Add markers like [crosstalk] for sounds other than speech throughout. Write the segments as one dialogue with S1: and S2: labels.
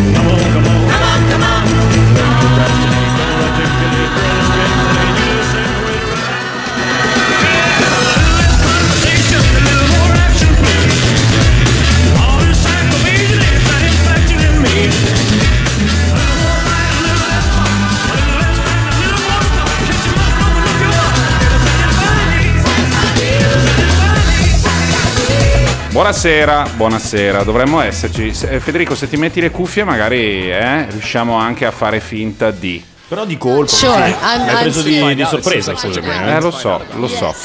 S1: Buonasera, buonasera, dovremmo esserci. Se- eh, Federico, se ti metti le cuffie magari eh, riusciamo anche a fare finta di...
S2: Però di colpo.
S3: Sure,
S2: perché
S3: an-
S2: l'hai preso di,
S3: anzi-
S2: di sorpresa, scusami.
S1: Eh, lo so, lo so.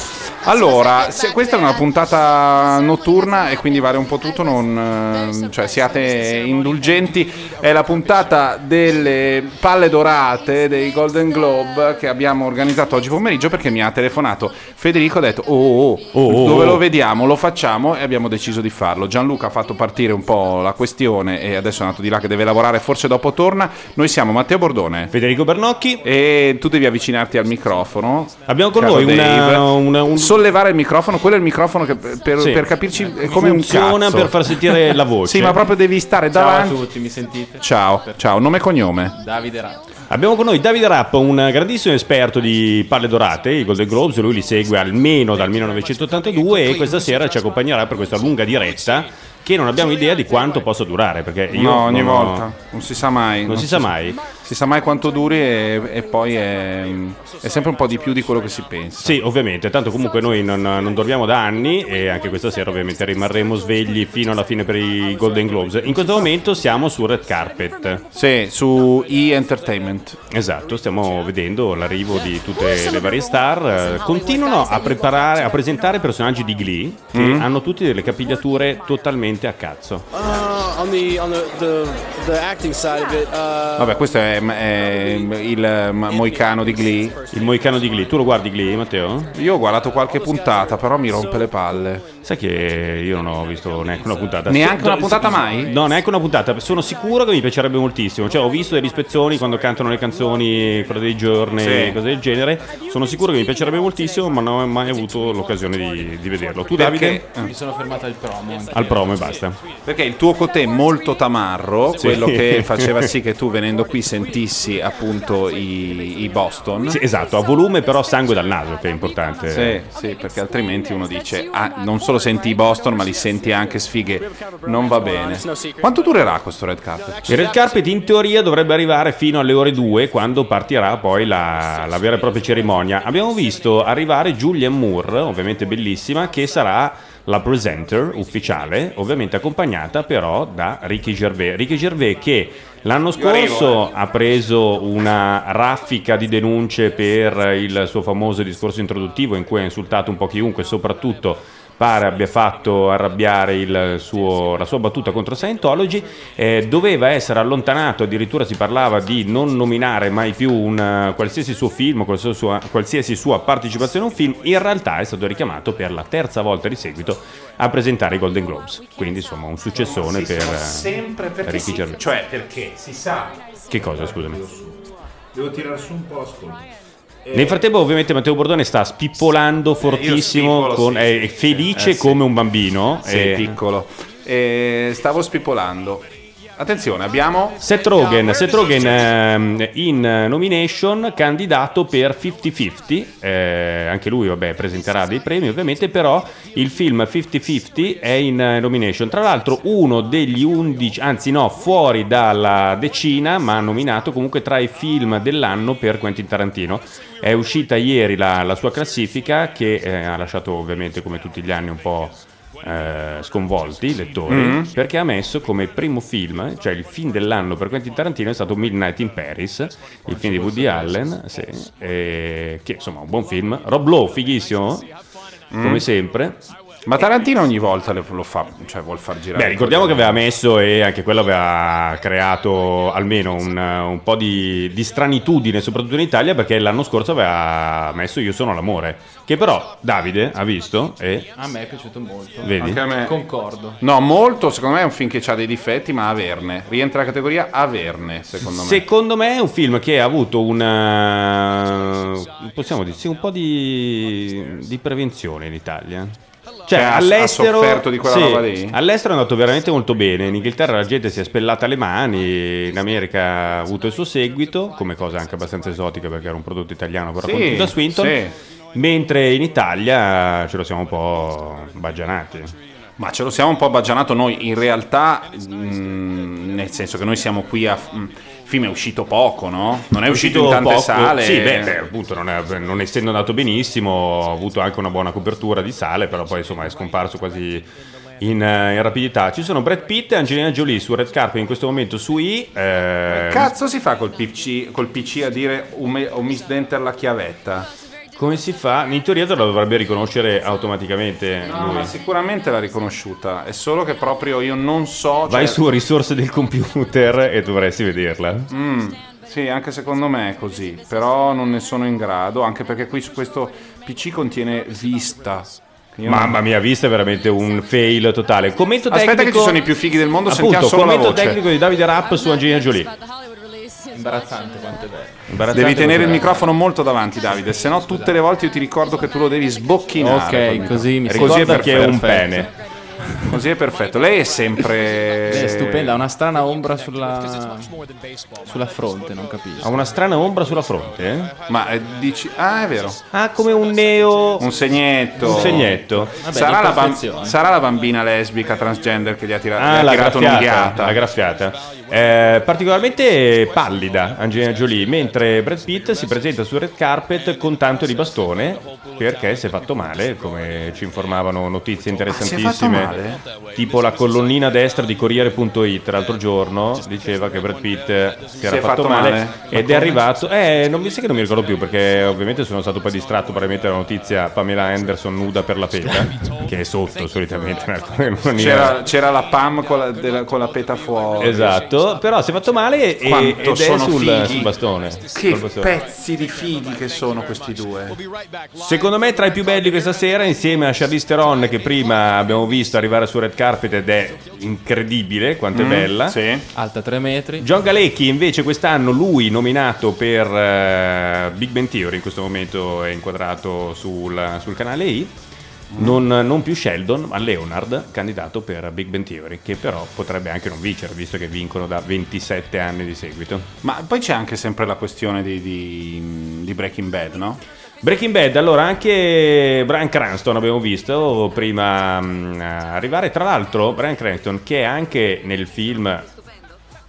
S1: Allora, se- questa è una puntata notturna e quindi vale un po' tutto, non, eh, cioè siate indulgenti. È la puntata delle palle dorate dei Golden Globe che abbiamo organizzato oggi pomeriggio perché mi ha telefonato Federico ha detto oh, oh,
S2: oh,
S1: dove
S2: oh."
S1: lo vediamo, lo facciamo e abbiamo deciso di farlo. Gianluca ha fatto partire un po' la questione e adesso è andato di là che deve lavorare, forse dopo torna. Noi siamo Matteo Bordone.
S2: Federico Bernocchi.
S1: E tu devi avvicinarti al microfono.
S2: Abbiamo con
S1: Caro
S2: noi una,
S1: Dave.
S2: una- un-
S1: Sollevare il microfono, quello è il microfono che per,
S2: Sì.
S1: per capirci è come un
S2: Funziona
S1: cazzo.
S2: per far sentire la voce.
S1: Sì, ma proprio devi stare
S4: Ciao a
S1: davanti.
S4: tutti, mi sentite?
S1: Ciao, ciao, nome e cognome.
S4: Davide Ratti.
S2: Abbiamo con noi Davide Rappa, un grandissimo esperto di palle dorate, i Golden Globes, lui li segue almeno dal 1982 e questa sera ci accompagnerà per questa lunga diretta che non abbiamo idea di quanto possa durare perché io
S1: no, ogni
S2: non ho-
S1: volta, non si sa mai.
S2: non si sa mai.
S1: Si sa mai quanto duri e, e poi è, è sempre un po' di più di quello che si pensa.
S2: Sì, ovviamente, tanto comunque noi non, non dormiamo da anni e anche questa sera ovviamente rimarremo svegli fino alla fine per i Golden Globes. In questo momento siamo su Red Carpet.
S1: Sì, su E Entertainment.
S2: Esatto, stiamo vedendo l'arrivo di tutte le varie star. eh, Continuano a preparare, a presentare personaggi di Glee che
S1: Mm.
S2: hanno tutti delle capigliature totalmente a cazzo.
S5: Uh, on the on the, the the acting side of it, uh,
S1: Vabbè, questo è, è il eh, moicano di Glee.
S2: Il moicano di Glee, tu lo guardi Glee, Matteo?
S1: Io ho guardato qualche puntata, però mi rompe le palle.
S2: Sai che io non ho visto neanche una puntata.
S1: Neanche una
S2: Do-
S1: puntata mai?
S2: No, neanche una puntata. Sono sicuro che mi piacerebbe moltissimo. Cioè, ho visto delle ispezioni quando cantano le canzoni, quella dei giorni,
S1: Sì.
S2: cose del genere. Sono sicuro che mi piacerebbe moltissimo, ma non ho mai avuto l'occasione di, di vederlo. Tu, Davide?
S1: Perché, Ah.
S4: Mi sono fermato al promo. anche
S2: Al
S4: io.
S2: promo e basta.
S1: perché il tuo cotè molto tamarro,
S2: Sì.
S1: quello
S2: [laughs]
S1: che faceva sì che tu venendo qui sentissi appunto i, i Boston.
S2: Sì, esatto, a volume però sangue dal naso, che è importante.
S1: Sì, sì, perché altrimenti uno dice ah, non solo senti i Boston, ma li senti anche sfighe. Non va bene. Quanto durerà questo red carpet?
S2: Il red carpet in teoria dovrebbe arrivare fino alle ore 2 quando partirà poi la, la vera e propria cerimonia. Abbiamo visto arrivare Julian Moore, ovviamente bellissima, che sarà la presenter ufficiale, ovviamente accompagnata però da Ricky Gervais. Ricky Gervais che l'anno scorso ha preso una raffica di denunce per il suo famoso discorso introduttivo in cui ha insultato un po' chiunque, soprattutto pare abbia fatto arrabbiare il suo- la sua battuta contro Scientology, eh, doveva essere allontanato, addirittura si parlava di non nominare mai più un eh, qualsiasi suo film, qualsiasi sua, qualsiasi sua partecipazione a un film, in realtà è stato richiamato per la terza volta di seguito a presentare i Golden Globes, quindi insomma un successone per eh, Ricky Gervais.
S1: Cioè, perché si sa.
S2: Che cosa, scusami?
S1: Devo tirare su un po' ascolto. Eh,
S2: Nel frattempo, ovviamente, Matteo Bordone sta spippolando fortissimo,
S1: spippolo,
S2: con-
S1: sì.
S2: è felice
S1: Eh, sì.
S2: come un bambino.
S1: Sei
S2: eh,
S1: piccolo. Eh, stavo spipolando. Attenzione, abbiamo
S2: Seth Rogen, Seth Rogen, ehm, in eh, nomination, candidato per 50-50, eh, anche lui vabbè, presenterà dei premi ovviamente, però il film 50-50 è in eh, nomination, tra l'altro uno degli 11, anzi no, fuori dalla decina, ma nominato comunque tra i film dell'anno per Quentin Tarantino. È uscita ieri la, la sua classifica che eh, ha lasciato ovviamente come tutti gli anni un po' eh, sconvolti i lettori perché ha messo come primo film, cioè il film dell'anno per Quentin Tarantino è stato Midnight in Paris, il film di Woody Allen, sì, eh, che insomma è un buon film. Rob Lowe, fighissimo, come sempre.
S1: Ma Tarantino ogni volta le- lo fa, cioè vuol far girare.
S2: Beh, ricordiamo che aveva messo e anche quello aveva creato almeno un, un po' di, di stranitudine, soprattutto in Italia, perché l'anno scorso aveva messo Io sono l'amore, che però Davide ha visto e...
S4: A me è piaciuto molto.
S2: Vedi? Anche a me.
S4: Concordo.
S1: No, molto, secondo me è un film che ha dei difetti, ma averne. Rientra nella categoria averne, secondo me.
S2: Secondo me è un film che ha avuto una... possiamo dire, sì, un po' di, di prevenzione in Italia. Cioè,
S1: Cioè, ha- ha
S2: all'estero,
S1: sofferto di quella
S2: sì,
S1: roba lì?
S2: all'estero è andato veramente molto bene. In Inghilterra la gente si è spellata le mani, in America ha avuto il suo seguito, come cosa anche abbastanza esotica perché era un prodotto italiano, però
S1: Sì,
S2: con Tilda Swinton.
S1: sì.
S2: Mentre in Italia ce lo siamo un po' baggianati.
S1: Ma ce lo siamo un po' baggianato noi, in realtà, mh, nel senso che noi siamo qui a... mh, il film è uscito poco, no? Non è uscito, in tante
S2: poco.
S1: sale.
S2: Sì, beh, beh, appunto, non, è- non essendo andato benissimo, ha avuto anche una buona copertura di sale, però poi insomma è scomparso quasi in, eh, in rapidità. Ci sono Brad Pitt e Angelina Jolie su Red Carpet in questo momento su I. eh,
S1: Cazzo si fa col PC, col PC a dire ume- o Miss Denter la chiavetta?
S2: Come si fa? In teoria te la dovrebbe riconoscere automaticamente
S1: No,
S2: lui.
S1: ma sicuramente l'ha riconosciuta, è solo che proprio io non so...
S2: Vai
S1: cioè-
S2: su risorse del computer e dovresti vederla.
S1: Mm, sì, anche secondo me è così, però non ne sono in grado, anche perché qui su questo PC contiene vista. Io-
S2: Mamma mia, vista è veramente un fail totale. Commento
S1: Aspetta
S2: tecnico...
S1: che ci sono i più fighi del mondo,
S2: Appunto,
S1: sentiamo solo la
S2: commento
S1: voce.
S2: tecnico di Davide Rapp su Angelina Jolie.
S4: Imbarazzante quanto è bello.
S2: Imbarazzante
S1: Devi tenere il
S2: questa-
S1: microfono molto davanti, Davide, se no tutte le volte io ti ricordo che tu lo devi sbocchinare.
S4: Ok, così mi
S1: Così è
S2: Ricorda che è
S1: perfetto.
S2: un
S4: perfetto.
S2: pene.
S1: Così è perfetto. Lei è sempre
S4: È stupenda, ha una strana ombra sulla, sulla fronte, non
S2: Ha
S4: capisco.
S2: una strana ombra sulla fronte. eh?
S1: Ma eh, dici Ah, è vero.
S2: Ha come un neo.
S1: Un segnetto.
S2: Un segnetto.
S1: sarà, la bam-
S4: l'imperfezione.
S1: sarà la bambina lesbica transgender che gli ha, tira-
S2: Ah,
S1: gli ha
S2: la
S1: tirato
S2: graffiata. La
S1: un'unghiata.
S2: graffiata. Eh, particolarmente pallida Angelina Jolie, mentre Brad Pitt si presenta sul red carpet con tanto di bastone perché si è fatto male, come ci informavano notizie interessantissime. Tipo la colonnina destra di Corriere.it l'altro giorno diceva che Brad Pitt si era
S1: è
S2: fatto,
S1: fatto
S2: male,
S1: male? Ma
S2: ed è arrivato. Eh, non mi sa che non mi ricordo più perché ovviamente sono stato poi distratto probabilmente dalla notizia Pamela Anderson nuda per la pena, che è sotto solitamente nella colonnina.
S1: C'era, c'era la Pam con la, della- con la peta fuori.
S2: Esatto, però si è fatto male e,
S1: Quanto
S2: ed è
S1: sono
S2: sul,
S1: fighi.
S2: sul bastone.
S1: Che
S2: Sul bastone.
S1: pezzi di fighi che sono questi due.
S2: Secondo me tra i più belli questa sera insieme a Charlize Theron che prima abbiamo visto arrivare su Red Carpet ed è incredibile quanto è bella.
S1: Mm? Sì.
S4: Alta 3 metri.
S2: John Galecki invece quest'anno lui nominato per eh, Big Ben Theory in questo momento è inquadrato sul, sul canale I.
S1: Mm.
S2: Non, non più Sheldon, ma Leonard, candidato per Big Ben Theory, che però potrebbe anche non vincere, visto che vincono da 27 anni di seguito.
S1: Ma poi c'è anche sempre la questione di, di- di Breaking Bad, no?
S2: Breaking Bad, allora anche Brian Cranston abbiamo visto prima mh, arrivare, tra l'altro Brian Cranston che è anche nel film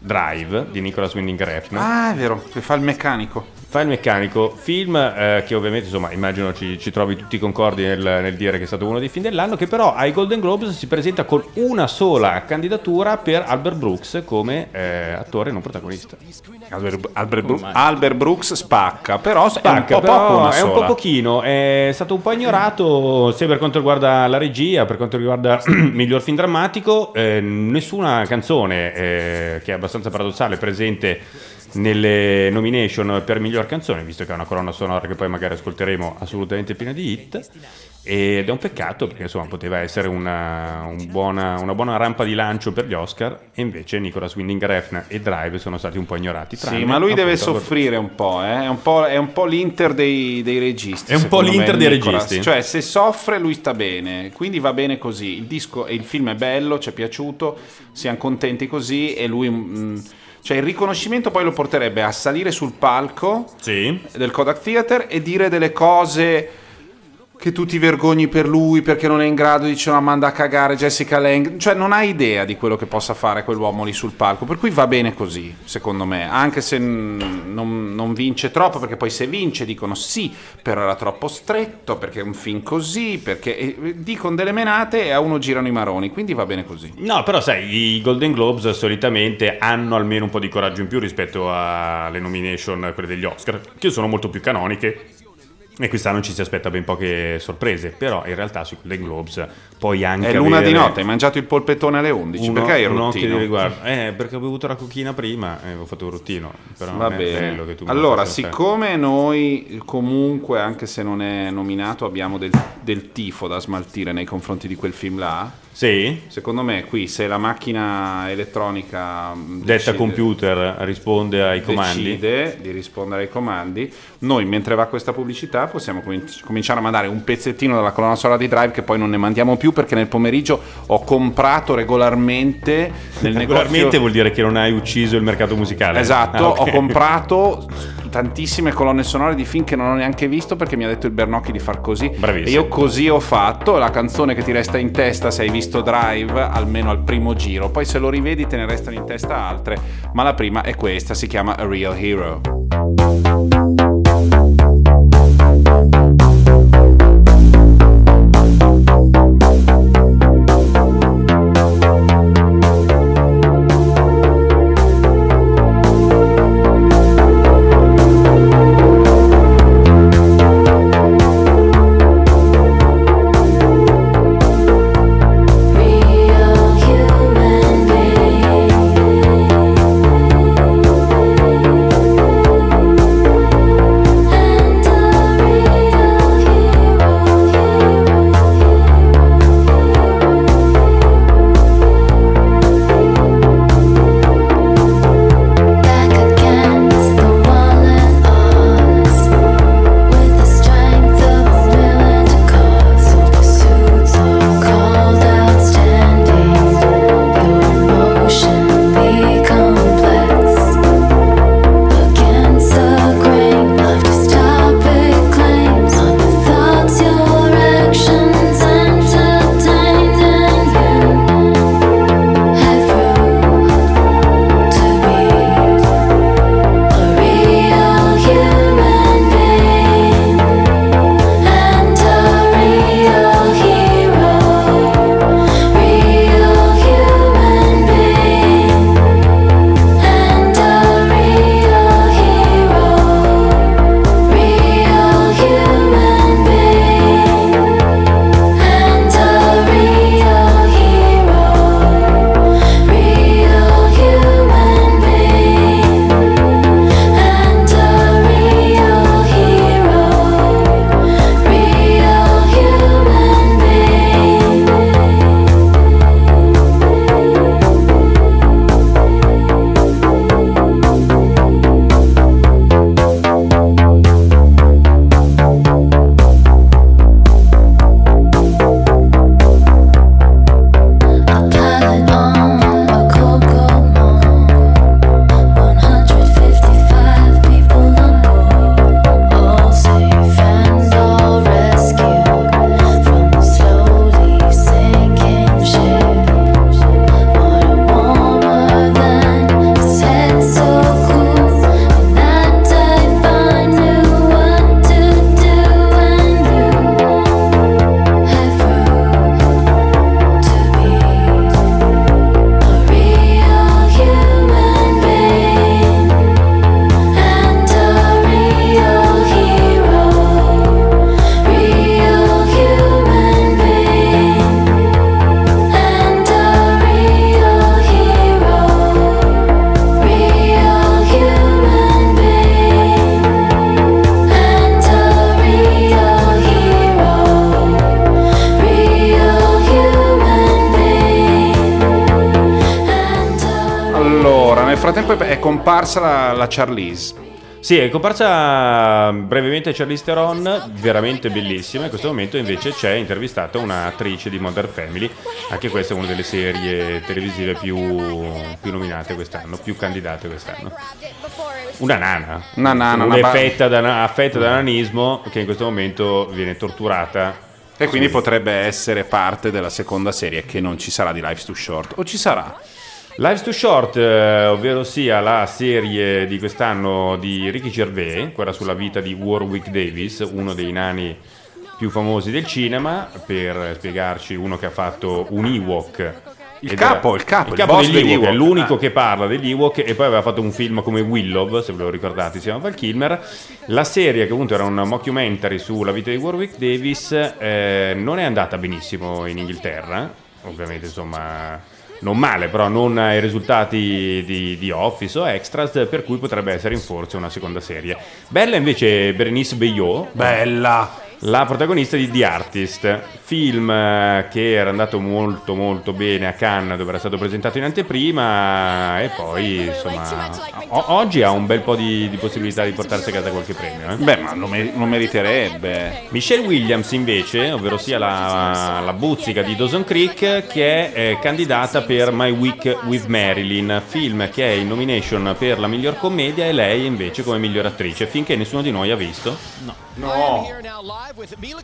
S2: Drive di Nicolas Winding Refn,
S1: Ah, è vero, che fa il meccanico.
S2: fa il meccanico, film eh, che ovviamente insomma immagino ci, ci trovi tutti concordi nel, nel dire che è stato uno dei film dell'anno, che però ai Golden Globes si presenta con una sola candidatura per Albert Brooks come eh, attore non protagonista.
S1: Albert, Albert Bru- Albert Brooks spacca, però
S2: Spacca,
S1: è un po'
S2: però
S1: poco una
S2: è un po'
S1: sola.
S2: pochino, è stato un po' ignorato sia per quanto riguarda la regia, per quanto riguarda [clears throat] miglior film drammatico, eh, nessuna canzone eh, che è abbastanza paradossale presente nelle nomination per miglior canzone, visto che è una colonna sonora che poi magari ascolteremo assolutamente piena di hit. Ed è un peccato perché insomma poteva essere una, un buona, una buona rampa di lancio per gli Oscar e invece Nicolas Winding Refn e Drive sono stati un po' ignorati.
S1: Sì,
S2: tranne,
S1: ma lui deve
S2: appunto,
S1: soffrire un po', eh. è, un po', è un po' l'Inter dei, dei registi.
S2: È un po'
S1: secondo me,
S2: l'Inter dei
S1: Nicolas.
S2: registi.
S1: Cioè, se soffre lui sta bene, quindi va bene così. Il disco e il film è bello, ci è piaciuto, siamo contenti così e lui... mh, cioè, il riconoscimento poi lo porterebbe a salire sul palco
S2: Sì.
S1: del Kodak Theater e dire delle cose che tu ti vergogni per lui perché non è in grado di dire no, manda a cagare Jessica Lang. Cioè, non hai idea di quello che possa fare quell'uomo lì sul palco. Per cui va bene così, secondo me. Anche se mm, non, non vince troppo, perché poi se vince dicono sì, però era troppo stretto, perché è un film così, perché e- e dicono delle menate e a uno girano i maroni. Quindi va bene così.
S2: No, però sai, i Golden Globes solitamente hanno almeno un po' di coraggio in più rispetto alle nomination, quelle degli Oscar, che sono molto più canoniche E quest'anno ci si aspetta ben poche sorprese, però in realtà sui Golden Globes puoi anche
S3: È l'una
S2: avere
S3: di notte, hai mangiato il polpettone alle 11.
S2: uno-
S3: perché hai il
S2: un occhio
S3: rottino?
S2: di riguardo. Eh, perché ho bevuto la cocchina prima e ho fatto un rottino. Però
S3: Va
S2: non è bello
S3: bene.
S2: che tu me lo
S3: Allora,
S2: faccia fare.
S3: siccome noi comunque, anche se non è nominato, abbiamo del, del tifo da smaltire nei confronti di quel film là,
S2: Sì?
S3: secondo me qui se la macchina elettronica mh,
S2: Detta
S3: decide-
S2: computer risponde ai comandi.
S3: decide di rispondere ai comandi, noi mentre va questa pubblicità possiamo cominci- cominciare a mandare un pezzettino dalla colonna sonora di Drive che poi non ne mandiamo più perché nel pomeriggio ho comprato regolarmente [laughs] nel
S2: [laughs] Regolarmente
S3: negozio
S2: vuol dire che non hai ucciso il mercato musicale.
S3: Esatto,
S2: Ah, ok.
S3: ho comprato tantissime colonne sonore di film che non ho neanche visto perché mi ha detto il Bernocchi di far così.
S2: Bravissimo.
S3: E io così ho fatto, la canzone che ti resta in testa se hai visto Drive, almeno al primo giro, poi se lo rivedi te ne restano in testa altre, ma la prima è questa, si chiama A Real Hero. Allora, nel frattempo è- è comparsa la, la Charlize.
S2: Sì, è comparsa brevemente Charlize Theron, veramente bellissima. In questo momento invece c'è intervistata un'attrice di Modern Family, anche questa è una delle serie televisive più, più nominate quest'anno, più candidate quest'anno. Una nana,
S3: Una nana,
S2: una
S3: una ba-
S2: affetta da, affetta da nanismo che in questo momento viene torturata.
S3: E quindi
S2: Sì.
S3: potrebbe essere parte della seconda serie che non ci sarà di Life's Too Short. O ci sarà?
S2: Lives to Short, eh, ovvero sia la serie di quest'anno di Ricky Gervais, quella sulla vita di Warwick Davis, uno dei nani più famosi del cinema, per spiegarci uno che ha fatto un Ewok
S1: Il
S2: Ed
S1: capo,
S2: era-
S1: il capo,
S2: il
S1: il
S2: capo
S1: boss
S2: degli
S1: degli
S2: Ewok, è
S1: Ewok.
S2: l'unico che parla degli Ewok e poi aveva fatto un film come Willow, se ve lo ricordate, si chiama Val Kilmer. La serie che appunto era un mockumentary sulla vita di Warwick Davis eh, non è andata benissimo in Inghilterra, ovviamente insomma non male, però non ai risultati di, di Office o Extras, per cui potrebbe essere in forza una seconda serie. Bella invece Berenice Beillot.
S1: Bella!
S2: La protagonista di The Artist, film eh, che era andato molto molto bene a Cannes dove era stato presentato in anteprima e poi insomma o- oggi ha un bel po' di, di possibilità di portarsi a casa qualche premio. eh.
S1: Beh, ma lo, me- lo meriterebbe.
S2: Michelle Williams invece, ovvero sia la, la buzzica di Dawson Creek, che è eh, candidata per My Week with Marilyn, film che è in nomination per la miglior commedia e lei invece come miglior attrice, finché nessuno di noi ha visto.
S1: No.
S2: Mila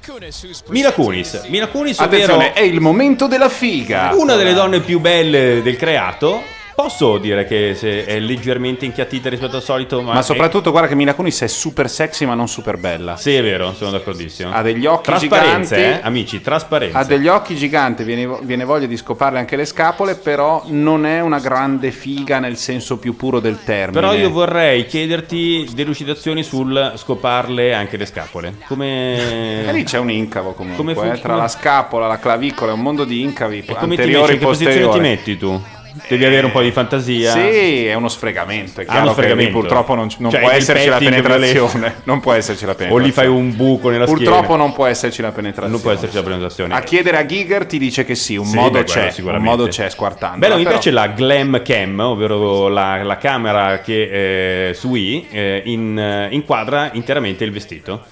S2: Kunis, Mila Kunis ovvero...
S1: Attenzione, è il momento della figa.
S2: Una delle donne più belle del creato. Posso dire che se è leggermente inchiattita rispetto al solito, ma,
S1: Ma
S2: è-
S1: soprattutto guarda che Mila Kunis è super sexy ma non super bella.
S2: Sì, è vero, sono d'accordissimo.
S1: Ha degli occhi
S2: trasparenze,
S1: giganti.
S2: eh, amici, trasparenze.
S1: Ha degli occhi giganti, viene, viene voglia di scoparle anche le scapole, però non è una grande figa nel senso più puro del termine.
S2: Però io vorrei chiederti delucidazioni sul scoparle anche le scapole.
S1: E Eh, lì
S2: Come
S1: c'è un incavo comunque,
S2: Come
S1: eh,
S2: funziona?
S1: tra la scapola, la clavicola, è un mondo di incavi
S2: e come ti metti,
S1: anteriori
S2: in
S1: e
S2: che posizione ti
S1: posteriori.
S2: metti tu? Devi avere un po' di fantasia.
S1: Sì, è uno sfregamento,
S2: Ah,
S1: è
S2: uno
S1: chiaro che lì
S2: sfregamento.
S1: purtroppo non, non
S2: Cioè,
S1: può
S2: il
S1: esserci la
S2: petting
S1: penetrazione, [laughs] non può esserci la
S2: O
S1: penetrazione.
S2: gli fai un buco nella schiena.
S1: Purtroppo non può esserci la penetrazione.
S2: non può esserci la presentazione.
S1: A chiedere a Giger ti dice che sì, un
S2: Sì,
S1: modo
S2: beh, quello
S1: c'è, un
S2: sicuramente.
S1: modo c'è squartando.
S2: Bello, mi piace la glam cam, ovvero la, la camera che eh, su Wii eh, in- eh, inquadra interamente il vestito.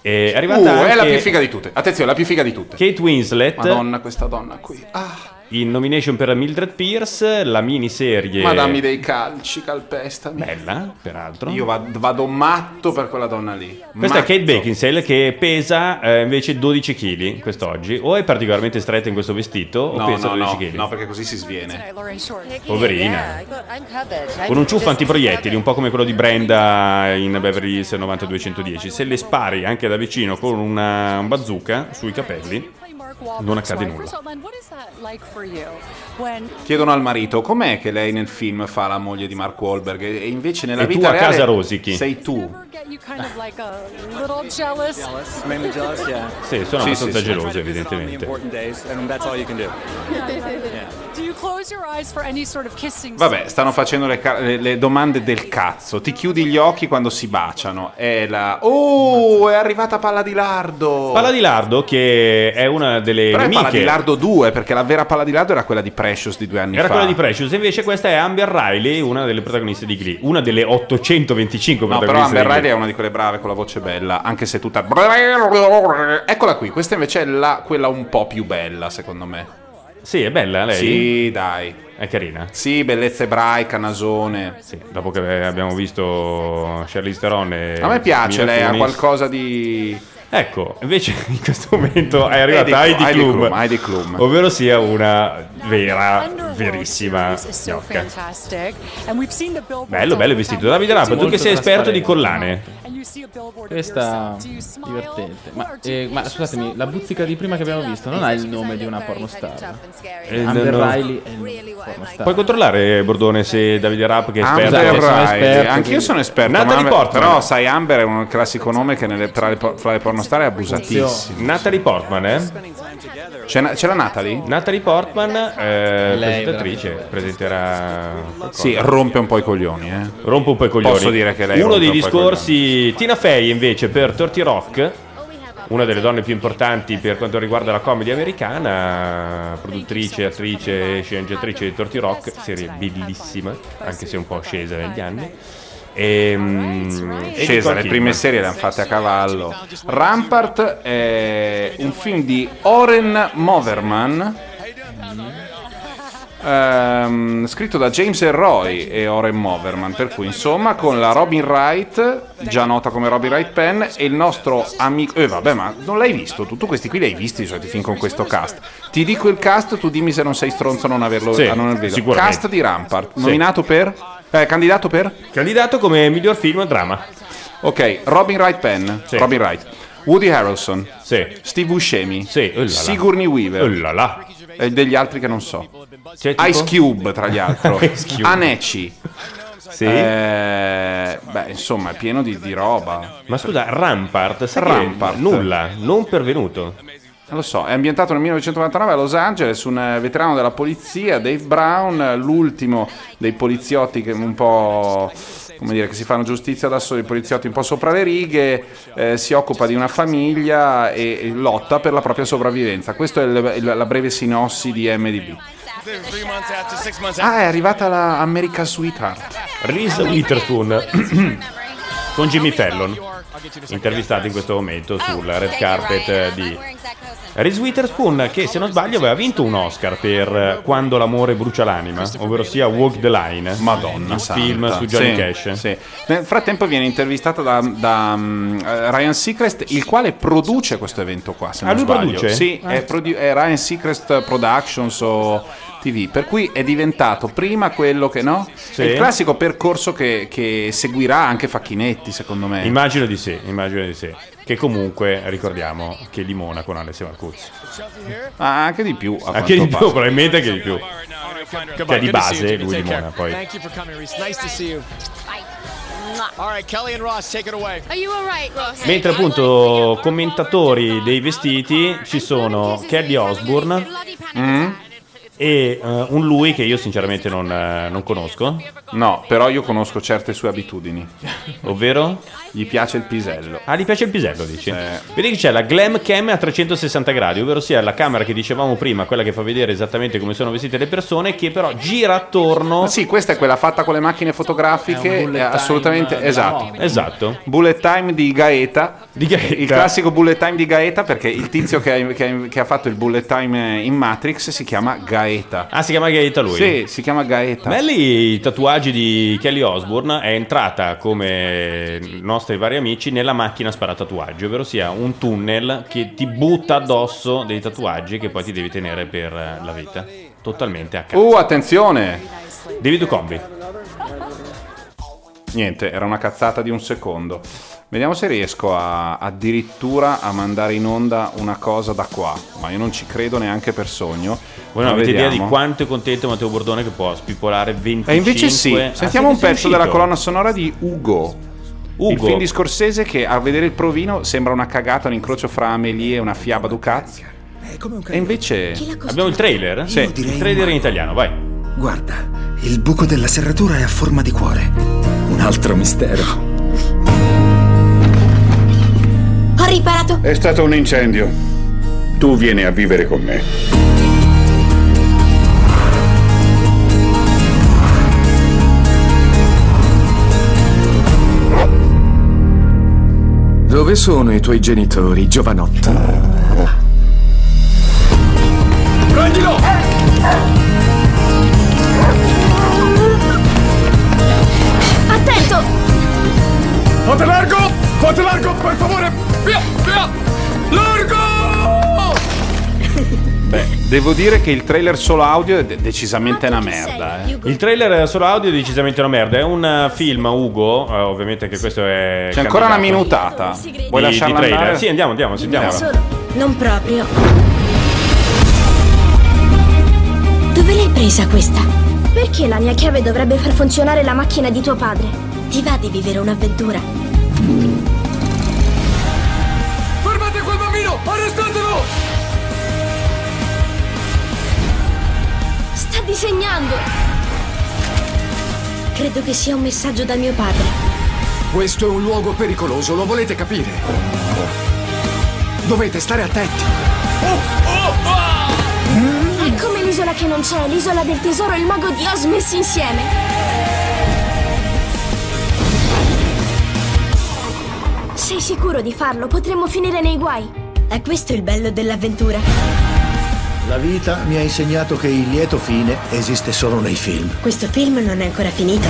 S2: E è arrivata
S1: Uh, è la
S2: anche
S1: più figa di tutte. Attenzione, la più figa di tutte.
S2: Kate Winslet
S1: Madonna, questa donna qui. Ah,
S2: in nomination per Mildred Pierce, la miniserie
S1: ma dammi dei calci, calpestami.
S2: bella, peraltro.
S1: Io va- vado matto per quella donna lì.
S2: Questa è
S1: Matto.
S2: Kate Beckinsale che pesa eh, invece 12 kg quest'oggi. O è particolarmente stretta in questo vestito o
S1: No,
S2: pesa
S1: no,
S2: 12
S1: no,
S2: kg.
S1: no, perché così si sviene.
S2: Poverina. Con un ciuffo antiproiettili, un po' come quello di Brenda in Beverly Hills 9210. Se le spari anche da vicino con una un bazooka sui capelli, non accade nulla.
S1: Chiedono al marito com'è che lei nel film fa la moglie di Mark Wahlberg e e invece nella
S2: E tu
S1: vita
S2: a
S1: reale
S2: casa rosichi.
S1: Sei tu.
S5: Mainly jealous, yeah.
S2: Sì, sono
S1: Sì,
S2: abbastanza
S1: sì, sì.
S2: geloso,
S5: Focus on the
S2: evidentemente.
S5: important days, and that's all you can do.
S1: Vabbè, stanno facendo le, ca- le- le domande del cazzo. Ti chiudi gli occhi quando si baciano. È la Oh, è arrivata Palla di Lardo.
S2: Palla di Lardo, che è una delle
S1: Però è Palla
S2: nemiche.
S1: di Lardo 2, perché la vera Palla di Lardo era quella di Precious di due anni
S2: Era
S1: fa.
S2: quella di Precious, invece questa è Amber Riley, una delle protagoniste di Glee. Una delle 825
S1: No, però
S2: protagoniste
S1: Amber
S2: di Glee.
S1: Riley è una di quelle brave con la voce bella, anche se tutta. Eccola qui, questa invece è la- quella un po' più bella, secondo me.
S2: Sì, è bella lei.
S1: Sì, dai.
S2: È carina.
S1: Sì, bellezza ebraica, nasone.
S2: Sì, dopo che abbiamo visto Charlize Theron e
S1: A me piace
S2: Mila
S1: lei, ha
S2: Kunis.
S1: qualcosa di.
S2: Ecco, invece [laughs] in questo momento è arrivata
S1: Heidi
S2: Heidi,
S1: Klum,
S2: Klum,
S1: Heidi Klum.
S2: ovvero sia una vera, verissima gnocca. Bello, bello il vestito. Davide Rappa, tu
S4: Molto
S2: che sei esperto di
S4: trasparente.
S2: collane.
S4: Questa divertente. Ma, eh, ma scusatemi, la buzzica di prima che abbiamo visto non ha il nome di una pornostar.
S2: Eh,
S4: Amber
S2: no, no.
S4: Riley è una pornostar.
S2: Puoi controllare, Bordone, se Davide Rappa che è
S1: Amber
S2: esperto...
S4: Scusate,
S1: Riley,
S4: sono esperto,
S1: anch'io
S4: quindi.
S1: Ah, sono esperto.
S2: Natalie
S1: ma Amber-
S2: Portman.
S1: Però, sai, Amber è un classico nome che nelle- tra, le, por- fra le pornostar è abusatissimo.
S2: Natalie Portman, eh?
S1: C'è, na- c'è la Natalie?
S2: Natalie Portman, eh,
S4: Lei,
S2: presentatrice,
S4: veramente.
S2: presenterà... qualcosa.
S1: Sì, rompe un po' i coglioni, eh.
S2: Rompo un po' i coglioni.
S1: Posso dire che lei
S2: Uno
S1: rompe
S2: dei
S1: un po' i
S2: discorsi. Tina Fey invece per Torti Rock, una delle donne più importanti per quanto riguarda la comedy americana, produttrice, attrice, sceneggiatrice di Torti Rock, serie bellissima, anche se un po' scesa negli anni. Ehm, E,
S1: Scesa,
S2: Nicole
S1: le prime
S2: Kidman.
S1: serie le hanno fatte a cavallo. Rampart è un film di Oren Moverman. ehm, scritto da James Elroy e Oren Moverman, per cui insomma con la Robin Wright, già nota come Robin Wright Penn, e il nostro amico. Eh vabbè, ma non l'hai visto? Tu, tu questi qui li hai visti i soliti film con questo cast. Ti dico il cast, tu dimmi se non sei stronzo a non averlo
S2: Sì,
S1: a non averlo.
S2: sicuramente.
S1: Cast di Rampart, nominato per. eh, candidato per?
S2: Candidato come miglior film drama.
S1: Ok, Robin Wright Penn,
S2: Sì.
S1: Robin Wright, Woody Harrelson,
S2: Sì.
S1: Steve Buscemi,
S2: Sì, oh là là.
S1: Sigourney Weaver,
S2: Oh là là.
S1: e degli altri che non so.
S2: tipo?
S1: Ice Cube, tra gli altri.
S2: [laughs] Ice Cube.
S1: Aneci.
S2: Sì.
S1: Eh, beh, insomma, è pieno di, di roba.
S2: Ma scusa, Rampart, sai che
S1: Rampart.
S2: nulla, non pervenuto.
S1: Non lo so, è ambientato nel 1999 a Los Angeles, un eh, veterano della polizia, Dave Brown, eh, l'ultimo dei poliziotti che un po' come dire, che si fanno giustizia adesso dei poliziotti un po' sopra le righe, eh, si occupa di una famiglia e, e lotta per la propria sopravvivenza. Questa è il- il- la breve sinossi di MDB. Ah, è arrivata la America Sweetheart.
S2: Reese Witherspoon [clears throat] con Jimmy Fallon, intervistato in questo momento sul red carpet eh, di Reese Witherspoon che se non sbaglio aveva vinto un Oscar per eh, Quando l'amore brucia l'anima, ovvero sia Walk the Line,
S1: Madonna
S2: il
S1: santa.
S2: film su Johnny
S1: Sì,
S2: Cash.
S1: sì. Nel frattempo viene intervistata da, da, mm, eh, Ryan Seacrest, il quale produce questo evento qua, se
S2: Ah,
S1: non
S2: lui
S1: sbaglio.
S2: produce?
S1: Sì,
S4: Ah,
S1: è, produ- è Ryan Seacrest Productions o TV, per cui è diventato prima quello che no? È il classico percorso che, che seguirà anche Facchinetti, secondo me.
S2: Immagino di sì, immagino di sì. Che comunque ricordiamo che limona con Alessio Marcuzzi.
S1: Ma Ah, anche di più, a
S2: Anche
S1: quanto
S2: di più,
S1: pare.
S2: probabilmente anche di più. Cioè di base lui
S3: Take
S2: limona poi.
S5: Thank you for coming, Reese. Nice to see you.
S3: All right, Kelly and Ross, take it away. Are you all right, Ross?
S2: Mentre appunto commentatori dei vestiti ci sono Kelly Osbourne e eh, un lui che io sinceramente non, eh, non conosco,
S1: No, però io conosco certe sue abitudini.
S2: ovvero?
S1: Gli piace il pisello.
S2: Ah, gli piace il pisello, dici? Vedi che c'è la glam cam a 360 gradi, ovvero sia la camera che dicevamo prima, quella che fa vedere esattamente come sono vestite le persone, che però gira attorno...
S1: Ma sì, questa è quella fatta con le macchine
S4: È
S1: fotografiche,
S4: un bullet
S1: è assolutamente
S4: time della
S1: esatto.
S4: moda.
S2: Esatto.
S1: Bullet time di Gaeta.
S2: Di Gaeta.
S1: Il classico bullet time di Gaeta perché il tizio che ha, che ha- che ha fatto il bullet time in Matrix si chiama Gaeta.
S2: Ah, si chiama Gaeta lui?
S1: Sì, si chiama Gaeta.
S2: Belli i tatuaggi di Kelly Osbourne è entrata come nostri vari amici nella macchina sparatatuaggi, ovvero sia un tunnel che ti butta addosso dei tatuaggi che poi ti devi tenere per eh, la vita. Totalmente a cazzo.
S1: Uh, attenzione!
S2: David Combi.
S1: Niente, era una cazzata di un secondo. Vediamo se riesco a, addirittura a mandare in onda una cosa da qua. Ma io non ci credo neanche per sogno.
S2: Voi non
S1: Ma
S2: avete idea di
S1: vediamo.
S2: quanto è contento Matteo Bordone che può spipolare 25
S1: E invece sì,
S2: Ah,
S1: sentiamo
S2: siete
S1: un pezzo
S2: sentito?
S1: della colonna sonora di Ugo. Il
S2: Ugo.
S1: film di Scorsese che a vedere il provino sembra una cagata, un incrocio fra Amelie e una fiaba Ducati. E invece...
S2: Abbiamo il trailer?
S1: Sì.
S2: Il trailer in italiano, vai.
S6: Guarda, il buco della serratura è a forma di cuore. Un altro mistero.
S7: Ho riparato.
S8: È stato un incendio. Tu vieni a vivere con me.
S6: Dove sono i tuoi genitori, giovanotto?
S7: Attento!
S8: Fate largo! Fate largo, per favore! Via, via! Largo!
S1: Devo dire che il trailer solo audio è de- decisamente una
S7: Ma tu chi
S1: merda.
S7: sei,
S1: eh.
S7: Hugo?
S2: Il trailer è solo audio è decisamente una merda. È un eh, film, Ugo. eh, ovviamente che questo è.
S1: C'è ancora una
S2: candidato.
S1: minutata. Vuoi
S2: di-
S1: lasciarla
S2: di trailer.
S1: andare?
S2: Sì, andiamo, andiamo, sentiamo.
S7: Solo, non proprio. Dove l'hai presa questa?
S9: Perché la mia chiave dovrebbe far funzionare la macchina di tuo padre?
S7: Ti va di vivere un'avventura?
S8: Fermate quel bambino! Arrestatelo!
S9: Sta disegnando!
S7: Credo che sia un messaggio da mio padre.
S6: Questo è un luogo pericoloso, lo volete capire? Dovete stare attenti.
S9: È come l'isola che non c'è, l'isola del tesoro e il mago di Oz messi insieme. Sei sicuro di farlo? Potremmo finire nei guai.
S7: È questo il bello dell'avventura.
S10: La vita mi ha insegnato che il lieto fine esiste solo nei film.
S7: Questo film non è ancora finito.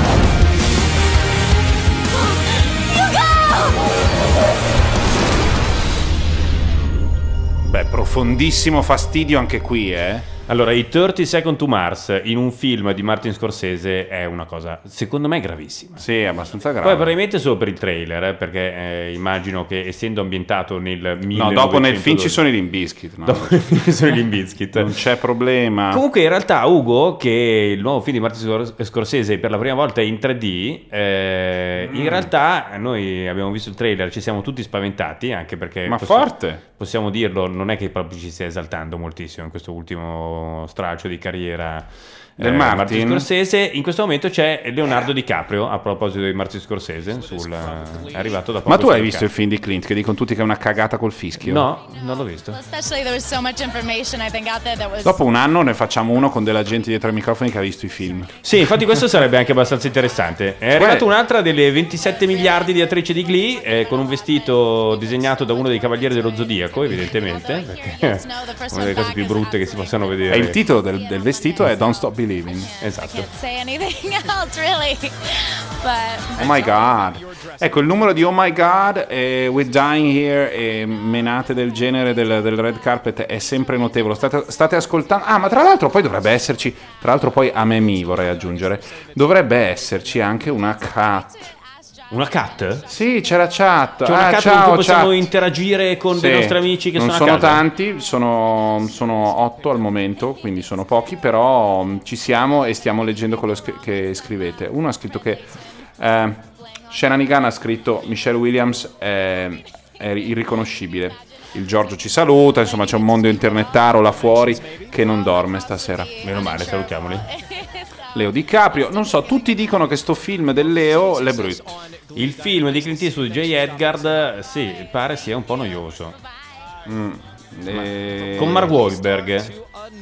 S1: Beh, profondissimo fastidio anche qui, eh.
S2: Allora, i 30 Second to Mars in un film di Martin Scorsese è una cosa, secondo me, gravissima.
S1: Sì, è abbastanza grave.
S2: Poi probabilmente solo per il trailer, eh, perché eh, immagino che essendo ambientato nel 1912...
S1: No, dopo nel film ci sono i Limbiskit. No?
S2: Dopo nel film sono i Limbiskit.
S1: Non c'è problema.
S2: Comunque in realtà Ugo, che il nuovo film di Martin Scor- Scorsese per la prima volta è in 3D, eh,
S1: Mm.
S2: in realtà noi abbiamo visto il trailer, ci siamo tutti spaventati, anche perché...
S1: Ma
S2: possi-
S1: forte!
S2: Possiamo dirlo, non è che proprio ci stia esaltando moltissimo in questo ultimo straccio di carriera
S1: Del
S2: di
S1: Martin?
S2: Scorsese. In questo momento c'è Leonardo DiCaprio, a proposito di Martin Scorsese, sul- è arrivato da poco
S1: Ma tu l'hai
S2: sul
S1: visto il film di Clint che dicono tutti che è una cagata col fischio?
S2: No, non l'ho visto.
S11: Especially there was so much information I think out there that was
S1: Dopo un anno ne facciamo uno con della gente dietro ai microfoni che ha visto i film.
S2: Sì, infatti questo sarebbe anche abbastanza interessante. Eh, È arrivata un'altra delle 27 miliardi di attrici di Glee eh, con un vestito disegnato da uno dei cavalieri dello zodiaco, evidentemente, perché [laughs] è una delle cose più brutte che si possano vedere.
S1: E il titolo del, del vestito è Don't Stop Believing.
S2: Esatto.
S11: say anything [laughs] else really. But
S1: Oh my god. Ecco, il numero di Oh my god e With Dying Here e menate del genere del, del red carpet è sempre notevole. State, state ascoltando. Ah, ma tra l'altro poi dovrebbe esserci. Tra l'altro poi a me mi vorrei aggiungere. Dovrebbe esserci anche una cat.
S2: Una cat?
S1: Sì, c'è la chat.
S2: C'è una
S1: Ah,
S2: chat
S1: ciao,
S2: con cui possiamo
S1: chat.
S2: interagire con
S1: Sì,
S2: dei nostri amici che
S1: non
S2: sono a casa.
S1: tanti, sono, sono otto al momento, quindi sono pochi, però mh, ci siamo e stiamo leggendo quello scri- che scrivete. Uno ha scritto che eh, Shenanigan ha scritto Michelle Williams è, è irriconoscibile. Il Giorgio ci saluta, insomma c'è un mondo internettaro là fuori che non dorme stasera.
S2: Meno male, salutiamoli.
S1: Leo DiCaprio, non so, tutti dicono che sto film del Leo le brut.
S2: Il film di Clint Eastwood J. Edgard, sì, pare sia un po' noioso.
S1: Mm.
S2: Ma- Con Mark Wahlberg.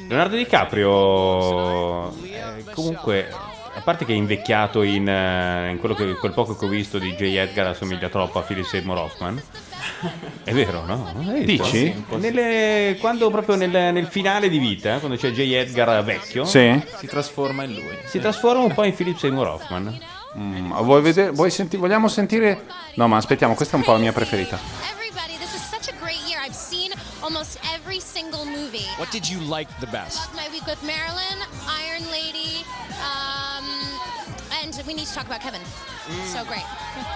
S2: Leonardo DiCaprio, eh, comunque, a parte che è invecchiato in, eh, in quello che, quel poco che ho visto di J. Edgar assomiglia troppo a Philip Seymour
S5: [laughs]
S2: Hoffman. È vero, no? Eh,
S1: Dici?
S2: un po' sì. Nelle- quando proprio nel, nel finale di vita, quando c'è J. Edgar vecchio,
S1: Sì.
S4: Si trasforma in lui.
S2: si trasforma un po' in Philip Seymour Hoffman.
S1: Mm, vuoi vedere, vuoi senti- vogliamo sentire? No, ma aspettiamo, questa è un po' la mia preferita.
S12: Everybody, this is such a great year. I've seen almost every single movie.
S5: What did you like the best?
S12: My week with Marilyn, Iron Lady, um, and we need to talk about Kevin.
S13: Mm.
S12: So
S13: [laughs]
S12: great.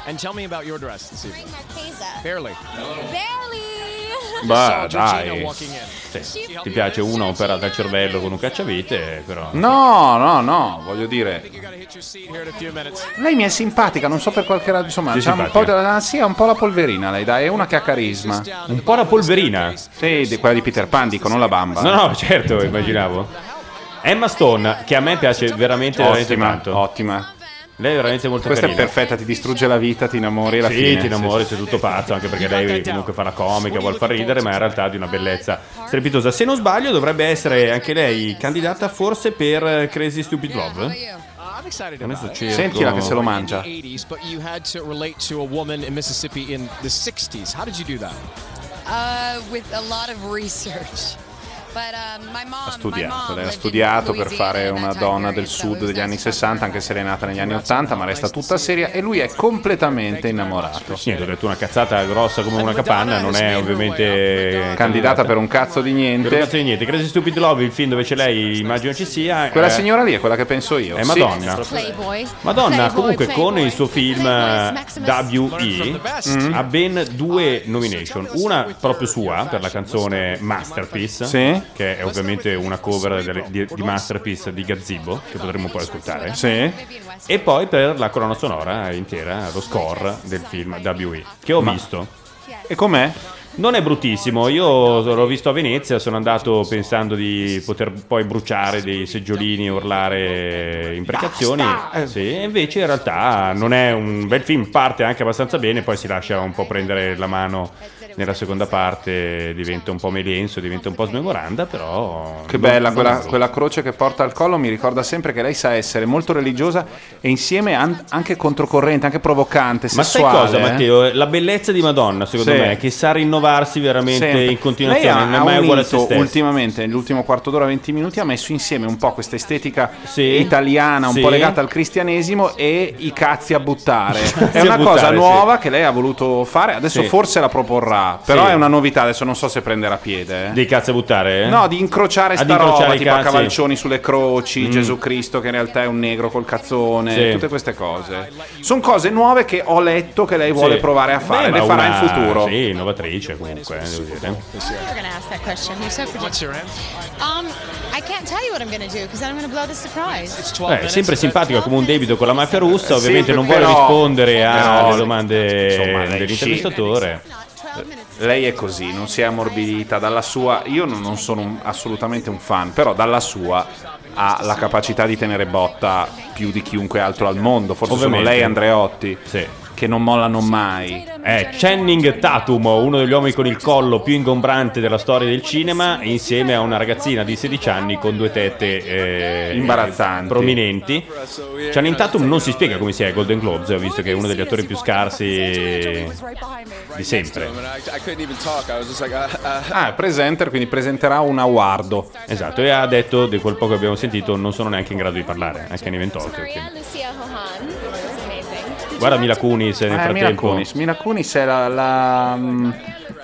S5: And tell me about your dress this evening.
S12: Marchesa.
S5: Barely.
S12: Barely.
S2: Bah,
S5: Saw Georgina
S2: dai.
S5: walking in.
S2: Sì, ti piace una opera dal cervello con un cacciavite, però...
S1: No, no, no, voglio dire,
S5: You gotta hit your seat here in a few minutes.
S1: lei mi è simpatica, non so per qualche ragione, insomma,
S2: Sì,
S1: c'ha un
S2: simpatica.
S1: po' della- sì, ha un po' la polverina lei, dai, è una che ha carisma.
S2: Un po' la polverina?
S1: Sì, di- quella di Peter Pan, dico, non la bamba.
S2: No, no, certo, immaginavo. Emma Stone, che a me piace veramente, veramente
S1: Ottima,
S2: tanto.
S1: Ottima.
S2: Lei è veramente molto
S1: Questa
S2: carina.
S1: è perfetta, ti distrugge la vita, ti innamori e la
S2: sì,
S1: fine.
S2: ti innamori, sei tutto pazzo, anche perché lei comunque fa la comica, vuol far ridere, ma in realtà è di una bellezza strepitosa. Se non sbaglio, dovrebbe essere anche lei candidata forse per eh, Crazy Stupid Love.
S5: Ah, I'm excited
S2: Adesso
S5: about
S2: cerco.
S5: it.
S1: Sentila che se lo mangia.
S5: 80s, but you had to relate to a woman in Mississippi in the 60s. How did you do that?
S14: Uh, with a lot of research. But um, my mom,
S1: Ha
S14: my
S1: studiato,
S14: mom
S1: lei ha
S14: lived in
S1: studiato per
S14: Louisiana
S1: fare
S14: in
S1: una
S14: that time
S1: donna
S14: period,
S1: del
S14: so it
S1: sud
S14: was
S1: degli anni
S14: nice to
S1: 60, anche se lei è nata negli anni 80, ma resta tutta seria e lui è completamente innamorato.
S2: Sì, ho detto una cazzata grossa come una capanna, non è ovviamente
S1: Candidata per un cazzo di niente.
S2: Per un cazzo di niente, Crazy Stupid Love, il film dove c'è lei, immagino ci sia.
S1: Quella
S2: eh,
S1: signora lì è quella che penso io.
S2: È
S1: sì.
S2: Madonna.
S12: Playboy.
S2: Madonna,
S12: Playboy,
S2: comunque
S12: Playboy.
S2: con il suo film eh, WE
S12: Mm.
S2: ha ben due nomination, una proprio sua per la canzone Masterpiece,
S1: Sì.
S2: che è ovviamente una cover delle- di, di Masterpiece di Gazzibo, che potremo poi ascoltare, e poi per la colonna sonora intera, lo score del film WE, che ho visto.
S1: E com'è?
S2: Non è bruttissimo, io l'ho visto a Venezia, sono andato pensando di poter poi bruciare dei seggiolini e urlare imprecazioni. Sì, e invece in realtà non è un bel film, parte anche abbastanza bene, poi si lascia un po' prendere la mano nella seconda parte, diventa un po' melenso, diventa un po' smemoranda, però...
S1: Che bella,
S2: non-
S1: quella,
S2: non-
S1: quella croce che porta al collo mi ricorda sempre che lei sa essere molto religiosa e insieme an- anche controcorrente, anche provocante,
S2: Ma sai
S1: sessuale.
S2: cosa,
S1: eh?
S2: Matteo? La bellezza di Madonna, secondo
S1: Sì.
S2: me, che sa rinnovarsi veramente
S1: Sempre.
S2: in continuazione,
S1: Lei ha,
S2: non è
S1: ha
S2: mai uguale a se
S1: unito
S2: stessa.
S1: ultimamente, nell'ultimo quarto d'ora, 20 minuti, ha messo insieme un po' questa estetica italiana, un
S2: Sì.
S1: po' legata al cristianesimo, e i cazzi a buttare.
S2: Cazzi
S1: È
S2: a
S1: una
S2: buttare,
S1: cosa
S2: sì.
S1: nuova che lei ha voluto fare, adesso
S2: Sì.
S1: forse la proporrà fa. Però è una novità, adesso non so se prenderà piede. eh.
S2: Dei cazzi a buttare?
S1: No, di incrociare
S2: Ah,
S1: sta
S2: di incrociare
S1: roba,
S2: i
S1: tipo a
S2: cazzi.
S1: cavalcioni sulle croci,
S2: Mm.
S1: Gesù Cristo che in realtà è un negro col cazzone,
S2: Sì.
S1: tutte queste cose. Sono cose nuove che ho letto che lei vuole
S2: Sì.
S1: provare a fare,
S2: Beh,
S1: le
S2: ma
S1: farà in
S2: una-
S1: futuro.
S2: Sì, innovatrice comunque, eh, devo dire.
S15: You're gonna ask that question. You're so predictable.
S13: What's your answer?
S15: Um, I can't tell you what I'm gonna do because I'm gonna blow the surprise. It's
S2: Beh, Eh, è sempre simpatica come un debito con la mafia russa,
S1: Eh,
S2: ovviamente
S1: sì,
S2: non vuole
S1: però-
S2: rispondere
S1: però-
S2: alle domande
S1: Insomma, lei
S2: dell'intervistatore.
S1: Lei è così, non si è ammorbidita dalla sua. Io non non sono un- assolutamente un fan, però dalla sua ha la capacità di tenere botta più di chiunque altro al mondo. Forse
S2: Ovviamente.
S1: sono lei, e Andreotti, che non mollano mai.
S2: È Eh, Channing Tatum, uno degli uomini con il collo più ingombrante della storia del cinema, insieme a una ragazzina di 16 anni con due tette eh,
S1: Imbarazzanti.
S2: prominenti. Channing Tatum non si spiega come sia ai Golden Globes, ho visto che è uno degli attori più scarsi di sempre. uh.
S1: Ah, è presenter, quindi presenterà un awardo.
S2: Esatto, e ha detto di quel poco che abbiamo sentito non sono neanche in grado di parlare, anche in Talk.
S16: Lucia Hohan. It's amazing.
S2: Guarda Mila Kunis nel
S1: Eh, Mila
S2: frattempo.
S1: Kunis. Mila Kunis è la, la, mm,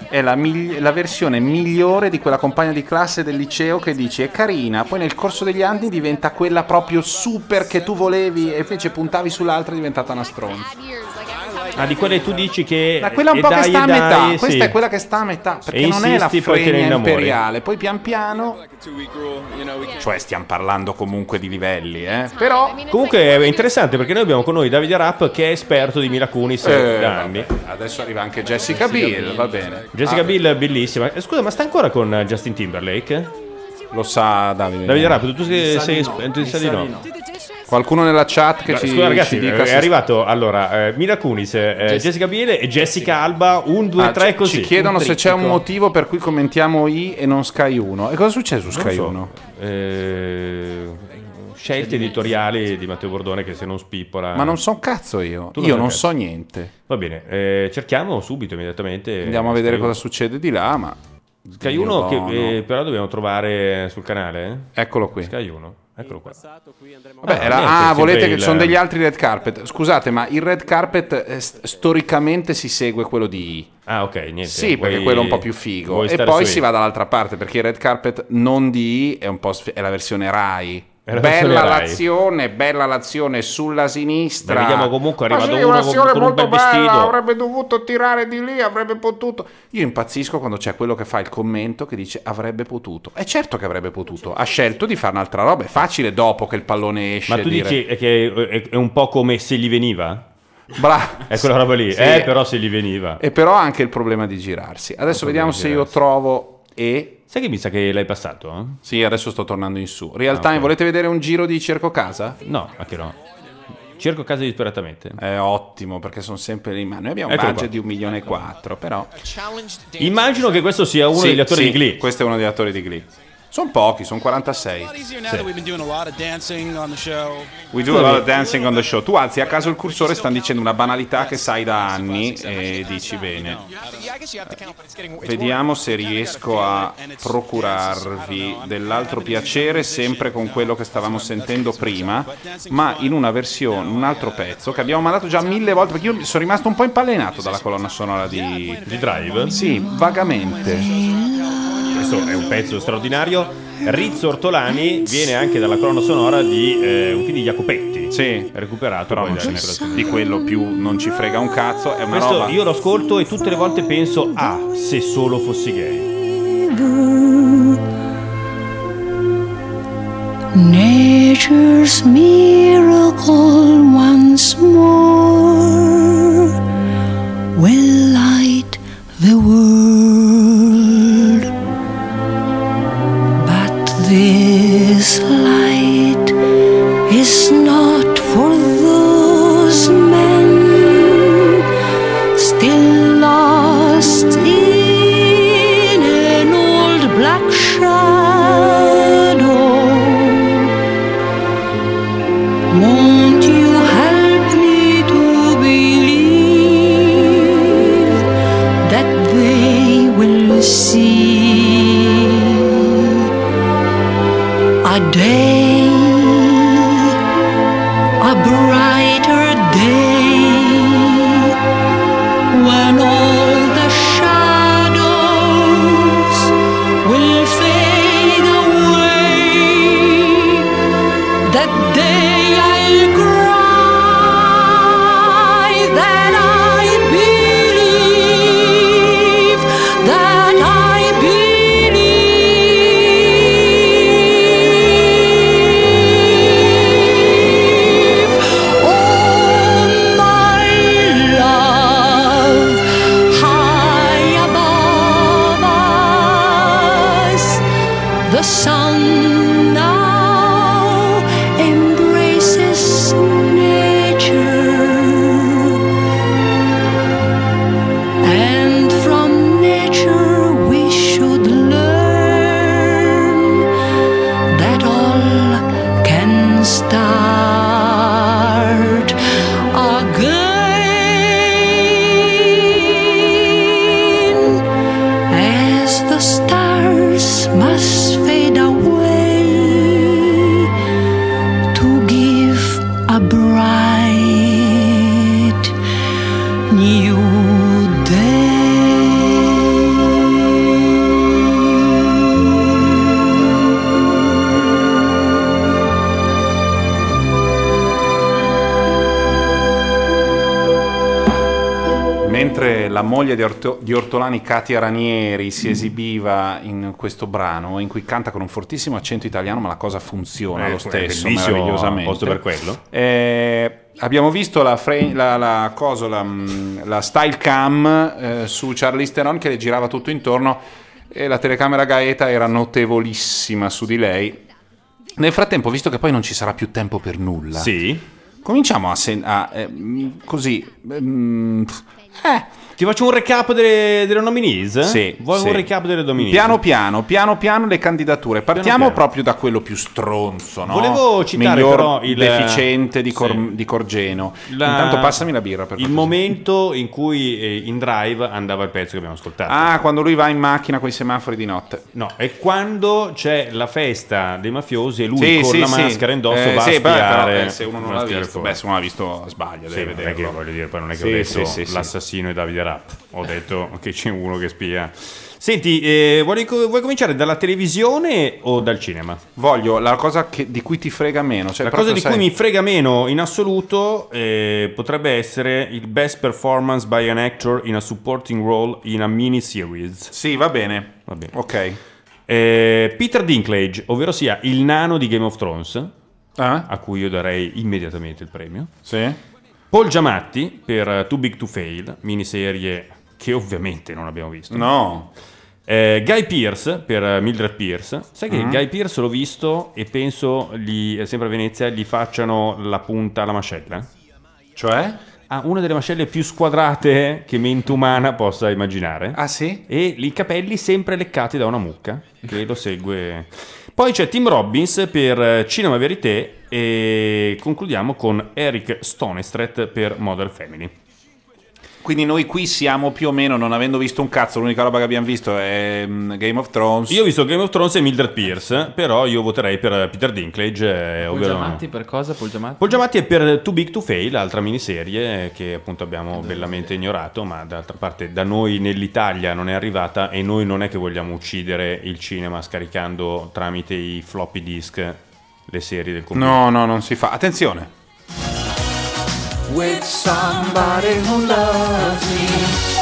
S1: è la migli- la versione migliore di quella compagna di classe del liceo che dici è carina, poi nel corso degli anni diventa quella proprio super che tu volevi e invece puntavi sull'altra è diventata una stronza.
S2: Ah, di quelle tu dici che...
S1: Ma quella un
S2: e
S1: po' che
S2: Eh, dai,
S1: sta a
S2: e dai,
S1: metà,
S2: sì.
S1: questa è quella che sta a metà, perché
S2: E
S1: non è la
S2: insisti, poi te ne
S1: fregna
S2: innamori.
S1: imperiale, poi pian piano... Cioè stiamo parlando comunque di livelli, eh? Però...
S2: Comunque è interessante perché noi abbiamo con noi Davide Rapp che è esperto di Mila Kunis
S1: Eh,
S2: da anni.
S1: vabbè, Adesso arriva anche Jessica Biel, va bene.
S2: Jessica
S1: Ah,
S2: Bill è bellissima. Eh, Scusa, ma sta ancora con eh, Justin Timberlake?
S1: Lo sa Davide.
S2: Davide Rapp, tu
S1: Mi
S2: sei,
S1: sa
S2: sei
S1: di
S2: esperto,
S1: no,
S2: tu
S1: mi
S2: sai
S1: sa
S2: di
S1: di
S2: no.
S1: no. Qualcuno nella chat che
S2: Beh,
S1: ci,
S2: Scusa ragazzi,
S1: ci dica
S2: eh,
S1: se
S2: è arrivato allora eh, Mila Kunis, eh, Jessica Biele e Jessica Alba, un, due,
S1: Ah,
S2: tre
S1: ci-
S2: così.
S1: Ci chiedono
S2: Un
S1: se c'è un
S2: trittico.
S1: motivo per cui commentiamo I e non Sky 1. E cosa succede su
S2: Non
S1: Sky
S2: so.
S1: 1?
S2: Eh, scelte editoriali di Matteo Bordone che se non spippola...
S1: Ma non so un cazzo io.
S2: Tu
S1: io
S2: sai
S1: non
S2: cazzo.
S1: so niente.
S2: Va bene, eh, cerchiamo subito, immediatamente.
S1: Andiamo a vedere
S2: Sky
S1: cosa succede di là, ma...
S2: Sky
S1: Dio
S2: 1 che
S1: bono.
S2: eh, però dobbiamo trovare sul canale. eh?
S1: Eccolo qui.
S2: Sky 1, eccolo qua.
S1: Vabbè, era-
S2: niente,
S1: ah,
S2: sempre
S1: volete che
S2: il-
S1: ci sono degli altri red carpet. Scusate, ma il red carpet eh, st- storicamente si segue quello di I.
S2: Ah, ok, niente.
S1: Sì, perché
S2: vuoi-
S1: quello è un po' più figo.
S2: vuoi
S1: E
S2: stare
S1: poi
S2: su
S1: si
S2: I.
S1: va dall'altra parte, perché il red carpet non di I è, un po sf- è la versione Rai.
S2: È la
S1: bella
S2: versione Rai.
S1: l'azione, bella l'azione sulla sinistra.
S2: Beh, vediamo comunque, è
S1: Ma
S2: arrivato
S1: sì,
S2: uno
S1: un'azione
S2: con- con un
S1: molto
S2: bel vestito.
S1: bella, Avrebbe dovuto tirare di lì,
S2: [laughs]
S1: avrebbe potuto. Io impazzisco quando c'è quello che fa il commento che dice avrebbe potuto. È certo che avrebbe potuto. Ha scelto di fare un'altra roba. È facile dopo che il pallone esce.
S2: Ma tu
S1: dire-
S2: dici che è, è un po' come se gli veniva?
S1: Bravo.
S2: È quella roba lì.
S1: [laughs] Sì.
S2: Eh, però se gli veniva.
S1: E però ha anche il problema di girarsi. Adesso vediamo se io trovo e...
S2: Sai che mi sa che l'hai passato? eh?
S1: Sì, adesso sto tornando in su.
S2: Ah,
S1: Real time, volete vedere un giro di Cerco Casa?
S2: No, ma che no. Cerco casa disperatamente.
S1: È ottimo perché sono sempre lì, ma noi abbiamo un
S2: Eccolo
S1: budget
S2: qua.
S1: di un milione e quattro, però...
S2: Immagino che questo sia uno
S1: Sì,
S2: degli attori
S1: sì,
S2: di Glee.
S1: Questo è uno degli attori di Glee. Sono pochi, sono 46.
S17: easier now that we've been doing a lot of dancing on the show.
S1: We do a lot of dancing on the show. Tu alzi a caso il cursore e stanno dicendo una banalità che sai da anni e dici bene.
S13: Yeah, I guess you have to count, but it's getting it's
S1: Vediamo se riesco a procurarvi dell'altro piacere, sempre con quello che stavamo sentendo prima, ma in una versione, un altro pezzo che abbiamo mandato già mille volte, perché io sono rimasto un po' impallenato dalla colonna sonora di,
S2: Drive.
S1: Sì, vagamente.
S2: Questo è un pezzo straordinario. Rizzo Ortolani viene anche dalla colonna sonora di eh, un film di Jacopetti.
S1: Sì.
S2: Recuperato
S1: Però
S2: poi
S1: non
S2: da
S1: ce ne
S2: Nicolas
S1: frega
S2: Cage.
S1: di quello più non ci frega un cazzo, è una
S2: Questo
S1: roba.
S2: io lo ascolto e tutte le volte penso, ah, se solo fossi gay.
S3: Nature's miracle once more will light the world. But this light is not for those men still lost in an old black shadow. Won't you help me to believe that they will see a day, a brighter day when all the shadows? That day I'll cry that I believe, that I believe. Oh, my love, high above us, the sun now embraces nature, and from nature we should learn that all can start again as the stars must fade away to give a bright new day.
S1: Mentre la moglie di, Orto- di Ortolani, Katia Ranieri, si esibiva in questo brano, in cui canta con un fortissimo accento italiano, ma la cosa funziona
S2: Eh,
S1: lo
S2: è
S1: stesso,
S2: bellissimo,
S1: meravigliosamente.
S2: posto per quello.
S1: Eh, abbiamo visto la, fra- la- la cosa, la, mm, la style cam eh, su Charlize Theron che le girava tutto intorno e la telecamera Gaeta era notevolissima su di lei. Nel frattempo, visto che poi non ci sarà più tempo per nulla, cominciamo a, sen- a, eh, mm, così. mm,
S2: Ti faccio un recap delle, delle nominees?
S1: Sì,
S2: Vuoi
S1: sì.
S2: un recap delle nominees?
S1: Piano piano, piano piano le candidature. Partiamo
S2: Piano piano.
S1: proprio da quello più stronzo, no?
S2: Volevo citare
S1: Miglior
S2: però il-
S1: deficiente di, Cor- di Corgeno.
S2: La-
S1: Intanto passami la birra per
S2: Il momento in cui eh, in drive andava il pezzo che abbiamo ascoltato.
S1: Ah, quando lui va in macchina con i semafori di notte.
S2: No, è quando c'è la festa dei mafiosi e lui
S1: Sì,
S2: con
S1: sì,
S2: la
S1: sì.
S2: maschera indosso
S1: Eh,
S2: va
S1: sì,
S2: a
S1: beh,
S2: spiare.
S1: però, eh, se uno non
S2: va a
S1: l'ha
S2: spiare
S1: visto-
S2: fuori.
S1: beh, se uno l'ha visto, sbaglia,
S2: Sì, non
S1: deve
S2: è
S1: vederlo.
S2: che voglio dire, poi non è che
S1: Sì,
S2: ho detto
S1: sì, sì, sì.
S2: l'assassino è Davide Rapp. Ho detto che c'è uno che spia. Senti, eh, vuoi, vuoi cominciare dalla televisione o dal cinema?
S1: Voglio la cosa che- di cui ti frega meno. Cioè
S2: La cosa
S1: proprio
S2: di
S1: sai-
S2: cui mi frega meno in assoluto eh, potrebbe essere il best performance by an actor in a supporting role in a miniseries.
S1: Sì, va bene.
S2: Va bene. Eh,
S1: Ok.
S2: Peter Dinklage, ovvero sia il nano di Game of Thrones,
S1: Ah?
S2: a cui io darei immediatamente il premio. Paul Giamatti per eh, Too Big to Fail, miniserie che ovviamente non abbiamo visto.
S1: No.
S2: Eh, Guy Pierce per eh, Mildred Pierce. Sai che
S1: Mm.
S2: Guy Pierce l'ho visto e penso gli, eh, sempre a Venezia gli facciano la punta alla mascella.
S1: Cioè?
S2: Ha una delle mascelle più squadrate che mente umana possa immaginare.
S1: Ah sì?
S2: E i capelli sempre leccati da una mucca che lo segue. Poi c'è Tim Robbins per eh, Cinema Verité e concludiamo con Eric Stonestret per Modern Family.
S1: Quindi noi qui siamo più o meno, non avendo visto un cazzo, l'unica roba che abbiamo visto è mm, Game of Thrones.
S2: Io ho visto Game of Thrones e Mildred Pierce, però io voterei per Peter Dinklage, eh,
S18: Paul
S2: ovvero...
S18: Giamatti per cosa? Paul Giamatti?
S2: Paul Giamatti è per Too Big to Fail, l'altra miniserie che appunto abbiamo bellamente ignorato, ma d'altra parte da noi nell'Italia non è arrivata e noi non è che vogliamo uccidere il cinema scaricando tramite i floppy disk le serie del computer.
S1: No, no, non si fa. Attenzione.
S3: With somebody who loves me.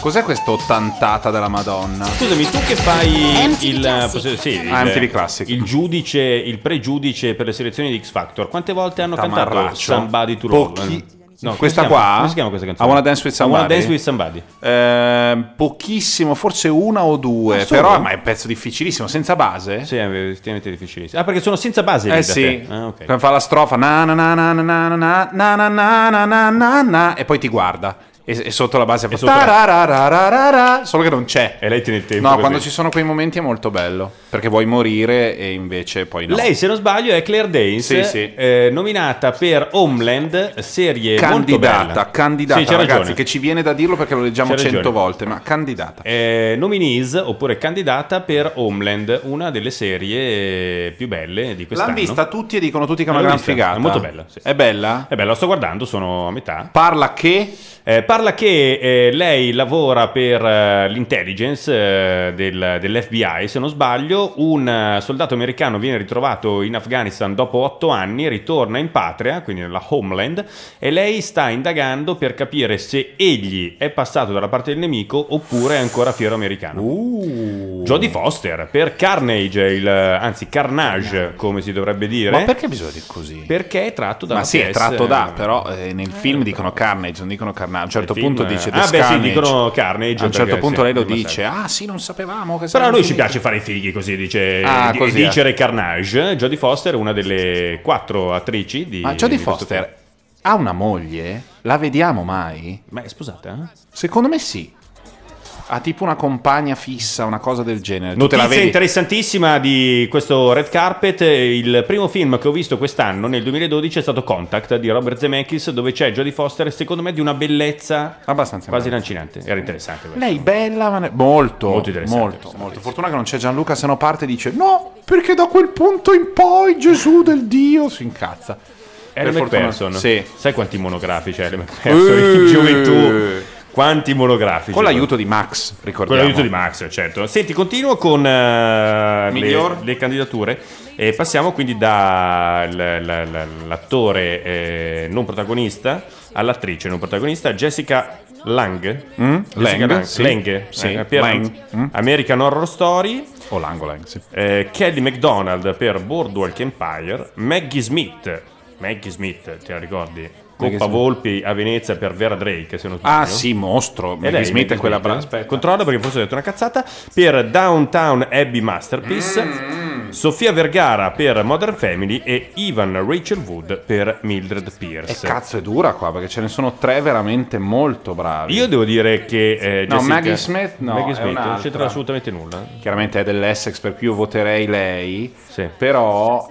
S1: Cos'è questa ottantata della Madonna?
S2: Scusami, tu che fai
S1: MTV
S2: il,
S1: Classic.
S2: posso- sì,
S1: Ah,
S2: il-
S1: MTV Classic.
S2: il giudice, il pregiudice per le selezioni di X Factor, quante volte hanno cantato
S1: Tamarraccio.
S2: Somebody to Roll?
S1: Pochi-
S2: No,
S1: questa
S2: come si chiama-
S1: qua?
S2: Come si chiama questa canzone?
S1: I Wanna Dance With
S2: I Wanna
S1: Somebody.
S2: Dance With Somebody.
S1: Eh, pochissimo, forse una o due,
S2: Ah, solo?
S1: però ma è un pezzo difficilissimo, senza base.
S2: Sì, è effettivamente difficilissimo. Ah, perché sono senza base lì
S1: Eh
S2: da
S1: sì,
S2: te. Ah, ok.
S1: Quando fa la strofa na na na na na na na na na na na na na na e poi ti guarda e, e sotto la base fa
S2: sotto la-
S1: tarararararara, solo che non c'è.
S2: E lei tiene il tempo.
S1: No,
S2: così.
S1: quando ci sono quei momenti è molto bello, perché vuoi morire e invece poi no.
S2: Lei, se non sbaglio, è Claire Danes,
S1: Sì, sì.
S2: eh, nominata per Homeland, serie molto
S1: candidata,
S2: bella.
S1: candidata,
S2: Sì, c'è
S1: ragazzi,
S2: ragione.
S1: che ci viene da dirlo perché lo leggiamo
S2: C'ha ragione.
S1: cento volte, ma candidata.
S2: Eh, nominees oppure candidata per Homeland, una delle serie eh, più belle di quest'anno.
S1: L'hanno vista tutti e dicono tutti che è una
S2: L'hanno
S1: gran
S2: vista,
S1: figata.
S2: È molto bella. sì.
S1: È bella?
S2: È bella, lo sto guardando, sono a metà. Eh,
S1: Parla che?
S2: parla che eh, lei lavora per eh, l'intelligence eh, del- dell'FBI, se non sbaglio, un eh, soldato americano viene ritrovato in Afghanistan dopo otto anni, ritorna in patria, quindi nella homeland, e lei sta indagando per capire se egli è passato dalla parte del nemico oppure è ancora fiero americano.
S1: Uh.
S2: Jodie Foster per Carnage, il, eh, anzi Carnage come si dovrebbe dire.
S1: Ma perché bisogna dire così?
S2: Perché è tratto da
S1: Ma
S2: una
S1: sì, è
S2: PS,
S1: tratto da,
S2: eh,
S1: però eh, nel film dicono Carnage, non dicono Carnage. A un certo
S2: film,
S1: punto
S2: eh,
S1: dice The
S2: ah, beh, sì,
S1: Scarnage.
S2: dicono Carnage,
S1: A un certo
S2: perché,
S1: punto
S2: sì,
S1: lei lo
S2: prima
S1: dice,
S2: serve.
S1: ah sì, non sapevamo che
S2: Però a
S1: sarebbe
S2: noi ci
S1: finito".
S2: piace fare i fighi, così dice
S1: Ah,
S2: di-
S1: così,
S2: e
S1: eh.
S2: dicere Carnage. Jodie Foster è una delle quattro attrici di.
S1: Ma Jodie
S2: di questo
S1: Foster eh,
S2: film.
S1: ha una moglie? La vediamo mai?
S2: Ma eh, è sposata?
S1: Secondo me sì. Ha tipo una compagna fissa, una cosa del genere. Tu te la
S2: Notizia
S1: vedi?
S2: interessantissima di questo red carpet. Il primo film che ho visto quest'anno, nel 2012, è stato Contact di Robert Zemeckis, dove c'è Jodie Foster, secondo me, di una bellezza
S1: abbastanza
S2: quasi lancinante. Era interessante. questo.
S1: Lei bella, ma ne- molto,
S2: Molto
S1: molto,
S2: interessante,
S1: molto, Fortuna che non c'è Gianluca, se no parte e dice no, perché da quel punto in poi Gesù del Dio si incazza.
S2: Ellen
S1: Per fortuna-
S2: McPherson.
S1: Sì.
S2: Sai quanti monografici ha Ellen McPherson in
S1: Eh.
S2: gioventù? Quanti monografici?
S1: Con l'aiuto di Max, ricordiamo.
S2: Con l'aiuto di Max, certo. Senti, continuo con eh, le,
S1: Miglior.
S2: le candidature. E passiamo quindi dall'attore eh, non protagonista all'attrice non protagonista Jessica Lang.
S1: Mm?
S2: Jessica
S1: Lang,
S2: Lang,
S1: sì.
S2: Lang,
S1: Sì,
S2: eh, per
S1: Lang. Mm.
S2: American Horror Story.
S1: O Lang, Lang, sì.
S2: Eh, Kelly MacDonald per Boardwalk Empire, Maggie Smith, Maggie Smith, te la ricordi?
S1: Maggie
S2: Coppa
S1: Smith.
S2: Volpi a Venezia per Vera Drake, se non sbaglio.
S1: Ah sì, mostro. Maggie
S2: lei,
S1: Smith è quella
S2: Smith,
S1: bra-
S2: eh? Controllo perché forse ho detto una cazzata. Per Downtown Abbey Masterpiece, Mm.
S1: Mm,
S2: Sofia Vergara per Modern Family e Ivan Rachel Wood per Mildred
S1: E
S2: Pierce.
S1: cazzo è dura qua, perché ce ne sono tre veramente molto bravi.
S2: Io devo dire che eh,
S1: No,
S2: Jessica-
S1: Maggie Smith no,
S2: Maggie
S1: è
S2: Smith, non
S1: un'altra.
S2: c'entra assolutamente nulla.
S1: Chiaramente è dell'Essex, per cui io voterei lei. Però,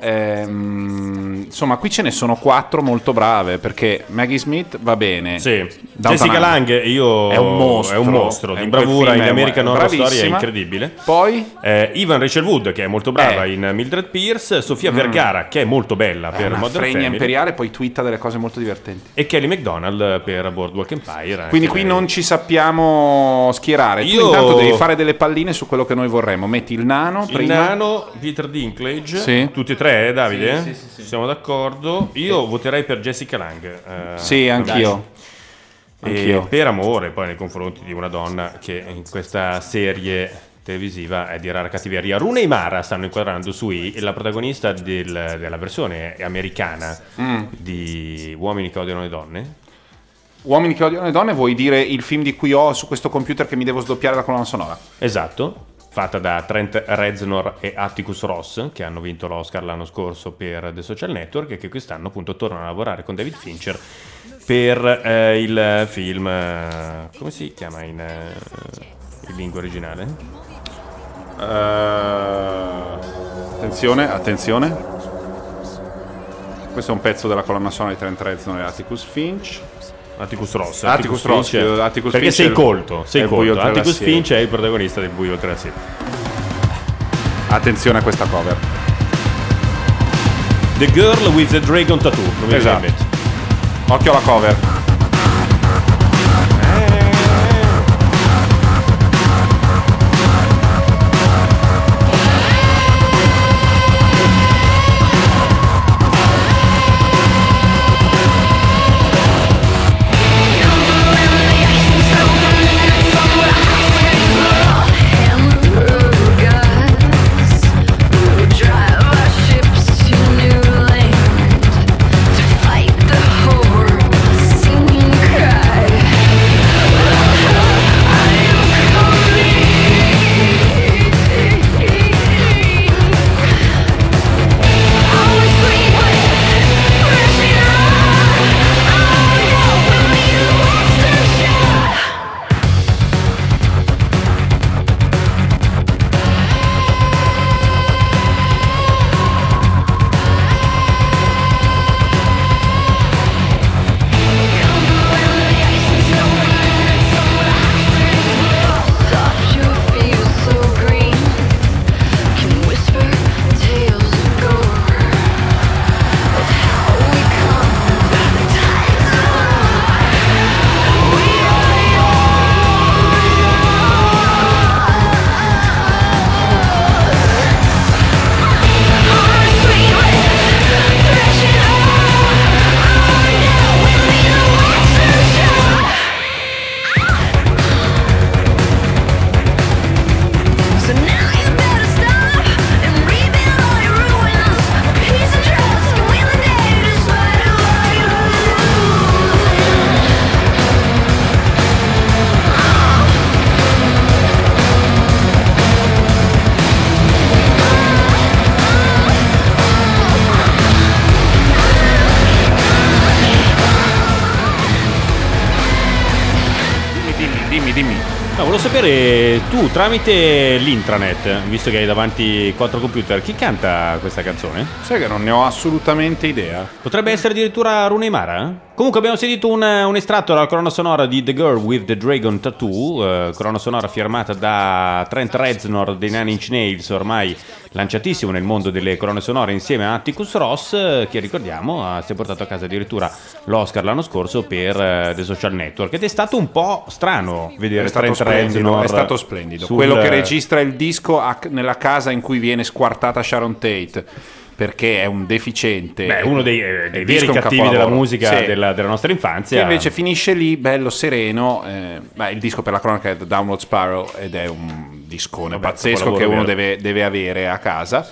S1: ehm, insomma, qui ce ne sono quattro molto brave, perché Maggie Smith va bene. Downton
S2: Jessica
S1: Abbey.
S2: Lang io
S1: È un mostro.
S2: è un mostro,
S1: È
S2: di
S1: in quel
S2: bravura
S1: film
S2: in
S1: è-
S2: American Horror Story è
S1: bravissima.
S2: incredibile.
S1: Poi
S2: Eh, Ivan Rachel Wood che è molto brava in Mildred Pierce, Sofia
S1: Eh. Mm.
S2: Vergara che è molto bella
S1: è
S2: per
S1: una
S2: Modern
S1: fregna
S2: Family
S1: imperiale, poi twitta delle cose molto divertenti.
S2: e Kelly MacDonald per Boardwalk Empire. anche
S1: Quindi qui
S2: lei.
S1: non ci sappiamo schierare.
S2: Io-
S1: Tu intanto devi fare delle palline su quello che noi vorremmo. Metti il nano
S2: il
S1: prima.
S2: nano Peter Dinklage,
S1: Sì.
S2: tutti e tre, eh, Davide?
S1: Sì, sì,
S2: Siamo d'accordo. Io voterei per Jessica Lang. eh,
S1: Sì, anch'io.
S2: dai. E
S1: Anch'io.
S2: per amore, poi nei confronti di una donna che in questa serie televisiva è di rara cattiveria. Rune e Mara stanno inquadrando su I, la protagonista del- della versione americana
S1: Mm.
S2: di Uomini che odiano le donne.
S1: Uomini che odiano le donne, vuoi dire il film di cui ho su questo computer che mi devo sdoppiare la colonna sonora?
S2: Esatto, fatta da Trent Reznor e Atticus Ross, che hanno vinto l'Oscar l'anno scorso per The Social Network e che quest'anno appunto tornano a lavorare con David Fincher per eh, il film... eh, come si chiama in, eh, in lingua originale?
S1: Eh, Attenzione, attenzione. Questo è un pezzo della colonna sonora di Trent Reznor e Atticus Finch.
S2: Atticus Ross.
S1: Atticus, Ross.
S2: Finch è-
S1: eh, Atticus
S2: perché
S1: Finch è
S2: sei
S1: il-
S2: colto, sei
S1: è il buio
S2: colto.
S1: oltre la
S2: Atticus
S1: siepe.
S2: Finch è il protagonista del Buio Oltre la Siepe.
S1: Attenzione a questa cover.
S2: The Girl with the Dragon Tattoo. non mi
S1: Esatto.
S2: viene in mente.
S1: Occhio alla cover.
S19: ships to new land to fight the whole world. Sing
S2: sapere tu tramite l'intranet, visto che hai davanti quattro computer, chi canta questa canzone?
S1: Sai che non ne ho assolutamente idea.
S2: Potrebbe essere addirittura Rune Mara? eh? Comunque abbiamo sentito un, un estratto dalla colonna sonora di The Girl with the Dragon Tattoo, eh, colonna sonora firmata da Trent Reznor dei Nine Inch Nails, ormai lanciatissimo nel mondo delle colonne sonore insieme a Atticus Ross, eh, che ricordiamo ha- si è portato a casa addirittura l'Oscar l'anno scorso per eh, The Social Network. Ed è stato un po' strano vedere
S1: È stato
S2: Trent Reznor.
S1: splendido, è stato splendido.
S2: sul-
S1: Quello che registra il disco a- nella casa in cui viene squartata Sharon Tate perché è un deficiente.
S2: Beh, uno dei, eh, dei
S1: Il
S2: veri
S1: disco è un
S2: cattivi della
S1: capolavoro.
S2: musica
S1: Sì.
S2: della, della nostra
S1: Che
S2: infanzia.
S1: invece finisce lì, bello, sereno. eh, beh, il disco per la cronaca è The Download Sparrow ed è un discone
S2: Vabbè,
S1: pazzesco che
S2: capolavoro,
S1: uno
S2: vero.
S1: deve, deve avere a casa.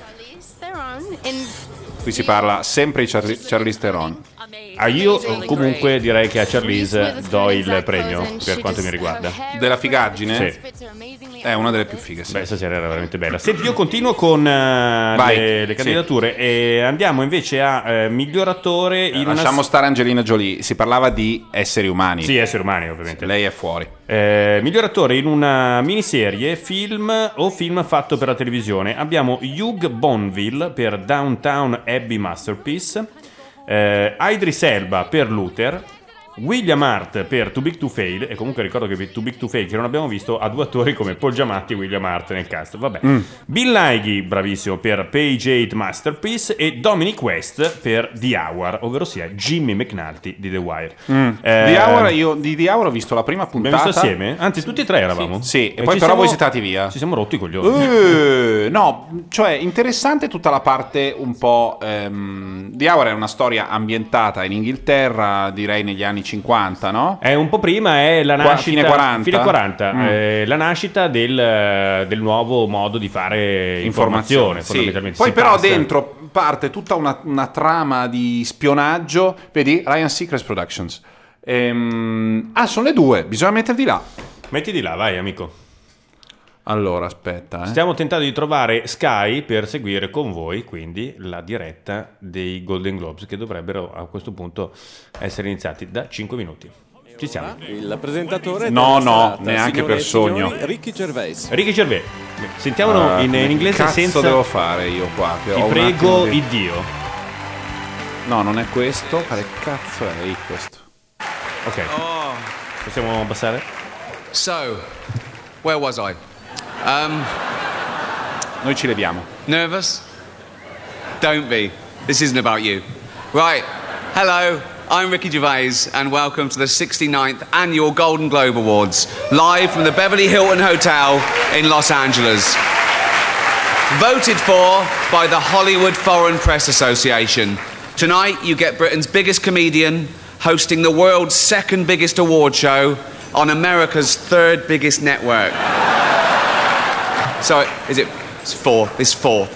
S1: Qui si parla sempre di Charli- Charlize Theron.
S2: Ah, io eh, comunque direi che a Charlize do il premio per quanto mi riguarda.
S1: Della figaggine?
S2: Sì.
S1: È una delle più fighe. Sì.
S2: Beh, stasera era veramente bella. Senti, io continuo con eh,
S1: Vai.
S2: le, le
S1: Sì.
S2: candidature e andiamo invece a eh, miglioratore in una
S1: Lasciamo stare Angelina Jolie, si parlava di esseri umani.
S2: Sì, esseri umani, ovviamente.
S1: Lei è fuori.
S2: Eh, miglior attore in una miniserie, film o film fatto per la televisione. Abbiamo Hugh Bonville per Downtown Abbey Masterpiece, eh, Idris Elba per Luther, William Hart per Too Big to Fail. E comunque ricordo che Too Big to Fail, che non abbiamo visto, ha due attori come Paul Giamatti e William Hart nel cast. Vabbè.
S1: Mm.
S2: Bill Nighy, bravissimo, per Page 8 Masterpiece e Dominic West per The Hour, ovvero sia Jimmy McNulty di The Wire.
S1: Mm.
S2: Eh,
S1: Di Aura, io, di, di Aura ho visto la prima puntata.
S2: Abbiamo visto assieme? Anzi, tutti e tre eravamo.
S1: Sì, e, poi
S2: ci
S1: però
S2: siamo-
S1: voi siete andati via.
S2: Ci siamo rotti i coglioni.
S1: Eh, no, cioè interessante tutta la parte un po'. ehm, di Aura è una storia ambientata in Inghilterra, direi negli anni 50, no?
S2: È un po' prima, è la
S1: Qua-
S2: nascita.
S1: fine 40?
S2: fine 40,
S1: Mm.
S2: eh, la nascita del, eh, del nuovo modo di fare informazione.
S1: Sì.
S2: fondamentalmente.
S1: Poi
S2: Si
S1: però
S2: passa-
S1: dentro parte tutta una, una trama di spionaggio, vedi Ryan Seacrest Productions. Ehm, ah, sono le due, bisogna metterti là.
S2: Metti di là, vai, amico.
S1: Allora, aspetta, eh.
S2: Stiamo tentando di trovare Sky per seguire con voi quindi la diretta dei Golden Globes che dovrebbero a questo punto essere iniziati da 5 minuti. Ci siamo.
S20: Il presentatore
S2: No,
S20: della
S2: no,
S20: serata,
S2: neanche
S20: signore e
S2: per sogno.
S20: signori, Ricky Gervais.
S2: Ricky Gervais, sentiamolo
S1: Ah,
S2: in, in
S1: che
S2: inglese
S1: cazzo
S2: senza...
S1: devo fare io qua? Che
S2: Ti
S1: ho un
S2: prego,
S1: attimo di-
S2: iddio.
S1: No, non è questo. Quale cazzo è il questo?
S2: Ok. Possiamo passare?
S21: Ah, So, where was I? Um,
S1: Noi ci leviamo.
S21: Nervous? Don't be. This isn't about you. Right. Hello. I'm Ricky Gervais, and welcome to the 69th Annual Golden Globe Awards, live from the Beverly Hilton Hotel in Los Angeles. Voted for by the Hollywood Foreign Press Association. Tonight, you get Britain's biggest comedian hosting the world's second biggest award show on America's third biggest network. So, is it? It's four. It's four.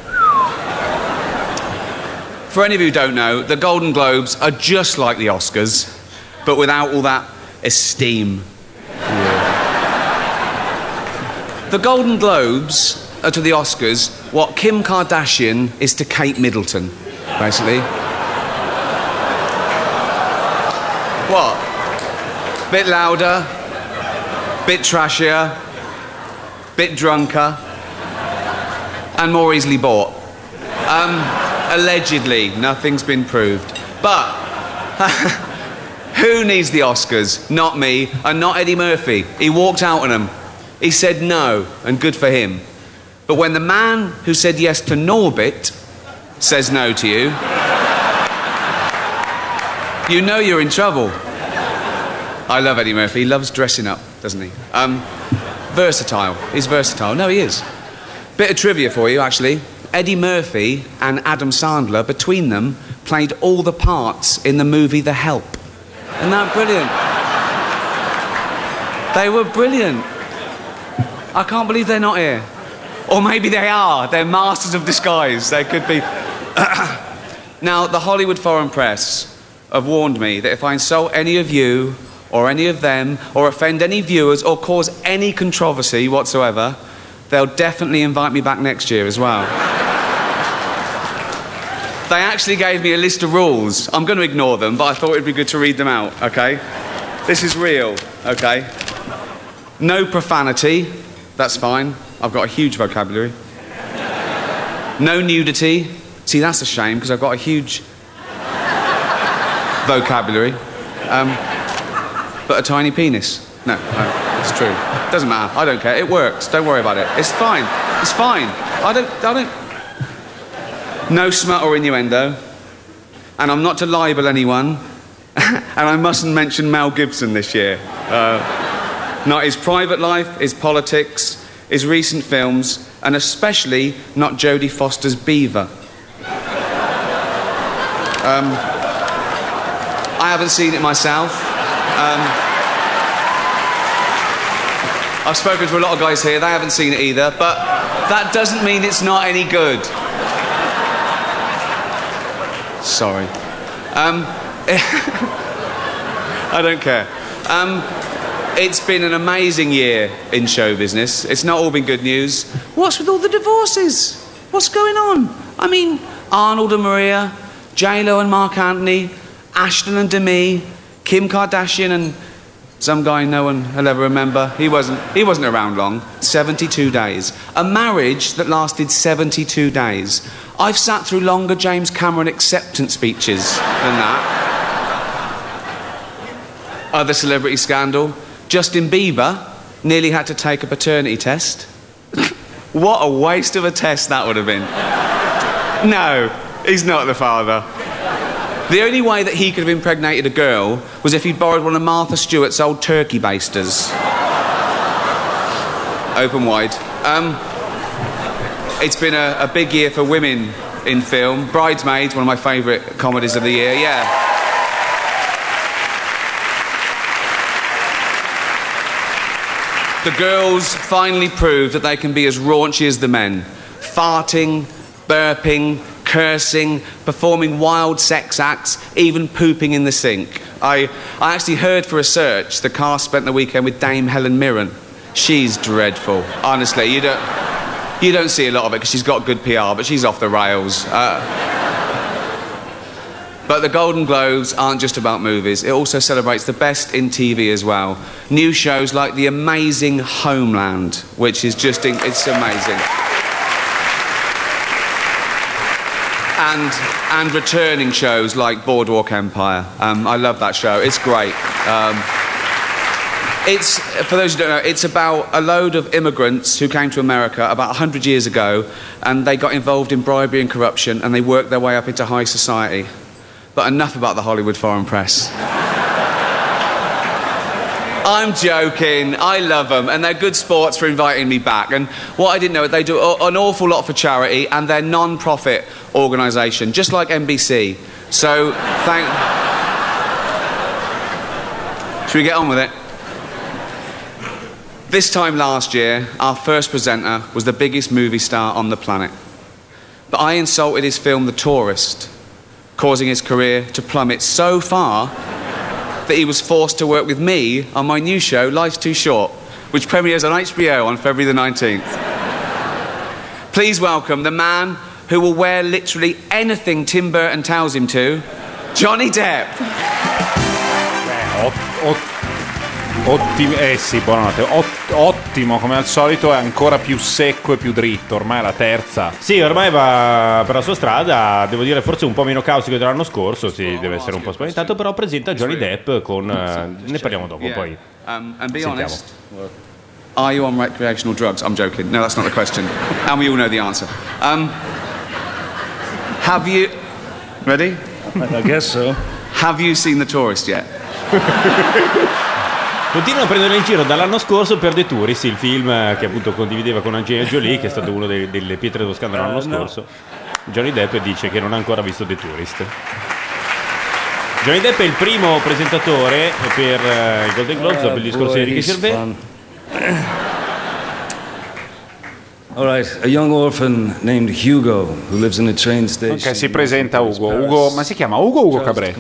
S21: For any of you who don't know, the Golden Globes are just like the Oscars, but without all that esteem. The Golden Globes are to the Oscars what Kim Kardashian is to Kate Middleton, basically. what? Bit louder, bit trashier, bit drunker, and more easily bought. Um, allegedly, nothing's been proved. But who needs the Oscars? Not me, and not Eddie Murphy. He walked out on them. He said no, and good for him. But when the man who said yes to Norbit says no to you, you know you're in trouble. I love Eddie Murphy. He loves dressing up, doesn't he? Um, versatile. He's versatile. No, he is. Bit of trivia for you, actually. Eddie Murphy and Adam Sandler, between them, played all the parts in the movie The Help. Isn't that brilliant? They were brilliant. I can't believe they're not here. Or maybe they are. They're masters of disguise. They could be. [clears throat] now, the Hollywood Foreign Press have warned me that if I insult any of you, or any of them, or offend any viewers, or cause any controversy whatsoever, they'll definitely invite me back next year as well. they actually gave me a list of rules. I'm going to ignore them, but I thought it'd be good to read them out, okay? This is real, okay? No profanity. That's fine. I've got a huge vocabulary. No nudity. See, that's a shame because I've got a huge vocabulary. Um, but a tiny penis. No, no, it's true. Doesn't matter. I don't care. It works. Don't worry about it. It's fine. It's fine. I don't. I don't. No smut or innuendo. And I'm not to libel anyone. [laughs] and I mustn't mention Mel Gibson this year. Uh, not his private life, his politics, his recent films, and especially not Jodie Foster's Beaver. Um, I haven't seen it myself. Um, I've spoken to a lot of guys here, they haven't seen it either, but that doesn't mean it's not any good. Sorry. Um, [laughs] I don't care. Um, it's been an amazing year in show business. It's not all been good news. What's with all the divorces? What's going on? I mean, Arnold and Maria, J-Lo and Mark Anthony, Ashton and Demi, Kim Kardashian and some guy no one will ever remember. He wasn't, he wasn't around long. 72 days. A marriage that lasted 72 days. I've sat through longer James Cameron acceptance speeches than that. Other celebrity scandal. Justin Bieber nearly had to take a paternity test. [laughs] what a waste of a test that would have been. No, he's not the father. The only way that he could have impregnated a girl was if he'd borrowed one of Martha Stewart's old turkey basters. Open wide. Um, it's been a, a big year for women in film. Bridesmaids, one of my favourite comedies of the year, yeah. The girls finally proved that they can be as raunchy as the men. Farting, burping, cursing, performing wild sex acts, even pooping in the sink. I, I actually heard for research the cast spent the weekend with Dame Helen Mirren. She's dreadful. Honestly, you don't, you don't see a lot of it because she's got good PR, but she's off the rails. Uh, but the Golden Globes aren't just about movies, it also celebrates the best in TV as well. New shows like The Amazing Homeland, which is just in- it's amazing. And, and returning shows like Boardwalk Empire. Um, I love that show, it's great. Um, it's, for those who don't know, it's about a load of immigrants who came to America about 100 years ago and they got involved in bribery and corruption and they worked their way up into high society. But enough about the Hollywood Foreign Press. [laughs] I'm joking. I love them, and they're good sports for inviting me back. And what I didn't know, they do a- an awful lot for charity, and they're non-profit organisation, just like NBC. So, thank. [laughs] Should we get on with it? This time last year, our first presenter was the biggest movie star on the planet. But I insulted his film The Tourist, causing his career to plummet so far that he was forced to work with me on my new show, Life's Too Short, which premieres on HBO on February the 19th. Please welcome the man who will wear literally anything Tim Burton tells him to, Johnny Depp.
S1: Ot- ot- ottimo, eh sì, buonanotte. Ot- ottimo, come al solito, è ancora più secco e più dritto. Ormai è la terza.
S2: Sì, ormai va per la sua strada, devo dire forse un po' meno caustico dell'anno scorso, sì, deve essere un po' spaventato, però presenta Johnny Depp con... eh, ne parliamo dopo,
S21: Yeah.
S2: poi...
S21: Um, and be
S2: sentiamo.
S21: honest. Are you on recreational drugs? I'm joking. No, that's not the question. [laughs] and we all know the answer. Um, have you. Ready? I guess so. Have you seen The Tourist yet?
S2: Continuano a prendere in giro dall'anno scorso per The Tourist, il film eh, che appunto condivideva con Angelina Jolie, che è stato uno dei- delle pietre dello scandalo l'anno
S22: Eh, no.
S2: scorso. Johnny Depp dice che non ha ancora visto The Tourist. Johnny Depp è il primo presentatore per eh, i Golden Globes dopo il discorso di Enrique Gervais.
S22: All right, a young orphan named Hugo who lives in a train station.
S1: Ok, si presenta Ugo. Ugo, ma si chiama Ugo o Ugo Cabré?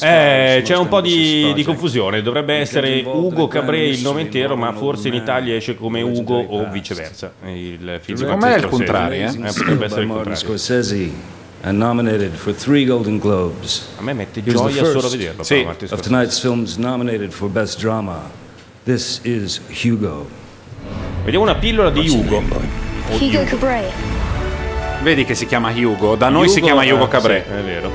S2: Eh, c'è un po' di, di confusione, dovrebbe essere Ugo Cabré il nome intero, ma forse in Italia esce come Ugo
S1: eh,
S2: o viceversa. eh, Il film di
S1: Com'è il
S2: Scorsese.
S1: contrario,
S2: potrebbe
S1: eh?
S2: essere
S22: by
S2: il
S22: Martin
S2: contrario.
S22: Scorsese and nominated for three Golden Globes.
S2: A me mette
S22: He was the
S2: gioia solo
S22: first
S2: vederlo, però, Martin
S22: of
S2: Scorsese.
S22: tonight's films nominated for Best Drama.
S23: This is Hugo.
S2: Vediamo una pillola di Hugo.
S24: Hugo Cabray.
S1: Vedi che si chiama Hugo, da noi si
S2: Hugo-
S1: chiama
S2: eh,
S1: Hugo Cabré.
S2: sì, è vero.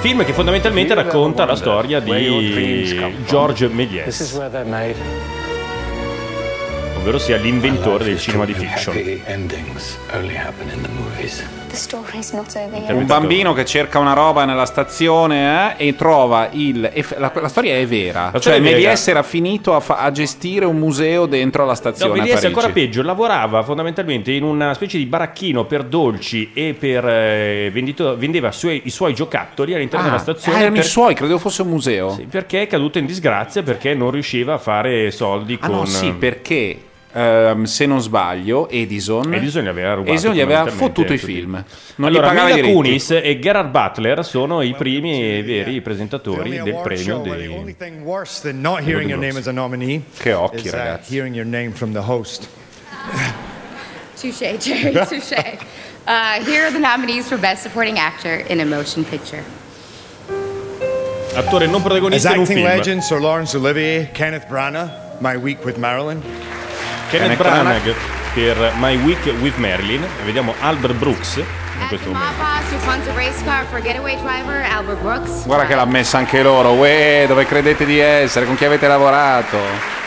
S2: Film che fondamentalmente racconta la storia di George Méliès,
S3: where they're made.
S2: ovvero sia l'inventore del cinema di fiction.
S3: Endings only happen in the movies.
S25: The story's not over yet.
S1: Un bambino che cerca una roba nella stazione eh, e trova il. e f- la, la storia è vera.
S2: storia
S1: cioè,
S2: è vera.
S1: Méliès era finito a, fa- a gestire un museo dentro la
S2: No,
S1: stazione. a
S2: Méliès è
S1: Parigi.
S2: ancora peggio, lavorava fondamentalmente in una specie di baracchino per dolci e per eh, vendito- vendeva suoi- i suoi giocattoli all'interno
S1: Ah,
S2: della stazione.
S1: ah, erano
S2: per-
S1: i suoi, credevo fosse un museo.
S2: Sì, perché è caduto in disgrazia perché non riusciva a fare soldi
S1: Ah,
S2: con eh,
S1: no, sì, perché ehm, se non sbaglio, Edison.
S2: Edison gli aveva rubato
S1: Edison gli aveva
S2: fondamentalmente
S1: fottuto i
S2: tutti.
S1: film. Non
S2: allora,
S1: gli pagava i
S2: Mila
S1: diritti.
S2: Kunis e Gerard Butler sono i primi e veri presentatori del premio dei...
S26: Anything worse than not hearing your name as a nominee
S1: Che occhi,
S26: is uh,
S1: ragazzi.
S26: hearing your name from the host.
S27: Touche, Jerry, touche. Uh, here are the nominees for Best Supporting Actor in a Motion Picture.
S2: Attore non
S26: As
S2: protagonista in un
S26: acting
S2: film.
S26: legends Sir Lawrence Olivier, Kenneth Branagh, My Week with Marilyn.
S2: Kenneth Branagh per My Week with Marilyn. E Vediamo Albert Brooks in questo momento.
S27: Papa, Chuponta Race Car for Getaway Driver, Albert Brooks.
S1: Guarda che l'ha messa anche loro. Uè, dove credete di essere? Con chi avete lavorato?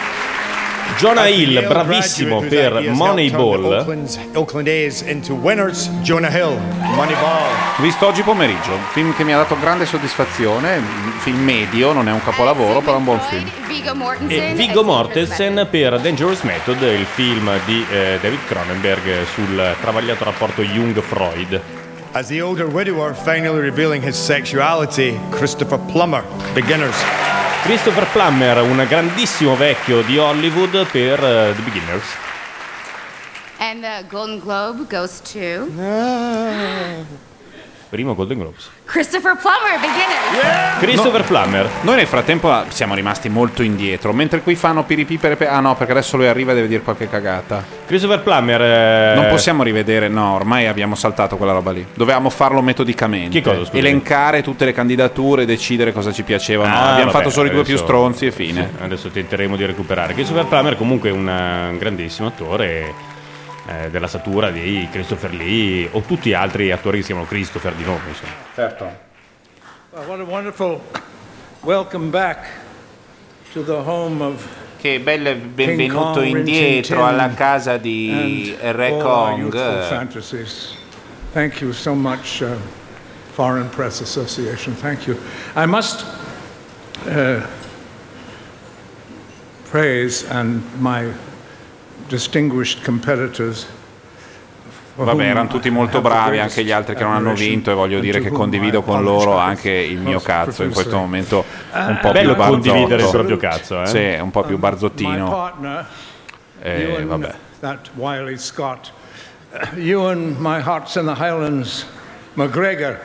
S2: Jonah
S26: Hill,
S2: bravissimo
S26: Graduate whose
S2: per
S26: ideas
S2: Moneyball.
S26: helped
S1: eh?
S26: turn the Oakland's- Oakland A's into winners. Jonah Hill, Moneyball.
S1: Visto oggi pomeriggio, un film che mi ha dato grande soddisfazione, un film medio, non è un
S28: Eh,
S1: capolavoro, però è un buon film.
S27: Viggo
S1: Eh,
S2: E
S27: Mortensen.
S2: Viggo
S27: as
S2: Mortensen per Dangerous Method, il film di eh, David Cronenberg sul travagliato rapporto Jung-Freud.
S26: As the older widower finally revealing his sexuality, Christopher Plummer, Beginners.
S2: Christopher Plummer, un grandissimo vecchio di Hollywood per eh, The Beginners.
S27: And the Golden Globe goes to
S2: Primo Golden Globes.
S27: Christopher Plummer, Beginners.
S2: Christopher Plummer.
S1: Noi nel frattempo ah, siamo rimasti molto indietro, mentre qui fanno piripipere. Ah no, perché adesso lui arriva e deve dire qualche cagata.
S2: Christopher Plummer. eh,
S1: Non possiamo rivedere, no, ormai abbiamo saltato quella roba lì. Dovevamo farlo metodicamente.
S2: Che cosa, scusi?
S1: Elencare tutte le candidature, decidere cosa ci piaceva. o no.
S2: Ah, vabbè,
S1: abbiamo fatto solo i due più
S2: adesso-
S1: stronzi e fine.
S2: sì, adesso tenteremo di recuperare. Christopher Plummer comunque è un, eh, un grandissimo attore eh, della statura di Christopher Lee o tutti gli altri attori che si chiamano Christopher di nome. Insomma.
S28: Certo. what a wonderful welcome back to the home of
S1: Che bello
S28: benvenuto indietro alla casa di
S19: and
S28: Re
S19: all our
S28: Kong.
S19: youthful fantasies. Thank you so much, uh, Foreign Press Association. Thank you. I must uh, praise and my distinguished competitors. for
S1: Vabbè,
S28: whom
S1: erano tutti molto
S28: I have the
S1: bravi,
S28: greatest
S1: anche gli altri che non hanno
S28: admiration
S1: vinto e voglio
S28: and
S1: dire
S28: to
S1: che
S28: whom
S1: condivido
S28: I
S1: con
S28: publish
S1: loro
S28: my
S1: anche il mio
S28: most
S1: cazzo in questo
S28: profusely.
S1: momento un po'
S2: Eh, Bello
S1: più barzotto.
S2: condividere il proprio cazzo, eh.
S1: Sì, un po' più
S28: My
S1: barzottino.
S28: partner,
S1: Eh,
S28: Ewan,
S1: vabbè.
S28: that wily Scot. Ewan, my heart's in the Highlands. McGregor.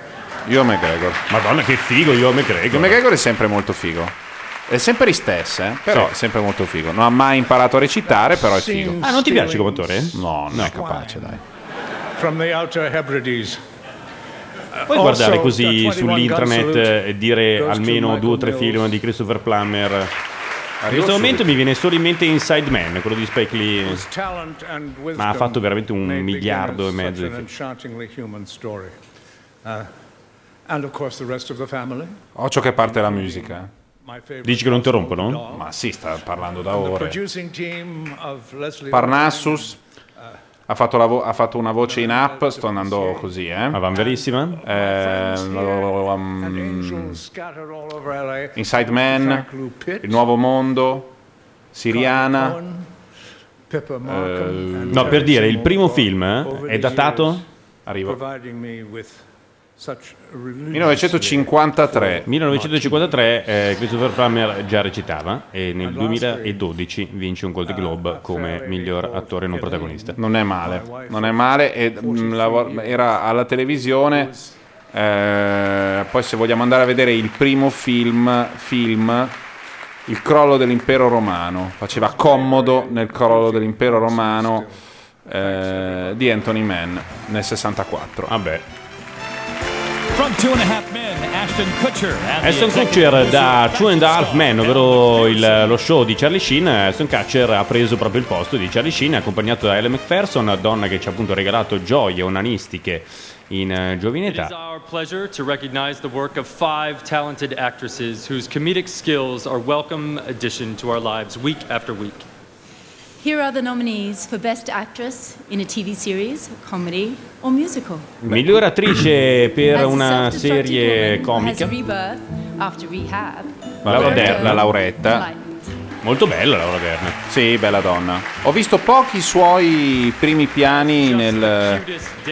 S1: Io McGregor.
S2: Madonna che figo, io McGregor.
S1: McGregor è sempre molto figo. È sempre gli stessi, eh, però
S2: Sì.
S1: è sempre molto figo. Non ha mai imparato a recitare, però è figo.
S28: Ah, non ti piace come
S2: attore?
S1: No, non è capace, dai.
S28: From the Outer Hebrides.
S2: Puoi
S28: Also,
S2: guardare
S28: that
S2: così
S28: 21
S2: sull'intranet
S28: gun
S2: eh,
S28: salute
S2: e dire
S28: goes to
S2: almeno
S28: Michael
S2: due o tre
S28: Mills.
S2: film di Christopher Plummer. In questo
S28: subito.
S2: momento mi viene solo in mente Inside Man, quello di Spike Lee.
S28: Talent and wisdom
S2: Ma ha fatto veramente un
S28: made
S2: miliardo e
S28: beginners
S2: mezzo
S28: such
S2: di
S1: cioè,
S28: an
S2: film.
S28: enchantingly human story. Uh, and of course the rest of the family.
S1: Occhio che parte la musica. eh.
S28: My favorite
S2: Dici che lo interrompono?
S1: Ma sì, sta parlando da
S28: and the
S1: ore.
S28: producing team of Leslie
S1: Parnassus ha fatto, la vo- ha fatto una voce in app, sto andando così, eh. Ehm, Ma
S2: van verissima?
S28: scattered all over LA.
S1: um, Inside Man,
S28: Frank Lou Pitt,
S1: Il Nuovo Mondo, Siriana.
S28: Pippa
S1: eh,
S28: Markham, and
S2: No, per
S28: Terrence
S2: dire, il primo
S28: Moore,
S2: film eh,
S28: over
S2: è
S28: the
S2: datato?
S28: years,
S2: Arrivo.
S28: Providing me with such a religious-
S1: 1953.
S2: 1953 eh, Christopher Plummer già recitava e nel 2012 vince un
S1: Ah,
S2: Gold Globe come miglior attore non protagonista.
S1: Non è male, non è male. e, mm, lav- era alla televisione. eh, poi, se vogliamo andare a vedere il primo film, film Il crollo dell'impero romano, faceva comodo nel crollo dell'impero romano eh, di Anthony Mann nel 64.
S2: Vabbè.
S29: From Two and a Half Men, Ashton Kutcher. as the
S2: Aston
S29: executive
S2: Kutcher da
S29: producer.
S2: Two and a Half Men, ovvero il- lo show di Charlie Sheen, Aston Kutcher ha preso proprio il posto di Charlie Sheen, accompagnato da Ellen McPherson, donna che ci ha appunto regalato gioie onanistiche in eh, giovine
S3: It is
S2: età.
S3: our pleasure to recognize the work of five talented actresses whose comedic skills are welcome addition to our lives week after week.
S6: Here are the nominees for Best Actress in a TV series, comedy, or musical.
S2: Miglior attrice per
S6: As a
S2: una
S6: self-destructive
S2: serie
S6: woman
S2: comica.
S6: Has rebirth after rehab.
S1: Laura Der- la Lauretta.
S2: Molto bella Laura Dern.
S1: Sì, bella donna. Ho visto pochi suoi primi piani nel,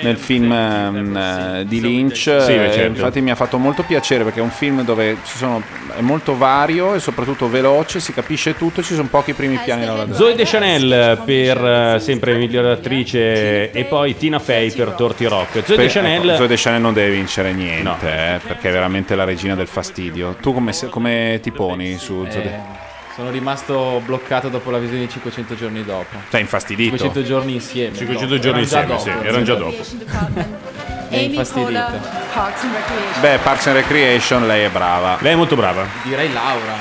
S1: nel film ehm, eh, di Lynch.
S2: beh,
S1: eh,
S2: certo.
S1: Infatti mi ha fatto molto piacere perché è un film dove ci sono, è molto vario e soprattutto veloce, si capisce tutto e ci sono pochi
S6: Ah,
S1: primi piani. Laura Dern.
S2: Zoe Deschanel per eh, sempre miglior attrice e poi Tina Fey per Torti Rock. Zoe
S1: Spe-
S2: Deschanel
S1: ecco, Zoe Deschanel non deve vincere niente eh, perché è veramente la regina del fastidio. Tu come, se- come ti poni su Zoe
S4: Eh,
S1: Deschanel?
S4: sono rimasto bloccato dopo la visione di 500 giorni dopo.
S1: Sei infastidito?
S4: 500 Eh, giorni insieme.
S1: 500
S4: dopo.
S1: giorni
S4: Erano già
S1: insieme,
S4: dopo,
S1: sì, erano già dopo.
S6: Recreation Department.
S4: Mi ha
S6: Amy
S4: infastidito.
S6: Poehler, Parks and Recreation.
S1: Beh, Parks and Recreation, lei è brava.
S2: Lei è molto brava.
S4: Direi Laura.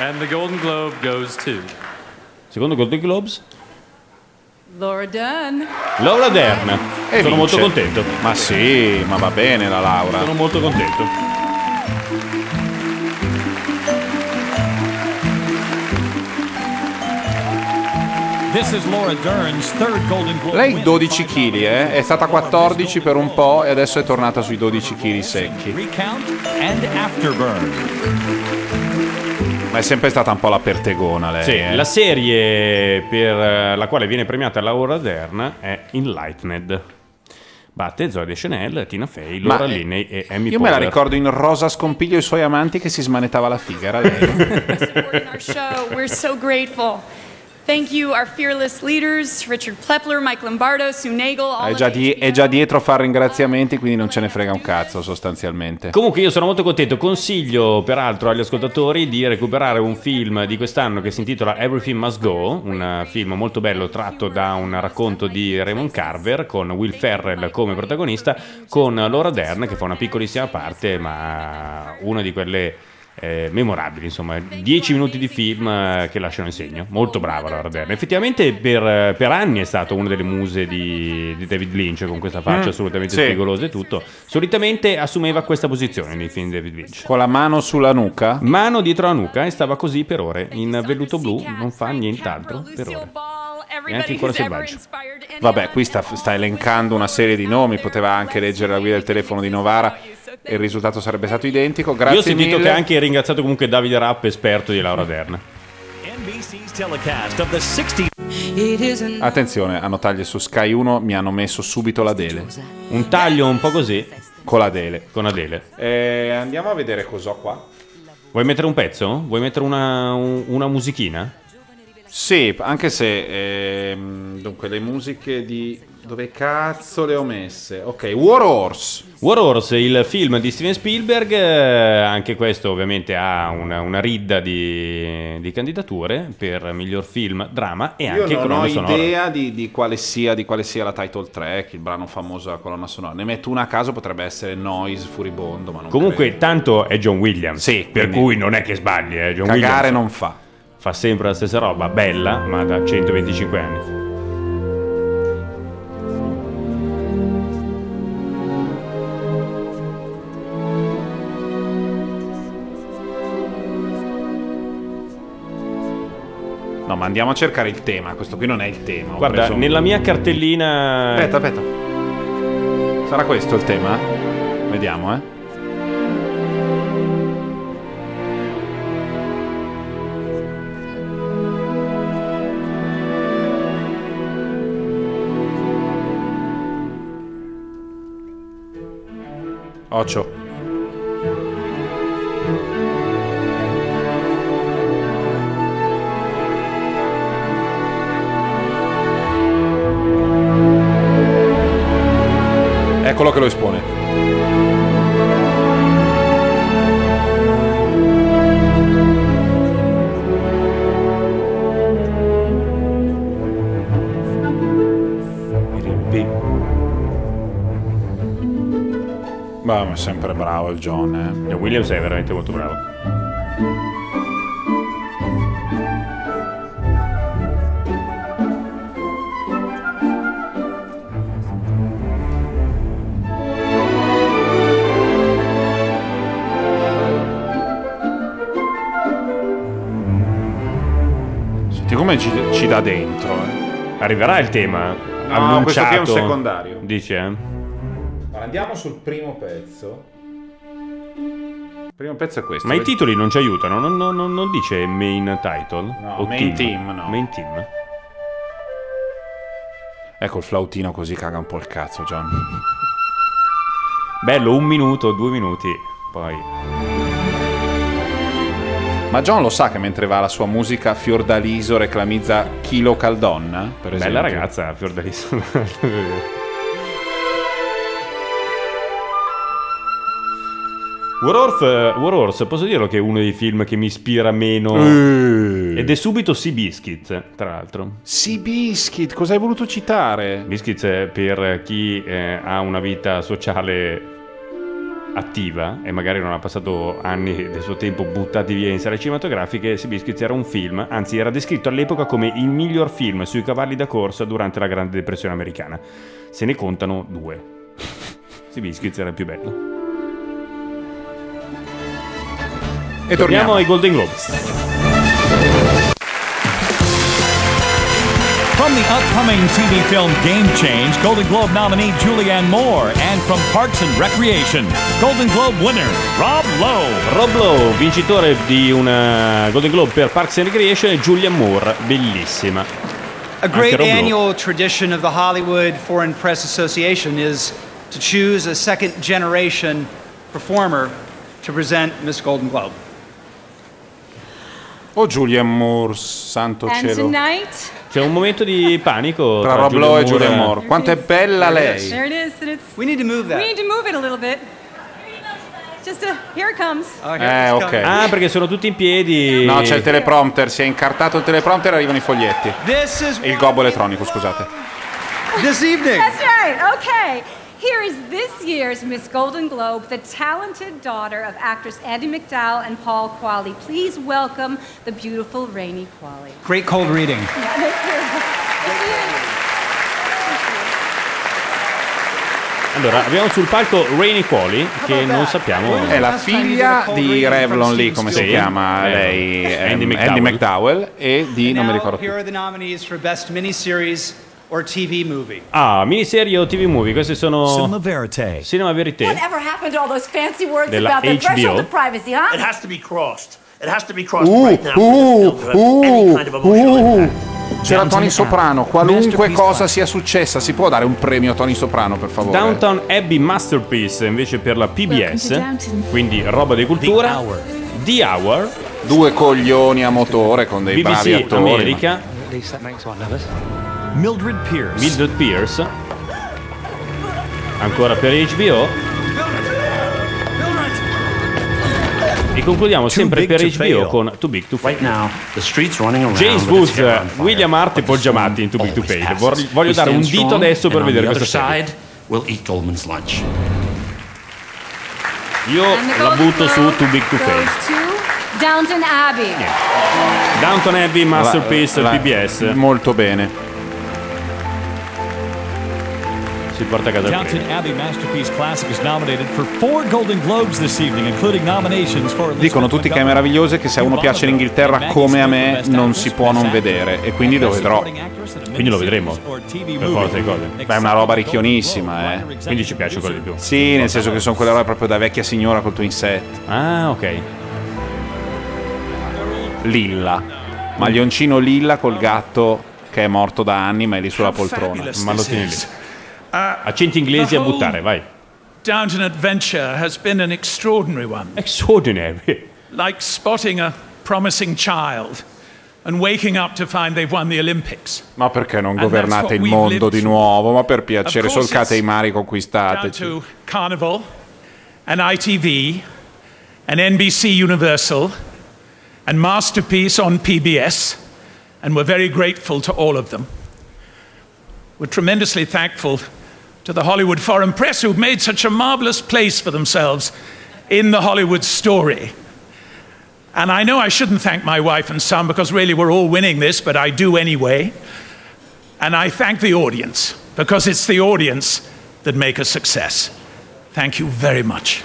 S3: And the Golden Globe goes to.
S2: Secondo Golden Globes?
S6: Laura Dern.
S2: Laura Dern.
S1: E
S2: Sono molto
S1: vince.
S2: contento.
S1: Ma sì, ma va bene la Laura.
S2: Sono molto contento.
S29: This is Laura Dern's third Golden Globe.
S1: Lei 12 kg, eh? è stata 14 per un po' e adesso è tornata sui 12 kg secchi.
S29: Recount and Afterburn.
S1: Ma è sempre stata un po' la pertegona lei.
S2: Sì,
S1: eh.
S2: la serie per eh, la quale viene premiata Laura Dern è Enlightened. Batte Zoe Deschanel, Tina Fey,
S1: Ma- eh,
S2: Laura Linney e Amy
S1: Io me la
S2: Poehler.
S1: ricordo in Rosa Scompiglio e i suoi amanti che si smanettava la figa, era lei.
S8: our show. We're so grateful. Thank you, our fearless leaders, Richard Plepler, Mike Lombardo, Sue Nagel, all
S1: È già, di- è già dietro a fare ringraziamenti, quindi non ce ne frega un cazzo sostanzialmente.
S2: Comunque io sono molto contento, consiglio peraltro agli ascoltatori di recuperare un film di quest'anno che si intitola Everything Must Go, un eh, film molto bello tratto da un racconto di Raymond Carver con Will Ferrell come protagonista, con Laura Dern che fa una piccolissima parte ma una di quelle eh, memorabili, insomma, 10 minuti di film eh, che lasciano il segno, molto brava Laura Dern, effettivamente per, eh, per anni è stata una delle muse di, di David Lynch con questa faccia
S1: Mm,
S2: assolutamente
S1: sì.
S2: spigolosa e tutto, solitamente assumeva questa posizione nei film di David Lynch.
S1: Con la mano sulla nuca?
S2: Mano dietro la nuca e stava così per ore, in velluto blu, non fa nient'altro per ore. Neanche il cuore selvaggio.
S1: Vabbè, qui sta, sta elencando una serie di nomi, poteva anche leggere la guida del telefono di Novara e il risultato sarebbe stato identico. Grazie
S2: Io ho sentito
S1: mille.
S2: che ha anche ringraziato comunque Davide Rapp, esperto di Laura Dern.
S29: NBC's telecast of the 60.
S19: It isn't
S1: Attenzione, hanno tagli su Sky 1, mi hanno messo subito la Dele.
S2: Un taglio un po' così.
S1: Con la Dele.
S2: Con Adele.
S1: Eh, andiamo a vedere cos'ho qua.
S2: Vuoi mettere un pezzo? Vuoi mettere una, un- una musichina?
S1: Sì, anche se... ehm, dunque, le musiche di... Dove cazzo le ho messe? Ok, War Horse.
S2: War Horse, il film di Steven Spielberg, eh, anche questo ovviamente ha una, una ridda di, di candidature per miglior film, drama e anche
S1: Io non ho
S2: colonna sonora.
S1: idea di, di quale sia, di quale sia la title track, il brano famoso della colonna sonora. Ne metto una a caso, potrebbe essere Noise Furibondo, ma non
S2: Comunque, tanto è John Williams. per
S1: quindi-
S2: cui non è che sbagli. Eh. John
S1: Cagare
S2: Williams
S1: non fa.
S2: Fa sempre la stessa roba, bella, ma da 125 anni.
S1: credo. No, ma andiamo a cercare il tema. Questo qui non è il tema. ho
S2: Guarda,
S1: preso-
S2: nella mia cartellina.
S1: Aspetta, aspetta. Sarà questo il tema? Vediamo, eh. Occio. Eccolo che lo espone. Ma ma è sempre bravo il John. Eh.
S2: Williams è veramente molto bravo.
S1: Senti come ci, ci dà dentro. Eh.
S2: Arriverà il tema.
S1: No, questo qui è
S2: annunciato.
S1: un secondario.
S2: Dice, eh?
S1: Allora, andiamo sul primo pezzo. Il primo pezzo è questo.
S2: Ma i
S1: vedi?
S2: titoli non ci aiutano, non, non- non- non dice main title?
S1: No,
S2: o
S1: main team, no.
S2: Main team.
S1: Ecco il flautino così caga un po' il cazzo, John.
S2: Bello, un minuto, due minuti, poi...
S1: Ma John lo sa che mentre va la sua musica Fiordaliso reclamizza Kilo Caldonna? Per
S2: Bella
S1: esempio?
S2: ragazza, Fiordaliso. War Horse, eh, War Horse, posso dirlo che è uno dei film che mi ispira meno... Ed è subito Sea Biscuit, tra l'altro.
S1: Sea Biscuit, cosa hai voluto citare?
S2: Biscuit eh, per chi eh, ha una vita sociale attiva e magari non ha passato anni del suo tempo buttati via in serie cinematografiche, Sea Biscuit era un film, anzi era descritto all'epoca come il miglior film sui cavalli da corsa durante la Grande Depressione americana. Se ne contano due. [laughs] Sea Biscuit era il più bello.
S1: E
S2: torniamo
S1: torniamo.
S2: ai Golden Globes.
S4: From the upcoming TV film Game Change, Golden Globe nominee Julianne Moore, and from Parks and Recreation, Golden Globe winner Rob Lowe.
S2: Rob Lowe, vincitore di una Golden Globe per Parks and Recreation e Julia Moore, bellissima.
S30: A
S2: Anche
S30: great
S2: Rob Lowe.
S30: annual tradition of the Hollywood Foreign Press Association is to choose a second generation performer to present Miss Golden Globe.
S1: Oh Julian Moore, santo cielo.
S6: tonight,
S2: C'è un momento di panico
S1: Tra Rob Lowe e Julian Moore. Quanto è bella lei.
S6: there it is, and it's.
S30: We need to move
S6: We need to move it a little bit. Just a, here it comes.
S1: Eh, ok.
S2: Ah, perché sono tutti in piedi.
S1: No, c'è il teleprompter, si è incartato il teleprompter e arrivano i foglietti.
S30: This is
S1: il gobbo elettronico, scusate.
S30: This evening.
S6: That's right. Okay. Here is this year's Miss Golden Globe, the talented daughter of actors Andy McDowell and Paul Qualley. Please welcome the beautiful Rainey Qualley.
S30: Great cold reading.
S2: Allora, abbiamo sul palco Rainy Quali, che Ah, non sappiamo.
S1: È la figlia di Revlon lì, come si
S2: Sì.
S1: chiama
S2: Eh,
S1: lei, ehm,
S2: Andy
S1: Andy
S2: McDowell.
S1: McDowell. e di, non mi
S30: Now,
S1: ricordo più.
S30: here are the nominees for Best Miniseries or TV Movie.
S2: Ah, miniserie o TV movie, queste sono.
S30: Cinema
S2: Verite. Cinema Verite.
S3: Whatever happened to all those fancy words
S2: Della
S3: about the
S2: HBO?
S3: threshold of privacy, huh?
S17: It has to be crossed. It has to be crossed
S1: Uh,
S17: right now.
S1: uh,
S24: Eh,
S1: uh, uh. C'era
S17: Downton
S1: Tony
S17: Abbey.
S1: Soprano, qualunque
S17: Masterpiece
S1: cosa sia successa, si può dare un premio a Tony Soprano, per favore?
S2: Downtown Abbey Masterpiece invece per la PBS, quindi roba di cultura. The Hour,
S1: Due coglioni a motore con dei bravi
S2: BBC
S1: attori. ma-
S2: America,
S17: At least that makes one of us.
S2: Mildred Pierce. Mildred Pierce. Ancora per HBO. E concludiamo sempre
S17: big
S2: per
S17: to
S2: HBO
S17: fail.
S2: con Too Big to Fail.
S17: The streets running around.
S2: James
S17: with its
S2: Woods,
S17: hair on fire.
S2: William Hart e Paul Giamatti in Too Big to Fail. Vor- Voglio
S17: We
S2: dare un
S17: stand
S2: dito
S17: strong,
S2: adesso per
S17: and on
S2: vedere
S17: the
S2: questa
S17: other
S2: serie.
S17: side We'll eat Goldman's lunch.
S2: Io
S6: [laughs] And the
S2: la
S6: Golden
S2: butto su
S6: Globe
S2: Too Big to Fail.
S6: goes to Downton Abbey.
S2: Downton Abbey, Masterpiece,
S1: la-
S2: PBS.
S1: Molto bene.
S2: Si porta a casa il
S4: Downton Abbey Masterpiece Classic is nominated for four Golden Globes this evening, including nominations for Elizabeth
S1: Dicono tutti che è
S4: Montgomery,
S1: meraviglioso e che se a uno piace l'Inghilterra come a me non si può non vedere e quindi lo vedrò.
S2: Quindi lo vedremo.
S4: Per
S2: forza di cose.
S1: Beh, è una roba ricchionissima, eh.
S2: Quindi ci piace quello di più.
S1: Sì, nel senso che sono quelle robe proprio da vecchia signora col twin set.
S2: Ah, ok.
S1: Lilla. Maglioncino lilla col gatto che è morto da anni ma è lì sulla poltrona.
S14: fabulous
S1: Ma lo
S14: this
S1: tieni lì.
S14: is.
S1: Accenti inglesi
S14: a buttare,
S2: vai.
S14: Downton Adventure has been an extraordinary one.
S2: Extraordinary?
S14: [laughs] Like spotting a promising child and waking up to find they've won the Olympics.
S1: Ma perché non
S14: And that's
S1: governate
S14: what
S1: il
S14: we've
S1: mondo
S14: lived
S1: di nuovo? Ma per
S14: Of
S1: piacere,
S14: course
S1: solcate
S14: it's
S1: i mari,
S14: Down
S1: conquistateci.
S14: to Carnival and ITV and NBC Universal and Masterpiece on PBS, and we're very grateful to all of them. We're tremendously thankful to to the Hollywood foreign press who've made such a marvelous place for themselves in the Hollywood story. And I know I shouldn't thank my wife and son because really we're all winning this, but I do anyway. And I thank the audience because it's the audience that make a success. Thank you very much.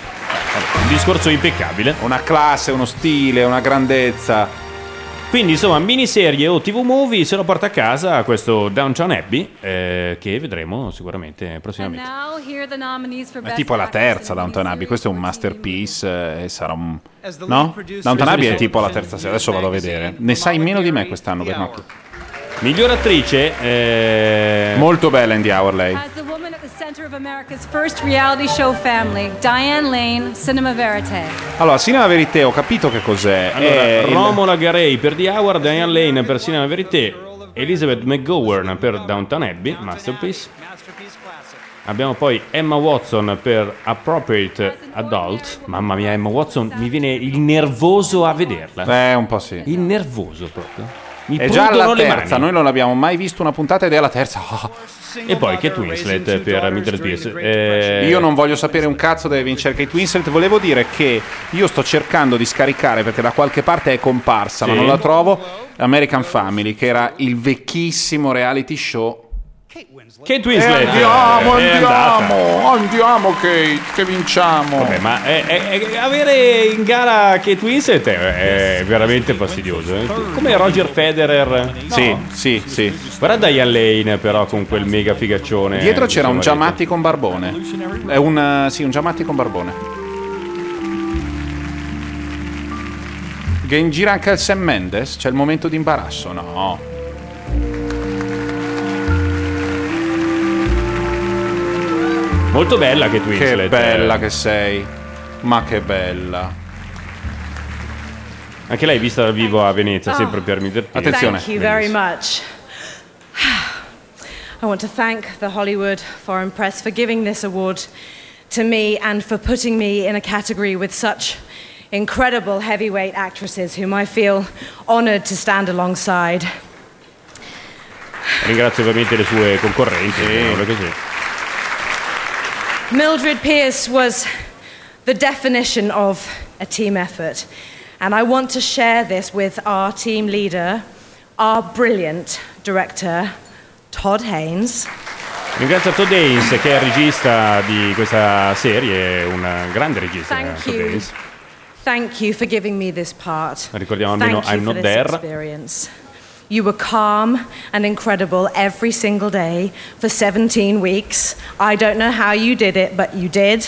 S2: Un discorso impeccabile.
S1: Una classe, uno stile, una grandezza.
S2: Quindi, insomma, miniserie o TV movie se lo porta a casa questo Downtown Abbey, eh, che vedremo sicuramente
S10: And
S2: prossimamente.
S10: now here are the nominees for
S1: È
S10: Best
S1: tipo la
S10: Actress.
S1: terza Downton Abbey, questo è un masterpiece eh, e sarà un...
S10: As the lead
S1: No?
S10: producer-
S1: Downton Abbey è
S2: Sì.
S1: tipo la terza serie, adesso vado a vedere. Ne sai meno di me quest'anno, Bernocchi.
S2: Miglior attrice... eh,
S1: Molto bella in The Hour lei.
S10: As the woman at the center of America's first reality show family, Diane Lane, Cinema Verite.
S1: Allora, Cinema Verité, ho capito che cos'è.
S2: Allora,
S1: È Eh, il-
S2: Romola Garei per The Hour, Diane Lane per Cinema Verité, Elizabeth McGowan per Downton Abbey, Masterpiece. Abbiamo poi Emma Watson per Appropriate Adult. Mamma mia, Emma Watson, mi viene il nervoso a vederla.
S1: Eh, un po' sì.
S2: Il nervoso proprio. Mi
S1: È già
S2: prudono
S1: la
S2: le
S1: terza,
S2: mani.
S1: noi non abbiamo mai visto una puntata ed è la terza. [laughs]
S2: E poi Kate Winslet per Mildred Pierce. Eh,
S1: Io non voglio sapere un cazzo deve vincere Kate Winslet. Volevo dire che io sto cercando di scaricare perché da qualche parte è comparsa, ma
S2: Sì.
S1: non la trovo. American Family, che era il vecchissimo reality show.
S2: Kate Winslet.
S1: E andiamo,
S2: Eh, È andata.
S1: andiamo, andiamo, Kate, che vinciamo.
S2: Vabbè, ma è- è- è- avere in gara Kate Winslet è, è veramente fastidioso. eh. Come Roger Federer.
S1: Sì, sì, sì.
S2: Guarda Diane Lane però con quel mega figaccione.
S1: Dietro c'era un
S2: insomma,
S1: Giamatti con Barbone. È un, eh, sì, un Giamatti con Barbone. Che in gira anche il Sam Mendes? C'è il momento di imbarazzo? No.
S2: Molto bella che eh. Winslet.
S1: Che bella che sei. Ma che bella.
S2: Anche lei vista dal vivo a Venezia,
S5: Ah.
S2: sempre per Middle
S5: Thank you very much. [sighs] I want to thank the Hollywood Foreign Press for giving this award to me and for putting me in a category with such incredible heavyweight actresses whom I feel honored to stand alongside.
S2: Ringrazio ovviamente le sue concorrenti. eh, diciamolo così.
S5: Mildred Pierce was the definition of a team effort, and I want to share this with our team leader, our brilliant director, Todd Haynes.
S2: Ringrazio Todd Haynes che è il regista di questa serie, un grande regista.
S5: Thank
S2: Todd
S5: you.
S2: Haynes.
S5: Thank you for giving me this part.
S2: Ricordiamo almeno
S5: Thank you
S2: I'm
S5: for
S2: Not
S5: this
S2: There.
S5: experience. You were calm and incredible every single day for 17 weeks. I don't know how you did it, but you did.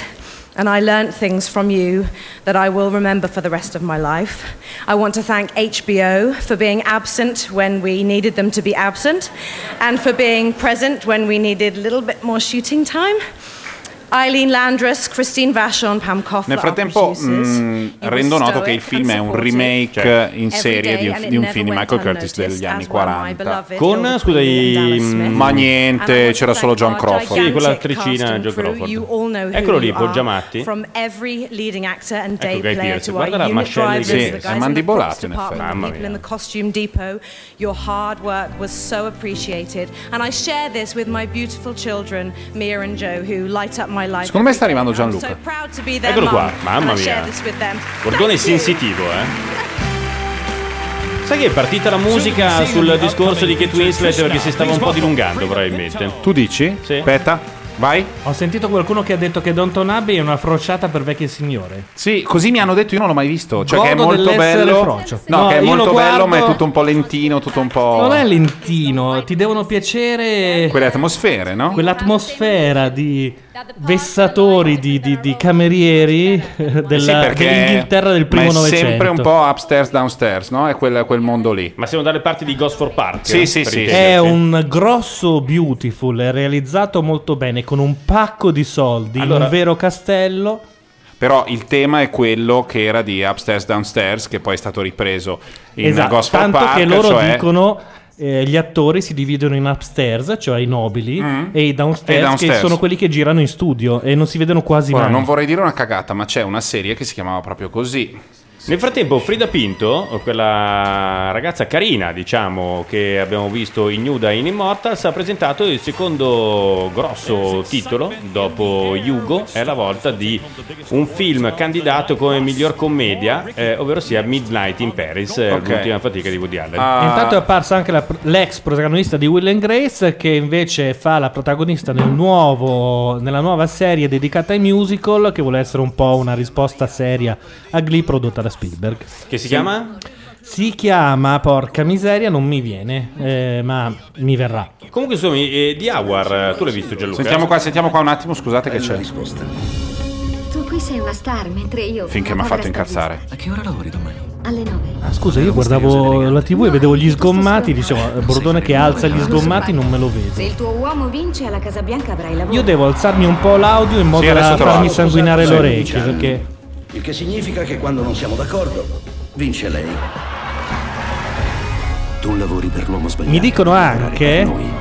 S5: And I learned things from you that I will remember for the rest of my life. I want to thank HBO for being absent when we needed them to be absent and for being present when we needed a little bit more shooting time. Eileen Landris, Christine Vachon, Pam Koff.
S1: Nel
S5: our
S1: frattempo mm,
S5: producers.
S1: mh,
S5: You
S1: rendo
S5: were
S1: noto che il
S5: stoic
S1: film è
S5: and
S1: un
S5: supportive.
S1: remake
S2: eh,
S1: in serie di un, di un film di Michael Curtis degli anni 40.
S2: Con, scusa, i...
S1: Ma niente, c'era solo John Crawford.
S2: Sì, quella attricina John
S5: You all know
S2: Crawford.
S5: who
S2: Eccolo lì,
S5: you are,
S2: Borgia Matti.
S5: From every leading actor and day
S2: Ecco Guy
S5: player
S2: Pearce.
S5: to our
S2: Guarda la
S5: unit
S2: mascella di Guy
S5: drivers, the
S2: Pearce.
S5: guys
S2: È
S5: in the
S2: mandibolato,
S5: props
S2: in effetti.
S5: department,
S2: Mamma
S5: the people
S2: mia.
S5: in the costume depot. Your hard work was so appreciated, and I share this with my beautiful children, Mia and Joe, who light up my life.
S1: Secondo me sta arrivando
S5: I'm so
S1: Gianluca.
S5: proud to be their
S2: Eccolo qua,
S5: mum,
S2: mamma
S5: and I share
S2: mia.
S5: this with them.
S2: Borgone sensitivo, eh. Sai che è partita la musica sul discorso di Kate Winslet perché si stava un po' dilungando
S5: diciamo.
S2: probabilmente.
S1: Tu dici?
S18: Sì.
S1: Aspetta, vai.
S18: Ho sentito qualcuno che ha detto che Downton Abbey è una frociata per vecchie signore.
S1: Sì, così mi hanno detto, io non l'ho mai visto. Cioè,
S18: Godo
S1: che è molto
S18: dell'essere
S1: bello.
S18: frocio.
S1: No,
S18: No,
S1: che è
S18: io lo
S1: molto
S18: guardo-
S1: bello, ma è tutto un po' lentino, tutto un po'.
S18: Non è lentino, ti devono piacere
S1: quelle atmosfere, no?
S18: Quell'atmosfera di vessatori, di, di- di camerieri eh, della,
S1: Sì, perché-
S18: dell'Inghilterra del primo
S1: ma è
S18: novecento.
S1: sempre un po' upstairs, downstairs, no? È quel, quel mondo lì.
S2: Ma siamo dalle parti di Ghost for Park.
S1: Sì,
S2: eh,
S1: sì,
S2: per
S1: sì.
S2: intenderci.
S18: È un grosso beautiful, è realizzato molto bene, con un pacco di soldi,
S1: Allora-
S18: un vero castello.
S1: Però il tema è quello che era di upstairs, downstairs, che poi è stato ripreso in
S18: Esatto,
S1: Ghost for
S18: tanto
S1: Park.
S18: che loro
S1: cioè-
S18: dicono eh, gli attori si dividono in upstairs, cioè i nobili, e i downstairs,
S1: Mm. E downstairs.
S18: che sono quelli che girano in studio e non si vedono quasi
S1: Ora,
S18: mai.
S1: non vorrei dire una cagata, ma c'è una serie che si chiamava proprio così.
S2: Nel frattempo, Frida Pinto, quella ragazza carina, diciamo, che abbiamo visto ignuda in Immortals, ha presentato il secondo grosso titolo dopo Yugo. È la volta di un film candidato come miglior commedia, eh, ovvero sia Midnight in Paris, eh,
S1: Ok. Ah.
S2: l'ultima fatica di Woody Allen.
S18: E Intanto è apparsa anche la pr- l'ex protagonista di Will and Grace, che invece fa la protagonista nel nuovo- nella nuova serie dedicata ai musical, che vuole essere un po' una risposta seria a Glee prodotta da Spielberg.
S2: Che si chiama?
S18: Si chiama, porca miseria, non mi viene, eh, ma mi verrà.
S2: Comunque, insomma, eh, di Howard, tu l'hai visto Gianluca?
S1: Sentiamo qua, sentiamo qua un attimo, scusate che c'è risposta.
S7: Tu qui sei una star, mentre io.
S1: Finché mi ha
S7: una povera
S1: fatto incazzare.
S7: statista. Alle nove.
S18: Ah, scusa, io guardavo la TV e vedevo gli sgommati, dicevo, eh, Bordone che alza gli sgommati non me lo
S7: Se
S18: vedo.
S7: il tuo uomo vince, alla Casa Bianca avrai lavoro.
S18: Io devo alzarmi un po' l'audio in modo
S7: Sì, adesso
S18: da
S7: te lo
S18: farmi
S7: alzo.
S18: sanguinare
S7: Sì,
S18: le orecchie,
S7: diciamo.
S18: perché
S12: Il che significa che quando non siamo d'accordo, vince lei. Tu lavori per l'uomo sbagliato.
S18: Mi dicono ah, anche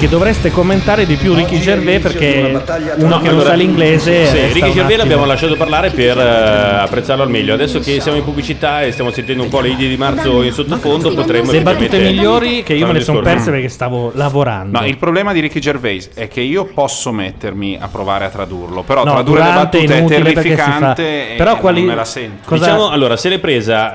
S18: che dovreste commentare di più Ricky Gervais perché uno che non sa l'inglese.
S2: Sì,
S18: resta
S2: Ricky
S18: un
S2: Gervais
S18: attimo.
S2: l'abbiamo lasciato parlare per eh, apprezzarlo al meglio. Adesso che siamo in pubblicità e stiamo sentendo un po' le idee di Marzo in sottofondo, potremmo
S18: Le battute
S2: eventualmente
S18: migliori che io
S2: fare
S18: me
S2: un
S18: le sono
S2: discorso.
S18: perse perché stavo lavorando.
S1: No, il problema di Ricky Gervais è che io posso mettermi a provare a tradurlo, però
S18: No,
S1: tradurre le
S18: durante è
S1: battute è
S18: inutile perché si
S1: terrificante
S18: fa-
S1: e
S18: Però quali-
S1: Eh, non me la sento.
S18: cosa-
S2: Diciamo, allora, se l'è presa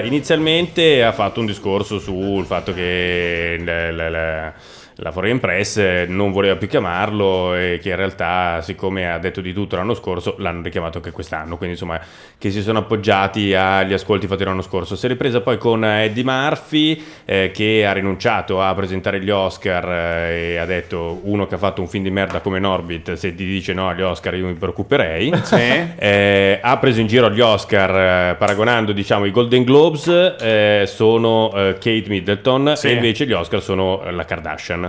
S2: eh, inizialmente ha fatto un discorso sul fatto che la, la- la- la Foreign Press eh, non voleva più chiamarlo e che in realtà, siccome ha detto di tutto l'anno scorso, l'hanno richiamato anche quest'anno, quindi insomma che si sono appoggiati agli ascolti fatti l'anno scorso. Si è ripresa poi con eh, Eddie Murphy eh, che ha rinunciato a presentare gli Oscar eh, e ha detto uno che ha fatto un film di merda come Norbit, se ti dice no agli Oscar io mi preoccuperei.
S1: [laughs] Sì.
S2: Eh, ha preso in giro gli Oscar eh, paragonando diciamo i Golden Globes eh, sono eh, Kate Middleton
S1: Sì.
S2: e invece gli Oscar sono eh, la Kardashian.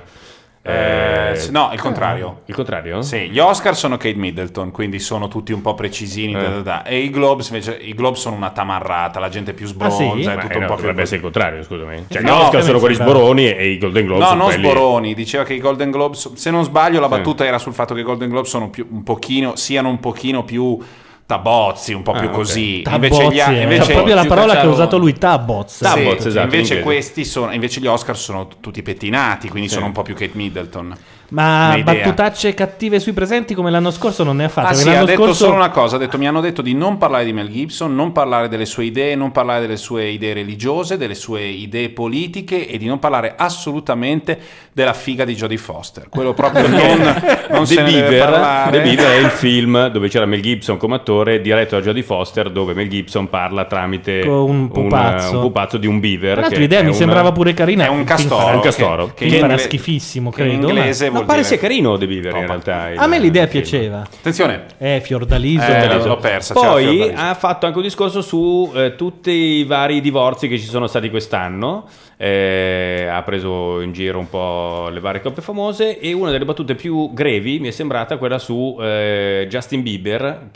S1: Eh, sì, no, il contrario.
S2: Il contrario?
S1: Sì, gli Oscar sono Kate Middleton, quindi sono tutti un po' precisini. da, da, da. E i Globes invece, i Globes sono una tamarrata, la gente è più sbronza, è
S2: Ah, Beh,
S1: tutto
S2: no,
S1: un po' più
S2: dovrebbe essere il contrario, scusami. Cioè,
S1: No,
S2: gli Oscar
S1: mi
S2: sono quelli
S1: sembrava.
S2: sboroni e i Golden Globes
S1: No,
S2: sono
S1: non
S2: quelli...
S1: Sboroni, diceva che i Golden Globes, se non sbaglio la battuta era sul fatto che i Golden Globes sono più, un pochino, siano un pochino più tabozzi, un po'
S2: Ah,
S1: più
S2: ok.
S1: così.
S18: Tabbozzi, eh. Cioè, proprio la parola che ha usato lui, tabbozz.
S1: Taboz,
S2: esatto,
S18: Sì.
S1: invece,
S18: in inglese.
S1: questi sono, invece gli Oscar sono tutti pettinati, quindi sono un po' più Kate Middleton.
S18: Ma
S1: Un'idea.
S18: battutacce cattive sui presenti come l'anno scorso non ne ha fatte.
S1: Ah, sì,
S18: l'anno
S1: ha detto
S18: scorso
S1: solo una cosa: ha detto, mi hanno detto di non parlare di Mel Gibson, non parlare delle sue idee, non parlare delle sue idee religiose, delle sue idee politiche e di non parlare assolutamente della figa di Jodie Foster.
S2: [laughs]
S1: Quello proprio non, non se
S2: The,
S1: ne deve
S2: Beaver,
S1: parlare.
S2: The Beaver è il film dove c'era Mel Gibson come attore, diretto da Jodie Foster, dove Mel Gibson parla tramite
S18: Con un pupazzo.
S2: un pupazzo di un beaver.
S18: Tra l'altro
S2: che
S18: l'idea
S2: è
S18: mi
S2: un-
S18: sembrava pure carina.
S2: È un
S18: Il film
S2: castoro.
S18: farà-
S2: Un castoro.
S18: Che,
S2: Che
S18: film
S2: in
S18: farà
S2: inglese-
S18: schifissimo,
S2: che
S18: credo.
S2: in inglese
S18: ma...
S2: vuol
S18: ma pare
S2: dire-
S18: sia
S2: carino The Beaver in realtà.
S18: A me l'idea piaceva.
S1: Attenzione.
S18: Eh, Fiordaliso.
S2: Eh,
S18: Fiordaliso.
S2: l'ho persa, c'era Fiordaliso. Poi ha fatto anche un discorso su eh, tutti i vari divorzi che ci sono stati quest'anno. Eh, ha preso in giro un po' le varie coppie famose. E una delle battute più grevi mi è sembrata quella su eh, Justin Bieber,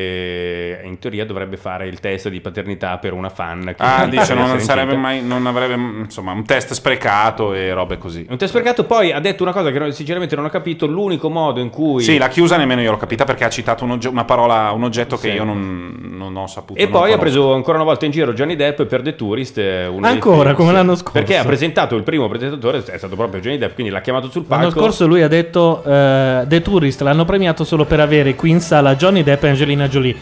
S2: che in teoria dovrebbe fare il test di paternità per una fan. Che
S1: Ah,
S2: [laughs] deve
S1: dice, non,
S2: essere
S1: sarebbe
S2: incinta.
S1: mai, non avrebbe insomma un test sprecato e robe così.
S2: Un test sprecato, poi ha detto una cosa che non- sinceramente non ho capito. L'unico modo in cui.
S1: Sì, la chiusa nemmeno io l'ho capita perché ha citato un ogge- una parola, un oggetto che
S2: Sì.
S1: io non, non ho saputo.
S2: E
S1: non
S2: poi ha
S1: conosco.
S2: preso ancora una volta in giro Johnny Depp per The Tourist. eh, uno dei
S18: Ancora,
S2: film,
S18: come
S2: sì.
S18: l'anno scorso.
S2: Perché ha presentato il primo presentatore, è stato proprio Johnny Depp, quindi l'ha chiamato sul palco.
S18: L'anno scorso lui ha detto eh, The Tourist l'hanno premiato solo per avere qui in sala Johnny Depp e Angelina Jolie.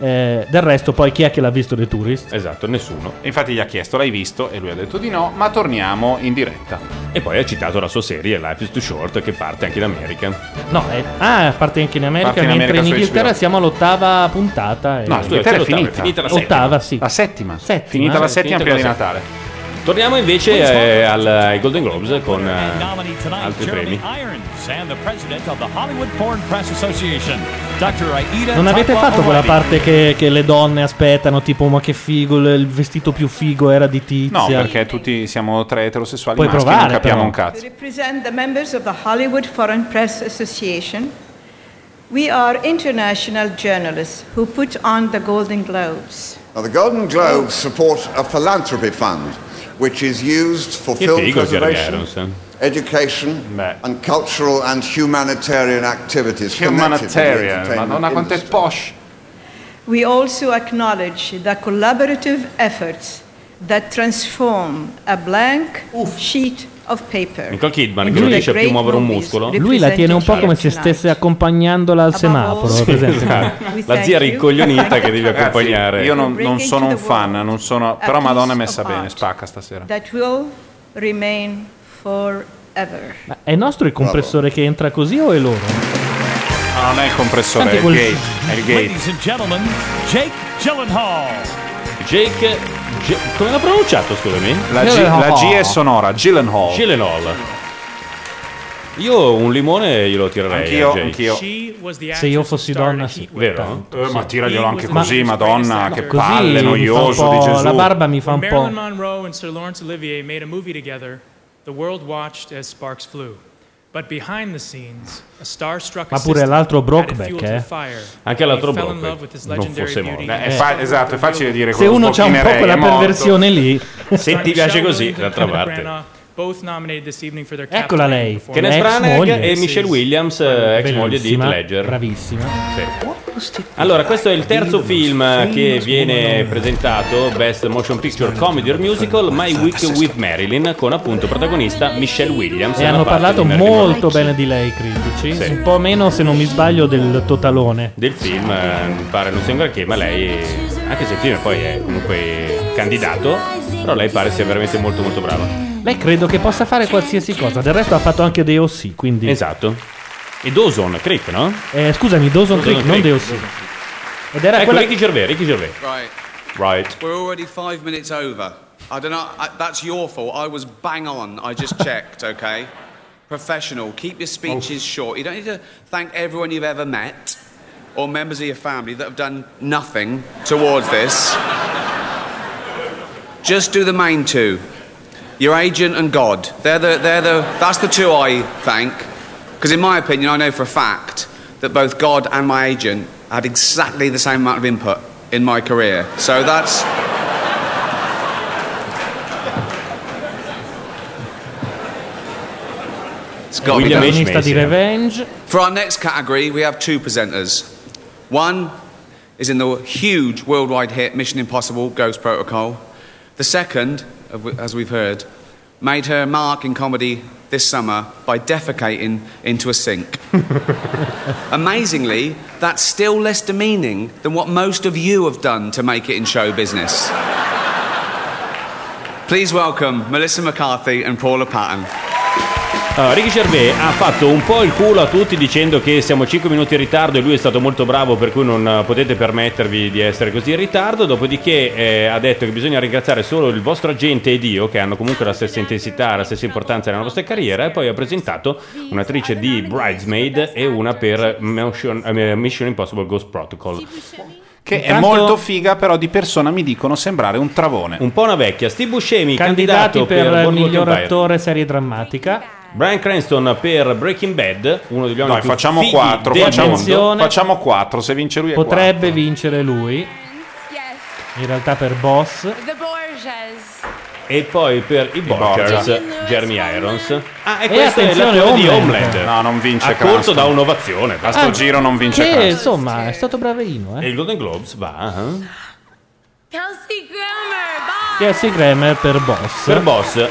S18: Eh, del resto, poi chi è che l'ha visto The Tourist?
S2: Esatto, nessuno.
S1: E Infatti gli ha chiesto, l'hai visto? E lui ha detto di no, ma torniamo in diretta.
S2: E poi ha citato la sua serie Life is Too Short che parte anche in America.
S18: No, eh, ah, parte anche in America,
S2: Parte in
S18: mentre
S2: America
S18: in
S2: su
S18: Inghilterra
S2: HBO.
S18: siamo all'ottava puntata. e-
S2: No, scusa, Inghilterra è c'è l'ottava, finita. è finita la settima.
S18: Ottava, sì. La
S1: settima.
S18: Settima.
S1: Finita la
S2: Ah,
S18: Sì,
S1: settima
S18: finita
S1: prima di
S18: la
S1: Natale.
S2: Torniamo invece eh, al, ai Golden Globes con eh,
S29: Nominee tonight,
S2: altri
S29: Jeremy
S2: premi.
S29: Irons and the president of the Hollywood Foreign Press Association, Dr. Aida
S18: Non avete
S29: Taqwa
S18: fatto quella
S29: Owadi.
S18: parte che, che le donne aspettano, tipo ma che figo, il il vestito più figo era di tizia.
S1: No, perché tutti siamo tre eterosessuali
S18: Puoi
S1: maschi,
S18: provare,
S1: non capiamo
S18: però.
S1: un cazzo.
S31: To represent the members of the Hollywood Foreign Press Association, we are international journalists who put on the Golden Globes.
S20: Now, the Golden Globes support a philanthropy fund which is used for
S2: Che
S20: film
S2: figo Jeremy
S20: preservation,
S2: Irons. eh.
S20: education, and cultural and humanitarian activities. connected with the
S1: Humanitarian,
S20: entertainment
S1: madonna quanto è
S20: industry.
S1: posh.
S31: We also acknowledge the collaborative efforts that transform a blank sheet of paper.
S2: Nicole Kidman che
S31: into
S2: non
S31: the
S2: riesce più a
S31: great
S2: muovere un
S31: movies
S2: muscolo.
S18: Lui la tiene un po' come se stesse accompagnandola al semaforo.
S2: Sì. esatto.
S18: presente?
S1: [laughs]
S2: La zia rincoglionita che devi
S1: Cioè, Ragazzi,
S2: accompagnare.
S1: Io non, non sono un fan, non sono, però Madonna è messa bene, spacca
S2: Eh,
S1: stasera.
S31: That will remain forever.
S18: Ma è nostro il compressore che entra così o è loro?
S1: No, non Ah, è il compressore, è
S18: Senti
S1: il
S18: quel-
S1: gate. È il gate.
S4: Ladies and gentlemen, Jake Gyllenhaal.
S2: Jake. G- come l'ha pronunciato, scusami?
S1: La G, la G è sonora, Gyllenhaal.
S2: Gyllenhaal. Io un limone glielo tirerei. eh,
S1: Anch'io,
S2: a Jake.
S1: anch'io.
S18: Se io fossi donna, sì.
S2: Vero?
S1: Eh, ma tiraglielo anche così, madonna, che
S18: Così mi
S1: palle,
S18: fa un
S1: noioso di
S18: po'-
S1: Gesù.
S18: La barba mi fa
S14: When
S18: un po'.
S14: Marilyn Monroe and Sir Laurence Olivier made a movie together, the world watched as sparks flew. But behind the scenes, a star-struck
S18: Ma pure
S14: assistant
S18: l'altro
S14: added
S18: Brokeback,
S14: fuel to the
S18: eh.
S14: fire.
S2: Anche l'altro
S14: He fell in
S2: Brokeback,
S14: love with his
S2: non
S14: legendary
S2: fosse
S14: beauty
S2: morto.
S1: Eh, è
S14: and
S1: fa- esatto, è facile dire
S18: Se uno ha un po' quella perversione lì.
S2: Se ti piace
S14: Diciamo
S2: così, d'altra
S14: Kenneth
S2: parte.
S14: Branagh, both nominated this evening for their
S18: Eccola lei.
S2: Kenneth
S18: Ex
S2: Branagh
S18: moglie.
S2: e Michelle Williams, eh, ex moglie di Heath
S18: Bellissima,
S2: Ledger.
S18: Bravissima.
S2: Sì. Allora, questo è il terzo film che viene presentato, Best Motion Picture Comedy or Musical, My Week with Marilyn, con appunto protagonista Michelle Williams.
S18: E
S2: nella
S18: hanno
S2: parte
S18: parlato
S2: di Marilyn
S18: molto bene di lei i critici.
S2: Sì.
S18: Un po' meno, se non mi sbaglio, del totalone.
S2: del film, eh, mi pare non sia un granché, ma lei, anche se il film poi è comunque candidato, però lei pare sia veramente molto molto brava.
S18: Lei credo che possa fare qualsiasi cosa. Del resto ha fatto anche dei OC, quindi...
S2: Esatto. E Dawson, Creek, no?
S18: Eh, scusami, Dawson
S2: Dawson
S18: Creek, non
S2: Creek.
S18: dei OC. Ed era
S2: ecco,
S18: quella...
S2: Ricky Gervais, Ricky Gervais.
S21: Right.
S2: Right.
S21: We're already five minutes over. I don't know. I, that's your fault. I was bang on. I just checked. Okay. Professional. Keep your speeches
S2: Oh.
S21: short. You don't need to thank everyone you've ever met or members of your family that have done nothing towards this. just do the main two. Your agent and God. They're the. They're the. That's the two I thank. Because in my opinion, I know for a fact that both God and my agent had exactly the same amount of input in my career. So that's. It's got to be
S18: William
S21: done.
S18: H. Macy. di Revenge.
S21: For our next category, we have two presenters. One is in the huge worldwide hit Mission Impossible Ghost Protocol. The second, of- as we've heard, made her mark in comedy this summer by defecating into a sink. Amazingly, that's still less demeaning than what most of you have done to make it in show business. Please welcome Melissa McCarthy and Paula Patton.
S2: Allora, Ricky Gervais ha fatto un po' il culo a tutti dicendo che siamo 5 minuti in ritardo e lui è stato molto bravo per cui non eh, potete permettervi di essere così in ritardo, dopodiché eh, ha detto che bisogna ringraziare solo il vostro agente ed io che hanno comunque la stessa intensità, la stessa importanza nella vostra carriera e poi ha presentato un'attrice di Bridesmaid e una per Motion- eh, Mission Impossible Ghost Protocol.
S1: Che è
S2: Intanto-
S1: molto figa, però di persona mi dicono sembrare un travone.
S2: Un po' una vecchia. Steve Buscemi,
S18: Candidati
S2: candidato
S18: per,
S2: per Boardwalk
S18: miglior
S2: Empire.
S18: attore serie drammatica.
S2: Brian Cranston per Breaking Bad, uno degli uomini
S1: Noi
S2: più
S1: facciamo
S2: fighi
S1: 4,
S2: del
S1: facciamo,
S2: mondo.
S1: facciamo 4, se vince lui è
S18: Potrebbe vincere lui. In realtà per boss.
S3: The Borgias.
S2: E poi per i Borgers, Jeremy Irons. Ah,
S18: E
S2: e questo è
S18: attenzione,
S2: l'attore di
S18: Homeland.
S2: Homeland.
S1: No, non vince
S2: Ha corso
S1: Cranston.
S2: da un'ovazione.
S1: A sto giro non vince
S18: Che
S1: Cranston.
S18: Ah. Eh, insomma è stato bravino.
S2: E il Golden Globes va. eh?
S3: Kelsey Grammer.
S18: Cassie Kramer per boss.
S2: Per boss. eh,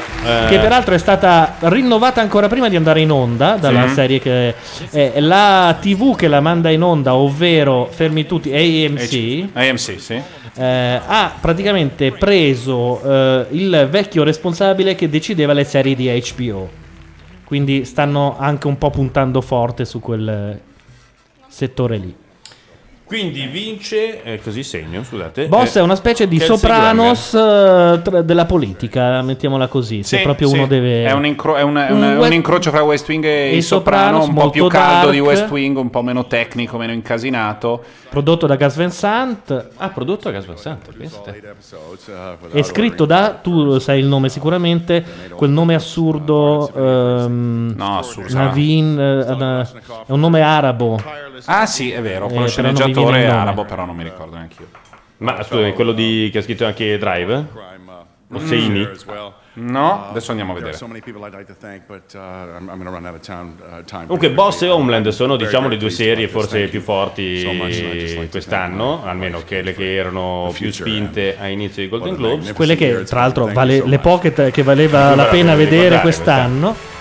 S18: Che peraltro è stata rinnovata ancora prima di andare in onda dalla
S2: Sì.
S18: serie che è la TV che la manda in onda, ovvero Fermi tutti AMC.
S1: H- AMC, sì.
S18: eh, ha praticamente preso eh, il vecchio responsabile che decideva le serie di HBO. Quindi stanno anche un po' puntando forte su quel eh, settore lì.
S2: Quindi vince. eh, così segno, scusate.
S18: Boss
S2: Eh,
S18: è una specie di
S2: Kelsey
S18: Sopranos eh, tra- della politica, mettiamola così. se
S1: Sì,
S18: proprio
S1: sì.
S18: uno deve.
S1: È un, incro- è un- è
S18: Un
S1: un- è un
S18: web-
S1: incrocio fra West Wing e,
S18: e
S1: il Soprano,
S18: Sopranos,
S1: un po' più
S18: molto
S1: caldo di
S18: dark.
S1: West Wing, un po' meno tecnico, meno incasinato.
S18: Prodotto da Gas Van Sant.
S2: Ah, prodotto da Gas Van Sant,
S18: È scritto da, tu sai il nome sicuramente, quel nome assurdo. ehm, Navin, eh, ad- è un nome arabo.
S1: Ah sì, è vero,
S18: Eh, però non mi viene
S1: quello
S18: il
S1: sceneggiatore è
S18: nome.
S1: arabo, però non mi ricordo neanche io.
S2: Ma scusami, quello di, che ha scritto anche Drive? Rossini.
S20: there as well.
S1: No,
S20: Uh,
S1: adesso andiamo a
S20: there are
S1: vedere.
S20: so many people I'd like to thank, but uh, I'm, I'm going to run out of town, uh, time.
S2: Comunque, Boss e Homeland sono
S20: Very,
S2: diciamo
S20: very
S2: le due
S20: pleased about
S2: serie
S20: this.
S2: forse
S20: Thank
S2: più
S20: you so much, and I'd just like
S2: forti
S20: to
S2: quest'anno, almeno che le che erano più spinte a inizio dei Golden Globes.
S18: Quelle che, tra l'altro, vale- le pocket che valeva la
S2: eh,
S18: pena vedere
S1: guardare
S18: quest'anno.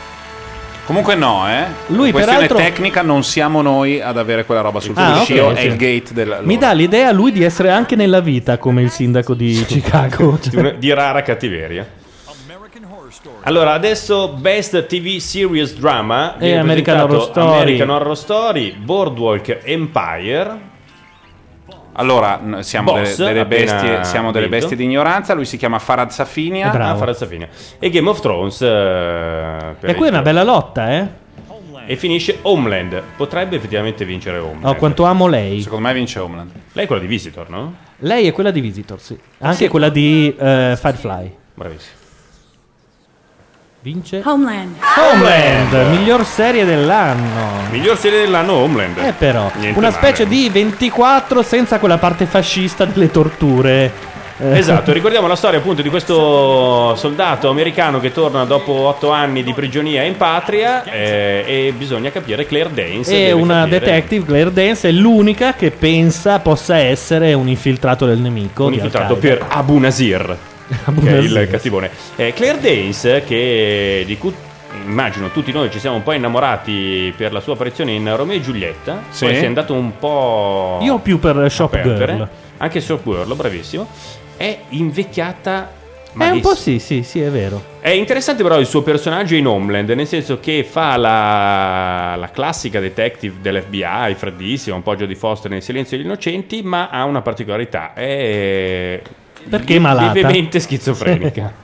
S1: Comunque no, eh.
S18: Lui,
S1: questione
S18: peraltro-
S1: tecnica non siamo noi ad avere quella roba sul
S18: Ah,
S1: fuscio,
S18: ok,
S1: è
S18: sì.
S1: il gate del
S18: Mi dà l'idea lui di essere anche nella vita come il sindaco di
S2: [laughs]
S18: Chicago.
S2: di, una- di rara cattiveria. Allora, adesso Best TV Series Drama
S18: E
S2: è
S18: Eh, American Horror Story.
S2: American Horror Story, Boardwalk Empire.
S1: Allora, n- siamo
S2: Boss,
S1: delle, delle
S2: appena
S1: bestie, siamo delle
S2: vinto.
S1: bestie di ignoranza, lui si chiama Farad
S18: Eh,
S1: Safinia.
S2: Ah, Farah Safina. E Game of Thrones. eh, per
S18: E qui è una
S2: il-
S18: bella lotta, eh?
S2: e finisce Homeland. Potrebbe effettivamente vincere Homeland.
S18: Oh, quanto amo lei.
S1: Secondo me vince Homeland.
S2: Lei è quella di Visitor, no?
S18: Lei è quella di Visitor, sì. Anche
S2: Sì.
S18: quella di eh, Firefly.
S2: Bravissimo.
S18: Vince
S6: Homeland.
S18: Homeland, miglior serie dell'anno.
S2: Miglior serie dell'anno Homeland.
S18: Eh però,
S2: Niente
S18: una
S2: male.
S18: specie di 24 senza quella parte fascista delle torture. Eh.
S2: [laughs] Esatto, ricordiamo la storia appunto di questo soldato americano che torna dopo otto anni di prigionia in patria eh, e bisogna capire Claire Danes.
S18: E
S2: deve
S18: una
S2: capire-
S18: detective, Claire Dance, è l'unica che pensa possa essere un infiltrato del nemico.
S2: Un
S18: di
S2: infiltrato
S18: Al-Qaeda.
S2: per Abu
S18: [laughs]
S2: Nasir, che è il cattivone. Eh, Claire Danes, che di cui immagino tutti noi ci siamo un po' innamorati per la sua apparizione in Romeo e Giulietta,
S18: Sì.
S2: poi si è andato un po'
S18: Io più per
S2: a
S18: Shop
S2: perdere.
S18: Girl.
S2: Anche Shop Girl, bravissimo. È invecchiata
S18: È un
S2: malissimo.
S18: po' sì, sì, sì, è vero.
S2: È interessante però il suo personaggio in Homeland, nel senso che fa la, la classica detective dell'FBI, freddissima, un po' Jodie Foster nel Silenzio degli Innocenti, ma ha una particolarità, è
S18: Perché è malata? [laughs]
S2: levemente schizofrenica.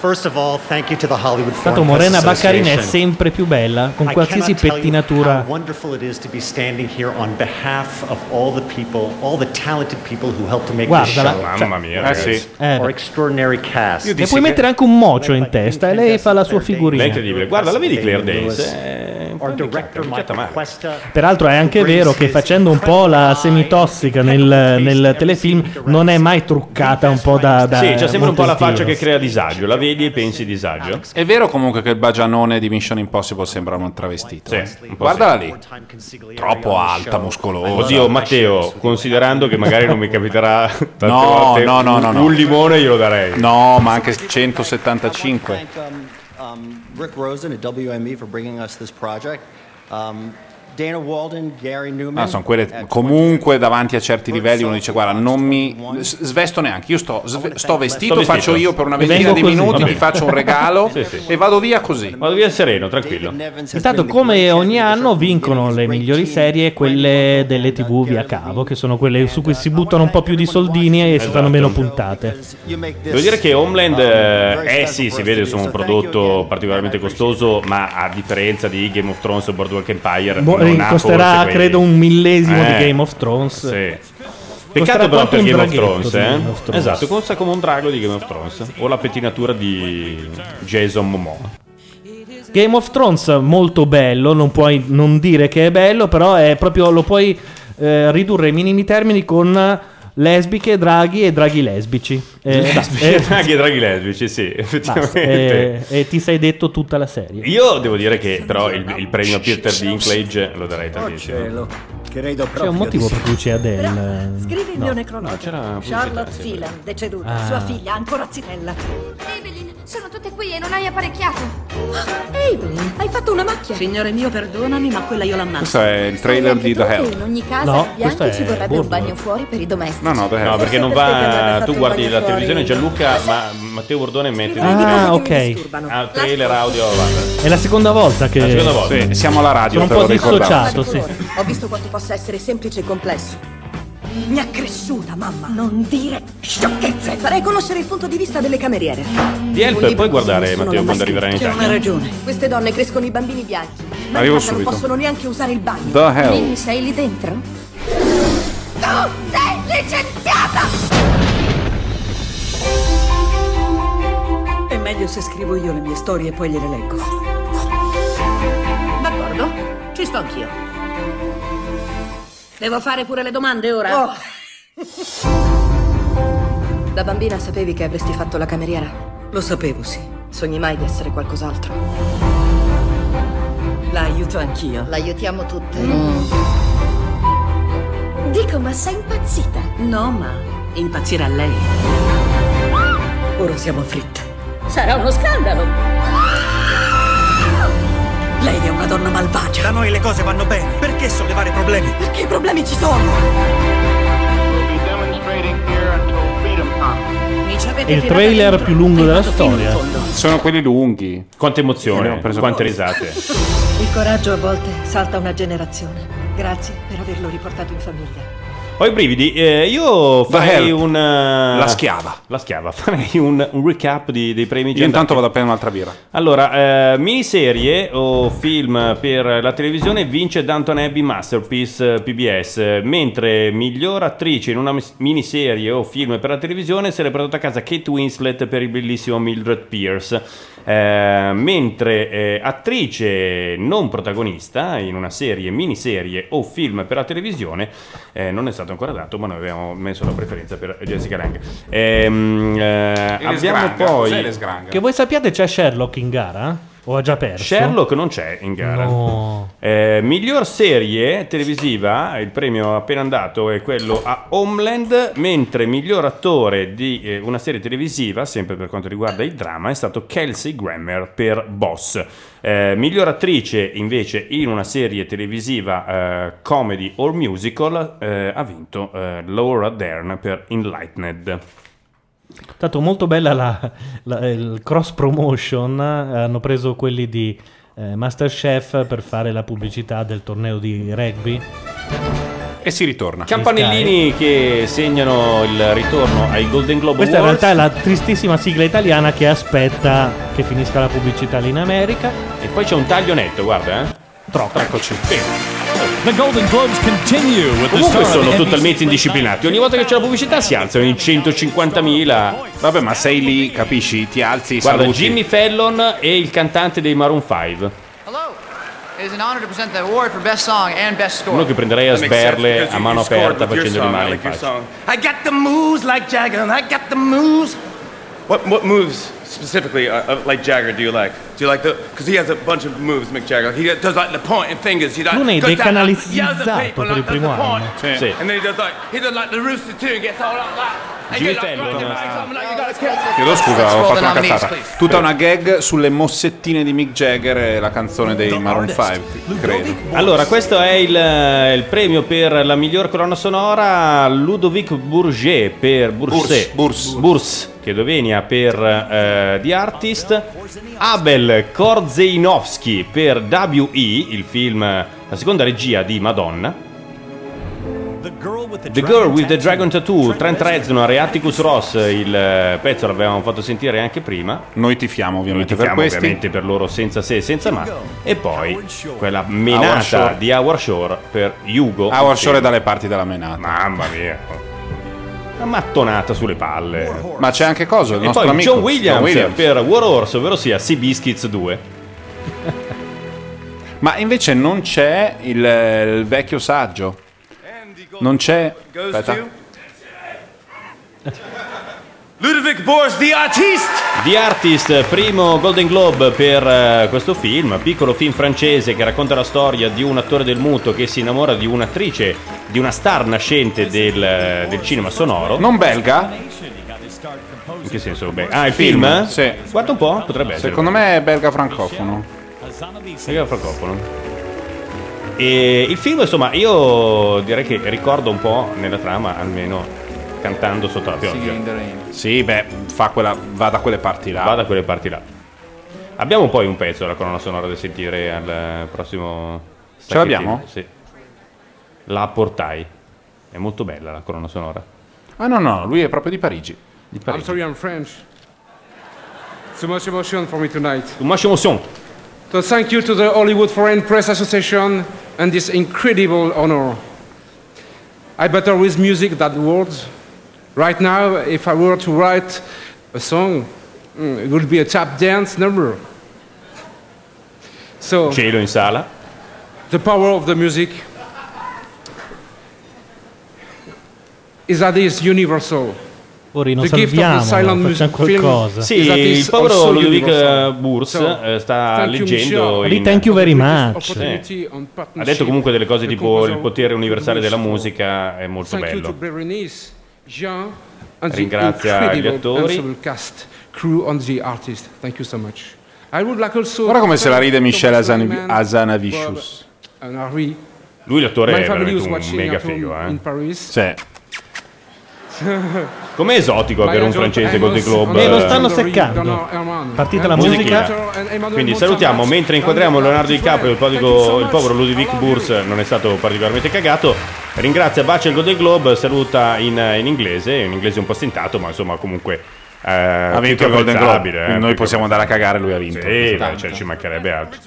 S4: First of all, thank you to the Hollywood
S18: Tanto
S4: Foreign Press
S18: Morena Baccarin è
S4: Association.
S18: sempre più bella, con
S4: I
S18: qualsiasi
S4: cannot tell you
S18: pettinatura.
S4: How wonderful it is to be standing here on behalf of all the people, all the talented people who helped to make this
S18: Guardala.
S4: show.
S18: Mamma mia, Eh, ragazzi. sì. Eh,
S4: Our extraordinary cast.
S18: E puoi mettere anche un mocio in testa e lei fa la sua figurina.
S2: È incredibile. Guarda, la vedi Claire
S4: Lewis.
S2: Danes? eh? È un po'
S4: Our
S2: invecchiata,
S4: director
S2: invecchiata
S4: Michael
S2: male.
S4: Cuesta.
S18: Peraltro è anche vero che facendo un po' la semitossica nel, nel telefilm non è mai truccata un po' da... da
S2: Sì, c'ha sempre un po' la faccia che
S18: Montesquieu.
S2: crea disagio, la vedi e pensi disagio.
S1: È vero comunque che il bagianone di Mission Impossible sembra un travestito.
S2: un po'
S1: Guardala
S2: sì.
S1: lì. Troppo alta, muscolosa.
S2: Oddio, Matteo, considerando che magari non mi
S1: [laughs]
S2: capiterà tante
S1: No,
S2: volte,
S1: no, no, no,
S2: un-
S1: no.
S2: un limone glielo darei.
S1: No, ma anche 175.
S32: um, um, Rick Rosen at WME for bringing us this project. Um, Dana Walden, Gary Newman.
S1: Ah, sono quelle comunque davanti a certi livelli uno dice guarda non mi s- svesto neanche, io sto, sve- sto vestito,
S2: Sto vestito.
S1: faccio io per una
S2: Vengo
S1: ventina di
S2: così.
S1: minuti,
S2: Va
S1: ti
S2: bene.
S1: faccio un regalo
S2: Sì, sì.
S1: e vado via così.
S2: Vado via sereno, tranquillo.
S18: Intanto, come ogni anno, vincono le migliori serie quelle delle TV via cavo, che sono quelle su cui si buttano un po' più di soldini e si fanno meno puntate.
S2: Devo dire che Homeland, eh eh sì, si vede insomma un prodotto particolarmente costoso, ma a differenza di Game of Thrones o Boardwalk Empire,
S18: Mo-
S2: non ha forse
S18: Boh, eh, costerà
S2: quei-
S18: credo un millesimo
S2: Eh,
S18: di Game of Thrones.
S2: Sì.
S18: Costerà
S2: Peccato però
S18: quanto
S2: per
S18: un
S2: Game of
S18: draghetto
S2: Thrones,
S18: di
S2: eh.
S18: Game of Thrones.
S2: Esatto, costa come un drago di Game of Thrones. eh? O la pettinatura di Jason Momoa.
S18: Game of Thrones molto bello, non puoi non dire che è bello, però è proprio lo puoi eh, ridurre ai minimi termini con lesbiche, draghi e draghi lesbici. Eh,
S2: Lesbici, [laughs]
S18: eh,
S2: draghi e draghi lesbici, sì, effettivamente.
S18: basta, eh, e ti sei detto tutta la serie.
S2: Io devo dire che però il, il premio Peter Dinklage lo darei
S4: Oh,
S3: Oh, certo.
S2: tantissimo.
S18: C'è un motivo per cui c'è Adele.
S27: Scrivi il mio
S18: No.
S2: No, c'era
S27: necronologio.
S2: Ah, pubblicità,
S27: Charlotte
S2: sì,
S27: Phelan, deceduta.
S18: Ah.
S27: Sua figlia, ancora zitella.
S7: Evelyn, sono tutte qui e non hai apparecchiato.
S27: Ah, Evelyn, hai fatto una macchia. Signore mio, perdonami, ma quella io l'ammazzo.
S1: Questo è il trailer di The
S7: In
S1: Hell.
S7: ogni casa,
S1: No,
S7: Bianchi
S1: questo è
S7: ci vorrebbe
S1: Bournemouth.
S7: un bagno fuori per i domestici.
S1: No, no, The Hell.
S2: No, perché non va. Tu guardi la televisione, Gianluca, ma Matteo Bordone mette.
S18: Ah, ok.
S2: Ah, trailer audio avanti.
S18: È la seconda volta che.
S2: La seconda volta. Sì, siamo alla radio,
S18: Sono
S2: te
S18: un po'
S2: lo ricordavo.
S18: dissociato, sì.
S27: Ho visto quanto possa essere semplice e complesso. Mi ha cresciuta, mamma. Non dire sciocchezze. Farei conoscere il punto di vista delle cameriere.
S2: Di Help, puoi guardare
S27: Sono
S2: Matteo
S27: la
S2: quando arriverà in
S27: maschera.
S2: Italia.
S27: Queste donne crescono i bambini bianchi. Ma
S2: Arrivo
S27: in casa
S2: subito.
S27: Non possono neanche usare il bagno.
S2: The hell.
S27: Minnie, sei lì dentro?
S7: Tu sei licenziata!
S27: È meglio se scrivo io le mie storie e poi gliele leggo. D'accordo, ci sto anch'io. Oh. [laughs] Devo fare pure le domande ora? Da bambina sapevi che avresti fatto la cameriera? Lo sapevo, sì. Sogni mai di essere qualcos'altro? La aiuto anch'io. Mm.
S3: L'aiutiamo tutte. Dico, ma sei impazzita?
S27: No, ma impazzirà lei. Ora siamo fritte.
S3: Sarà uno scandalo.
S27: Lei è una donna malvagia.
S8: Da noi le cose vanno bene. Perché sollevare problemi?
S27: Perché i problemi ci sono?
S18: il trailer più lungo della storia.
S1: Sono quelli lunghi.
S2: Quante emozioni, quante
S1: [laughs]
S2: risate.
S27: Il coraggio a volte salta una generazione. Grazie per averlo riportato in famiglia.
S2: Ho i brividi. eh, io farei
S1: Help.
S2: un. eh,
S1: La schiava.
S2: La schiava. [laughs] Farei un, un recap di- dei premi
S1: Io intanto vado a
S2: andata.
S1: prendere un'altra birra.
S2: Allora, eh, miniserie o film per la televisione vince Downton Abbey Masterpiece eh, PBS, eh, mentre miglior attrice in una mis- miniserie o film per la televisione se l'è portata a casa Kate Winslet per il bellissimo Mildred Pierce, eh, mentre eh, attrice non protagonista in una serie, miniserie o film per la televisione eh, non è stato ancora dato, ma noi avevamo messo la preferenza per Jessica Lange. Ehm, eh, abbiamo
S1: sgranga, cos'è
S2: poi...
S1: le sgranga?
S18: Che voi sappiate c'è Sherlock in gara? O ha già perso?
S2: Certo. Sherlock non c'è in gara.
S18: No.
S2: Eh, miglior serie televisiva, il premio appena andato è quello a Homeland, mentre miglior attore di eh, una serie televisiva, sempre per quanto riguarda il dramma, è stato Kelsey Grammer per Boss. Eh, miglior attrice invece in una serie televisiva eh, comedy or musical eh, ha vinto eh, Laura Dern per Enlightened.
S18: È stato molto bella la, la- il cross promotion. eh, Hanno preso quelli di eh, Masterchef per fare la pubblicità del torneo di rugby.
S1: E si ritorna.
S2: Campanellini che segnano il ritorno ai Golden Globe
S18: Questa in
S2: Awards.
S18: realtà è la tristissima sigla italiana che aspetta che finisca la pubblicità lì in America.
S2: E poi c'è un taglio netto, guarda, eh.
S18: Troppo.
S2: Eccoci.
S29: The Golden Globes continue with the
S2: Comunque
S29: star of
S2: sono
S29: the NBC
S2: totalmente indisciplinati. Ogni volta che c'è la pubblicità si alzano in 150.000.
S1: Vabbè, ma sei lì, capisci? Ti alzi,
S2: Guarda,
S1: saluti.
S2: Jimmy Fallon e il cantante dei Maroon 5.
S19: It is an honor to present the award for Best Song and Best Score.
S2: Uno che prenderei a
S1: eh,
S19: That makes sense,
S2: sberle
S19: because
S2: a
S19: you-
S2: mano
S19: you scored
S2: aperta
S19: with your
S2: facendogli
S19: song,
S2: male in
S19: like your
S2: faccia.
S24: I got the moves like Jagger, and I got the moves. What what moves specifically uh, uh, like Jagger do you like? Do you like the? Because he has a bunch of moves, Mick Jagger. He does like the point and fingers. He does.
S18: Lui ne è
S24: goes down, like, yells at
S18: decanalizzato
S24: people,
S18: per il
S24: like, does
S18: primo
S24: the point.
S18: anno.
S24: Sì. And then he does like he does like the rooster too. and Gets all like that. And
S1: Jimmy
S24: you're
S1: Fallon,
S24: like, right, you're
S1: uh,
S24: like, something like you gotta
S1: Chiedo scusa, ho fatto una
S24: nominees,
S1: cazzata.
S24: please.
S1: Tutta una gag sulle mossettine di Mick Jagger e la canzone dei Maroon 5, credo.
S2: Allora, questo è il, eh, il premio per la miglior colonna sonora Ludovic Bourget per Bourse, Bourse. Chedovenia per eh, The Artist, Abel Korzeinovsky per W.E., il film, la seconda regia di Madonna, The Girl with the Dragon Tattoo, Trent Reznor e Atticus Ross, il eh, pezzo l'avevamo fatto sentire anche prima.
S1: Noi tifiamo ovviamente
S2: Noi tifiamo
S1: per questi.
S2: ovviamente per loro senza se e senza ma. E poi quella
S1: Our
S2: menata
S1: Shore.
S2: di Our Shore per Hugo.
S1: Our Shore è
S2: dalle
S1: parti della menata.
S2: Mamma mia. Una mattonata sulle palle.
S1: Ma c'è anche cosa, il
S2: E
S1: nostro
S2: poi
S1: amico
S2: John Williams,
S1: John Williams.
S2: per War Horse, ovvero sia Sea Biscuits 2.
S1: [laughs] Ma invece non c'è il, il vecchio saggio. Non c'è.
S24: Goes
S1: Aspetta.
S24: to Ludovic Boers, the artiste.
S2: The Artist, primo Golden Globe per eh, questo film, piccolo film francese che racconta la storia di un attore del muto che si innamora di un'attrice, di una star nascente del, eh, del cinema sonoro.
S1: Non belga?
S2: In che senso? Beh, ah, il film?
S1: Film,
S2: Guarda un po', potrebbe essere.
S1: Secondo me è belga francofono.
S2: Belga francofono. E il film, insomma, io direi che ricordo un po' nella trama, almeno cantando sotto la pioggia.
S1: Sì, beh, fa quella, va da quelle parti là.
S2: Va da quelle parti là. Abbiamo poi un pezzo della colonna sonora da sentire al prossimo.
S1: Ce l'abbiamo?
S2: sacchettino? Sì. La portai. È molto bella la colonna sonora.
S1: Ah no, no, lui è proprio di Parigi.
S2: Di Parigi.
S33: I'm sorry, I'm French. Too much emotion for me tonight.
S2: Too much emotion.
S33: So thank you to the Hollywood Foreign Press Association and this incredible honor. I better with music than words. Right now, if I were to write a song, mm, it would be a tap dance number. So
S2: Cielo in sala.
S33: the power of the music is that it's universal.
S18: Ori, non
S33: The gift of the
S18: salviamo,
S33: silent music
S18: facciamo
S33: film.
S18: qualcosa.
S2: Sì,
S33: That
S2: Esatto, il
S33: is
S2: povero
S18: also
S2: Ludovic
S18: universal.
S2: Burs
S33: So,
S2: eh, sta
S33: thank you,
S2: leggendo.
S18: Michel. Di
S2: in-
S18: thank you very much.
S33: Opportunity on partnership.
S2: Ha detto comunque delle cose tipo il potere universale della
S33: Beautiful.
S2: musica è molto
S33: Thank you to
S2: bello.
S33: Berenice, Jean, and the
S2: Ringrazia gli
S33: incredible
S2: attori.
S33: ensemble cast, crew and the artist. Thank you so much. I would like also
S1: Guarda come se la ride Michelle Azan-
S33: Thomas
S1: Azanavicius.
S33: and [laughs] Harry.
S2: Lui l'attore
S33: My
S2: è
S33: family
S2: veramente
S33: was
S2: un
S33: watching
S2: mega
S33: at home
S2: figo, eh.
S33: in Paris.
S1: Sì.
S2: Com'è esotico
S33: My
S2: avere un
S33: agent
S2: francese con dei
S33: Amos
S2: globe?
S33: Eh, lo
S18: stanno
S2: eh,
S33: seccando. Herman.
S18: Partita la
S2: musichina.
S33: musica.
S2: Quindi salutiamo mentre inquadriamo Leonardo DiCaprio, il, povero- il povero Ludovic Burs non è stato particolarmente cagato. Ringrazia, bacia il Golden Globe, saluta in, in inglese, un inglese un po' stentato, ma insomma comunque eh,
S1: Ha vinto il Golden Globe. quindi noi possiamo andare a cagare, lui ha vinto.
S2: Sì, beh, cioè, ci mancherebbe altro.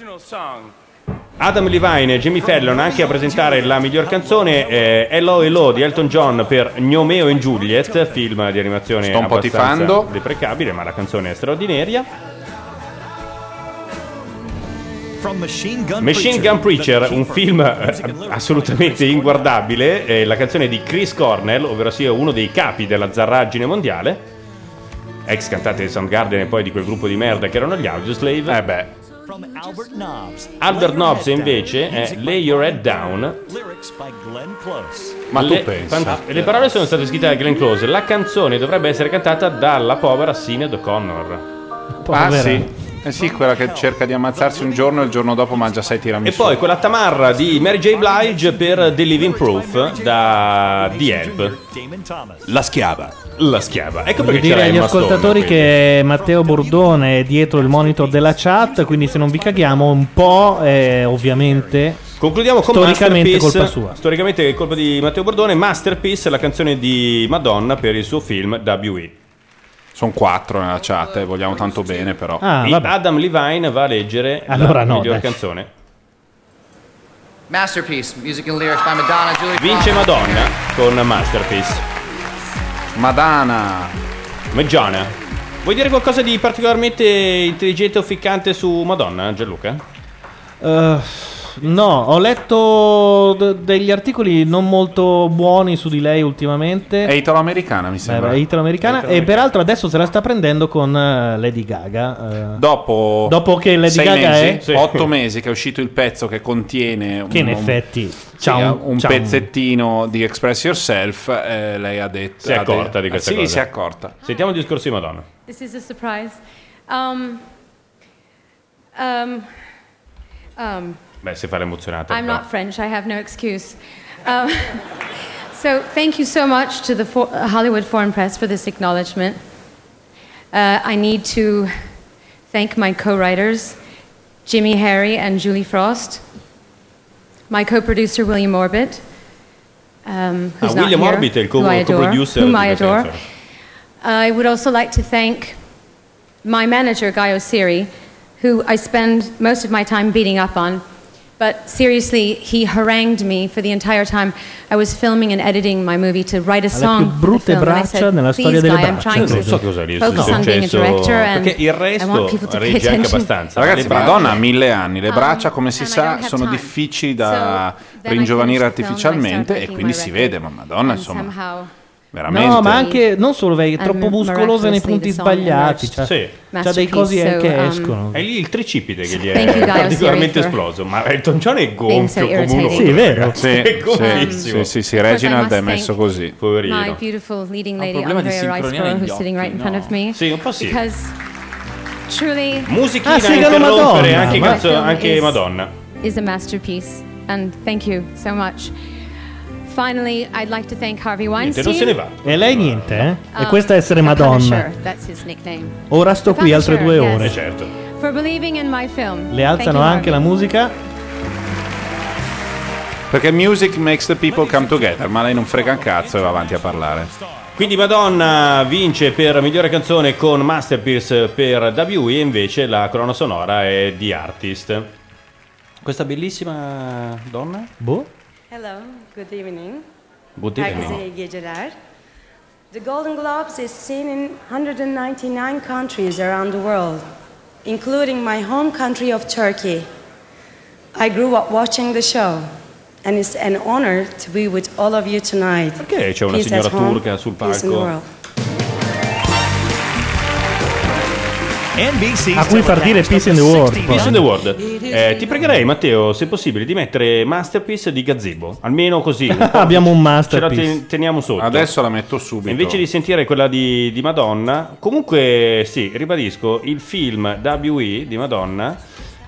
S2: Adam Levine e Jimmy Fallon anche a presentare la miglior canzone eh, Hello Hello di Elton John per Gnomeo and Juliet, film di animazione
S1: Sto un po'
S2: abbastanza
S1: tifando.
S2: deprecabile, ma la canzone è straordinaria.
S8: From Machine Gun
S2: Machine Gun Preacher, un film eh, assolutamente inguardabile, eh, la canzone di Chris Cornell, ovvero sia uno dei capi della zarraggine mondiale, ex cantante di Soundgarden e poi di quel gruppo di merda che erano gli Audioslave. Eh beh.
S8: From Albert Nobbs.
S2: Albert Nobbs invece eh, è Lay Your Head Down.
S8: Lyrics by Glenn Close.
S2: le, fan- le parole sono state scritte da Glenn Close. La canzone dovrebbe essere cantata dalla povera Sinead O'Connor.
S1: Ah,
S2: Povera.
S1: sì. Eh sì, quella che cerca di ammazzarsi un giorno e il giorno dopo mangia sei
S2: E
S1: tiramisù.
S2: poi quella tamarra di Mary J. Blige per The Living Proof da The Help. La schiava. La schiava. Ecco
S18: Voglio
S2: perché c'era
S18: dire agli
S2: Emma Stone,
S18: ascoltatori
S2: quindi.
S18: che Matteo Bordone è dietro il monitor della chat, quindi se non vi caghiamo un po', eh, ovviamente,
S2: Concludiamo con
S18: storicamente
S2: Masterpiece.
S18: colpa sua.
S2: Storicamente è colpa di Matteo Bordone. Masterpiece, la canzone di Madonna per il suo film WE.
S1: Sono quattro nella chat e Cioè, vogliamo tanto bene, però.
S18: Ah,
S2: E
S18: vabbè.
S2: Adam Levine va a leggere
S18: Allora
S2: la
S18: no,
S2: miglior
S18: dai.
S2: canzone.
S19: Masterpiece, music and lyrics by Madonna, Julie
S2: Vince
S19: Fox.
S2: Madonna con Masterpiece.
S1: Madonna.
S2: Madonna. Vuoi dire qualcosa di particolarmente intelligente o ficcante su Madonna, Gianluca?
S18: Eh, no, ho letto d- degli articoli non molto buoni su di lei ultimamente. Eh,
S1: È italoamericana, mi sembra.
S18: È italoamericana e
S1: Italoamericana.
S18: peraltro adesso se la sta prendendo con eh, Lady Gaga. eh.
S1: Dopo,
S18: Dopo che Lady
S1: sei
S18: Gaga
S1: mesi,
S18: è- Sì.
S1: otto mesi che è uscito il pezzo che contiene
S18: [laughs]
S1: un,
S18: Che in
S1: un-
S18: effetti
S1: sì,
S18: c'ha un-
S1: un
S18: c'ha un-
S1: pezzettino di Express Yourself. eh, lei ha detto:
S2: Si è
S1: ha de-
S2: accorta di questa
S1: sì,
S2: cosa.
S1: si è accorta.
S2: Sentiamo il discorso di Madonna.
S15: This is a surprise. Um, um, um,
S2: Beh, si fa l'emozionata.
S15: I'm
S2: però.
S15: not French. I have no excuse. Um, [laughs] so thank you so much to the for- Hollywood Foreign Press for this acknowledgement. Uh, I need to thank my co-writers, Jimmy Harry and Julie Frost, my co-producer William Orbit, um, who's
S2: Ah,
S15: not
S2: William
S15: here,
S2: Orbit è il co-
S15: who I adore,
S2: co-producer
S15: whom
S2: di
S15: I
S2: questa
S15: adore.
S2: canzone.
S15: I would also like to thank my manager, Guy O'Siri, who I spend most of my time beating up on. But seriously, he harangued me for the entire time I was filming and editing my movie to write a
S18: più
S15: song. for the
S18: brutte
S15: film, and I
S18: braccia
S15: said,
S18: nella storia
S15: "Please,
S18: delle
S15: Guy, I'm
S18: braccia,
S15: trying to
S18: non so
S2: cosa gli
S15: focus
S2: sia
S15: on being a
S2: successo,
S15: director and
S2: perché il
S15: I want people to
S2: resto
S15: pay
S2: regge anche
S15: attention."
S2: abbastanza.
S1: Ragazzi,
S2: Le braccia-
S1: Madonna ha mille anni. Le
S15: Um,
S1: braccia, come si
S15: and I
S1: sa,
S15: don't have
S1: sono
S15: time.
S1: difficili da
S15: So, then I
S1: ringiovanire
S15: finished the film, I started
S1: artificialmente. E
S15: making
S1: quindi
S15: my
S1: si
S15: record.
S1: vede, ma Madonna,
S15: And
S1: insomma,
S15: somehow
S1: veramente.
S18: No, ma anche non solo lei, è
S15: And
S18: troppo muscolosa nei
S15: miraculously
S18: punti
S15: the song
S18: sbagliati. Cioè,
S15: emerged.
S2: Sì.
S18: c'ha dei cosi
S15: Masterpiece,
S18: che
S15: so, um,
S18: escono.
S2: È lì il tricipite che gli
S15: Thank you,
S2: è
S15: guys,
S2: particolarmente
S15: sorry for
S2: esploso. Ma Elton John è
S15: being so
S2: gonfio come un
S15: irritating.
S2: orto.
S15: Sì,
S18: vero.
S2: ragazzi,
S1: Sì,
S2: [laughs] È
S1: sì,
S2: gonfissimo.
S1: sì, sì, sì, Reginald è
S15: must
S1: messo
S15: thank
S1: così.
S15: my
S2: Poverino.
S15: beautiful leading lady,
S1: problema di
S15: Andrea
S1: sincronia
S2: eh.
S15: Riceborough,
S1: negli
S15: who's sitting right in front of me.
S2: Sì, un po' sì.
S15: Because truly,
S2: Musichina
S18: Ah, segano
S2: interrompere
S18: Madonna,
S2: anche,
S18: ma-
S2: canzo- anche
S15: Is-
S2: Madonna.
S15: is a masterpiece, and thank you so much. Finally, I'd like to thank Harvey Weinstein. Ah,
S18: E lei niente, eh? E
S15: Um,
S18: questa è essere Madonna.
S15: Punisher, That's his nickname.
S18: Ora sto qui altre due
S15: Punisher,
S18: ore.
S15: yes. For believing in my film.
S18: Le alzano
S15: Thank
S18: anche
S15: you,
S18: la musica.
S1: Perché music makes the people come together, ma lei non frega un cazzo e va avanti a parlare.
S2: Quindi Madonna vince per migliore canzone con Masterpiece per WE e invece la crono sonora è di Artist. Questa bellissima donna?
S18: Boh.
S5: Hello, good evening.
S2: Good
S5: Herkese iyi geceler. The Golden Globes is seen in 199 countries around the world, including my home country of Turkey. I grew up watching the show, and it's an honor to be with all of you tonight.
S2: Perché c'è una
S5: Peace at
S2: signora
S5: home,
S2: turca sul
S5: peace in the
S2: palco?
S5: world.
S18: A cui far dire Peace in the World.
S2: Peace in the World. Eh, ti pregherei, Matteo, se possibile, di mettere Masterpiece di Gazebo. Almeno così. un po'
S18: [laughs] Abbiamo un
S2: Ce la
S18: masterpiece.
S2: ten- teniamo sotto.
S1: Adesso la metto subito.
S2: Invece di sentire quella di, di Madonna, comunque sì, ribadisco, il film WE di Madonna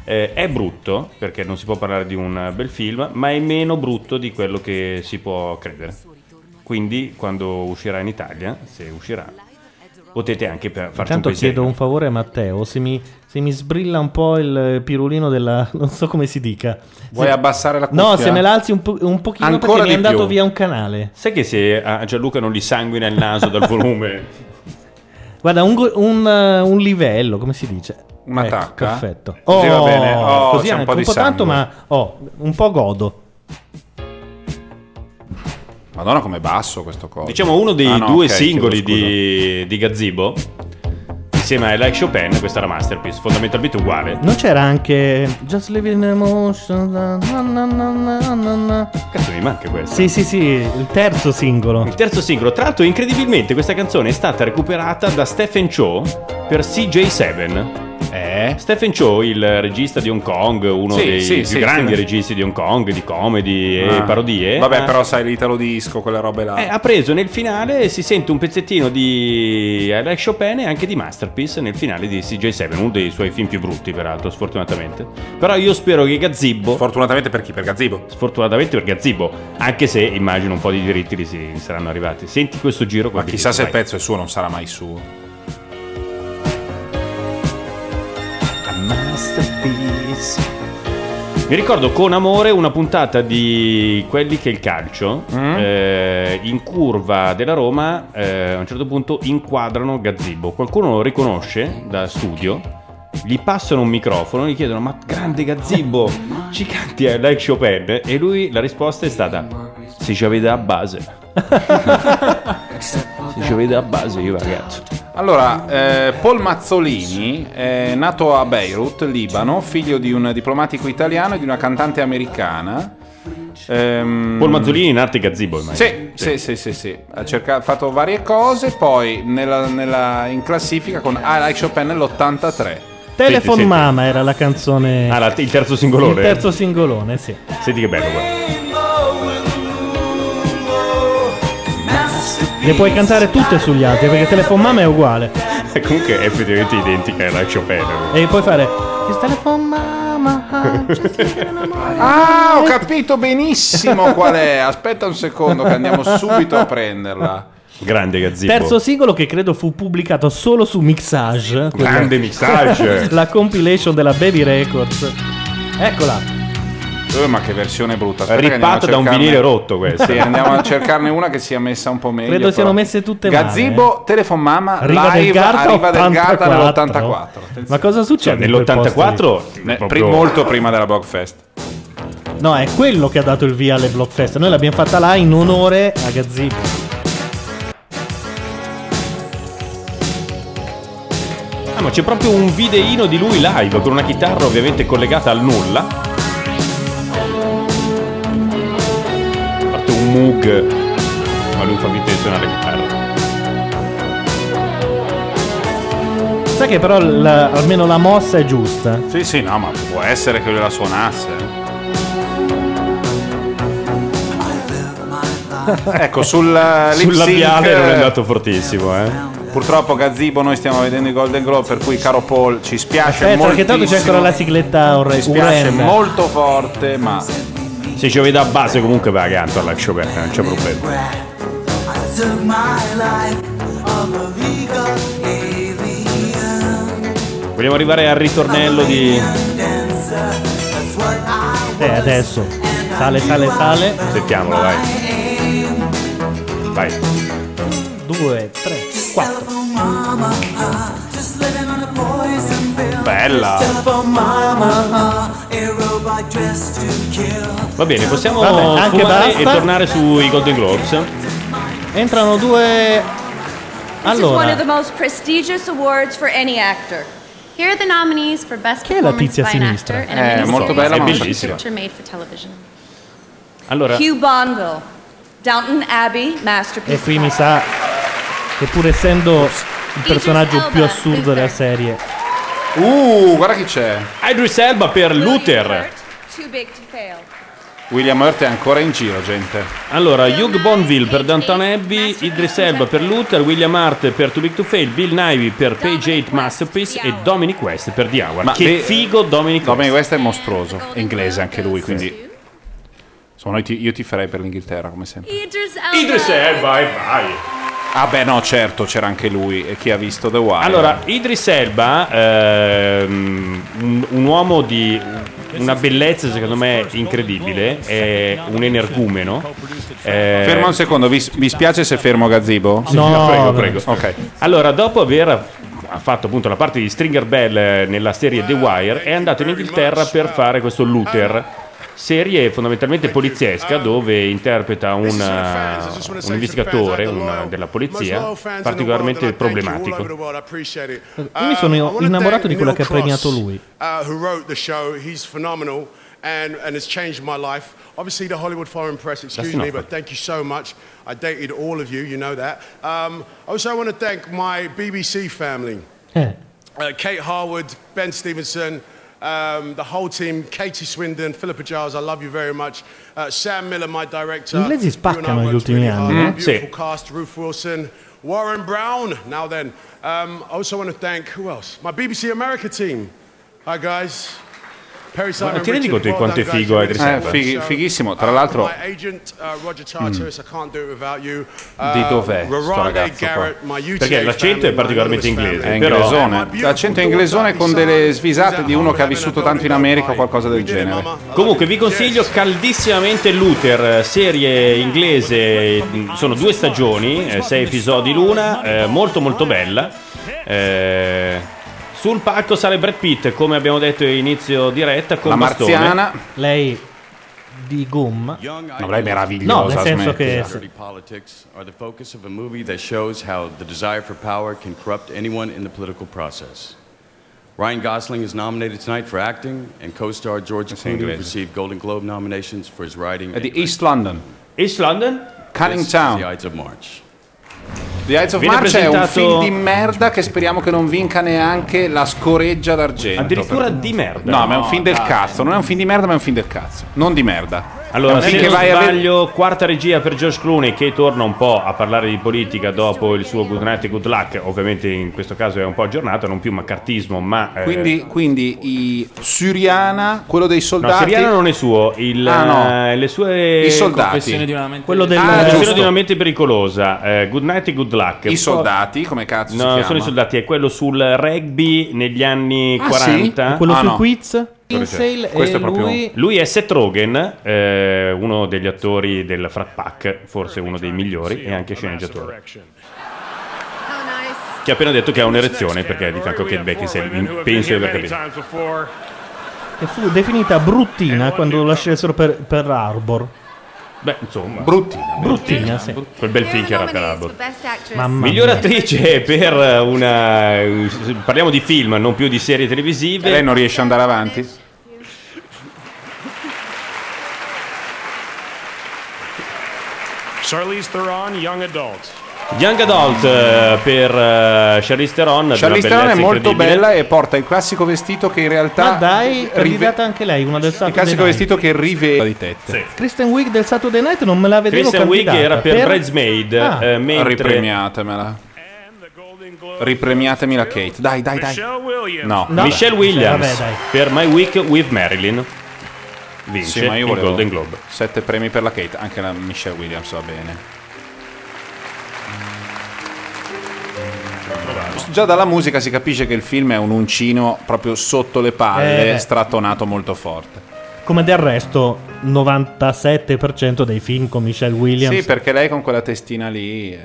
S2: eh, è brutto, perché non si può parlare di un bel film, ma è meno brutto di quello che si può credere. Quindi quando uscirà in Italia, se uscirà, potete anche per- farci un
S18: Intanto
S2: pensiero.
S18: chiedo un favore a Matteo, se mi, se mi sbrilla un po' il pirulino della... [laughs] non so come si dica.
S1: Vuoi
S18: Se-
S1: abbassare la
S18: No,
S1: cuffia?
S18: se me la alzi un, po- un pochino
S1: Ancora
S18: perché mi
S1: di
S18: è andato
S1: più.
S18: via un canale.
S2: Sai che se a Gianluca non gli sanguina il naso dal
S18: [laughs]
S2: volume...
S18: Guarda, un, go- un, eh, un livello, come si dice?
S1: Una
S18: Ecco,
S1: tacca?
S18: Perfetto.
S1: eh? Così va bene. Oh,
S18: così
S1: c'è un
S18: anche
S1: po' di
S18: tanto,
S1: sangue.
S18: ma oh, un po' godo.
S1: Madonna, com'è basso questo coso.
S2: Diciamo uno dei
S1: Ah, no,
S2: due
S1: ok,
S2: singoli
S1: chiedo scusa.
S2: di, di Gazebo insieme a Like Chopin, questa era Masterpiece, fondamentalmente uguale.
S18: Non c'era anche Just Living Emotion. na, na, na, na, na, na.
S2: Cazzo, mi manca questo.
S18: Sì, sì, sì, il terzo singolo.
S2: Il terzo singolo, tra l'altro incredibilmente questa canzone è stata recuperata da Stephen Chow per CJ7. Eh? Stephen Chow, il regista di Hong Kong, uno
S1: Sì,
S2: dei
S1: sì,
S2: più
S1: sì,
S2: grandi
S1: sì.
S2: registi di Hong Kong, di comedy e
S1: Ah.
S2: eh, parodie.
S1: Vabbè,
S2: ha-
S1: però sai l'italo disco, quelle robe là.
S2: eh, ha preso nel finale, si sente un pezzettino di I Like Chopin e anche di Masterpiece nel finale di CJ7, uno dei suoi film più brutti peraltro, sfortunatamente. Però io spero che Gazzibo...
S1: Sfortunatamente per chi? Per Gazzibo?
S2: Sfortunatamente per Gazzibo, anche se immagino un po' di diritti gli si- gli saranno arrivati. Senti questo giro
S1: Ma chissà se il pezzo è suo, non sarà mai suo.
S2: Mi ricordo con amore una puntata di quelli che è il calcio
S1: Mm.
S2: eh, in curva della Roma eh, a un certo punto inquadrano Gazzibo. Qualcuno lo riconosce da studio, gli passano un microfono, gli chiedono ma grande Gazzibo, ci canti a like Chopin? E lui la risposta è stata se ci avete a base. [laughs] se ci avete a base io ragazzo.
S1: Allora, eh, Paul Mazzolini è nato a Beirut, Libano, figlio di un diplomatico italiano e di una cantante americana. Ehm,
S2: Paul Mazzolini in arte Gazzibo
S1: Sì, sì, sì, sì, sì. Ha cerca- fatto varie cose, poi nella- nella- in classifica con I Like Chopin nell'83.
S18: Telephone Mama era la canzone.
S2: Ah, la- il terzo singolone.
S18: Il terzo singolone, sì.
S2: Senti che bello qua.
S18: Le puoi cantare tutte sugli altri perché Telephone Mama è uguale.
S2: [laughs] Comunque è effettivamente identica eh, alla Chopin.
S1: [laughs]
S18: E puoi fare. "Is telephone mama, Ah,
S1: ho capito benissimo qual
S18: [laughs]
S1: è. Aspetta un secondo che andiamo subito a prenderla.
S2: Grande Gazzibo.
S18: Terzo singolo che credo fu pubblicato solo su Mixage.
S1: Grande Mixage.
S18: [laughs] la compilation della Baby Records. Eccola.
S1: Eh, ma che versione brutta. Aspetta che
S2: Rippata
S1: andiamo a
S2: da un
S1: cercarne-
S2: vinile rotto questa.
S1: Sì, andiamo a cercarne una che sia messa un po' meglio.
S18: Credo siano
S1: però.
S18: messe tutte male, eh.
S1: Gazzibo, Telephone Mama,
S18: Riva del
S1: live,
S18: Garda
S1: arriva del
S18: 84.
S1: Garda nell'84.
S18: Ma cosa
S2: Cioè, Eh,
S18: succede? in quel
S2: nell'84?
S18: posto lì?
S1: molto prima della Blockfest.
S18: No, è quello che ha dato il via alle Blockfest. Noi l'abbiamo fatta là in onore a Gazzibo.
S2: Ah, ma c'è proprio un videino di lui live con una chitarra ovviamente collegata al nulla. A parte un Moog, ma lui fa finta di suonare la chitarra.
S18: Sai che però la- almeno la mossa è giusta. [laughs]
S1: Sì, sì, no, ma può essere che lui la suonasse.
S2: [laughs]
S1: ecco, sul eh, lip
S2: Sul labiale
S1: sync,
S2: non è
S1: eh,
S2: andato fortissimo, eh.
S1: Purtroppo Gazzibo noi stiamo vedendo i Golden Globe, per cui caro Paul ci spiace
S18: Aspetta, perché
S1: moltissimo.
S18: tanto c'è ancora la
S2: eh,
S18: sigletta orre-
S1: Ci spiace
S18: urrenda.
S1: molto forte, ma
S2: Se ci vedo a base comunque va canto alla Chopin, eh, non c'è problema.
S9: took my life of a legal alien
S2: Vogliamo arrivare al ritornello di...
S9: dancer. That's what I
S18: Eh, adesso. Sale, sale, sale.
S2: Sentiamolo, vai.
S9: am.
S2: Vai.
S18: Due, tre, quattro.
S9: Mama, uh, just living on a poison pill.
S2: Bella.
S9: Just for mama, uh, a robot dressed to kill.
S2: Va bene, possiamo
S18: Vabbè, anche
S2: sfumare e
S18: basta.
S2: tornare sui Golden Globes.
S18: Entrano due.
S3: This is one of
S18: Allora,
S3: the most prestigious awards for any actor.
S15: Here are the nominees for Best
S18: è la
S15: Performance
S18: tizia a
S15: by an
S18: sinistra?
S15: Actor in
S1: Eh,
S15: a
S1: molto
S15: miniseries
S1: bella,
S15: or
S1: ma non so chi sia.
S15: picture made for television. Cioè,
S2: Allora,
S3: Hugh Bonville, Downton Abbey,
S18: e
S3: masterpiece.
S18: qui mi sa che pur essendo il personaggio più assurdo della serie,
S1: Uh, guarda chi c'è.
S2: Idris Elba per Luther.
S3: Too big to fail.
S1: William Hurt è ancora in giro, gente.
S2: Allora, Hugh Bonville per Downton Abbey, Idris Elba per Luther, William Hart per Too Big to Fail, Bill Nivey per Page 8 Masterpiece e Dominic West per The Hour. che
S1: de-
S2: figo Dominic
S1: West. è mostruoso. È inglese anche lui, quindi. Insomma, noi ti- io ti farei per l'Inghilterra, come sempre.
S10: Idris
S2: Idris Elba e vai.
S1: Ah, beh, no, certo, c'era anche lui. E chi ha visto The Wire?
S2: Allora, Idris Elba, ehm, un, un uomo di una bellezza secondo me incredibile, è un energumeno. eh,
S1: Ferma un secondo, vi, vi spiace se fermo Gazzibo?
S2: Sì, No, prego, prego.
S1: Ok.
S2: Allora, dopo aver ha fatto appunto la parte di Stringer Bell eh, nella serie The Wire, è andato in Inghilterra per fare questo Luther, serie fondamentalmente poliziesca dove interpreta un, eh, un investigatore un- della polizia particolarmente problematico.
S18: Io mi
S11: Um,
S18: sono innamorato di quella che ha premiato lui.
S11: uh, who wrote the show. He's phenomenal and, and has changed my life. Obviously, the Hollywood Foreign Press, excuse
S2: enough.
S11: me, but thank you so much. I dated all of you, you know that. Um, also, I want to thank my BBC family
S18: Eh.
S11: uh, Kate Harwood, Ben Stevenson, um, the whole team, Katie Swindon, Philippa Giles, I love you very much. Uh, Sam Miller, my director.
S18: Gli inglesi
S11: You and I
S18: spaccano negli
S11: worked
S18: ultimi
S11: really hard.
S18: anni, eh?
S11: Beautiful
S18: Sì.
S11: cast, Ruth Wilson, Warren Brown. Now then, um, I also want to thank, who else? My BBC America team. Hi guys. Perry Simon
S1: ti rendi
S11: Richard,
S1: conto di
S11: well
S1: quanto è
S11: done, guys.
S1: figo Idris
S11: You've been
S1: Elba?
S11: on the
S1: Eh, fighi-
S11: show.
S1: fighissimo. Tra l'altro- Mm.
S11: Uh, My agent uh, Roger Tartaris, I can't do it without you. Uh,
S1: Di dov'è sto
S11: Rorande
S1: ragazzo qua?
S11: Garrett, my UTA family, my
S1: È
S11: però-
S1: inglesone. L'accento è inglesone con delle svisate di uno che ha
S11: Esatto.
S1: vissuto tanto in America o qualcosa del genere.
S2: Comunque vi consiglio caldissimamente Luther, eh, serie inglese, mh, sono due stagioni, eh, sei episodi l'una, eh, molto molto bella. Eh, sul palco sale Brad Pitt, come abbiamo detto inizio diretta, con
S1: La
S2: bastone.
S1: marziana.
S18: Lei di gomma.
S1: No, lei è
S18: No, nel senso che
S12: Dirty politics are the focus of a movie that shows how the desire for power can corrupt anyone in the political process. Ryan Gosling is nominated tonight for acting, and co-star George Clooney received Golden Globe nominations for his writing.
S1: È di East London.
S2: East London?
S1: Cunning
S12: This
S1: Town.
S12: is The Ides of March.
S1: The Eyes of
S12: Viene
S1: March è un film
S12: presentato-
S1: di merda che speriamo che non vinca neanche la scoreggia d'argento.
S2: Addirittura di merda.
S1: No, ma è un film del
S2: dai.
S1: cazzo. Non è un film di merda, ma è un film del cazzo. Non di merda. è
S2: Allora,
S1: un
S2: se
S1: film
S2: non
S1: che vai a vedere-
S2: sbaglio, quarta regia per George Clooney che torna un po' a parlare di politica dopo il suo Good Night e Good Luck, ovviamente in questo caso è un po' aggiornato, non più maccartismo, ma... eh,
S1: Quindi, quindi i Siriana, quello dei
S2: No,
S1: soldati.
S2: Siriano non è suo, il,
S1: Ah, no.
S2: eh, le sue
S1: I soldati.
S2: confessioni
S1: di una
S2: mente, Ah,
S1: Quello del- giusto.
S2: di una mente pericolosa, eh, Good Night e Good Luck.
S1: I soldati, come cazzo si
S2: No, non
S1: chiama?
S2: sono i soldati, è quello sul rugby negli anni
S1: Ah,
S2: 40.
S1: sì? Quello Ah, sul no.
S18: quiz?
S1: Kinsale e Questo è proprio- lui-
S2: Lui è Seth Rogen, eh, uno degli attori del Frat Pack, forse uno dei migliori, e anche sceneggiatore. Che ha appena detto che ha un'erezione perché è di fianco a Kate Beckinsale, in- penso di aver capito.
S18: che fu definita
S2: Eh,
S18: bruttina quando la scelsero per, per Arbor.
S2: Beh, insomma.
S1: Bruttina.
S18: Bruttina, sì.
S2: Quel bel film che era per Arbor.
S7: Best actress.
S18: Mamma
S2: Migliore
S18: mia.
S2: attrice per una. Parliamo di film, non più di serie televisive.
S1: Lei non riesce ad andare avanti.
S14: Charlize Theron, young adult.
S2: Young Adult eh, per eh, Charlize Theron. di una
S1: Charlize Theron è
S2: bellezza
S1: molto
S2: incredibile.
S1: bella e porta il classico vestito che in realtà.
S18: Ma dai,
S1: rive-
S18: candidata anche lei, una del
S1: il
S18: Saturday
S1: classico
S18: Night.
S1: vestito che rivela di tette.
S18: Kristen Wiig del Saturday Night non me la vedevo
S2: Kristen Wiig
S18: candidata.
S2: era per Bridesmaid,
S18: Ah.
S2: eh, mentre-
S1: Ripremiatemela. Ripremiatemi la Kate. Dai, dai, dai. No.
S2: Michelle Williams
S1: Vabbè, dai.
S2: per My Week with Marilyn. Vince
S1: Sì, ma io
S2: il
S1: volevo
S2: Golden Globe.
S1: Sette premi per la Kate, anche la Michelle Williams va bene. Già dalla musica si capisce che il film è un uncino proprio sotto le
S18: Eh,
S1: palle,
S18: beh.
S1: strattonato molto forte.
S18: Come del resto, 97% dei film con Michelle Williams.
S1: Sì, perché lei con quella testina lì. eh,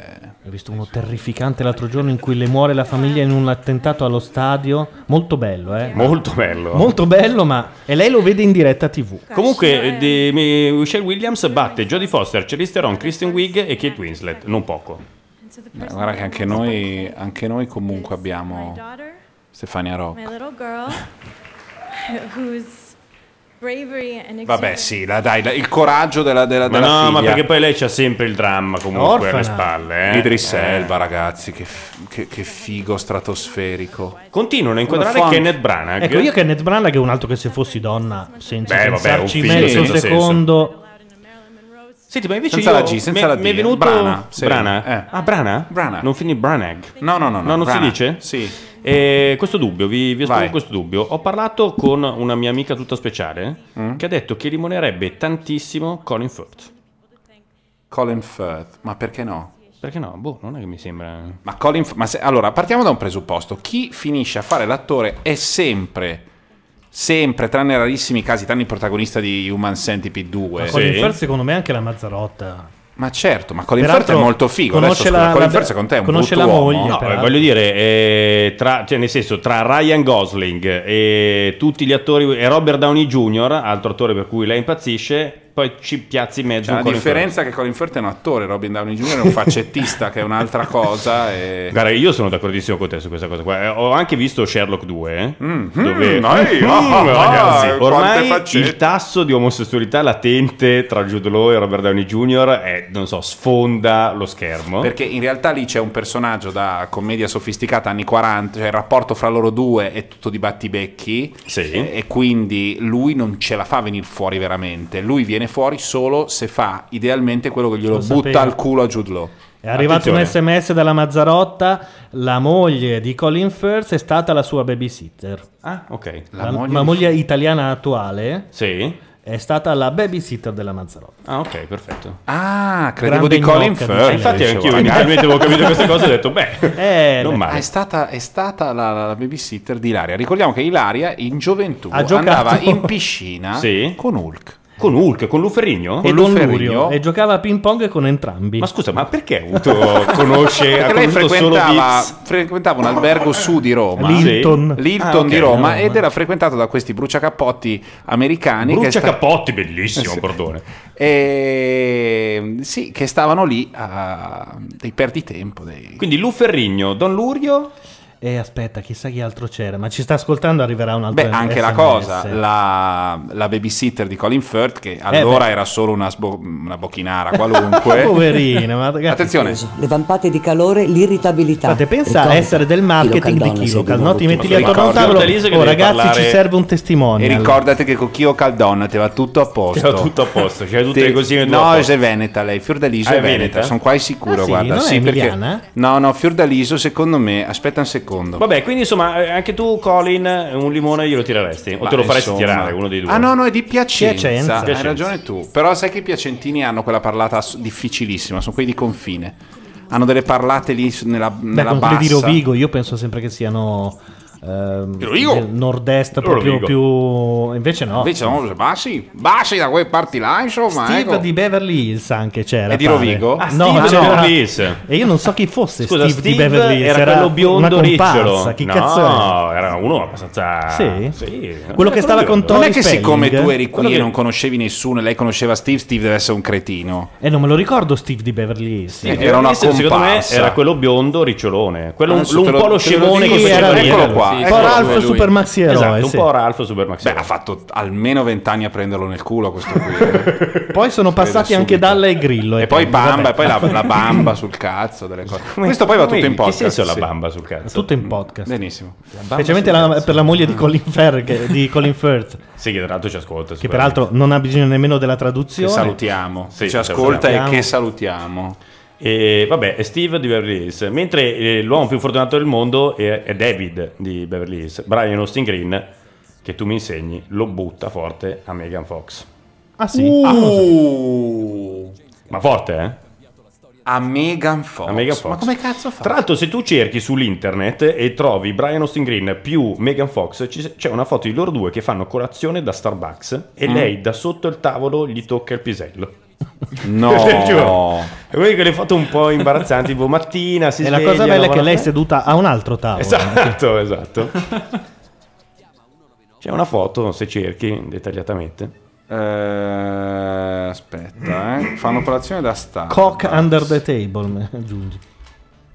S18: Ho visto uno terrificante l'altro giorno in cui le muore la famiglia in un attentato allo stadio. Molto bello, eh.
S2: Molto bello.
S18: Molto bello, ma. E lei lo vede in diretta TV.
S2: Comunque, eh, di- mi- Michelle Williams batte Jodie Foster, Charlize Theron, Kristen Wiig e Kate Winslet. Non poco.
S1: Beh, guarda che anche noi, anche noi comunque
S24: [laughs]
S1: abbiamo Stefania Rock.
S10: My little girl, who's bravery and
S1: Vabbè, sì, la- dai, la- il coraggio della, della,
S2: Ma
S1: della
S2: no, ma
S1: figlia.
S2: perché poi lei c'ha sempre il dramma comunque alle spalle. Eh?
S1: Idris
S2: Eh.
S1: Elba, ragazzi, che, f- che- che figo stratosferico.
S2: Continuano a inquadrare
S1: Funk.
S2: Kenneth Branagh.
S18: Ecco, io Kenneth Branagh è un altro che se fossi donna, senza
S2: Beh, vabbè,
S18: pensarci
S2: un film
S18: mezzo
S2: senza senso.
S18: secondo.
S2: Senti, ma invece
S1: Senza
S2: io
S1: la G, senza
S2: mi-
S1: la D,
S2: Mi è
S1: eh.
S2: venuto
S1: Brana, sì.
S2: Brana?
S1: Eh.
S2: Ah, Brana?
S1: Brana.
S2: Non finì Branagh.
S1: No, no, no.
S2: No, non si
S1: Brana.
S2: dice?
S1: Sì.
S2: Eh, questo dubbio, vi, vi espongo
S1: Vai.
S2: questo dubbio. Ho parlato con una mia amica tutta speciale
S1: Mm.
S2: che ha detto che rimonerebbe tantissimo Colin Firth.
S1: Colin Firth, ma perché no?
S2: Perché no? Boh, non è che mi sembra.
S1: Ma Colin, F- ma se- allora partiamo da un presupposto: chi finisce a fare l'attore è sempre, sempre, tranne rarissimi casi, tranne il protagonista di Human Centipede 2.
S18: Ma Colin Firth, secondo me, è anche la Mazzarotta.
S1: Ma certo, ma Colin
S18: Peraltro,
S1: Firth è molto figo. Adesso,
S18: conosce
S1: scusa,
S18: la-
S1: Colin
S18: la-
S1: Firth secondo te è un
S18: conosce
S1: brutto
S18: la
S1: uomo?
S18: moglie,
S2: No, eh, voglio dire, eh, tra, cioè, nel senso, tra Ryan Gosling e tutti gli attori e Robert Downey Jr., altro attore per cui lei impazzisce, poi ci piazzi in mezzo
S1: Cioè,
S2: un
S1: la
S2: Colin
S1: differenza è che Colin Firth è un attore, Robin Downey Jr. è un faccettista, che è un'altra cosa. E...
S2: Firth. Guarda, io sono d'accordissimo con te su questa cosa qua. Eh, Ho anche visto Sherlock 2, eh, dove [laughs]
S1: ehi,
S2: Mm,
S1: Mhm, ah, ah,
S2: ragazzi,
S1: ah, quante
S2: ormai
S1: faccette.
S2: il tasso di omosessualità latente tra Jude Law e Robert Downey Jr. è, non so, sfonda lo schermo.
S1: Perché in realtà lì c'è un personaggio da commedia sofisticata anni 40, cioè il rapporto fra loro due è tutto di battibecchi e, e quindi lui non ce la fa venire fuori veramente, lui viene fuori solo se fa idealmente quello che glielo
S18: Lo
S1: butta
S18: sapevo.
S1: al culo a Jude Law.
S18: È arrivato
S1: Attenzione.
S18: un sms dalla Mazzarotta, la moglie di Colin Firth è stata la sua babysitter.
S2: Ah, ok.
S18: La, la moglie, italiana attuale
S2: Sì.
S18: è stata la babysitter della Mazzarotta.
S2: Ah, ok, perfetto.
S1: Ah, credevo
S18: Grande
S1: di Colin
S18: gnocca,
S1: Firth.
S18: dicevo.
S2: Infatti
S1: Dicevo,
S2: anch'io
S1: ah,
S2: inizialmente
S1: cazzo.
S2: avevo capito queste cose e ho detto,
S18: [laughs]
S2: beh,
S1: Eh,
S2: non
S1: beh.
S2: male.
S1: È stata, è stata la, la- la babysitter di Ilaria. Ricordiamo che Ilaria in gioventù
S18: Ha giocato-
S1: andava [laughs] in piscina con Hulk.
S2: Con Hulk, con Luferrigno?
S18: E
S1: Con
S18: Don
S1: Luferrigno.
S18: Lurio e giocava a ping pong con entrambi. Ma
S2: scusa, ma perché Uto
S1: [laughs]
S2: conosce
S1: Perché lei frequentava, frequentava un albergo su di Roma,
S18: Lilton.
S1: Lilton
S18: Ah, ok,
S1: di Roma,
S18: Roma.
S1: ed era frequentato da questi bruciacappotti americani. che sta- Eh,
S2: Bruciacappotti, bellissimo, Bordone.
S1: E, sì, che stavano lì a dei perditempo. Dei...
S2: Quindi Luferrigno, Don Lurio.
S18: E Eh, aspetta, chissà chi altro c'era, ma ci sta ascoltando, arriverà un altro
S2: Eh,
S1: Beh, anche la
S18: SMS.
S1: cosa, la, la babysitter di Colin Firth,
S2: Eh,
S1: che allora
S18: beh.
S1: era solo una, sbo- una bocchinara
S2: [laughs]
S1: qualunque.
S18: Poverina, ma ragazzi,
S1: Attenzione.
S31: Le vampate di calore, l'irritabilità.
S18: Infatti, pensa a
S31: Ricorda,
S18: essere del marketing di Kilocal, no? Ti metti lì
S1: tutti.
S18: attorno a un tavolo,
S1: Ricordate, Elisa, che
S18: oh
S1: devi
S18: ragazzi
S1: parlare-
S18: ci serve un testimone.
S1: E ricordate che con Chio Caldon ti va tutto a posto.
S2: Ti va tutto a posto, c'è tutte le cosine tutte a
S1: No,
S2: posto.
S1: è veneta lei, Fiordaliso
S2: Ah, è
S1: è veneta,
S2: veneta?
S1: sono quasi sicuro,
S2: Ah, sì?
S1: guarda.
S2: Non è
S1: sì, perché...
S2: emiliana?
S1: No, no, Fiordaliso secondo me, aspetta un secondo.
S2: Vabbè, quindi insomma, eh, anche tu, Colin, un limone glielo tireresti? O
S1: Ma,
S2: te lo faresti
S1: insomma.
S2: tirare, uno dei due?
S1: Ah no, no, è di Piacenza.
S2: Piacenza.
S1: Hai
S2: Piacenza.
S1: ragione tu. Però sai che i piacentini hanno quella parlata s- difficilissima, sono quelli di confine. Hanno delle parlate lì s- nella,
S18: Beh,
S1: nella
S18: con quelli di
S1: bassa.
S18: Rovigo, io penso sempre che siano ehm,
S1: Rovigo?
S18: del nord-est, proprio
S1: Rovigo.
S18: più... Invece no.
S1: Invece no, bassi, bassi da quei parti là, insomma.
S18: Steve
S1: ecco.
S18: di Beverly Hills anche c'era.
S1: È di
S18: pare.
S1: Rovigo? Ah,
S18: no,
S1: Steve
S18: no,
S1: di Beverly
S2: Hills.
S18: E io non so chi fosse
S2: Scusa,
S18: Steve,
S2: Steve,
S18: di Beverly Hills.
S2: era, quello biondo
S18: una comparsa,
S2: ricciolo.
S18: Chi
S2: no,
S18: cazzo era?
S2: era uno
S1: ah,
S2: abbastanza...
S18: Ah, Sì? Eh,
S2: sì era
S18: Quello che stava
S2: biondo.
S18: con
S1: Non è
S18: Tony
S1: che
S18: Spelling?
S1: siccome tu eri qui
S18: Quello
S1: e
S18: che-
S1: non conoscevi nessuno e lei conosceva Steve, Steve deve essere un cretino.
S18: Eh, non me lo ricordo Steve di Beverly Hills.
S1: Sì, era una
S2: Questo, secondo me
S1: comparsa.
S2: era quello biondo ricciolone, quello un,
S1: Adesso Ah, te
S2: un
S1: lo-
S2: po' lo
S1: te lo
S2: scemone
S1: dico,
S2: che
S1: era
S2: faceva-
S1: lui,
S2: eccolo
S1: era
S2: qua,
S1: lui, sì,
S2: eccolo
S1: era
S2: qua,
S1: lui,
S2: lui.
S1: Super
S18: Maxi Eroe,
S2: Esatto, un
S18: sì.
S2: po' Ralph Super Maxi
S1: Beh, ha fatto almeno vent'anni a prenderlo nel culo questo
S18: [laughs]
S1: qui.
S18: Poi sono passati
S1: subito.
S18: anche Dalla e Grillo.
S1: e poi
S18: Vabbè.
S1: bamba, e poi la, la
S18: [laughs]
S1: bamba sul cazzo delle cose.
S18: Come-
S1: Questo poi va tutto
S18: Quindi,
S1: in
S18: che
S1: podcast.
S18: senso la
S2: bamba sul cazzo?
S18: Tutto in podcast.
S1: Benissimo.
S18: Specialmente la- per la moglie di Colin, Fer- che- [laughs] di Colin Firth,
S2: Sì, che tra l'altro ci ascolta.
S18: che peraltro non ha bisogno nemmeno della traduzione.
S1: Che salutiamo.
S2: Sì,
S1: Ci ascolta e
S2: salutiamo.
S1: che salutiamo.
S2: E vabbè, è Steve di Beverly Hills, mentre eh, l'uomo più fortunato del mondo è, è David di Beverly Hills, Brian Austin Green, che tu mi insegni, lo butta forte a Megan Fox.
S18: Ah sì?
S2: Ma forte, eh?
S1: A Megan Fox.
S2: A Megan Fox.
S1: Ma come cazzo fa?
S2: Tra l'altro, se tu cerchi sull'internet e trovi Brian Austin Green più Megan Fox, ci- c'è una foto di loro due che fanno colazione da Starbucks e
S1: Mm.
S2: lei da sotto il tavolo gli tocca il pisello. [laughs] Te lo giuro.
S1: No.
S2: E poi quelle foto un po' imbarazzanti, tipo mattina si
S18: E la
S2: sveglia,
S18: cosa bella è che
S2: guarda-
S18: lei è seduta a un altro tavolo. [laughs]
S2: Esatto, esatto. C'è una foto, se cerchi dettagliatamente.
S1: Eh, aspetta, eh. fanno colazione da sta.
S18: Cock under the table, mi aggiungi.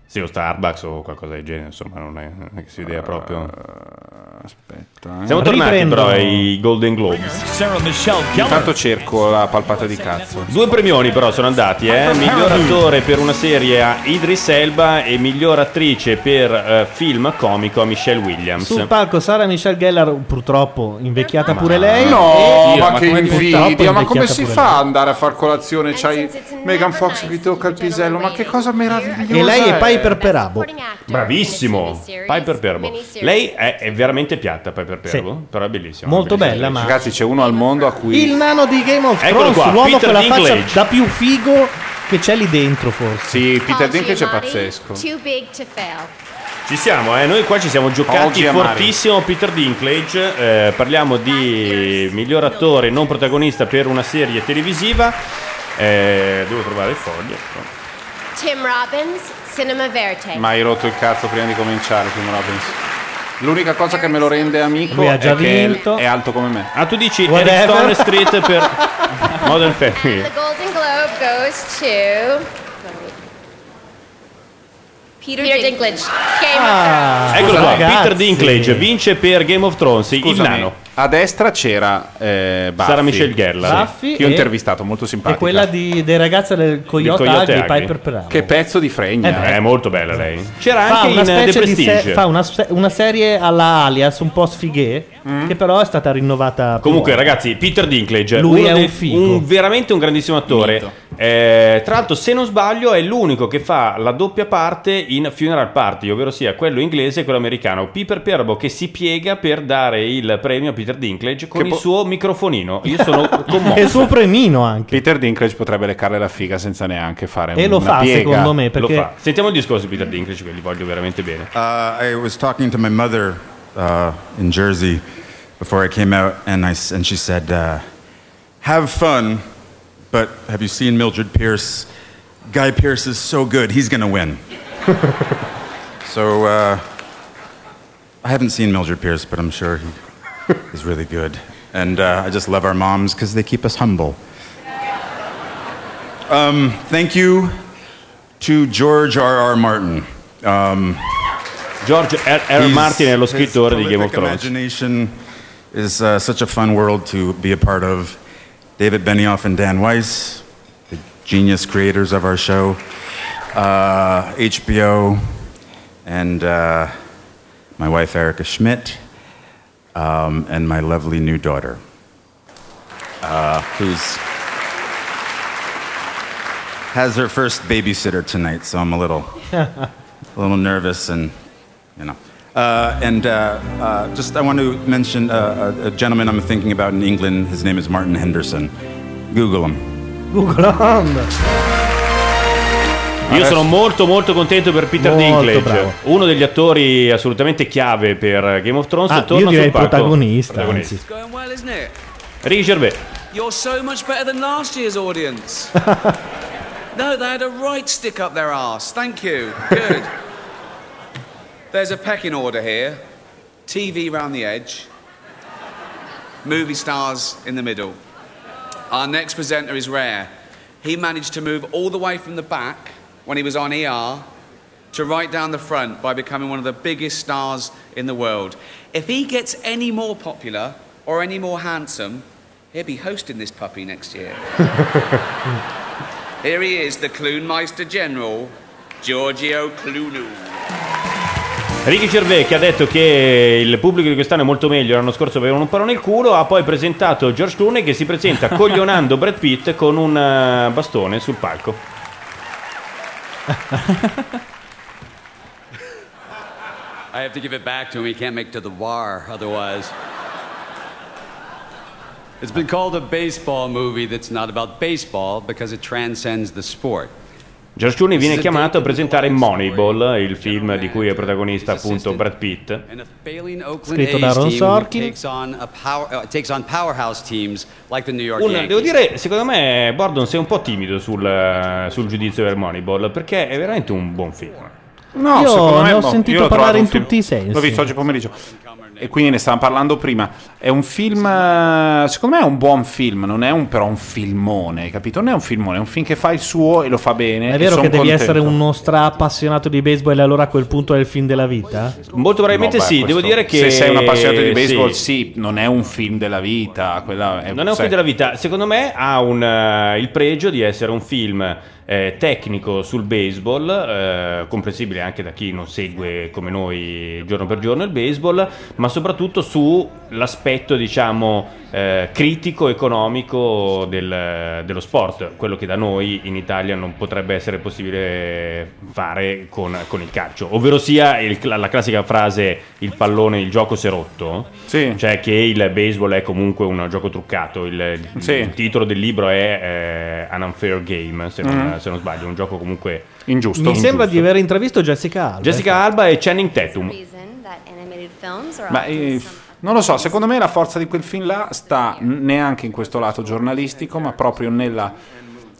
S2: Sì, o Starbucks o qualcosa del genere, insomma, non è, non è che si idea proprio.
S1: Eh, Aspetta. eh.
S2: Siamo tornati
S1: Riprendo.
S2: però ai Golden Globes.
S34: Sarah Michelle Gellar.
S1: Intanto cerco la palpata di cazzo.
S2: Due premioni però sono andati, eh? Miglior attore per una serie a Idris Elba e miglior attrice per eh, film comico a Michelle Williams.
S18: Sul palco Sara Michelle Gellar, purtroppo invecchiata pure lei.
S1: No,
S18: Dio,
S1: ma che
S18: come- purtroppo
S1: invidia, ma come
S18: invecchiata
S1: si
S18: pure
S1: fa ad andare a far colazione? C'hai Megan Fox che tocca il pisello, ma che cosa meravigliosa!
S18: lei. E lei è
S1: è.
S18: Piper Perabo.
S2: Bravissimo, Piper Perbo. Lei è, è veramente piatta, Piper Perbo, però è bellissima.
S18: Molto bella, ma-
S1: Ragazzi, c'è uno al mondo a cui
S18: Il nano di Game of
S2: Eccolo
S18: Thrones,
S2: qua,
S18: l'uomo
S2: Peter
S18: con la
S2: Dinklage.
S18: faccia da più figo che c'è lì dentro, forse.
S1: Sì,
S3: Peter Dinklage
S1: è
S3: pazzesco. Too big to fail.
S2: Ci siamo, eh? noi qua ci siamo giocati
S1: Oggi amari.
S2: fortissimo Peter Dinklage, eh, parliamo di miglior attore non protagonista per una serie televisiva, eh, devo trovare il foglio.
S3: Tim Robbins, Cinema Verde.
S1: Ma hai rotto il cazzo prima di cominciare, Tim Robbins. L'unica cosa che me lo rende amico
S2: Lui ha
S1: è
S2: già
S1: che
S2: vinto.
S1: è alto come me.
S2: Ah, tu dici
S1: Whatever.
S2: Eric Stone Street
S18: [laughs]
S2: per
S27: [laughs]
S2: Modern Family.
S3: The Golden Globe goes to Peter, Dinklage. Game
S1: Ah,
S2: Eccolo
S1: scusa,
S2: qua,
S1: ragazzi.
S2: Peter Dinklage vince per Game of Thrones il
S1: Scusami,
S2: nano.
S1: A destra c'era eh, Buffy.
S2: Sarah Michelle Gellar.
S1: Sì,
S18: Buffy
S1: che ho
S18: e-
S1: intervistato, molto
S18: E
S1: simpatica.
S18: quella di, dei ragazzi del Coyote,
S1: Coyote
S18: Ugly,
S1: Ugly.
S18: Piper Perabo.
S1: Che pezzo di fregna.
S18: Eh beh.
S2: È molto bella lei.
S1: C'era
S18: Fa
S1: anche
S18: una
S1: in, eh,
S18: specie
S1: The
S18: di se-
S1: Prestige.
S18: fa una, se- una serie alla Alias, un po' sfighè, che però è stata rinnovata. più
S2: Mm. Comunque,
S18: volte.
S2: ragazzi, Peter Dinklage
S18: Lui
S2: uno
S18: è
S2: dei-
S18: un figo.
S2: un- veramente un grandissimo attore. Eh, tra l'altro, se non sbaglio, è l'unico che fa la doppia parte in Funeral Party, ovvero sia quello inglese e quello americano. Piper Perbo che si piega per dare il premio a Peter Dinklage con
S1: Che
S2: il
S1: po-
S2: suo microfonino. Io
S18: [laughs]
S1: [laughs]
S2: sono commosso.
S18: E il suo premino anche. [laughs]
S1: Peter Dinklage potrebbe leccarle la figa senza neanche fare
S18: E lo
S1: una
S18: fa,
S1: piega.
S18: secondo me, perché-
S2: Lo fa. Sentiamo il discorso di Peter Dinklage, che gli voglio veramente bene.
S35: Uh, I was talking to my mother uh, in Jersey before I came out, and, I, s- and she said, uh, Have fun, but have you seen Mildred Pierce? Guy Pierce is so good, he's going to win. [laughs] so uh, I haven't seen Mildred Pierce, but I'm sure he is really good. And uh, I just love our moms because they keep us humble. Um, thank you to George R.R. Martin. Um,
S2: George R.R. Martin è lo scrittore di Game of Thrones.
S35: Imagination is uh, such a fun world to be a part of. David Benioff and Dan Weiss, the genius creators of our show, uh, HBO, and uh, my wife Erica Schmidt, um, and my lovely new daughter, uh, who's has her first babysitter tonight, so I'm a little, a little nervous and, you know. Uh, and uh, uh, just I want to mention uh, a, a gentleman I'm thinking about in England. His name is Martin Henderson. Google him.
S18: Google Home.
S2: Io
S35: Adesso-
S2: sono molto molto contento per Peter
S18: Molto
S2: Dinklage,
S18: bravo.
S2: uno degli attori assolutamente chiave per Game of Thrones.
S18: Ah,
S2: torna
S18: io direi
S2: sul palco.
S18: protagonista,
S2: Protagonista.
S21: Going well, isn't it?
S2: Ricky Gervais.
S21: You're so much better than last year's audience. no, they had a right stick up their arse. Thank you. Good. There's a pecking order here. TV round the edge. Movie stars in the middle. Our next presenter is rare. He managed to move all the way from the back when he was on ER to right down the front by becoming one of the biggest stars in the world. If he gets any more popular or any more handsome, he'll be hosting this puppy next
S20: [laughs]
S21: year. Here he is, the Kloonmeister General, Giorgio Clunu.
S2: Ricky Gervais che ha detto che il pubblico di quest'anno è molto meglio, l'anno scorso avevano un palo nel culo, ha poi presentato George Clooney che si
S18: [laughs]
S2: presenta coglionando Brad Pitt con un eh, bastone sul palco.
S36: I have to give it back to him. He can't make it to the bar otherwise. It's been called a baseball movie that's not about baseball because it transcends the sport.
S2: George Clooney viene chiamato a presentare Moneyball, il film di
S18: eh,
S2: cui è protagonista appunto Brad Pitt.
S36: And a failing Oakland
S2: Scritto
S36: A's
S2: da Aaron
S36: team who
S2: Sorkin.
S36: takes on, a power, uh, takes on powerhouse teams like the New York
S2: Un-
S36: Yankees.
S2: devo dire, secondo me, Bordon sei un po' timido sul, eh, sul giudizio del Moneyball perché è veramente un buon film.
S1: No,
S18: Io
S1: secondo me
S18: ne ho
S1: no.
S18: sentito
S1: Io l'ho
S18: parlare
S1: trovato
S18: in
S1: un film-
S18: tutti i sensi.
S1: L'ho visto oggi pomeriggio. e quindi ne stavamo parlando prima. È un film, eh, secondo me è un buon film, non è un, però un filmone, capito? Non è un filmone, è un film che fa il suo e lo fa bene.
S18: È
S1: e
S18: vero
S1: son
S18: che devi
S1: contento.
S18: essere uno stra appassionato di baseball e allora a quel punto è il film della vita?
S2: Molto probabilmente
S1: No, beh,
S2: sì, devo
S1: questo-
S2: dire che...
S1: Se sei un appassionato di baseball,
S2: sì.
S1: sì, non è un film della vita. quella
S2: Non è un
S1: sai-
S2: film della vita, secondo me ha un, eh, il pregio di essere un film eh, tecnico sul baseball, eh, comprensibile anche da chi non segue come noi giorno per giorno il baseball, ma soprattutto sull'aspetto diciamo eh, critico economico del- dello sport, quello che da noi in Italia non potrebbe essere possibile fare con, con il calcio, ovvero sia il cla- la classica frase il pallone, il gioco si è rotto, cioè che il baseball è comunque un gioco truccato, il,
S1: Sì.
S2: il titolo del libro è eh, An Unfair Game, se non,
S18: Mm.
S2: se non sbaglio, un gioco comunque
S1: ingiusto.
S18: Mi sembra di aver intravisto Jessica Alba.
S2: Jessica Alba e Channing Tatum.
S1: Ma eh, non lo so, secondo me la forza di quel film là sta neanche in questo lato giornalistico, ma proprio nella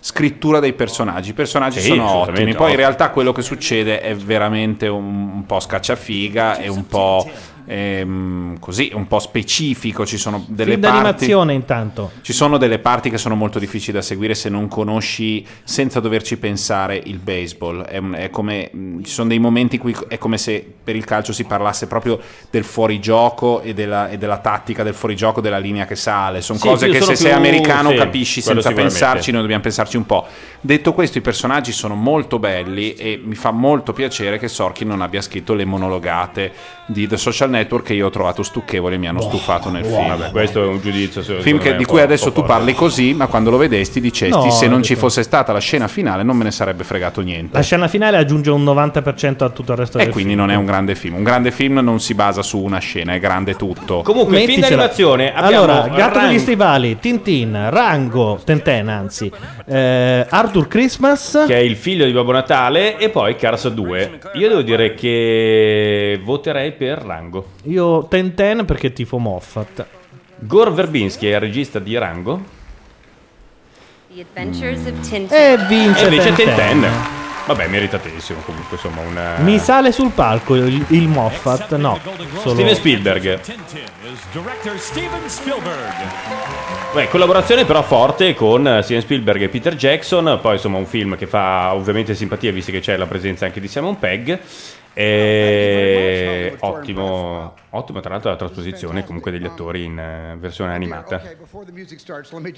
S1: scrittura dei personaggi. I personaggi
S2: Sì,
S1: sono
S2: assolutamente,
S1: ottimi, poi in
S2: ottimi.
S1: realtà quello che succede è veramente un, un po' scacciafiga e un po' ehm, così, un po' specifico, ci sono delle
S18: Film
S1: parti
S18: d'animazione intanto.
S1: ci sono delle parti che sono molto difficili da seguire se non conosci senza doverci pensare il baseball. È, un- è come, mh, ci sono dei momenti in cui è come se per il calcio si parlasse proprio del fuorigioco e della, e della tattica del fuorigioco, della linea che sale. Sono
S2: Sì,
S1: cose
S2: più-
S1: che
S2: sono
S1: se sei
S2: più-
S1: americano
S2: sì,
S1: capisci
S2: quello
S1: senza
S2: sicuramente.
S1: pensarci, noi dobbiamo pensarci un po'. Detto questo, i personaggi sono molto belli e mi fa molto piacere che Sorkin non abbia scritto le monologate di The Social Network che io ho trovato stucchevoli e mi hanno stufato nel
S2: Boh,
S1: film.
S2: vabbè, questo è un giudizio
S1: Film
S2: secondo
S1: che-
S2: me,
S1: di
S2: un
S1: cui
S2: po'-
S1: adesso
S2: un po'
S1: tu parli così, ma quando lo vedesti dicesti
S18: No,
S1: se non ci
S18: detto-
S1: fosse stata la scena finale non me ne sarebbe fregato niente.
S2: Eh.
S18: La scena finale aggiunge un 90% a tutto il resto
S1: E
S18: del
S1: quindi non è un grande film. Un grande film non si basa su una scena, è grande tutto.
S2: Comunque,
S18: film
S2: fin dall'animazione abbiamo
S18: Allora, Gatto
S2: Rango-
S18: degli Stivali, Tintin, Rango, Tenten anzi, eh, Arthur Christmas.
S2: che è il figlio di Babbo Natale e poi Cars 2. Io devo dire che voterei per Rango.
S18: Io Tenten perché tifo Moffat.
S2: Gore Verbinski è il regista di Rango
S6: The Adventures of Tintin.
S18: E vince
S2: e invece
S18: Tintin.
S2: Tenten. Vabbè, meritatissimo comunque, insomma, una
S18: Mi sale sul palco il, il Moffat, no. Solo...
S2: Steven Spielberg.
S14: is director Steven Spielberg.
S2: Beh, collaborazione però forte con eh, Steven Spielberg e Peter Jackson, poi insomma un film che fa ovviamente simpatia visto che c'è la presenza anche di Simon Pegg. E ottimo, ottimo tra l'altro la trasposizione comunque degli attori in eh, versione animata.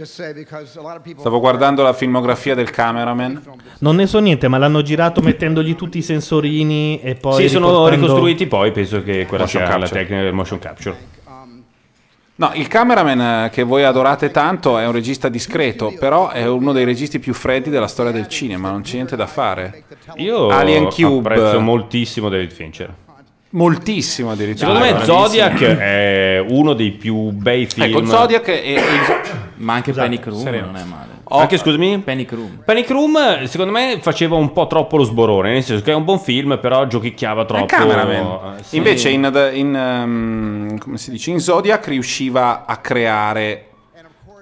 S1: Stavo guardando la filmografia del cameraman.
S18: Non ne so niente, ma l'hanno girato mettendogli tutti i sensorini e poi...
S2: sì, sono
S18: riportando-
S2: ricostruiti poi, penso che quella
S1: Motion
S2: sia la
S1: capture.
S2: tecnica del motion capture.
S1: No, il cameraman eh, che voi adorate tanto è un regista discreto, però è uno dei registi più freddi della storia del cinema, non c'è niente da fare.
S2: Io
S1: Alien Cube.
S2: apprezzo moltissimo David Fincher.
S1: Moltissimo addirittura.
S2: Secondo me
S1: Grandissimo.
S2: Zodiac è uno dei più bei film.
S1: Ecco, Zodiac e- e-
S4: [coughs] Ma anche
S2: Esatto,
S4: Panic Room
S2: sereno.
S4: non è male.
S1: Oh,
S4: eh,
S2: Anche scusami? Panic Room. Panic Room, secondo me, faceva un po' troppo lo sborone. Nel senso che è un buon film, però giochicchiava troppo.
S1: Il cameraman.
S2: Eh, sì.
S1: Invece in, in, um, come si dice, in Zodiac riusciva a creare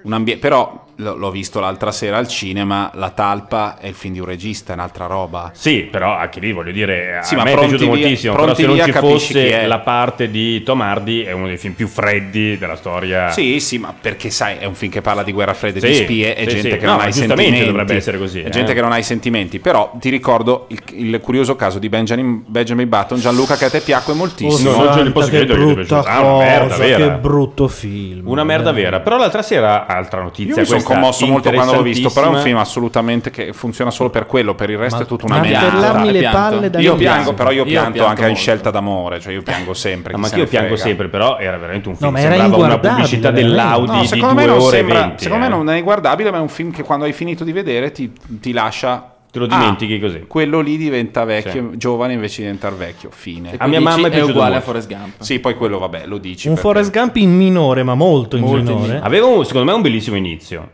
S1: un ambiente. Però l- l'ho visto l'altra sera al cinema, La Talpa è il film di un regista, è un'altra roba.
S2: Sì, però anche lì voglio dire,
S1: Sì,
S2: Ah, a
S1: ma
S2: me è
S1: pronti
S2: piaciuto
S1: via-
S2: moltissimo. Però
S1: pronti
S2: se non
S1: via
S2: ci
S1: capisci chi
S2: fosse
S1: è.
S2: la parte di Tom Hardy, è uno dei film più freddi della storia.
S1: Sì, sì, ma perché sai, è un film che parla di guerra fredda e di
S2: Sì,
S1: spie e
S2: sì,
S1: gente
S2: sì.
S1: che
S2: No,
S1: non
S2: ma
S1: ha i
S2: giustamente
S1: sentimenti.
S2: dovrebbe essere così,
S1: È
S2: eh.
S1: gente che non ha i sentimenti. Però ti ricordo il, il curioso caso di Benjamin, Benjamin Button, Gianluca, che a te piacque moltissimo.
S2: Oh, Non ce li posso
S18: Che
S2: credere che ti è
S18: brutta
S2: piaciuto. Ah, una merda
S18: cosa,
S2: vera.
S18: Che brutto film.
S2: Una merda vera. Però l'altra sera, altra notizia.
S1: Mm. Io mi sono
S2: questa
S1: commosso molto quando l'ho visto, però è un
S2: interessantissima.
S1: film assolutamente che funziona solo per quello, per il resto
S2: Ma-
S1: è tutta una
S2: ma
S1: merda.
S2: pellarmi le Pianto. palle da-
S1: io
S2: io
S1: piango,
S2: piango.
S1: però io
S2: Io
S1: pianto,
S2: pianto
S1: anche in
S2: molto.
S1: scelta d'amore, cioè io piango sempre.
S2: No,
S1: chi
S2: ma
S1: se
S2: anche io
S1: ne
S2: piango
S1: frega.
S2: sempre, però era veramente un
S1: No,
S2: film.
S1: ma era
S2: sembrava una
S1: inguardabile,
S4: eh.
S2: pubblicità
S1: veramente.
S2: dell'Audi
S1: No,
S2: di
S1: secondo
S2: 2
S1: me non
S2: ore e
S1: sembra,
S2: 20.
S1: secondo
S2: eh.
S1: me non è guardabile, ma è un film che quando hai finito di vedere ti, ti lascia. Te
S2: lo dimentichi così.
S1: Quello lì diventa vecchio,
S2: Sì.
S1: giovane invece di diventare vecchio. Fine.
S4: E A mia quindi mamma è dici, è piaciuto uguale molto. a
S1: Forrest Gump. Sì, poi quello, vabbè, lo dici.
S18: Un
S1: perché-
S18: Forrest Gump in minore, ma molto in minore.
S2: Aveva un- secondo me un bellissimo inizio.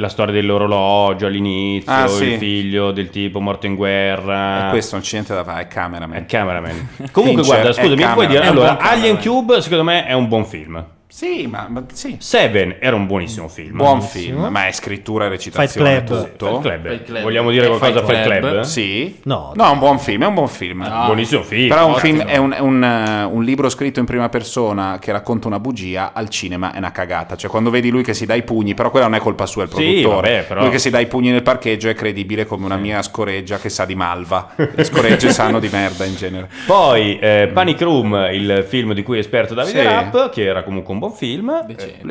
S2: La storia dell'orologio all'inizio,
S1: Ah, sì.
S2: il figlio del tipo morto in guerra.
S1: E questo non c'è niente da fare, è cameraman.
S2: È cameraman. Comunque,
S1: [laughs] Fincher
S2: guarda,
S1: è
S2: scusami, mi puoi
S1: cameraman.
S2: dire?
S1: È un
S2: Allora,
S1: buon
S2: Alien Cube, secondo me, è un buon film.
S1: Sì, ma, ma sì.
S2: Seven era un buonissimo film.
S1: Buon film, ma è scrittura e recitazione.
S2: Fight Club.
S1: Tutto.
S2: Fight Club. Fight Club. Vogliamo dire qualcosa a Fight Club?
S1: Sì.
S18: No,
S1: è un buon film, è un buon film.
S2: No. Buonissimo film,
S1: Però è un
S2: ottimo.
S1: film, è un, è un, eh, un libro scritto in prima persona che racconta una bugia al cinema, è una cagata. Cioè quando vedi lui che si dà i pugni, però quella non è colpa sua, è il
S2: Sì,
S1: produttore.
S2: vabbè, però-
S1: Lui che si dà i pugni nel parcheggio è credibile come una mia scoreggia che sa di malva.
S3: [laughs]
S2: [laughs]
S1: Le scoregge sanno di merda in genere. Mm.
S2: Poi eh, Panic Room, il film di cui è esperto Davide
S1: Sì.
S2: Rapp, che era comunque un buon film.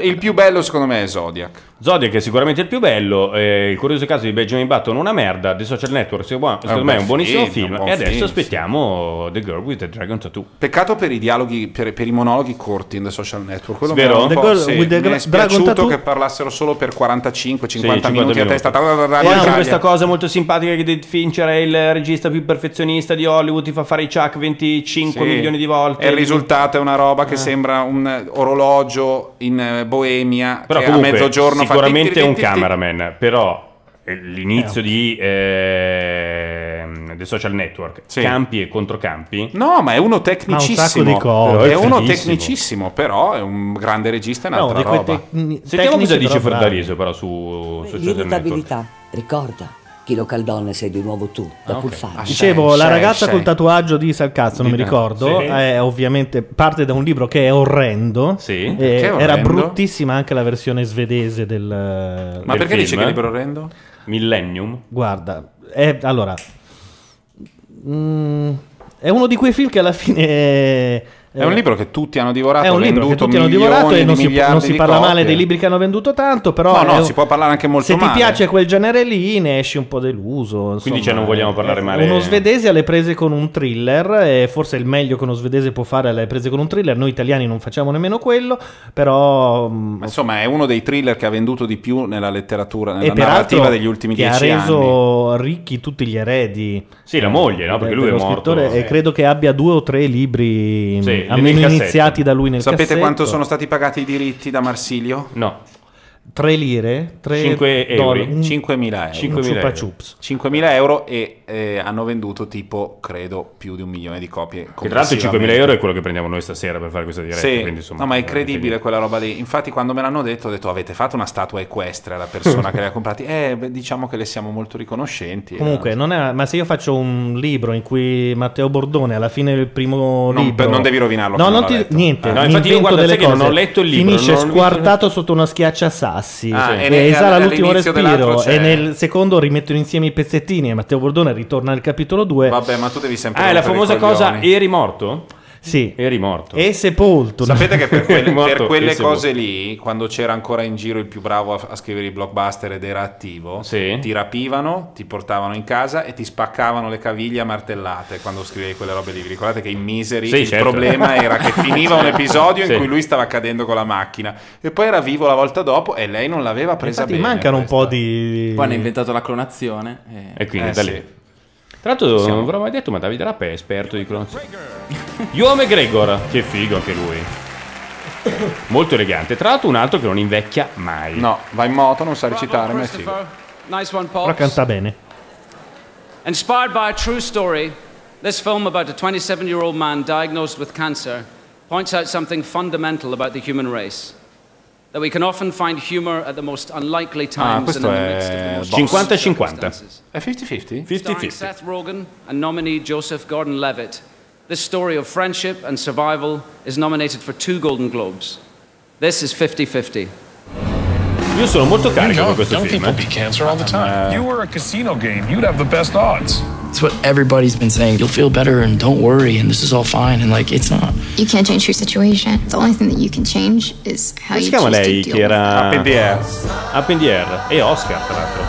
S1: Il più bello secondo me è Zodiac.
S2: Zodiac è sicuramente il più bello, eh, il curioso caso di Benjamin Button una merda, The Social Network se- buon- secondo me è un
S1: buon
S2: buonissimo
S1: film,
S2: film,
S1: un buon
S2: e adesso
S1: film,
S2: aspettiamo The Girl with the Dragon Tattoo.
S1: Peccato per i dialoghi, per, per i monologhi corti in The Social Network. Quello
S2: Vero?
S1: mi era un
S2: The
S1: po',
S2: Girl
S1: sì,
S2: with the
S1: mi
S2: Gra-
S1: è spiaciuto
S2: Dragon Tattoo.
S1: che parlassero solo per 45-50
S2: Sì,
S1: minuti
S2: 50
S1: a testa. tra- tra- tra- tra-
S2: E anche
S1: Italia.
S2: questa cosa molto simpatica che David Fincher è il regista più perfezionista di Hollywood, ti fa fare i Chuck 25
S1: Sì.
S2: milioni di volte.
S1: E il risultato è una roba che
S2: Eh.
S1: sembra un orologio in eh, Boemia
S2: Però
S1: che
S2: comunque,
S1: a mezzogiorno fa
S2: sicuramente
S1: tir-
S2: è
S1: tir-
S2: un
S1: tir- tir-
S2: cameraman, però eh, l'inizio di ehm, The Social Network, campi e controcampi.
S1: No, ma è uno tecnicissimo. è uno
S2: tecnici
S1: tecnicissimo, però è un grande regista e
S2: No,
S1: un'altra
S2: di quei
S1: roba.
S2: tecni- Sentiamo cosa dice Ferdarisio però su, su Social Network.
S31: L'irritabilità. Ricorda, chilocaldone sei di nuovo tu,
S2: Ah,
S31: da
S1: Ah,
S31: pulfare.
S18: Dicevo, la ragazza col tatuaggio di Salcazzo, non mi
S31: Sì.
S18: ricordo,
S31: Sì.
S18: è ovviamente parte da un libro che è orrendo. Eh,
S2: Sì.
S1: Che è
S18: Era
S1: orrendo?
S18: bruttissima anche la versione svedese del.
S1: Ma perché dice che è libro orrendo?
S2: Millennium.
S18: Guarda, è, allora, mm, è uno di quei film che alla fine. eh,
S1: È un libro che tutti hanno divorato,
S18: È un libro che
S1: venduto
S18: tutti hanno
S1: milioni
S18: divorato e
S1: di
S18: non si,
S1: miliardi
S18: non si
S1: di
S18: parla male
S1: copie.
S18: dei libri che hanno venduto tanto, però
S1: No, no,
S18: è un-
S1: si può parlare anche molto
S18: se
S1: male.
S18: ti piace quel genere lì ne esci un po' deluso. insomma.
S2: Quindi, cioè, non vogliamo parlare
S18: Eh,
S2: male.
S18: Uno svedese alle prese con un thriller, e forse il meglio che uno svedese può fare è alle prese con un thriller, noi italiani non facciamo nemmeno quello, però... mm,
S1: Ma Insomma, è uno dei thriller che ha venduto di più nella letteratura, nella
S18: e peraltro
S1: narrativa degli ultimi
S18: che
S1: dieci
S18: ha
S1: anni.
S18: reso ricchi tutti gli eredi.
S2: Sì, la moglie, no? Perché
S18: Eh,
S2: lui è
S18: dello
S2: morto.
S18: scrittore,
S2: Sì.
S18: E credo che abbia due o tre libri,
S2: Sì,
S18: a
S2: nel
S18: meno
S2: cassetto.
S18: iniziati da lui nel
S1: Sapete
S18: cassetto.
S1: quanto sono stati pagati i diritti da Marsilio?
S2: No.
S18: 3 lire? 3
S1: 5
S18: dollari,
S1: euro.
S18: un-
S1: 5.000 euro.
S18: 5.000 Chupa euro. chups.
S1: 5.000 euro e eh, hanno venduto tipo, credo, più di un milione di copie.
S2: Che tra l'altro i 5.000 euro è quello che prendiamo noi stasera per fare questa diretta.
S1: Sì,
S2: quindi, insomma,
S1: no, ma è
S2: veramente
S1: incredibile quella roba lì. Infatti, quando me l'hanno detto, ho detto: Avete fatto una statua equestre
S18: [laughs]
S1: alla persona che le ha comprati? Eh, beh, diciamo che le siamo molto riconoscenti.
S18: Comunque, non è, ma se io faccio un libro in cui Matteo Bordone alla fine del primo
S1: Non-
S18: libro,
S1: non devi rovinarlo,
S18: No,
S1: che
S18: non
S1: non
S18: ti,
S1: l'ho letto.
S18: niente.
S1: Ah.
S18: mi
S1: No, infatti io,
S18: invento
S1: guarda,
S18: delle
S1: sai che non
S18: cose.
S1: ho letto il libro,
S18: Finisce
S1: non ho visto-
S18: squartato sotto una schiaccia sassi.
S1: Ah,
S18: Sì.
S1: e
S18: e
S1: nel-
S18: esala l'ultimo
S1: all'inizio dell'altro
S18: respiro.
S1: c'è-
S18: E nel secondo rimettono insieme i pezzettini. E Matteo Bordone ritorna al capitolo 2.
S1: Vabbè, ma tu devi sempre.
S2: Ah, è la
S1: rompere i
S2: famosa
S1: coglioni.
S2: cosa eri morto?
S18: Sì.
S2: Eri morto.
S18: E sepolto.
S2: [laughs]
S1: Sapete che per, quelle- per
S2: Morto,
S1: quelle
S2: pensiamo.
S1: cose lì, quando c'era ancora in giro il più bravo a, a scrivere i blockbuster ed era attivo, ti rapivano, ti portavano in casa e ti spaccavano le caviglie a martellate quando scrivevi quelle robe lì. Vi ricordate che in Misery
S2: Sì,
S1: il
S2: certo.
S1: problema era che finiva
S2: [laughs]
S1: un episodio
S2: Sì.
S1: in cui lui stava cadendo con la macchina e poi era vivo la volta dopo e lei non l'aveva presa
S4: Infatti
S1: bene.
S18: mancano un po' di.
S4: Poi hanno inventato la clonazione.
S2: E quindi
S4: Eh,
S2: da
S4: sì.
S2: lì. Tra l'altro,
S4: Siamo-
S2: non ve l'ho mai detto, ma Davide Rapp è esperto di [laughs] clonazione. Ewan McGregor, che figo anche lui. Molto elegante. Tra l'altro, un altro che non invecchia mai.
S1: No, va in moto, non sa recitare, ma è figo.
S21: Christopher, nice one, Paul.
S18: Però canta bene.
S21: Inspired by a true story, this film about a 27 year old man diagnosed with cancer points out something fundamental about the human race that we can often find humor at the most unlikely
S1: Ah,
S21: times and
S1: questo
S21: in the midst of the
S1: è
S21: most.
S1: 50-50. È 50-50?
S21: Starring Seth Rogen and nominee Joseph Gordon Levitt, this story of friendship and survival is nominated for two Golden Globes. This is 50 50.
S2: Io sono molto carico con questo
S21: don't
S2: film.
S21: people
S2: eh.
S22: cancer all the time.
S2: Uh,
S22: If you were a casino game, you'd have the best odds.
S32: It's what everybody's been saying. You'll feel better and don't worry and this is all fine and like it's not.
S27: You can't change your situation. The only thing that you can change is how
S2: Come si
S27: you
S2: chiama
S27: choose
S2: lei
S27: to deal
S2: che era.
S27: with it.
S2: Appendier. Appendier. E Oscar, tra l'altro.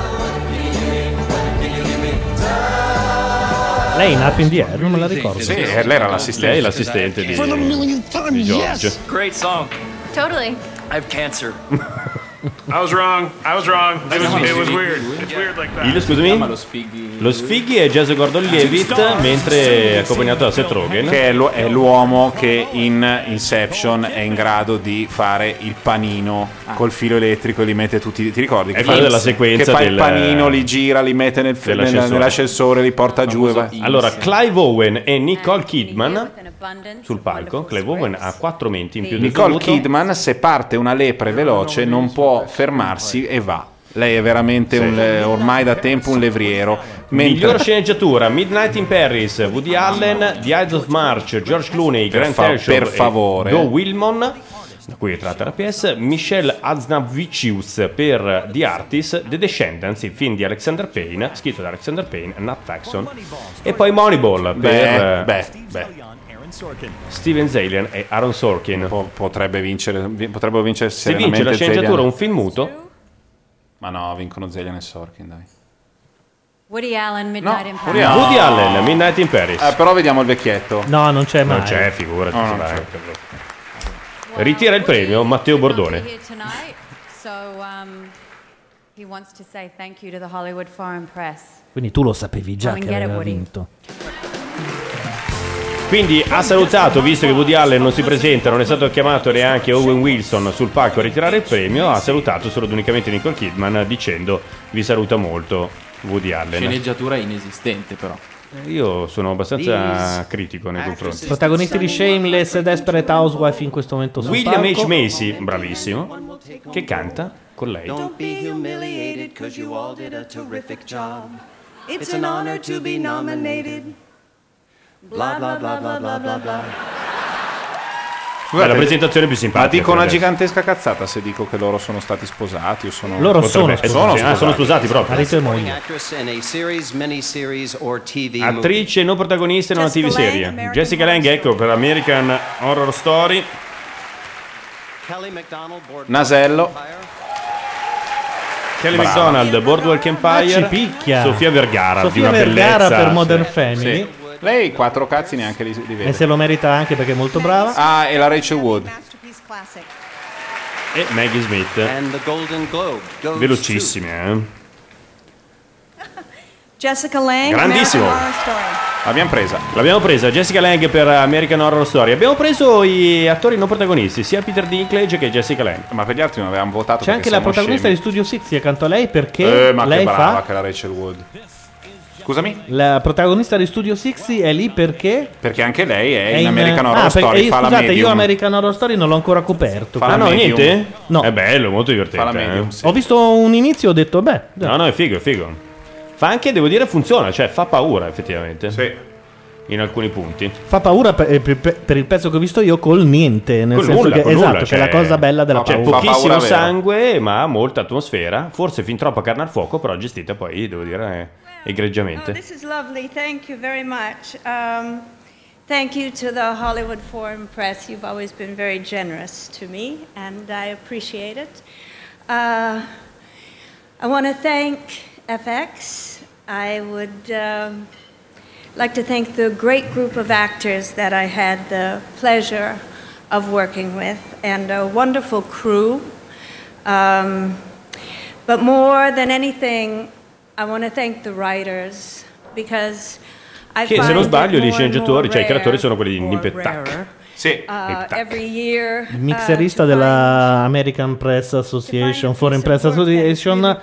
S18: Lei in Up in the Air, non me la ricordo.
S2: Sì, lei era l'assistente. Lei è l'assistente di-
S32: For the millionth time,
S2: Di
S32: yes.
S2: George.
S32: Great song.
S6: Totally.
S32: I have cancer.
S5: I was wrong. I was wrong. It was, it was weird. It's weird like that.
S2: Il, scusami, lo Sfighi è Jesse Gordon-Levitt, mentre è accompagnato da Seth Rogen.
S1: Che è, l'u- è l'uomo che in Inception è in grado di fare il panino Ah. col filo elettrico e li mette tutti. Ti ricordi?
S2: È quello della sequenza
S1: Che fa il
S2: del- eh,
S1: panino, li gira, li mette nel, nel-
S2: dell'ascensore.
S1: nell'ascensore, li porta giù. E va.
S2: Allora, Clive Owen e Nicole Kidman sul palco. Clive Owen ha 4 menti in più del
S1: Nicole
S2: dovuto.
S1: Kidman, se parte una lepre veloce, non può fermarsi e va. Lei è veramente un, eh, ormai da tempo un levriero. Mentre-
S2: Miglior sceneggiatura: Midnight in Paris, Woody Allen, The Eyes of March, George Clooney,
S1: Per
S2: Grant
S1: fa-
S2: Hershaw
S1: per
S2: e
S1: favore.
S2: Joe Wilmon. Da cui è tratta la PS, Michelle Aznavicius per The Artist, The Descendants, il film di Alexander Payne, scritto da Alexander Payne e Nat Faxon, e poi Moneyball per
S1: Beh,
S2: eh,
S1: beh,
S14: Aaron Sorkin.
S2: Steven Zalian e Aaron Sorkin.
S1: potrebbe vincere, vi- potrebbero vincere
S2: Se vince la
S1: serenamente
S2: sceneggiatura
S1: Zelian.
S2: un film muto,
S1: Ma no, vincono Zelian e Sorkin, dai.
S8: Woody Allen, Midnight in Paris.
S2: Woody Allen, Midnight in Paris.
S1: Eh, però vediamo il vecchietto.
S18: No, non c'è mai.
S2: non c'è, figurati.
S1: No, non
S2: dai.
S1: c'è.
S2: Ritira il premio Matteo Bordone.
S8: Here tonight, so um, he wants to say thank you to the Hollywood Foreign Press.
S18: Quindi tu lo sapevi già
S8: Come in
S18: che
S8: Get It,
S18: aveva
S8: Woody.
S18: vinto.
S2: Quindi ha salutato, visto che Woody Allen non si presenta, non è stato chiamato neanche Owen Wilson sul palco a ritirare il premio, ha salutato solo ed unicamente Nicole Kidman dicendo vi saluta molto Woody Allen.
S4: Sceneggiatura inesistente, però.
S2: Io sono abbastanza critico nei confronti.
S18: Eh, Protagonisti di Shameless e Desperate Housewife in questo momento sul
S2: William H.
S18: palco.
S2: Macy, bravissimo, che canta con lei.
S9: Don't be humiliated, cause you all did a terrific job. It's an honor to be nominated. Blah blah blah blah blah blah blah.
S2: È la presentazione più simpatica.
S1: Ma dico
S2: per
S1: una
S2: adesso.
S1: gigantesca cazzata se dico che loro sono stati sposati o sono...
S2: Loro
S1: potrebbe-
S2: sono sposati. Ah, sono sposati proprio. Marito e moglie.
S19: Actress in a series, miniseries, or TV movie.
S2: Attrice non protagonista in una TV
S19: Jessica Lange,
S2: serie.
S19: American
S2: Jessica Lange, ecco, per American Horror Story.
S19: Kelly MacDonald, board
S1: Nasello.
S2: Kelly
S1: Brava.
S2: McDonald, Boardwalk Empire.
S1: Ma ci picchia.
S2: Sofia Vergara,
S18: Ah, Sofia
S2: di una
S18: Vergara
S2: bellezza.
S18: per Modern Family.
S1: Sì. Lei quattro cazzi neanche li, li vede.
S18: E se lo merita anche perché è molto brava.
S1: Ah, e la Rachel Wood.
S19: Masterpiece classic.
S2: E Maggie Smith.
S19: And the Golden Globe goes
S2: Velocissime, eh.
S8: Jessica Lange,
S2: Grandissimo.
S8: American Horror Story.
S1: L'abbiamo presa.
S2: L'abbiamo presa, Jessica Lange per American Horror Story. Abbiamo preso gli attori non protagonisti, sia Peter Dinklage che Jessica Lange.
S1: Ma per gli altri non avevamo votato.
S18: C'è anche la protagonista di Studio Six accanto a lei perché
S1: Eh, ma
S18: lei
S1: che brava
S18: fa
S1: che è la Rachel Wood. Scusami?
S18: la protagonista di Studio Six è lì perché
S1: Perché anche lei è,
S18: è
S1: in American
S18: ah,
S1: Horror
S18: perché-
S1: Story,
S18: eh,
S1: fa la
S18: scusate,
S1: medium.
S18: io American Horror Story non l'ho ancora coperto.
S2: Ah,
S18: quindi-
S2: no, niente?
S18: No.
S2: È bello, molto divertente.
S1: Fa la medium,
S2: eh.
S18: Ho visto un inizio e ho detto beh,
S2: No, no, è figo, è figo. Fa anche, devo dire, funziona, cioè fa paura effettivamente. Sì. In alcuni punti.
S18: fa paura per, per- per il pezzo che ho visto io col niente, nel
S2: Col
S18: senso
S2: nulla,
S18: che
S2: col
S18: esatto,
S2: nulla,
S18: che
S2: cioè-
S18: è la cosa bella della
S2: C'è
S18: paura.
S2: pochissimo sangue, ma molta atmosfera. Forse fin troppa carne al fuoco, però gestita poi, devo dire, eh, egregiamente.
S24: This is lovely. Thank you very much. Um, thank you to the Hollywood Foreign Press. You've always been very generous to me, and I appreciate it. Uh, I want to thank FX. I would um, like to thank the great group of actors that I had the pleasure of working with, and a wonderful crew. Um, but more than anything, I want to thank the writers because I
S2: Che se
S24: find
S2: non
S24: it
S2: sbaglio, gli
S24: more and
S2: sceneggiatori,
S24: more
S2: cioè i creatori,
S24: rare,
S2: sono quelli di
S24: more
S2: Nipettac.
S24: rarer,
S1: Sì.
S24: uh, every year,
S18: Il mixerista della American Press Association, Foreign Press Association,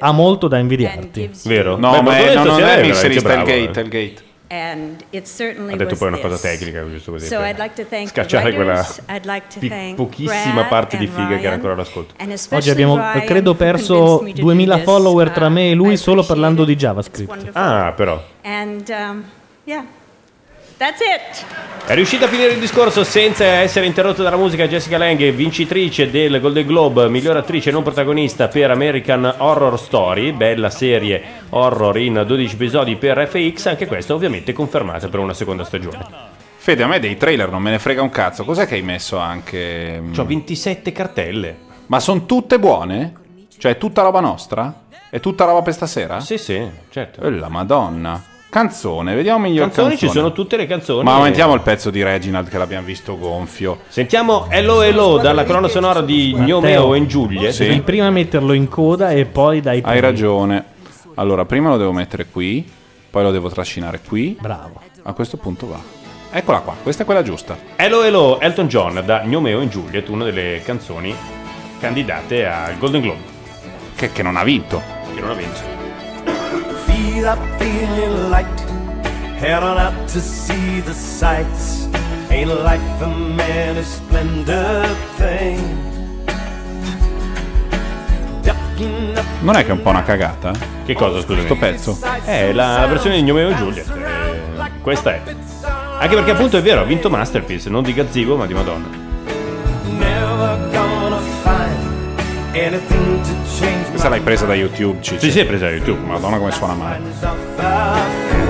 S18: ha molto da invidiarti.
S2: Vero? No, Beh, ma Bordone è- no, non stasera è è il veramente mixerista, è il Eh, bravo, gate, eh.
S24: and it certainly
S2: Ha detto
S24: was
S2: poi una cosa
S24: this.
S2: tecnica, giusto così,
S24: So
S2: per
S24: I'd like to thank the
S2: scacciare quella
S24: writers, I'd like to
S2: pi-
S24: thank
S2: pochissima
S24: Brad
S2: parte di
S24: and
S2: figa che era
S24: Ryan,
S2: ancora all'ascolto.
S24: and
S18: Oggi
S24: especially
S18: abbiamo, eh,
S24: Ryan,
S18: credo,
S24: who
S18: perso
S24: convinced me to do
S18: 2000
S24: this. uh,
S18: follower tra me e lui solo parlando di JavaScript.
S2: Ah, però.
S24: And um, yeah, that's it.
S2: È riuscita a finire il discorso senza essere interrotta dalla musica Jessica Lange, vincitrice del Golden Globe, miglior attrice non protagonista per American Horror Story, bella serie horror in 12 episodi per FX, anche questa ovviamente confermata per una seconda stagione.
S1: Fede, a me dei trailer non me ne frega un cazzo. Cos'è che hai messo anche... mm?
S2: C'ho 27 cartelle.
S1: Ma sono tutte buone? Cioè, è tutta roba nostra? È tutta roba per stasera?
S2: Sì, sì, certo.
S1: la madonna. Canzone, vediamo miglior
S2: Canzoni,
S1: canzone.
S2: ci sono tutte le canzoni.
S1: Ma aumentiamo il pezzo di Reginald che l'abbiamo visto gonfio.
S2: Sentiamo Hello Hello dalla colonna sonora di Gnomeo e Giulia.
S18: Devi prima metterlo in coda e poi dai
S1: Hai
S18: play.
S1: ragione. Allora, prima lo devo mettere qui, poi lo devo trascinare qui.
S18: Bravo.
S1: A questo punto va. Eccola qua, questa è quella giusta.
S2: Hello Hello Elton John da Gnomeo e Juliet, una delle canzoni candidate al Golden Globe.
S1: Che, che non ha vinto.
S2: Che non ha vinto.
S3: Feet up feeling light, head on out to see the sights. Ain't life a man of splendor thing? Ducking up
S1: Non è che è un po' una cagata?
S2: Che cosa, scusami?
S1: Questo pezzo.
S2: È la versione di Gnomeo e Juliet. eh, questa è. Anche perché appunto è vero, ha vinto Masterpiece, non di Gazzibo ma di Madonna.
S3: never gonna find anything to change
S1: Questa l'hai presa da YouTube, Ciccio.
S2: Sì, sì, è presa da YouTube.
S1: Madonna come suona male.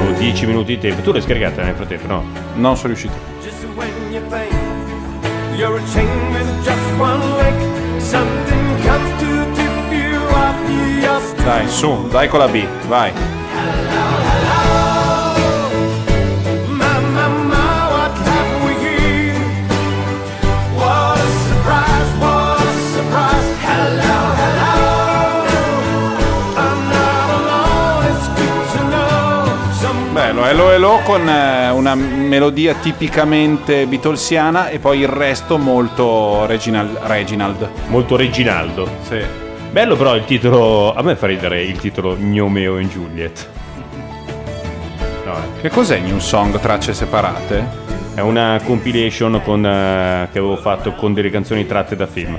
S2: Ho 10 minuti di tempo. Tu l'hai scaricata nel frattempo, no?
S1: Non sono riuscito.
S3: just when you think you're a chain with just one link. Something comes to tip you off your
S1: Dai, su, dai con la B, vai.
S3: My, my, my, what have we here? What a surprise, what a surprise. Hello, hello. I'm not alone, it's good to know. Some
S1: Bello, Hello Hello con eh, una melodia tipicamente Beatlesiana e poi il resto molto Reginald. Reginald.
S2: Molto Reginaldo.
S1: Sì.
S2: Bello però il titolo. A me fa ridere il titolo Gnomeo e Juliet. No, eh.
S1: Che cos'è New Song tracce separate?
S2: È una compilation con, eh, che avevo fatto con delle canzoni tratte da film.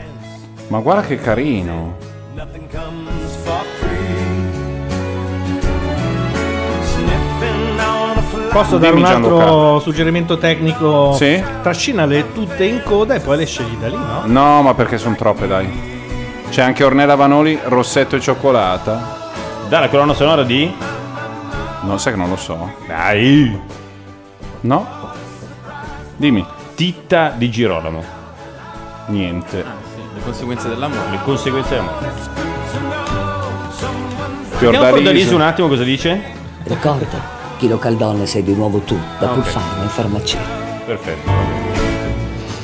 S1: Ma guarda che carino.
S3: Nothing comes for free. Sniffing on a fly.
S18: Posso dare un
S1: Dimmi,
S18: altro
S1: Gianluca.
S18: suggerimento tecnico?
S1: Sì?
S18: Trascinale tutte in coda e poi le scegli da lì, no?
S1: No, ma perché sono troppe, dai. C'è anche Ornella Vanoli, Rossetto e Cioccolata.
S2: Dalla colonna sonora di?
S1: Non sai che non lo so.
S2: Dai!
S1: No? Dimmi.
S2: Titta di Girolamo.
S1: Niente.
S4: Le conseguenze dell'amore.
S2: Le conseguenze dell'amore. Andiamo a Fiordaliso
S1: Fiordaliso.
S2: un attimo cosa
S1: [laughs]
S2: dice?
S31: Ricorda, chilo caldone sei di nuovo tu, da
S2: Ah, ok.
S31: Pulfarma in farmacia.
S2: Perfetto.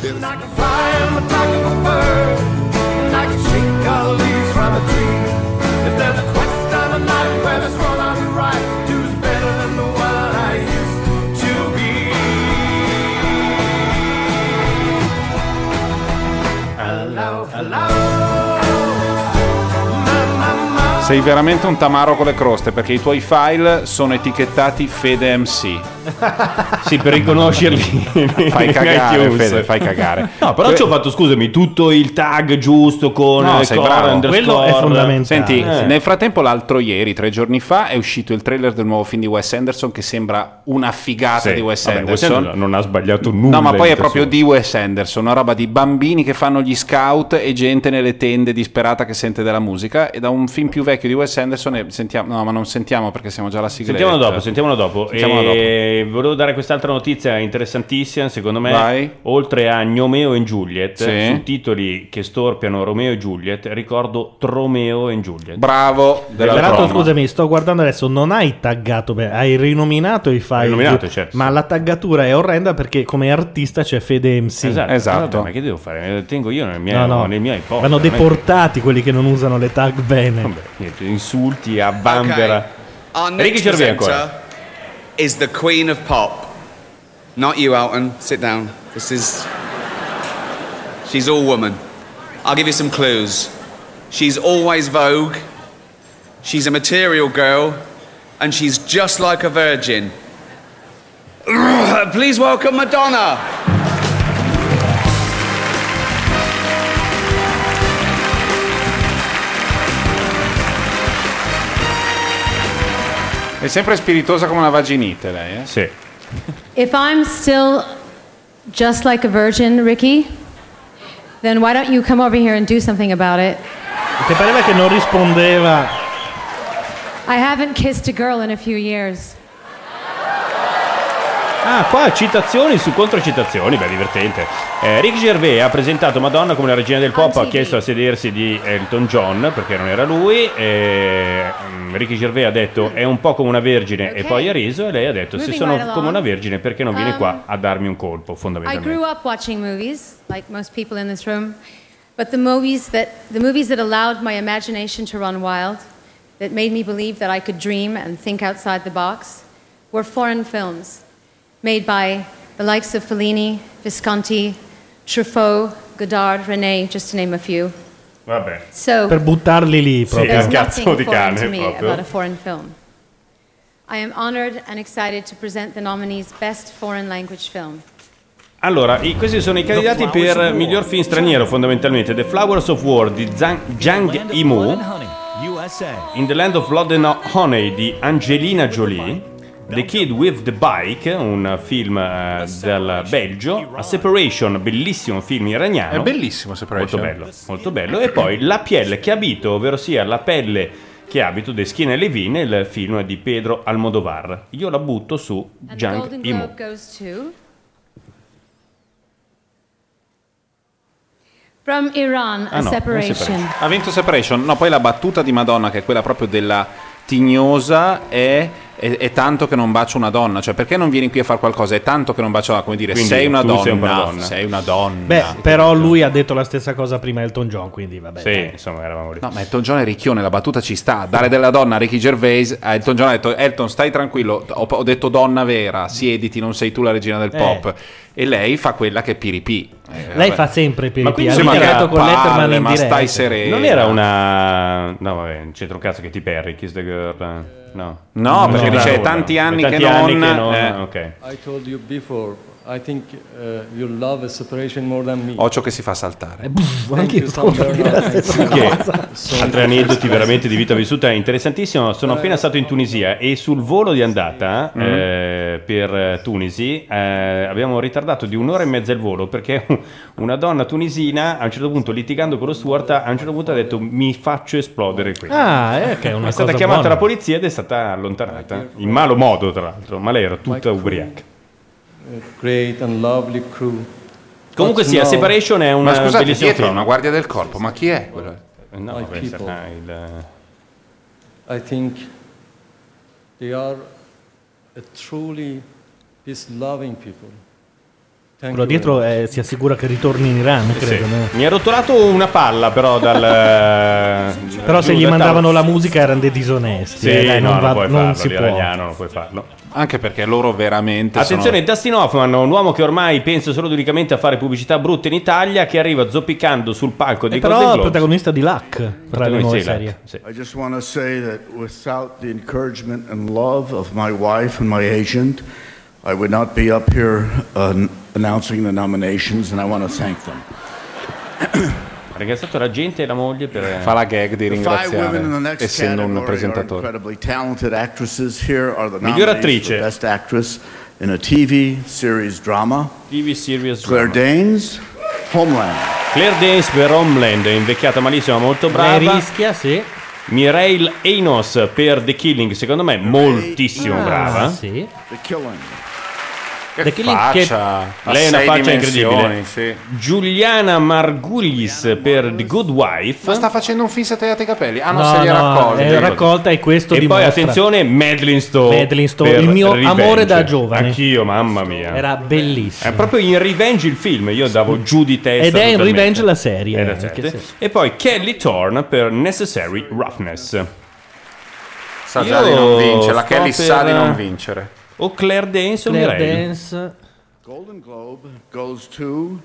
S3: Like a fly on the back of a bird. And I can shake all the leaves from a tree. If there's a quest on a night where there's one I do right, two's better than the one I used to be. Hello, hello.
S1: Sei veramente un tamaro con le croste perché i tuoi file sono etichettati Fede MC.
S2: Sì, per riconoscerli. [laughs]
S1: Fai
S2: in
S1: cagare,
S2: iTunes.
S1: Fede, fai cagare.
S2: No, però
S1: Que-
S2: ci ho fatto, scusami, tutto il tag giusto con
S1: No,
S2: eh,
S1: sei
S2: core,
S1: bravo.
S2: underscore.
S1: Senti,
S2: Eh.
S1: nel frattempo, l'altro ieri, tre giorni fa, è uscito il trailer del nuovo film di Wes Anderson che sembra una figata
S2: Sì,
S1: di Wes
S2: vabbè,
S1: Anderson.
S2: Anderson non ha sbagliato nulla.
S1: No, ma poi
S2: in
S1: è proprio
S2: assoluto.
S1: di Wes Anderson, una roba di bambini che fanno gli scout e gente nelle tende disperata che sente della musica. E da un film più vecchio di Wes Anderson e sentiamo, no, ma non sentiamo perché siamo già alla sigla.
S2: Sentiamolo dopo, sentiamolo dopo.
S1: Sentiamolo
S2: e volevo dare quest'altra notizia interessantissima, secondo me,
S1: Vai.
S2: oltre a Gnomeo e Juliet,
S1: Sì.
S2: su titoli che storpiano Romeo e Juliet, ricordo Tromeo e Juliet.
S1: Bravo, della
S18: Tra l'altro,
S1: Roma.
S18: scusami, sto guardando adesso. Non hai taggato, beh, hai rinominato i file.
S2: Rinominato,
S1: cioè,
S2: certo.
S18: Ma la taggatura è orrenda perché come artista c'è Fede MC.
S2: Esatto, Vabbè, ma che devo fare? Me lo Tengo io nel mio,
S18: No, no.
S2: nel mio iPod.
S18: Vanno
S2: non è che-
S18: deportati quelli che non usano le tag bene.
S2: Vabbè, niente, insulti a bambera.
S20: Our
S2: Ricky
S20: next
S2: Gervais
S20: presenter
S2: ancora.
S20: is the queen of pop. Not you, Elton. Sit down. This is. She's all woman. I'll give you some clues. She's always Vogue. She's a material girl. And she's just like a virgin. [clears throat] Please welcome Madonna.
S1: È sempre spiritosa come una vaginite lei, eh?
S2: Sì.
S11: If I'm still just like a virgin, Ricky, then why don't you come over here and do something about it?
S18: Che pareva che non rispondeva.
S11: I haven't kissed a girl in a few years.
S2: Ah, qua citazioni su controcitazioni, beh, divertente. Eh, Rick Gervais ha presentato Madonna come la regina del pop, ha chiesto a sedersi di Elton John perché non era lui. E, mm, Ricky Gervais ha detto è un po' come una vergine e poi ha riso e lei ha detto se
S15: Moving
S2: sono
S15: right along.
S2: come una vergine perché non viene
S15: Um,
S2: qua a darmi un colpo,
S15: I
S2: fondamentalmente.
S15: grew up watching movies, like most people in this room, but the movies that the movies that allowed my imagination to run wild, that made me believe that I could dream and think outside the box, were foreign films made by the likes of Fellini, Visconti, Truffaut, Godard, René, just to name a few.
S2: Vabbè.
S15: So
S18: per buttarli lì
S15: So
S18: proprio.
S15: there's nothing foreign to me about a foreign film. I am honored and excited to present the nominee's best foreign language film.
S2: Allora, i- questi sono i candidati per miglior film straniero, fondamentalmente. The Flowers of War di Zhang, Zhang Yimou.
S4: USA.
S2: In the Land of Blood and Honey di Angelina Jolie, The Kid with the Bike, un film eh, del Belgio, A Separation, bellissimo film iraniano.
S1: È bellissimo Separation.
S2: Molto bello, molto bello. E poi La pielle che abito, ovvero sia La pelle che abito di Schiena e Levine, il film di Pedro Almodovar. Io la butto su
S15: And the Golden
S2: Zhang
S15: Globe
S2: Yimou.
S15: goes to. From Iran,
S1: Ah,
S15: a
S1: no, non
S15: separation.
S1: Separation. Ha vinto Separation. No, poi la battuta di Madonna, che è quella proprio della tignosa, è, è, è tanto che non bacio una donna. Cioè, perché non vieni qui a fare qualcosa? È tanto che non bacio una donna. Come dire,
S2: Quindi
S1: sei una
S2: tu
S1: donna,
S2: sei una donna.
S1: sei una donna.
S18: Beh, però lui ha detto la stessa cosa prima Elton John, quindi vabbè.
S1: Sì,
S2: insomma, eravamo lì.
S1: No, ma Elton John è ricchione, la battuta ci sta. Dare della donna a Ricky Gervais. A Elton John ha detto: Elton, stai tranquillo. Ho, ho detto donna vera, siediti, non sei tu la regina del
S18: Eh.
S1: pop. E lei fa quella che è piripì. Eh,
S18: Lei
S1: vabbè.
S18: fa sempre per
S1: Ma
S18: i
S1: quindi
S18: ha
S1: sembra che
S18: litigato con
S1: palle,
S18: Letterman in
S1: ma
S18: diretta.
S1: stai serena.
S2: Non era una... No, vabbè, non c'entra un cazzo che ti perri, Kiss the Girl. eh, No,
S1: No, perché dice,
S2: era
S1: tanti
S2: una.
S1: anni
S2: Tanti
S1: che
S2: anni
S1: non, eh.
S2: ok.
S12: I told you before, I think uh, you love a separation more than me.
S1: Occhio che si fa saltare.
S12: Thank you, Tom Bernard.
S2: Che
S12: Sono-
S2: altri aneddoti veramente di vita vissuta è interessantissimo. Sono appena stato in Tunisia e sul volo di andata
S1: Mhm.
S18: Mm-hmm.
S2: eh, per eh, Tunisi eh, abbiamo ritardato di un'ora e mezza il volo perché [laughs] un- una donna tunisina a un certo punto litigando con lo steward a un certo punto ha detto mi faccio esplodere qui.
S18: Ah, eh, che è una
S2: è stata
S18: cosa
S2: chiamata
S18: buona.
S2: la polizia ed è stata allontanata in malo modo tra l'altro, ma lei era tutta ubriaca.
S12: A Great and lovely crew.
S2: Comunque
S12: But
S2: sia,
S12: now-
S2: Separation è una
S1: Ma scusate,
S2: bellissima
S1: dietro è
S2: film.
S1: una guardia del corpo, ma chi è quello?
S2: Eh, No,
S12: My
S2: vabbè,
S12: people.
S2: sarà il... eh,
S12: I think they are a truly peace-loving people. Thank
S18: Quello
S12: you very
S18: dietro eh, si assicura che ritorni in Iran,
S2: Sì.
S18: credo. no?
S2: Mi ha rotolato una palla, però dal.
S18: [laughs] Però se
S2: giù
S18: gli
S2: dal
S18: mandavano
S2: tavolo.
S18: la musica erano dei disonesti.
S2: Sì,
S18: eh, dai,
S2: no,
S18: non,
S2: non,
S18: va-
S2: puoi
S18: non
S2: farlo,
S18: si può.
S2: l'iraniano non puoi farlo.
S1: Anche perché loro veramente
S2: Attenzione,
S1: sono...
S2: Dustin Hoffman, un uomo che ormai pensa solo ed unicamente a fare pubblicità brutta in Italia, che arriva zoppicando sul palco
S18: E
S2: di
S18: Eh, però è il
S2: Golden Globe.
S18: protagonista di Luck, tra le nuove serie.
S37: I just want to say that without the encouragement and love of my wife and my agent, I would not be up here uh, n- announcing the nominations, and I want to thank them.
S2: Ha ringraziato la gente e la moglie per.
S1: Eh. Fa la gag di
S37: The five women in the
S1: ringraziare,
S37: next
S1: essendo un
S37: category are
S1: presentatore.
S37: incredibly talented actresses. Here are the
S1: Miglior
S37: nominees for Best Actress in a TV series drama.
S2: TV series
S37: Claire Danes, Homeland.
S2: Claire Danes per Homeland, è invecchiata malissimo, ma molto brava.
S18: Lei rischia, sì.
S2: Mireille Einos per The Killing, secondo me moltissimo
S37: Ah,
S2: brava.
S18: Sì.
S37: The Killing.
S2: The Killing che- Lei ha una faccia incredibile. Giuliana Margulis per The Good Wife.
S1: Ma sta facendo un film se tagliate i capelli. Ah, non
S18: No,
S1: se li ha
S18: no,
S1: raccolti.
S18: è raccolta e questo
S2: E poi
S18: dimostra-
S2: attenzione, Madeline Stowe.
S18: Madeline Stowe,
S2: per
S18: il mio
S2: Revenge.
S18: amore da giovane.
S2: Anch'io, mamma mia.
S18: Era bellissimo.
S2: È proprio in Revenge il film, io davo giù di testa.
S18: Ed è in
S2: totalmente.
S18: Revenge la serie.
S2: Eh, la
S18: eh,
S2: serie.
S18: che sì.
S2: E poi Kelly Thorne per Necessary Roughness.
S1: Sa già di non vincere, la Kelly sa di non vincere.
S2: eh, O Claire Danes o
S18: Claire
S2: Mireille.
S18: Dance.
S37: Golden Globe goes to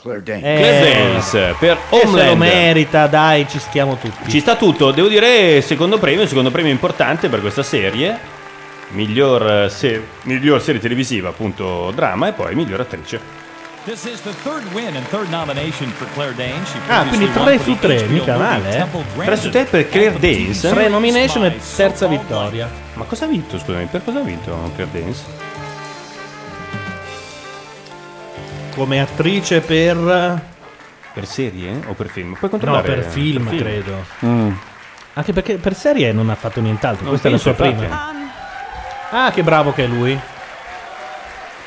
S37: Claire Danes.
S2: Claire Danes eh, per
S18: E se lo
S2: Homeland.
S18: merita, dai, ci stiamo tutti.
S2: Ci sta tutto, devo dire secondo premio, secondo premio importante per questa serie, miglior, eh, se- miglior serie televisiva appunto drama e poi miglior attrice.
S4: This is the third win and third nomination for Claire Danes. She
S18: Ah, quindi
S4: previously won
S18: 3
S4: for
S18: su
S4: the
S18: 3,
S4: HBO
S18: mica
S4: movie
S18: male.
S4: Temple
S18: Eh.
S4: Grandin.
S2: per Claire Danes.
S18: 3 nomination e terza vittoria.
S2: Ma cosa ha vinto, scusami, per cosa ha vinto Claire Danes?
S18: Come attrice per...
S2: Per serie o per film? Puoi
S18: No,
S2: controllare eh,
S18: per film, credo.
S1: Mm.
S18: Anche perché per serie non ha fatto nient'altro.
S2: Non
S18: Questa è la sua
S2: penso,
S18: prima. Ah, che bravo che è lui.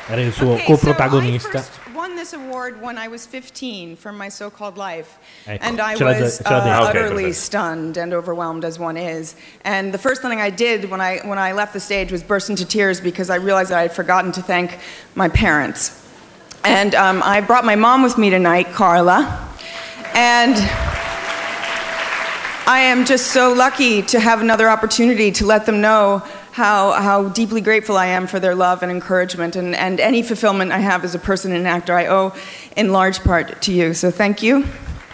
S18: era il suo
S38: Okay, so I
S18: coprotagonista.
S38: won this award when I was 15 for my so-called life,
S18: Ecco,
S38: and I
S18: ce l'ha de-
S38: was
S18: ce l'ha
S38: uh,
S18: detto. Ah, ok,
S38: utterly
S18: perfetto.
S38: stunned and overwhelmed as one is. And the first thing I did when I when I left the stage was burst into tears because I realized that I had forgotten to thank my parents. And um, I brought my mom with me tonight, Carla, and. I am just so lucky to have another opportunity to let them know how, how deeply grateful I am for their love and encouragement. And, and any fulfillment I have as a person and an actor, I owe in large part to you. So thank you.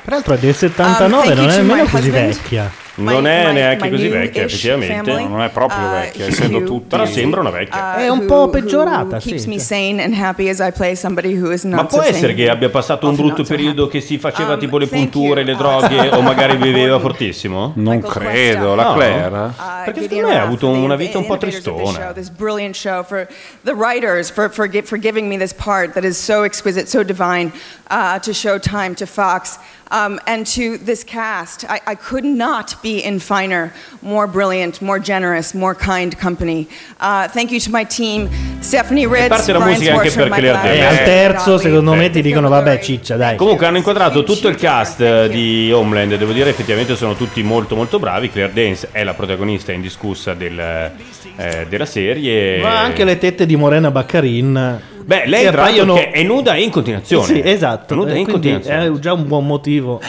S18: Peraltro è del 79,
S38: Um, thank
S18: non
S38: you
S18: è
S38: to
S18: nemmeno
S38: my
S18: così
S38: husband.
S18: vecchia.
S2: Non è
S38: my-
S2: neanche
S38: my
S2: così
S38: new-ish
S2: vecchia, effettivamente.
S38: family,
S2: Non è proprio vecchia, essendo tutti. Però sembra una vecchia.
S38: È
S18: un po' peggiorata, sì,
S38: Uh, keeps me
S18: cioè.
S38: sane and happy as I play somebody who is not
S2: Ma può
S38: so
S2: essere
S38: sane.
S2: che abbia passato
S18: Oh,
S2: un brutto
S18: cioè,
S2: periodo che si faceva tipo le punture, le droghe o magari beveva fortissimo? Non credo,
S1: la Claire.
S38: Ah, Uh,
S2: Perché secondo me ha avuto una vita un po'
S38: this show,
S2: tristona.
S38: this brilliant show, for the writers for, for, gi- for giving me this part that is so exquisite, so divine, uh, to Showtime, to Fox, um, and to this cast. I, I could not be in finer, more brilliant, more generous, more kind company. Uh, thank you to my team, Stephanie Ritz,
S2: parte la
S38: Brian
S2: musica anche
S38: Schwarzer,
S2: perché
S38: Michael
S2: le ha
S18: E
S2: Eh,
S18: al
S2: eh,
S18: terzo, secondo me, ti dicono vabbè, ciccia, dai.
S2: Comunque hanno inquadrato tutto il cast eh, di Homeland, devo dire effettivamente sono tutti molto molto bravi, Claire Danes è la protagonista indiscussa del, eh, della serie.
S18: Ma anche le tette di Morena Baccarin.
S2: Beh, lei
S18: che
S2: tra l'altro
S18: appaiono-
S2: che è nuda in continuazione.
S18: Sì, esatto.
S2: È nuda
S18: eh,
S2: in
S18: quindi
S2: continuazione.
S18: È già un buon motivo.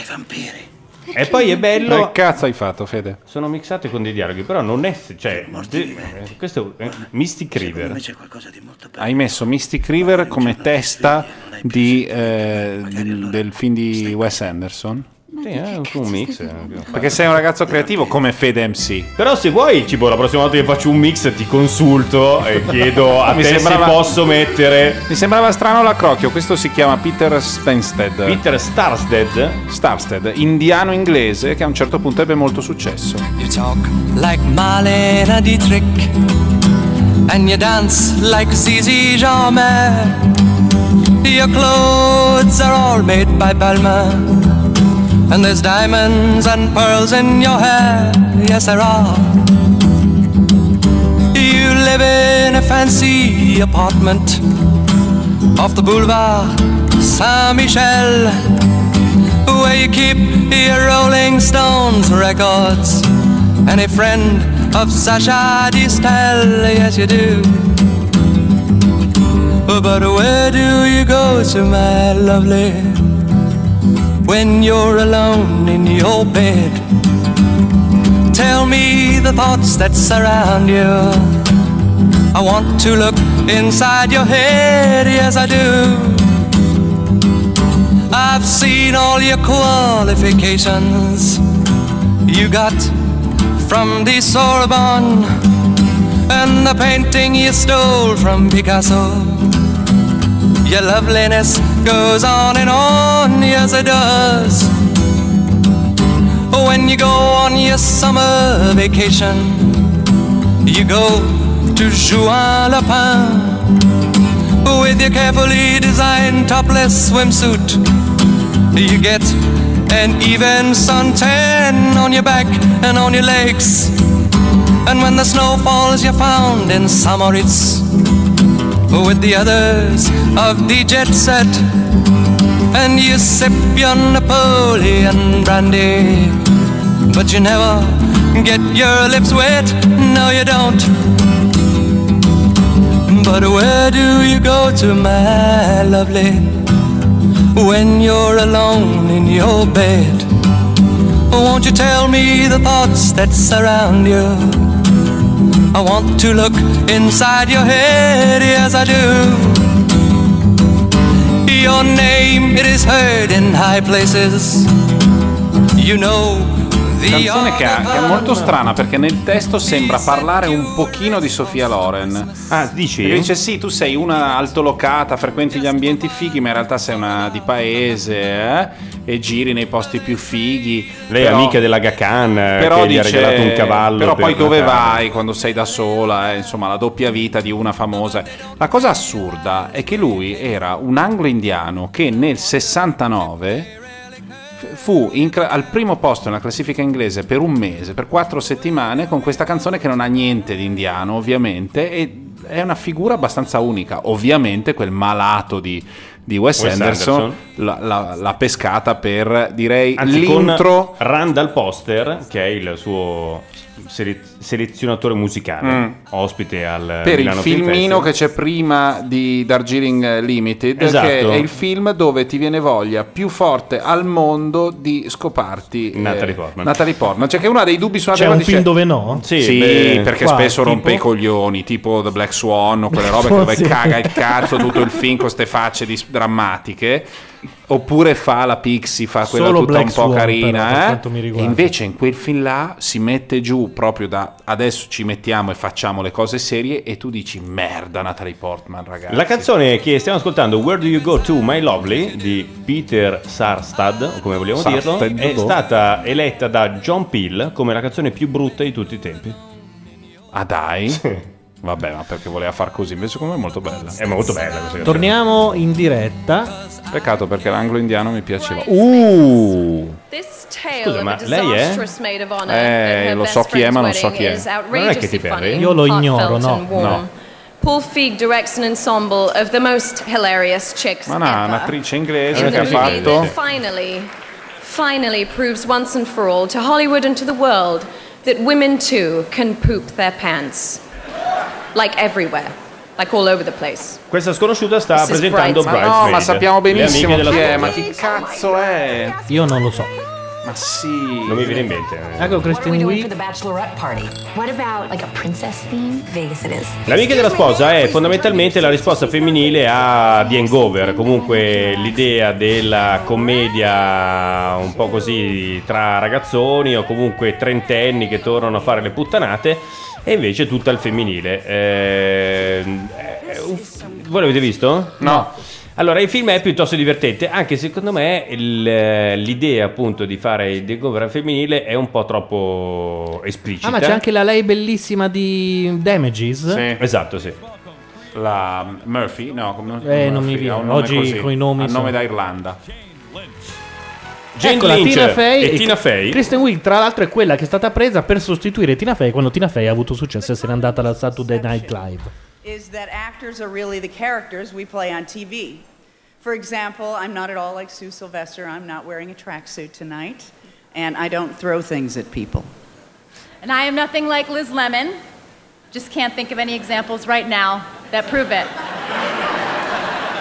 S2: E poi è bello.
S18: Ma che
S2: cazzo hai fatto, Fede? Sono mixati con dei dialoghi, però non è. Cioè, de- eh, questo è Mystic River.
S1: Hai messo Mystic River come testa di, eh, del film di Wes Anderson?
S2: Sì, è un- un mix. eh.
S1: Perché sei un ragazzo creativo come Fede MC.
S2: Però se vuoi, Cibo, la prossima volta che faccio un mix ti consulto [laughs] e chiedo a
S1: Mi
S2: te
S1: sembrava-
S2: se posso mettere.
S1: Mi sembrava strano l'accrocchio, questo si chiama Peter Stansted.
S2: Peter Starsted?
S1: Starsted, indiano inglese che a un certo punto ebbe molto successo.
S12: like Marlena Dietrich, and you dance like Zizi Jarmin. Your clothes are all made by Balmain, and there's diamonds and pearls in your hair. Yes, there are. You live in a fancy apartment off the boulevard Saint Michel, where you keep your Rolling Stones records. And a friend of Sasha Distel, yes you do. But where do you go to, my lovely? When you're alone in your bed, tell me the thoughts that surround you. I want to look inside your head, yes I do. I've seen all your qualifications. You got from the Sorbonne and the painting you stole from Picasso. Your loveliness goes on and on, yes it does. When you go on your summer vacation, you go to Juan Lapin with your carefully designed topless swimsuit. You get an even suntan on your back and on your legs. And when the snow falls, you're found in Samoritz with the others of the jet set. And you sip your Napoleon brandy, but you never get your lips wet. No, you don't. But where do you go to, my lovely? When you're alone in your bed, won't you tell me the thoughts that surround you? I want to look inside your head, yes I do. Your name, it is heard in high places. You know the
S1: Canzone che, ha- che è molto strana perché nel testo sembra parlare un pochino di Sofia Loren.
S2: Ah, dici?
S1: Perché dice sì, tu sei una altolocata, frequenti gli ambienti fighi, ma in realtà sei una di paese eh? e giri nei posti più fighi.
S2: Lei è amica della Gacan, eh,
S1: però
S2: che gli ha
S1: dice-
S2: regalato un cavallo.
S1: Però
S2: per
S1: poi dove
S2: Natale.
S1: vai quando sei da sola? eh, insomma, la doppia vita di una famosa. La cosa assurda è che lui era un anglo-indiano che nel 69 f- fu in cla- al primo posto nella classifica inglese per un mese, per quattro settimane, con questa canzone che non ha niente di indiano, ovviamente, e è una figura abbastanza unica. Ovviamente quel malato di, di Wes,
S2: Wes
S1: Anderson,
S2: Anderson.
S1: la- la- l'ha pescata per direi
S2: Anzi,
S1: l'intro.
S2: con Randall Poster, che è il suo sele- selezionatore musicale,
S1: Mm.
S2: ospite al
S1: per il
S2: Milano Film
S1: filmino
S2: Festival.
S1: che c'è prima di Darjeeling Limited,
S2: Esatto.
S1: che è il film dove ti viene voglia più forte al mondo di scoparti eh,
S2: Natalie Portman.
S1: Natalie Portman. Cioè, che una dei dubbi
S18: C'è
S1: su Natalie
S18: un
S1: Portman
S18: film dove
S1: dice-
S18: no?
S1: Sì, perché
S18: Qua,
S1: spesso rompe i
S18: tipo?
S1: coglioni, tipo The Black Swan o quelle robe che
S18: Oh,
S1: dove
S18: sì.
S1: caga il cazzo tutto il film con queste facce dis- drammatiche. Oppure fa la Pixie, fa quella
S18: Solo
S1: tutta
S18: Black
S1: un po'
S18: Swan,
S1: carina.
S18: però, per
S1: eh?
S18: quanto mi riguarda.
S1: E invece in quel film là si mette giù proprio da adesso ci mettiamo e facciamo le cose serie. E tu dici merda, Natalie Portman, ragazzi.
S2: La canzone che stiamo ascoltando, Where Do You Go To My Lovely, di Peter Sarstad, o come vogliamo dirlo,
S1: Sarstad,
S2: è
S1: boh.
S2: stata eletta da John Peel come la canzone più brutta di tutti i tempi.
S1: Ah dai? Vabbè, ma perché voleva far così? Invece, secondo me è molto bella.
S2: È molto bella questa canzone.
S18: Torniamo in diretta.
S1: Peccato perché l'anglo indiano mi piaceva. Uh!
S21: This tale
S1: Scusa,
S21: of
S1: ma
S21: a
S1: lei è?
S21: disastrous maid of honor
S1: Eh,
S21: at her
S1: lo
S21: best
S1: so chi è, ma non
S21: friend's
S1: so
S21: wedding
S1: chi è.
S21: is
S1: Ma non è che
S21: outrageously
S1: ti perdi?
S21: funny,
S1: Io lo
S21: heartfelt
S1: ignoro, no,
S21: and warm.
S1: no.
S21: Paul Feig directs an ensemble of the most hilarious chicks
S1: Ma no, è
S21: ever.
S1: un'attrice inglese
S21: in
S1: che ha
S21: the movie
S1: fatto.
S21: that finally, finally proves once and for all to Hollywood and to the world that women too can poop their pants. Like everywhere. Like all over the place.
S2: Questa sconosciuta sta
S21: This is
S2: presentando
S21: Bridesmaid.
S2: Bridesmaid.
S21: Ma no, ma
S1: sappiamo
S2: le amiche
S1: benissimo
S2: della
S1: chi è,
S2: sposa.
S1: ma chi cazzo è?
S18: Io non lo so.
S1: Ma sì.
S2: Non mi viene in mente.
S18: Ecco Christine Wiig.
S22: the bachelorette party? What about like a princess theme? Vegas it is.
S2: L'amica della sposa è fondamentalmente la risposta femminile a The Hangover, comunque l'idea della commedia un po' così tra ragazzoni o comunque trentenni che tornano a fare le puttanate e invece tutta al femminile. Ehm, eh, eh, uff, voi l'avete visto? No. Allora, il film è piuttosto divertente, anche secondo me il, eh, l'idea appunto di fare il The Hangover al femminile è un po' troppo esplicita.
S18: Ah, ma c'è anche la lei bellissima di Damages.
S2: Esatto, sì.
S1: La Murphy? No, come
S18: Eh, non mi
S1: Murphy,
S18: viene.
S1: ha un nome
S18: Oggi
S1: così,
S18: coi nomi
S1: ha un nome
S18: sono-
S1: da Irlanda.
S2: Jane
S18: Eccola,
S2: Lynch
S18: Ecco, Tina Fey
S2: e Tina Fey.
S18: Kristen Wiig, tra l'altro, è quella che è stata presa per sostituire Tina Fey quando Tina Fey ha avuto successo e se n'è andata alla Saturday Night Live.
S15: is that actors are really the characters we play on TV. For example, I'm not at all like Sue Sylvester. I'm not wearing a tracksuit tonight, and I don't throw things at people.
S27: And I am nothing like Liz Lemon. Just can't think of any examples right now that prove it.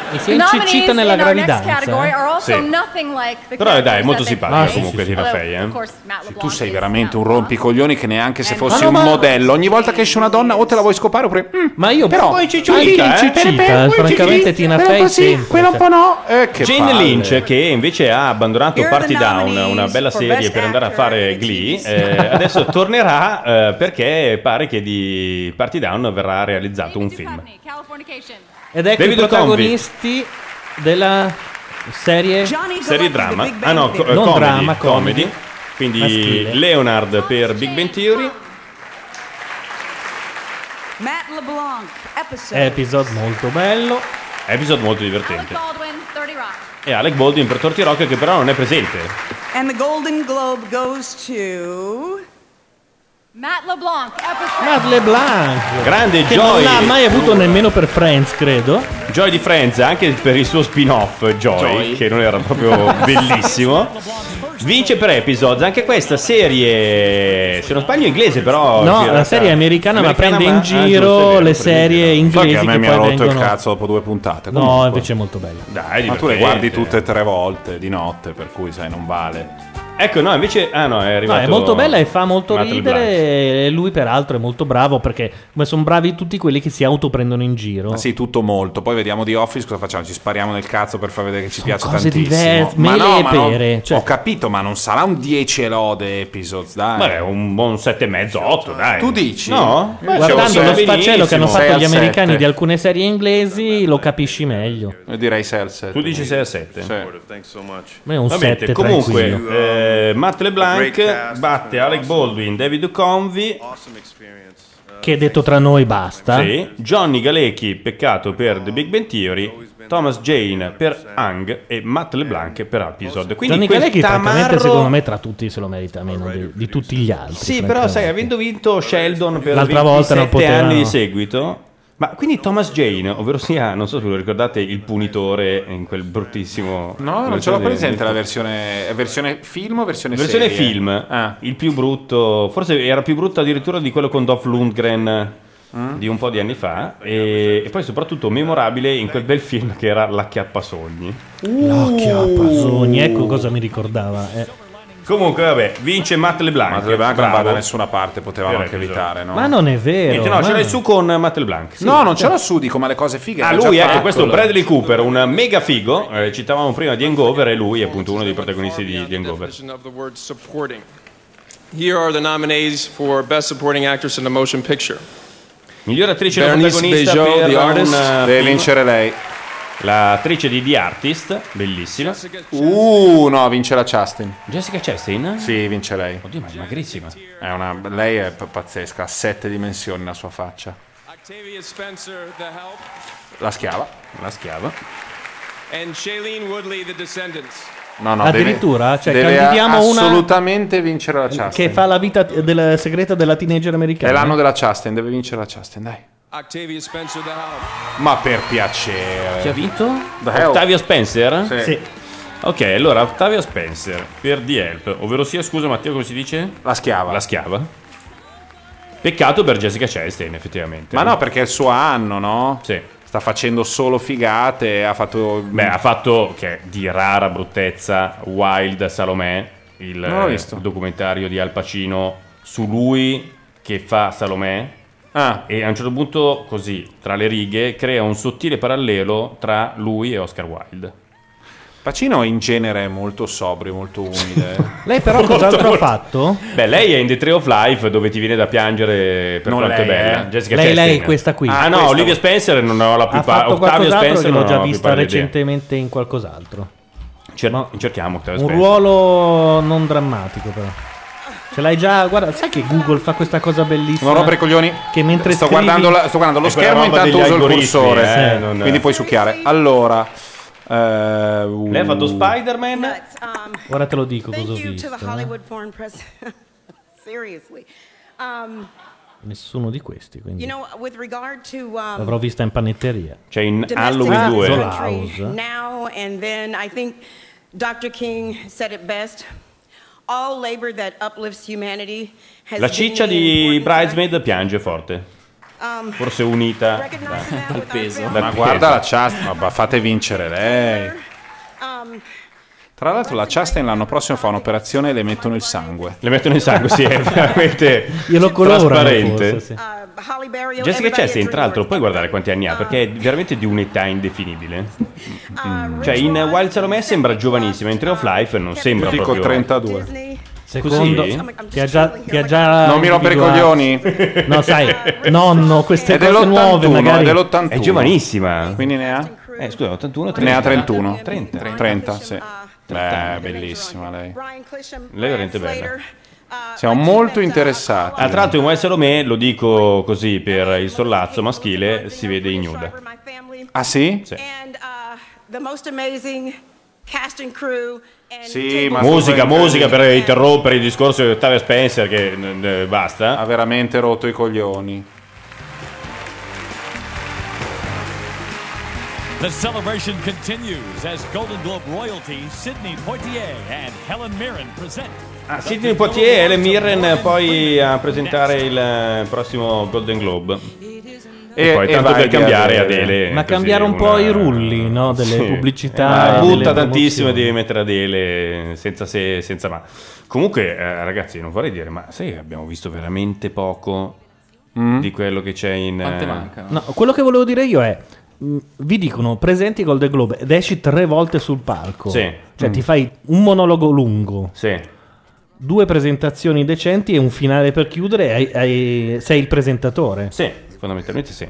S18: E si è
S27: The nominees
S18: inciccita
S27: in
S18: nella
S27: our next
S18: eh?
S3: eh?
S27: category
S18: gravidanza.
S27: are also
S1: Sì.
S27: nothing like the
S1: Però, dai,
S27: characters that
S1: molto
S27: they
S1: simpatica
S27: play.
S1: comunque Tina
S27: Although,
S1: Fey, eh.
S27: Of course, Matt LeBlanc
S1: Tu sei veramente un rompicoglioni che neanche se
S27: Eh, ma
S1: fossi
S27: no,
S1: un
S27: ma-
S1: modello, ogni volta che esce una donna o te la vuoi scopare oppure Mm,
S18: Ma io
S1: però
S18: poi
S1: Ah,
S18: cicciuta,
S1: lì,
S18: eh.
S1: cicciuta,
S18: Per-
S1: poi
S18: francamente
S1: cicciuta,
S18: Tina
S1: quella un
S18: Fey
S1: po' sì,
S18: sempre,
S1: quella un po'
S18: cioè.
S1: no. Eh, che
S2: Jane
S1: palle.
S2: Lynch che invece ha abbandonato
S1: Here are
S2: Party
S1: the
S2: Down,
S1: nominees
S2: una bella
S1: for
S2: serie
S1: Best
S2: per andare a fare Glee, eh,
S18: [laughs]
S2: adesso tornerà eh, perché pare che di Party Down verrà realizzato un film.
S18: Ed ecco
S2: David
S18: i
S2: Duchovny.
S18: protagonisti della serie.
S2: Serie drama, ah no, co- eh,
S18: non
S2: comedy,
S18: drama, comedy.
S2: comedy. Quindi
S18: Maschile.
S2: Leonard per Big Bang Theory.
S15: Matt LeBlanc, episode.
S18: Episode molto bello.
S2: Episode molto divertente.
S15: Baldwin, 30 Rock.
S2: E Alec Baldwin per Torti Rock che però non è presente.
S15: And the Golden Globe goes to.
S27: Matt LeBlanc, episode.
S18: Matt LeBlanc.
S2: Grande
S18: che
S2: Joy.
S18: Non l'ha mai avuto nemmeno per Friends, credo.
S2: Joy di Friends anche per il suo spin-off Joy,
S18: Joy.
S2: che non era
S18: [laughs]
S2: proprio bellissimo. Vince per Episodes, anche questa serie, se non sbaglio inglese però... in
S18: No,
S2: realtà-
S18: la serie è americana, ma prende
S2: ah,
S18: in
S2: giusto,
S18: giro
S2: è vero,
S18: le
S2: prende
S18: serie
S2: in giro.
S18: inglesi che, poi vengono...
S1: dopo due puntate.
S18: No,
S1: comunque.
S18: invece è molto bella.
S2: Dai,
S1: ma tu
S2: divertente.
S1: le guardi tutte e tre volte di notte, per cui sai, non vale.
S2: Ecco, no, invece... Ah no, è
S18: No,
S2: arrivato...
S18: è molto bella e fa molto
S2: Matt
S18: ridere. E lui, peraltro, è molto bravo perché come sono bravi tutti quelli che si autoprendono in giro.
S1: Ma sì, tutto molto. Poi vediamo di Office cosa facciamo. Ci spariamo nel cazzo per far vedere che ci piace
S18: cose
S1: tantissimo.
S18: diverse, mele e
S1: ma non-
S18: pere,
S1: Ho capito, ma non sarà un 10 e lode episodes, dai.
S2: Ma è un buon 7,5, 8, dai.
S1: Tu dici?
S2: No?
S1: Io
S18: Guardando
S1: dicevo
S18: lo
S1: sei.
S18: sfaccello che hanno
S1: Sei
S18: fatto
S1: al
S18: gli americani
S1: sette.
S18: di alcune serie inglesi, lo capisci meglio.
S1: Io direi 6 al 7.
S2: Tu dici 6 al 7.
S18: Ma è un
S2: Va bene,
S18: sette tranquillo.
S2: comunque, eh, Matt
S18: Great
S2: LeBlanc
S18: cast,
S2: batte Alec Baldwin, David Duchovny,
S18: Che detto tra noi basta.
S2: Sì. Johnny Galecki, peccato per The Big Bang Theory, Thomas Jane per Hang e Matt LeBlanc per Episode. Quindi
S18: Johnny
S2: quel
S18: Galecki, francamente,
S2: tamarro-
S18: secondo me, tra tutti se lo merita meno di, di tutti gli altri.
S2: Sì, però sai, avendo vinto Sheldon per
S18: L'altra volta non
S2: 27 anni
S18: potevano.
S2: di seguito, Ma quindi Thomas Jane, ovvero sia, non so se ve lo ricordate, il punitore in quel bruttissimo...
S1: No, non ce l'ho presente la versione, è versione film o versione,
S2: Versione
S1: serie? Ah.
S2: film, il più brutto, forse era più brutto addirittura di quello con Dolph Lundgren
S1: Mm.
S2: di un po' di anni fa e, e poi soprattutto memorabile in quel bel film che era La Chiappasogni.
S18: L'occhio
S2: Uh!
S18: a Pasogni, ecco cosa mi ricordava. eh.
S2: Comunque vabbè, vince Matt LeBlanc.
S1: Matt LeBlanc non
S2: Bravo.
S1: va da nessuna parte, potevamo anche evitare, no?
S18: Ma non è vero. Ah.
S2: Niente, no,
S18: ma-
S2: ce l'hai su con Matt LeBlanc. sì.
S1: No, non ce l'ho su, dico, ma le cose fighe.
S2: Ah,
S1: le ho già
S2: lui, ecco,
S1: fatte.
S2: questo Bradley Cooper, un mega figo. eh, citavamo prima di Hangover e lui è appunto uno dei protagonisti di, di Hangover.
S5: definition of the word supporting. Here are the nominees for Best Supporting Actress in a Motion Picture.
S2: Miglior attrice non
S5: Bernice
S2: protagonista
S5: Bejo,
S2: per
S5: The Artist.
S2: un, eh,
S5: Deve
S2: film.
S1: vincere lei.
S2: L'attrice di The Artist, bellissima.
S1: Uh, no, vince la Chastain.
S2: Jessica Chastain?
S1: Sì, vince lei.
S2: Oddio, ma è magrissima.
S1: lei è p- pazzesca, ha sette dimensioni la sua faccia.
S5: Octavia Spencer, The Help,
S1: La schiava.
S2: La schiava.
S5: and Shailene Woodley, The Descendants.
S1: No, no,
S18: Addirittura?
S1: deve,
S18: Cioè,
S1: deve
S18: candidiamo una-
S1: assolutamente vincere la Chastain.
S18: Che fa la vita del- segreta della teenager americana.
S1: È l'anno della Chastain, deve vincere la Chastain, dai.
S5: Octavia Spencer, The Help.
S1: Ma per piacere.
S2: Chi ha vinto?
S1: The Help.
S2: Octavia Spencer?
S1: Sì. Sì.
S2: Ok, allora Octavia Spencer per The Help, ovvero sia, scusa Mattia, come si dice?
S1: La schiava.
S2: La schiava. Peccato per Jessica Chastain, effettivamente.
S1: Ma no, perché è il suo anno, no?
S2: Sì.
S1: Sta facendo solo figate, ha fatto...
S2: Beh, ha fatto che di rara bruttezza Wild Salomè, il
S1: Non l'ho
S2: eh,
S1: visto.
S2: documentario di Al Pacino su lui che fa Salomè.
S1: Ah.
S2: E a un certo punto, così, tra le righe, crea un sottile parallelo tra lui e Oscar Wilde.
S1: Pacino in genere è molto sobrio, molto umile.
S18: Lei però
S2: Molto,
S18: cos'altro ha
S2: molto.
S18: fatto?
S2: [laughs] Beh, lei è in The Tree of Life dove ti viene da piangere per
S1: Non
S2: quanto è
S1: lei,
S2: bella.
S1: eh.
S2: Jessica
S18: Lei-
S2: Chastain.
S18: lei è questa qui.
S2: Ah, no,
S18: Questa.
S2: Olivia Spencer non ho la più
S18: Ha
S2: pa-
S18: fatto
S2: Ottavia
S18: qualcos'altro
S2: Spencer
S18: che
S2: non
S18: l'ho già
S2: ho la più
S18: vista
S2: pallida idea.
S18: recentemente in qualcos'altro.
S2: Cer- cerchiamo Ottavia
S18: Un
S2: Spencer.
S18: ruolo non drammatico, però. Ce l'hai già. Guarda, sai che Google fa questa cosa bellissima?
S1: Non rompere i coglioni.
S18: Che mentre
S1: sto,
S18: scrivi-
S1: guardando la- sto guardando lo
S2: È quella
S1: schermo,
S2: roba
S1: intanto
S2: degli
S1: uso il
S2: algoritmi,
S1: cursore.
S2: eh, non-
S1: Quindi puoi succhiare. Allora... eh, uh,
S2: Lei ha fatto Spider-Man.
S22: Nuts. Um,
S18: Ora te lo dico
S22: thank
S18: cosa ho
S22: you to
S18: visto.
S22: the
S18: eh.
S22: Hollywood Foreign Press. [laughs] Seriously. Um,
S18: Nessuno di questi, quindi.
S22: you know, with regard to um,
S18: L'avrò vista in panetteria.
S2: Cioè in
S22: domestic
S18: Ah,
S22: violence in
S18: Zola
S22: the country
S18: House.
S22: now and then, I think Dr. King said it best. All labor that uplifts humanity has
S2: La ciccia di Bridesmaid piange forte.
S22: Um,
S2: Forse unita
S22: dal
S2: peso.
S1: Ma guarda la Chastain, ma va- fate vincere lei.
S22: um,
S1: Tra l'altro la Chastain l'anno prossimo fa un'operazione e le mettono il sangue.
S2: Le mettono il sangue, sì, [laughs] è veramente
S18: Glielo colorano,
S2: Eh, trasparente.
S18: forse, sì.
S2: Jessica Chastain, tra l'altro, puoi guardare quanti anni ha, perché è veramente di un'età indefinibile. Mm. Cioè, in Wild Salomè sembra giovanissima, in Tree of Life non sembra
S1: Io dico
S2: proprio...
S1: 32.
S2: Oh
S18: Secondo. Ti ha già. Ti ha già
S1: Non mi rompere i
S18: individuato.
S1: coglioni.
S18: No, sai, nonno, queste
S1: È
S18: cose nuove
S1: dell'81,
S18: magari.
S1: è dell'81.
S2: È giovanissima.
S1: Quindi ne ha?
S2: Eh, scusa, 81,
S1: Ne ha
S2: 31.
S1: 31.
S2: 30.
S1: 30, sì. Beh,
S2: anni.
S1: bellissima lei.
S22: Brian Clisham,
S2: Lei è veramente bella.
S1: Siamo molto interessati.
S2: Ah, tra l'altro in Wild Salomè, lo dico così per il sollazzo maschile, si vede ignuda.
S1: Ah, sì?
S2: Sì.
S22: the most amazing cast and crew. And
S1: Sì, ma
S2: Musica,
S1: sono
S2: musica per
S1: incredibili.
S2: interrompere il discorso di Ottavia Spencer che eh, basta.
S1: Ha veramente rotto i coglioni.
S14: The celebration continues as Golden Globe royalty Sidney Poitier and Helen Mirren present.
S2: Ah, Sidney Poitier e Helen Mirren poi a presentare il eh, prossimo Golden Globe. E,
S1: E-
S2: poi
S1: e
S2: tanto
S1: vai
S2: per
S1: di
S2: cambiare
S1: Adele.
S2: Adele.
S18: Ma
S2: così,
S18: cambiare un po' i rulli, no? Delle
S2: Sì.
S1: Eh,
S18: pubblicità.
S2: Ah,
S18: delle
S2: butta tantissimo e
S18: promozioni.
S2: devi mettere Adele senza se, senza ma. Comunque, eh, ragazzi, non vorrei dire, ma sai che abbiamo visto veramente poco di quello che c'è in...
S4: Quante
S2: eh,
S4: mancano?
S18: No, quello che volevo dire io è. mh, Vi dicono presenti Golden Globe ed esci tre volte sul palco.
S2: Sì.
S18: Cioè,
S2: Mm.
S18: ti fai un monologo lungo,
S2: Sì.
S18: due presentazioni decenti e un finale per chiudere. e hai- hai- sei il presentatore.
S2: Sì, fondamentalmente sì.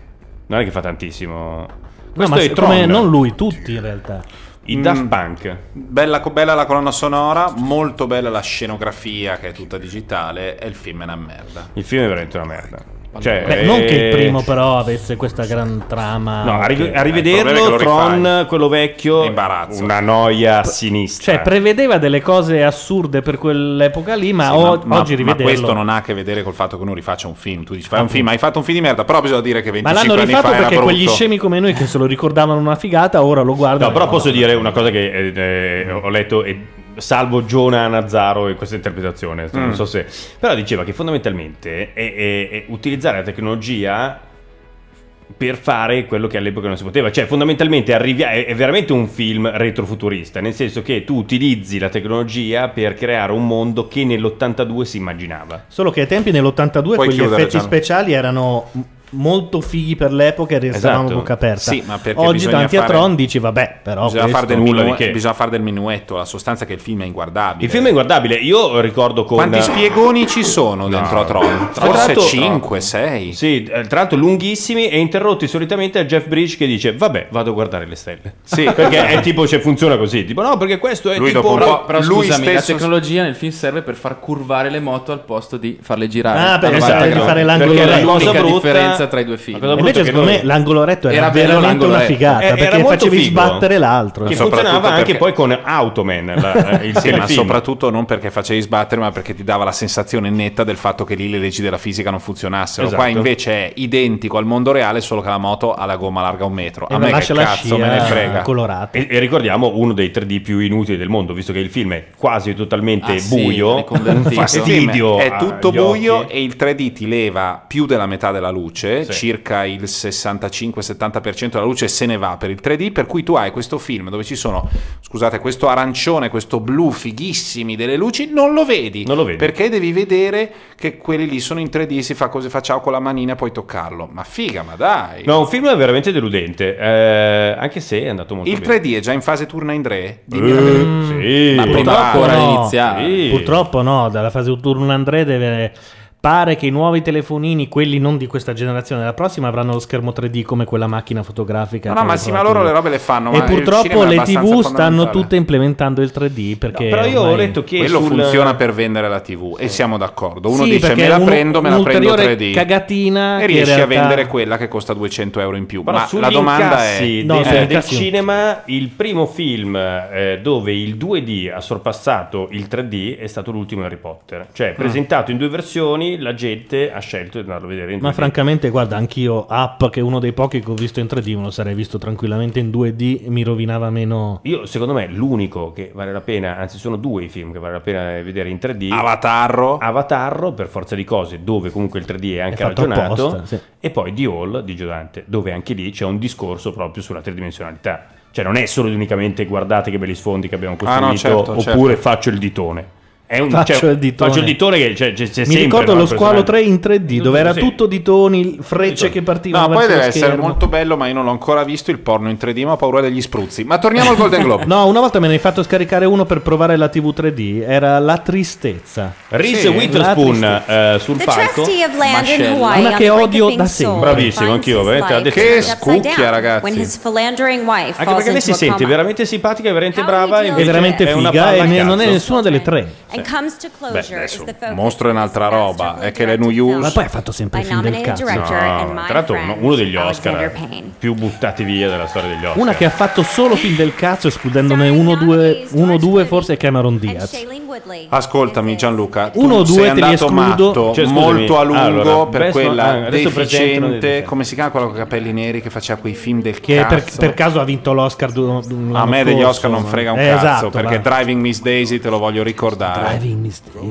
S2: Non è che fa tantissimo.
S18: No,
S2: Questo
S18: ma
S2: è
S18: se- come
S2: Tron.
S18: non lui, tutti in realtà.
S2: I Daft Punk.
S1: Mm. Bella, bella la colonna sonora, molto bella la scenografia che è tutta digitale e il film è una merda.
S2: Il film è veramente una merda. Cioè,
S18: Beh, non che
S2: eh,
S18: il primo però avesse questa gran trama.
S2: No, a, ri-
S18: che-
S2: a rivederlo, Tron, quello vecchio, una noia a sinistra.
S18: Cioè, prevedeva delle cose assurde per quell'epoca lì, ma,
S1: Sì,
S18: o- oggi
S1: ma
S18: rivederlo. Ah,
S1: questo non ha a che vedere col fatto che uno rifaccia un film. Tu dici, fai un film, hai fatto un film di merda, però bisogna dire che
S18: Ma
S1: 25
S18: l'hanno
S1: anni fa
S18: rifatto
S1: era
S18: perché
S1: brutto.
S18: quegli scemi come noi che se lo ricordavano una figata, ora lo guardano.
S2: No, però posso dire una cosa che eh, eh, ho letto e salvo Giona Nazzaro e questa interpretazione,
S1: Mm.
S2: non so se... Però diceva che fondamentalmente è, è- è utilizzare la tecnologia per fare quello che all'epoca non si poteva. Cioè, fondamentalmente arrivi- è, è veramente un film retrofuturista, nel senso che tu utilizzi la tecnologia per creare un mondo che nell'82 si immaginava.
S18: Solo che ai tempi nell'82
S2: Puoi
S18: quegli
S2: chiudere,
S18: effetti
S2: Gian.
S18: speciali erano m- molto fighi per l'epoca e restavano
S1: Esatto.
S18: bocca aperta.
S1: Sì, ma perché
S18: Oggi
S1: bisogna
S18: davanti a
S1: fare-
S18: Tron dici vabbè, però
S1: bisogna,
S18: questo-
S1: fare del minu- bisogna fare del minuetto. La sostanza è che il film è inguardabile.
S2: Il film è guardabile, io ricordo con...
S1: Quanti spiegoni ci sono dentro a Tron?
S2: Tra
S1: Forse
S2: l'altro-
S1: 5, 6.
S2: Sì, eh, tra l'altro lunghissimi e interrotti solitamente da Jeff Bridge che dice vabbè vado a guardare le stelle.
S1: Sì.
S2: [laughs] perché è tipo, cioè, funziona così, tipo no perché questo è tipo... un
S4: però,
S2: po'-
S4: però scusami, la tecnologia nel film serve per far curvare le moto al posto di farle girare.
S18: Ah,
S4: a
S18: perché
S4: 90
S18: serve di
S4: gradi.
S18: fare l'angolo
S4: Perché è
S18: retto.
S4: l'unica
S18: Cosa brutta-
S4: differenza tra i due film.
S18: Ma cosa brutta Invece, che secondo noi- me, l'angolo retto era
S4: bello
S18: veramente
S4: l'angolo
S18: una
S4: retto.
S18: figata,
S4: Eh,
S18: perché
S4: era molto
S18: facevi
S4: figo.
S18: sbattere l'altro.
S2: Che
S1: Soprattutto
S2: funzionava anche
S1: perché-
S2: poi con Automan, la- eh, il
S1: [laughs] Sì, ma
S2: telefilm.
S1: soprattutto non perché facevi sbattere, ma perché ti dava la sensazione netta del fatto che lì le leggi della fisica non funzionassero. Qua
S2: Esatto.
S1: invece è identico al mondo reale, solo che la moto ha la gomma larga un metro.
S18: E la
S1: A me che
S18: Eh, lascia la
S1: cazzo
S18: scia
S1: me ne frega.
S18: colorata.
S2: E, e ricordiamo uno dei 3D più inutili del mondo, visto che il film è quasi totalmente
S1: Ah, sì,
S2: buio, un
S1: Ma il
S2: [laughs]
S1: film
S2: fastidio.
S1: è tutto
S2: agli occhi.
S1: buio e il 3D ti leva più della metà della luce,
S2: Sì.
S1: circa il 65-70% della luce se ne va per il 3D, per cui tu hai questo film dove ci sono, scusate, questo arancione, questo blu fighissimi delle luci, non lo vedi. Perché devi vedere che quelli lì sono in 3D, si fa così, facciamo con la manina e puoi toccarlo. Ma figa, ma dai.
S2: No, un film veramente deludente, eh, anche se è andato molto
S1: Il
S2: bene.
S1: 3D è già in fase turna in re?
S2: sì. Ma prima ancora di iniziare. Sì.
S18: Purtroppo no, dalla fase turno André deve... Pare che i nuovi telefonini, quelli non di questa generazione, della prossima, avranno lo schermo 3D come quella macchina fotografica.
S1: No, no,
S18: che
S1: ma
S18: ho
S1: sì, ma
S18: provato
S1: loro
S18: io.
S1: le robe le fanno,
S18: E
S1: ma il
S18: purtroppo
S1: cinema è
S18: le
S1: abbastanza
S18: TV stanno
S1: fondamentale.
S18: tutte implementando il 3D. Perché
S1: No, però io ho
S18: ormai-
S1: letto che quello funziona per vendere la TV e siamo d'accordo. Uno
S18: Sì,
S1: dice
S18: perché
S1: me la
S18: un-
S1: prendo, me la prendo
S18: un'ulteriore
S1: 3D.
S18: cagatina
S1: e
S18: che in
S1: riesci a
S18: realtà-
S1: vendere quella che costa 200 euro in più.
S2: Però
S1: Ma
S2: sugli
S1: la domanda
S2: incassi
S1: è
S2: del,
S1: eh,
S2: del cinema, il primo film eh, dove il 2D ha sorpassato il 3D è stato l'ultimo Harry Potter. Cioè, presentato in due versioni, la gente ha scelto di andarlo a vedere in
S18: Ma
S2: 2D.
S18: francamente, guarda, anch'io app che è uno dei pochi che ho visto in 3D, me lo sarei visto tranquillamente in 2D, mi rovinava meno.
S2: Io, secondo me, l'unico che vale la pena, anzi, sono due i film che vale la pena vedere in 3D:
S1: Avatarro,
S2: Avatarro per forza di cose, dove comunque il 3D è anche
S18: È fatto
S2: ragionato,
S18: apposta, sì.
S2: e poi The Hall di Giodante, dove anche lì c'è un discorso proprio sulla tridimensionalità. Cioè, non è solo ed unicamente guardate che belli sfondi che abbiamo
S1: Ah,
S2: costruito,
S1: no, certo,
S2: oppure
S1: certo.
S2: faccio il ditone. È un-
S18: Faccio
S2: cioè,
S18: il ditone.
S2: Faccio il ditone che c'è, c'è- c'è
S18: Mi
S2: sempre,
S18: ricordo
S2: no,
S18: lo
S2: il
S18: squalo
S2: personaggio.
S18: 3 in 3D, dove era
S2: Sì.
S18: tutto di toni, frecce che
S1: No,
S18: partivano.
S1: poi
S18: verso
S1: deve
S18: lo
S1: essere
S18: schermo.
S1: molto bello, ma io non l'ho ancora visto il porno in 3D, ma ho paura degli spruzzi. Ma torniamo
S18: [laughs]
S1: al Golden Globe.
S18: No, una volta me ne hai fatto scaricare uno per provare la TV 3D, era La Tristezza.
S2: Reese
S18: Sì.
S2: Witherspoon
S18: La
S2: eh, sul
S6: The
S2: palco.
S6: trustee of land in
S2: Mascella.
S6: Hawaii
S18: Una che
S6: on which
S18: odio
S6: the thing
S18: da sempre.
S6: sold
S2: Bravissimo,
S6: finds
S2: anch'io,
S6: his
S2: veramente, ha
S6: life
S2: detto-
S6: turned
S2: Che
S6: upside down
S1: scucchia, ragazzi.
S6: When his philandering wife
S2: Anche
S6: falls
S2: perché lei si
S6: into a
S2: sente
S6: coma
S2: veramente simpatica, veramente brava.
S18: È veramente figa e ne- non è nessuna delle tre.
S6: and comes to closure is
S1: adesso,
S6: the focus
S1: mostro è un'altra roba, è che le New Use...
S6: Ma poi ha
S18: fatto
S6: sempre i film del cazzo.
S2: No,
S6: Director and my
S2: tra l'altro uno,
S6: friend,
S2: uno degli
S6: Alexander
S2: Oscar
S6: Payne.
S2: più buttati via della storia degli Oscar.
S18: Una che ha fatto solo film del cazzo, escludendone uno, due, uno, due forse è Cameron Diaz.
S1: Ascoltami Gianluca, tu
S18: Uno o due
S1: sei
S18: te li
S1: andato
S18: escludo.
S1: matto
S18: Cioè, scusami,
S1: molto a lungo
S18: allora,
S1: per
S18: best- ah,
S1: quella
S18: adesso presentano le
S1: deficiente,
S18: due.
S1: come si chiama quello con i capelli neri che faceva quei film del
S18: Che per,
S1: cazzo?
S18: per caso ha vinto l'Oscar. du- l'anno
S1: a me degli
S18: scorso,
S1: Oscar non
S18: ma-
S1: frega un
S18: Eh,
S1: cazzo
S18: esatto,
S1: perché
S18: va.
S1: Driving Miss Daisy te lo voglio ricordare.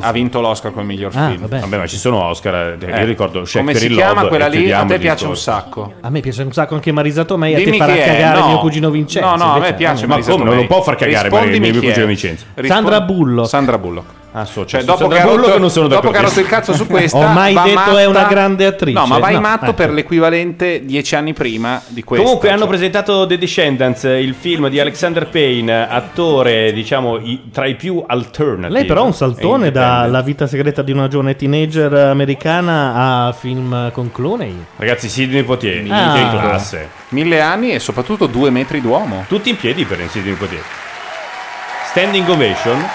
S1: Ha vinto l'Oscar come miglior
S18: Ah,
S1: film.
S18: vabbè.
S2: Vabbè, ma ci sono Oscar, eh,
S1: Eh,
S2: io ricordo
S1: come
S2: Shakespeare
S1: si
S2: in
S1: chiama
S2: Love,
S1: quella
S2: e
S1: lì? A
S2: chiudiamo
S1: te
S2: il
S1: piace un
S2: discorso.
S1: sacco.
S18: A me piace un sacco anche Marisa Tomei, a te
S1: Dimmi
S18: farà
S1: chi è,
S18: cagare
S1: no.
S18: mio cugino Vincenzo.
S1: No, no, a
S18: invece-
S1: me piace Marisa
S2: come? Non
S1: Tomei.
S2: lo può far cagare
S1: Rispondimi
S2: Maria- mio
S1: chi è.
S2: cugino Vincenzo.
S1: Rispondi-
S18: Sandra Bullock.
S1: Sandra Bullock.
S2: Ah, so,
S1: Cioè,
S2: su
S1: dopo
S2: Sandra
S1: che, ha
S2: Bullock
S1: rotto,
S2: non sono
S1: dopo che ha
S2: d'accordo.
S1: rotto il cazzo
S18: [laughs]
S2: [laughs]
S1: su questa,
S18: Ho mai
S1: va
S18: detto
S1: matta-
S18: è una grande attrice.
S1: No, ma vai
S18: No,
S1: matto
S18: ecco.
S1: per cioè. l'equivalente dieci anni prima di questo.
S2: Comunque hanno presentato The Descendants, il film di Alexander Payne, attore diciamo i- tra i più alternative.
S18: Lei però ha un
S2: E
S18: saltone
S2: indipendent.
S18: dalla vita segreta di una giovane teenager americana a film con Clooney.
S2: Ragazzi, Sidney Poitier,
S18: Ah.
S2: che classe.
S1: Mille anni e soprattutto due metri d'uomo.
S2: Tutti in piedi per Sidney Poitier. Standing ovation.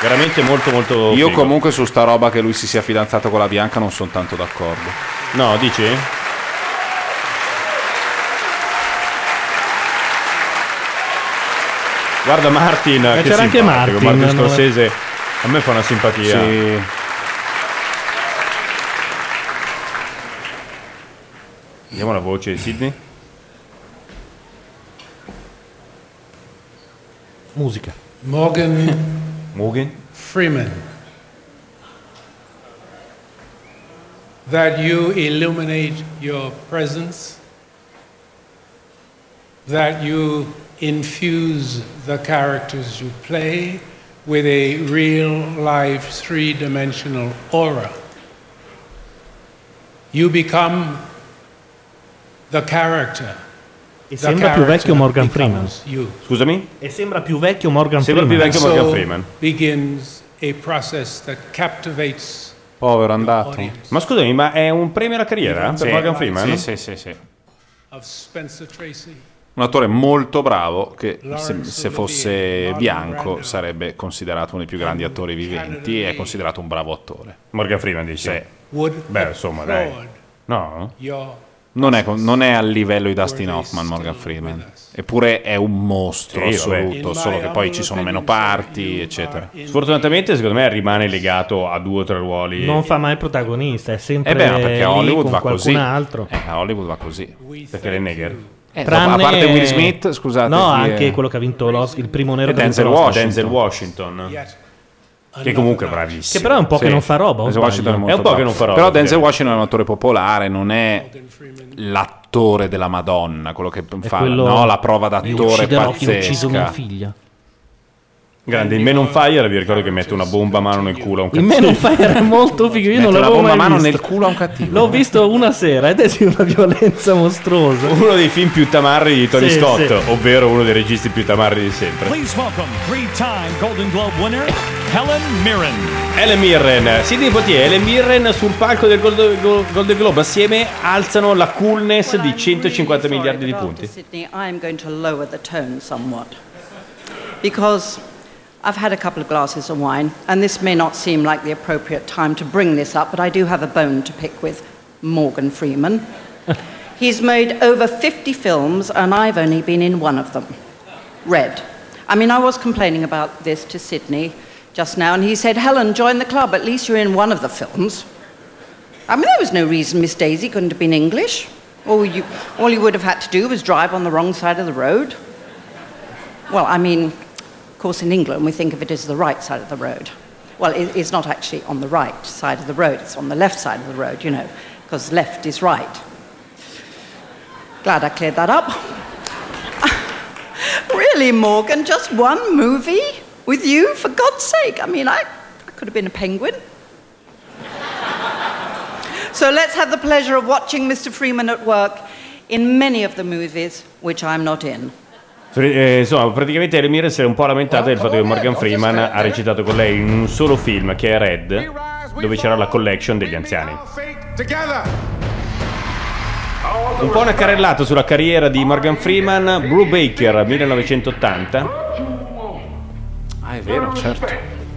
S2: Veramente molto molto
S1: Io
S2: figo.
S1: comunque su sta roba che lui si sia fidanzato con la bianca non sono tanto d'accordo.
S2: No, dici? Guarda Martin,
S18: Ma
S2: che
S18: Eh, c'era anche
S2: simpatico,
S18: Martin,
S2: Martin
S18: no?
S2: Scorsese. A me fa una simpatia.
S1: Sì.
S2: Vediamo la voce di Sidney.
S18: Musica.
S8: Morgan
S2: Mugen.
S8: Freeman. That you illuminate your presence, that you infuse the characters you play with a real life three dimensional aura. You become the character. the
S18: E sembra più
S8: character
S18: vecchio Morgan Freeman.
S2: Scusami?
S18: E sembra più vecchio Morgan
S2: Sembra più
S18: Freeman.
S2: vecchio Morgan Freeman.
S8: begins a process that captivates
S1: Povero andato.
S2: Ma scusami, ma è un premio alla carriera eh,
S8: Sì.
S2: per Morgan Freeman?
S8: Sì,
S1: sì, sì.
S8: of Spencer Tracy.
S1: Un attore molto bravo che se, se fosse bianco sarebbe considerato uno dei più grandi attori viventi e è considerato un bravo attore.
S2: Morgan Freeman dice. Beh, insomma, dai. No?
S8: Your
S1: Non è, con- non è al livello di Dustin Hoffman Morgan Freeman. Eppure è un mostro
S2: Sì, vabbè.
S1: assoluto, solo che poi ci sono meno parti, eccetera.
S2: Sfortunatamente, secondo me, rimane legato a due o tre ruoli.
S18: Non fa mai il protagonista, è sempre
S1: Eh beh, ma perché
S18: lì
S1: a Hollywood
S18: con
S1: va
S18: qualcun
S1: così.
S18: altro.
S1: Eh, a Hollywood va così.
S2: Perché le negher.
S1: Eh, a parte Will Smith, scusate.
S18: No,
S1: chi è?
S18: anche quello che ha vinto l'Os- il primo nero
S1: E
S18: che ha
S1: Denzel
S18: vinto l'Oscar.
S1: Washington.
S2: Denzel Washington. Che comunque è bravissimo.
S18: Che però è un po' che
S1: Sì.
S18: non fa roba, o
S1: Denzel Washington
S18: sbaglio?
S1: molto
S2: È un po' che
S1: bravo.
S2: non fa roba,
S1: Però
S2: sì.
S1: Denzel Washington è un attore popolare, non è l'attore della Madonna, quello che fa
S18: quello-
S1: no, la prova
S18: Mi
S1: d'attore
S18: ucciderò chi ha
S1: pazzesca.
S18: ucciso mia figlia.
S2: Grande, il Man on Fire, vi ricordo che mette una bomba a mano nel culo a un
S18: Il Man
S2: cattivo.
S18: on Fire è molto figo, io
S2: Mette
S18: non
S2: la
S18: l'avevo
S2: bomba
S18: mai
S2: a mano
S18: visto.
S2: nel
S1: culo a un cattivo.
S18: L'ho visto una sera ed è di una violenza mostruosa.
S2: [laughs] Uno dei film più tamarri di Tony
S18: Sì,
S2: Scott,
S18: sì.
S2: ovvero uno dei registi più tamarri di sempre.
S14: Please welcome three-time Golden Globe winner Helen Mirren.
S2: Ellen Mirren, Sidney Poitier e Ellen Mirren sul palco del Gold- Go- Golden Globe assieme alzano la coolness di 150 miliardi di punti.
S9: Sydney, I am going to lower the tone somewhat because I've had a couple of glasses of wine, and this may not seem like the appropriate time to bring this up, but I do have a bone to pick with Morgan Freeman. He's made over 50 films, and I've only been in one of them Red. I mean, I was complaining about this to Sydney just now, and he said, Helen, join the club, at least you're in one of the films. I mean, there was no reason Miss Daisy couldn't have been English. All you, all you would have had to do was drive on the wrong side of the road. Well, I mean, of course, in England, we think of it as the right side of the road. Well, it, it's not actually on the right side of the road, it's on the left side of the road, you know, because left is right. Glad I cleared that up. [laughs] really, Morgan, just one movie with you? For God's sake. I mean, I, I could have been a penguin. So let's have the pleasure of watching Mr. Freeman at work in many of the movies which I'm not in.
S2: Eh, insomma, praticamente Ellen Mirren si è un po' lamentata del fatto che Morgan Freeman ha recitato con lei in un solo film che è Red, dove c'era la collection degli anziani.
S3: Together.
S2: Un po' una carrellata sulla carriera di Morgan Freeman, Brew Baker 1980,
S1: Ah, è vero, certo.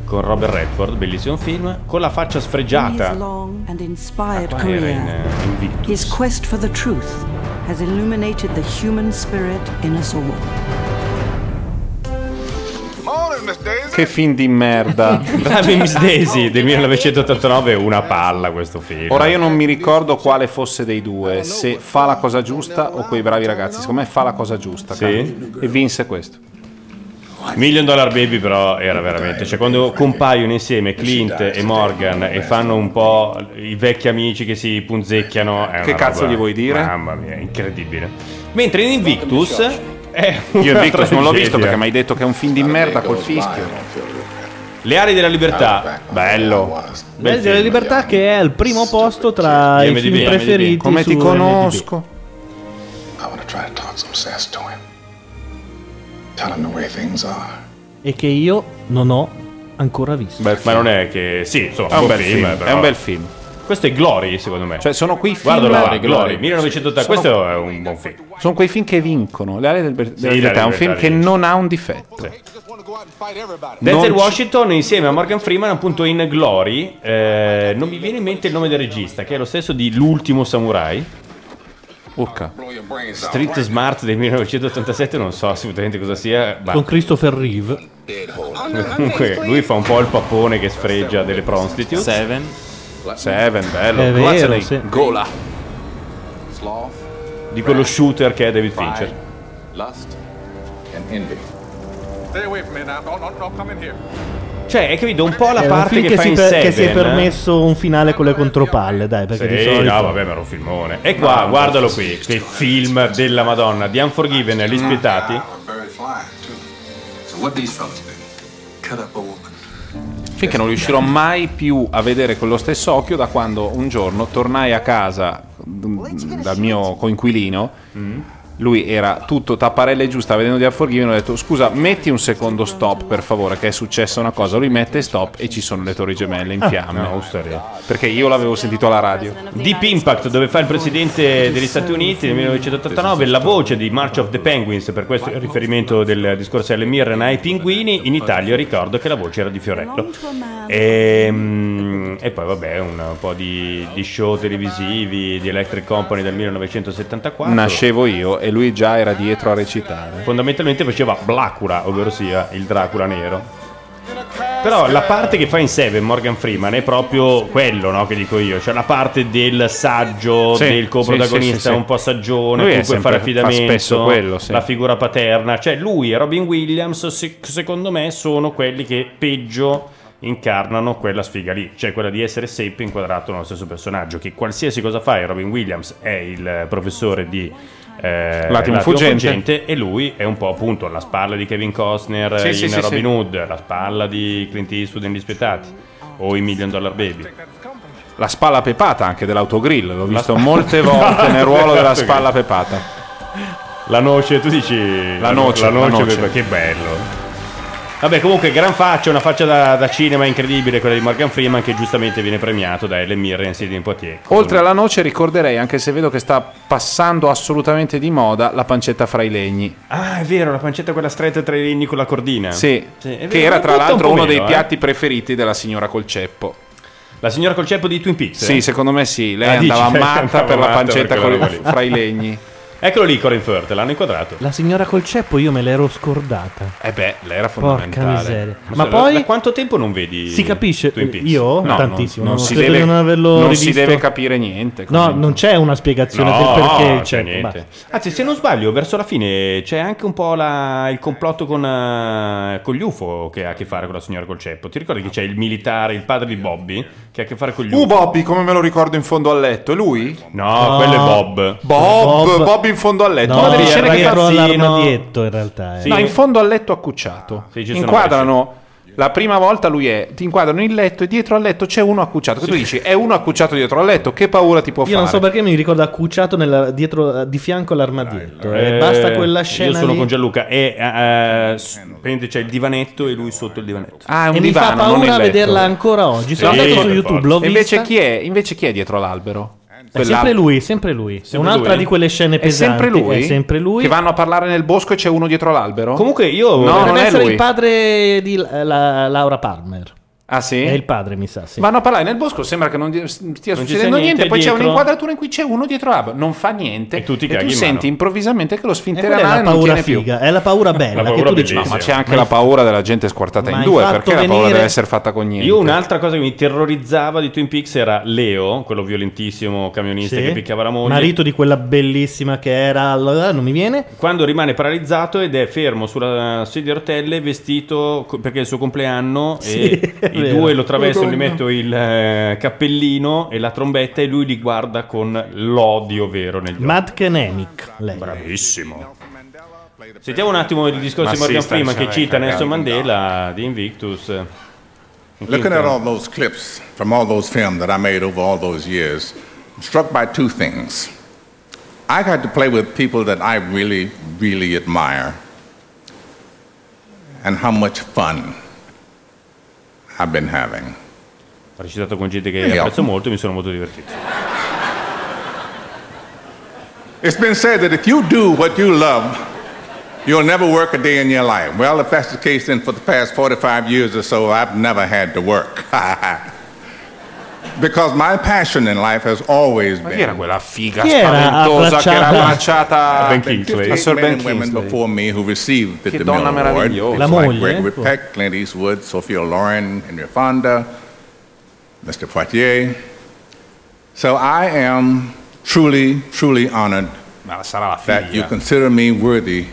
S2: con Robert Redford, bellissimo film, con la faccia
S9: His
S2: sfregiata.
S9: long and inspired
S2: Qua era in,
S9: career,
S2: eh, in Victus.
S9: his quest for the truth has illuminated the human spirit in us all.
S1: Che film di merda.
S2: [laughs] Bravi Miss Daisy del 1989, una palla questo film.
S1: Ora io non mi ricordo quale fosse dei due, se fa la cosa giusta o quei bravi ragazzi. Secondo me fa la cosa giusta.
S2: Sì?
S1: cavolo. E vinse questo.
S2: Million Dollar Baby però era veramente, cioè quando compaiono insieme Clint e Morgan e fanno un po' i vecchi amici che si punzecchiano. è
S1: Che
S2: una
S1: cazzo
S2: roba-
S1: gli vuoi dire?
S2: Mamma mia, incredibile. Mentre in Invictus è
S1: Io il Victus non l'ho visto
S2: tragedia.
S1: perché mi hai detto che è un film di merda col fischio.
S2: Le aree della libertà, bello.
S18: Beh, della libertà che è al primo posto tra i
S2: IMDb,
S18: film
S2: IMDb.
S18: preferiti.
S2: Come ti
S18: su
S2: conosco?
S18: IMDb.
S19: I want to try to talk some sass to him. Tell him the way things are.
S18: E che io non ho ancora visto.
S2: Ma non è che... Sì, insomma,
S1: È un bel
S2: film,
S1: film,
S2: però-
S1: è un bel film.
S2: Questo è Glory, secondo me.
S1: Cioè, sono quei film.
S2: Guardalo, là, Glory,
S1: Sono-
S2: 1980. Questo è un buon film.
S1: Sono quei film che vincono. Le aree del, della
S2: le aree
S1: libertà è un
S2: della
S1: film
S2: libertà,
S1: che non ha un difetto. Non
S2: Denzel
S1: ci-
S2: Washington insieme a Morgan Freeman appunto in Glory eh, non mi viene in mente il nome del regista che è lo stesso di L'ultimo samurai Urca Street Smart del 1987 non so assolutamente cosa sia ma
S18: Con Christopher Reeve.
S2: comunque lui fa un po' il pappone che sfregia delle prostitute Seven Seven bello
S18: È vero,
S2: Glotzering.
S18: sì.
S2: Gola di quello shooter che è David Fincher
S19: Lust and envy.
S31: Stay away from me now. No, no, no, come in here.
S2: cioè hai capito un po' la
S18: È un
S2: parte
S18: film
S2: che,
S18: che,
S2: fa
S18: si,
S2: in
S18: per-
S2: Seven
S18: che si è
S2: eh?
S18: permesso un finale con le contropalle, dai, perché di
S2: Sì,
S18: solito...
S2: no, vabbè, ma era un filmone. E qua,
S18: No,
S2: guardalo qui, che film della Madonna, The Unforgiven, Gli Spietati.
S19: Very flying, too. So what these fellas do? Cut up a woman.
S1: Finché non riuscirò mai più a vedere con lo stesso occhio da quando un giorno tornai a casa mm, dal mio coinquilino. Lui era tutto tapparelle giusta vedendo di Unforgiven. Ho detto: Scusa, metti un secondo stop per favore, che è successa una cosa. Lui mette stop e ci sono le torri gemelle in
S2: Ah,
S1: fiamme.
S2: no,
S1: perché io l'avevo sentito alla radio.
S2: Deep Impact, dove fa il presidente degli Stati Uniti nel 1989, la voce di March of the Penguins, per questo il riferimento del discorso alle Mirren ai pinguini, in Italia ricordo che la voce era di Fiorello. Ehm, E, poi vabbè, un po' di, di show televisivi, di Electric Company del 1974.
S1: Nascevo io e lui già era dietro a recitare.
S2: Fondamentalmente faceva Blacura, ovvero sia il Dracula nero. Però la parte che fa in Seven Morgan Freeman è proprio quello no, che dico io, cioè la parte del saggio,
S1: Sì,
S2: del coprotagonista
S1: sì, sì, sì.
S2: un po' saggione,
S1: Lui è
S2: comunque
S1: sempre-
S2: fare affidamento,
S1: fa spesso quello, sì.
S2: la figura paterna, cioè lui e Robin Williams se- secondo me sono quelli che peggio incarnano quella sfiga lì, cioè quella di essere sempre inquadrato nello stesso personaggio, che qualsiasi cosa fai Robin Williams è il professore di... eh,
S1: L'attimo fuggente.
S2: e lui è un po' appunto la spalla di Kevin Costner
S1: Sì,
S2: in
S1: sì, sì,
S2: Robin
S1: sì.
S2: Hood, la spalla di Clint Eastwood in Gli Spietati o in Million Dollar Baby.
S1: La spalla pepata anche dell'autogrill, l'ho visto
S2: spa- [laughs]
S1: molte volte nel ruolo della spalla pepata.
S2: Certo La noce, tu dici
S1: La noce,
S2: la noce,
S1: la noce.
S2: che- che bello. Vabbè, comunque, gran faccia, una faccia da, da cinema incredibile, quella di Morgan Freeman, che giustamente viene premiato da Ellen Mirren Sidney Poitier.
S1: Oltre alla noce ricorderei, anche se vedo che sta passando assolutamente di moda, la pancetta fra i legni.
S2: Ah, è vero, la pancetta quella stretta tra i legni con la cordina.
S1: Sì,
S2: è vero,
S1: che era
S2: ma conta
S1: tra
S2: un
S1: l'altro
S2: po'
S1: uno
S2: meno,
S1: dei
S2: eh.
S1: piatti preferiti della signora col ceppo.
S2: La signora col ceppo di Twin Peaks? eh.
S1: Sì, secondo me sì, lei
S2: Ah, dici? [laughs]
S1: andava matta
S2: Andava
S1: per la
S2: matta
S1: pancetta
S2: per
S1: col-
S2: quella roba lì.
S1: fra i legni.
S2: Eccolo lì, Corin Firth, l'hanno inquadrato.
S18: La signora col ceppo io me l'ero scordata.
S1: Eh beh, lei era
S18: Porca
S2: fondamentale.
S18: miseria.
S2: Ma,
S18: Ma
S2: se-
S18: poi-
S2: da quanto tempo non vedi
S18: Si capisce?
S2: Twin Peaks?
S18: Io?
S2: No,
S18: Tantissimo.
S1: non
S18: no,
S1: si
S18: credo
S1: deve-
S18: di non averlo
S1: non si
S18: rivisto.
S1: deve capire niente,
S18: No,
S1: comunque.
S18: non c'è una spiegazione
S2: No,
S18: del perché cioè,
S2: c'è
S18: il ceppo,
S2: niente.
S18: basta.
S2: Anzi, se non sbaglio, verso la fine c'è anche un po' la- il complotto con, eh, con gli UFO che ha a che fare con la signora col ceppo. Ti ricordi che c'è il militare, il padre di Bobby, che ha a che fare con gli UFO?
S1: Uh, Bobby, come me lo ricordo in fondo al letto, è lui?
S2: No, quello è Bob.
S1: Bob,
S2: Bob.
S1: Bob, in fondo al letto.
S18: No,
S1: Una delle
S18: era
S1: scene che
S18: dietro
S1: fa-
S18: all'armadietto in realtà. eh.
S1: No, in fondo al letto accucciato.
S18: Sì, ci sono
S1: inquadrano. La prima volta lui è, ti inquadrano il letto e dietro al letto c'è uno accucciato. Che tu dici, è uno accucciato dietro al letto, che paura ti può
S18: Io
S1: fare?
S18: non so perché mi ricordo accucciato nella- dietro, eh, di fianco all'armadietto. eh,
S2: Eh,
S18: basta quella scena.
S2: Io sono
S18: lì.
S2: con Gianluca. E eh, eh, s- prende- c'è il divanetto e lui sotto il divanetto.
S1: Ah, è un
S18: E mi fa
S1: divano, non il
S18: paura
S1: letto.
S18: vederla ancora oggi. Sono
S1: Sì,
S18: andato su
S1: per
S18: YouTube,
S1: forza.
S18: l'ho vista.
S1: Invece chi, è, invece chi è dietro l'albero?
S18: È sempre lui, sempre lui. è un'altra di quelle scene
S1: È
S18: pesanti.
S1: sempre lui?
S18: È sempre lui.
S1: Che vanno a parlare nel bosco e c'è uno dietro l'albero?
S2: Comunque io...
S1: No, non
S18: Deve
S1: è
S18: essere
S1: lui.
S18: il padre di eh, la- Laura Palmer.
S1: Ah sì?
S18: È il padre, mi sa, sì.
S1: Vanno a parlare nel bosco, sembra che non di- stia
S18: Non ci sia
S1: succedendo niente,
S18: niente
S1: poi c'è
S18: dietro.
S1: un'inquadratura in cui c'è uno dietro l'albero, non fa niente e tu,
S18: caghi in
S1: senti
S18: mano.
S1: improvvisamente che lo
S18: E
S1: sfintere
S18: quella è
S1: anale
S18: la
S1: non
S18: paura
S1: tiene più.
S18: figa, è la paura bella.
S1: La
S18: che
S1: paura
S18: tu dici,
S1: bellissima.
S18: "No,
S1: Ma c'è anche
S18: ma
S1: la
S18: il-
S1: paura della gente squartata
S18: Ma
S1: in
S18: hai
S1: due,
S18: fatto
S1: perché la paura
S18: venire-
S1: deve essere fatta con niente.
S2: Io un'altra cosa che mi terrorizzava di Twin Peaks era Leo, quello violentissimo camionista
S18: Sì.
S2: che picchiava la moglie.
S18: Marito di quella bellissima che era. allora, non mi viene.
S2: Quando rimane paralizzato ed è fermo sulla sedia a rotelle vestito co- perché è il suo compleanno
S18: Sì, [laughs]
S2: e
S18: è
S2: i
S18: vero.
S2: due lo travestono, gli
S18: Madonna.
S2: mettono il eh, cappellino e la trombetta e lui li guarda con l'odio vero negli occhi.
S18: Mad Kenemic. Lei.
S2: Bravissimo. Sentiamo un attimo il discorso di
S1: Ma sì,
S2: Morgan
S1: sta
S2: Freeman che
S1: dicendo
S2: cita
S1: che
S2: Nelson
S1: cagando.
S2: Mandela di Invictus. Un
S19: Looking
S2: film
S19: at
S2: che-
S19: all those clips from all those films that I made over all those years, I'm struck by two things. I got to play with people that I really, really admire, and how much fun I've been having.
S2: recitato con gente che
S19: Yeah.
S2: apprezzo molto e mi sono molto divertito.
S19: It's been said that if you do what you love, you'll never work a day in your life. Well, if that's the case, then for the past 45 years or so, I've never had to work. [laughs] because my passion in life has always
S1: Ma
S19: been.
S1: chi era quella figa Chi era spaventosa che era abbracciata-
S19: Ben
S1: Ben
S19: Kingsley.
S1: Kingsley.
S19: I
S1: Sir Ben
S19: men and women
S1: Kingsley.
S19: before me who received the
S1: Che
S19: DeMille
S1: donna
S19: Award.
S1: meravigliosa.
S19: It's
S1: La
S19: like
S1: moglie,
S19: Gregory
S1: ecco.
S19: Peck, Clint Eastwood, Sophia Loren, Henry Fonda, Mr. Poitier. So I am truly, truly honored that you consider me worthy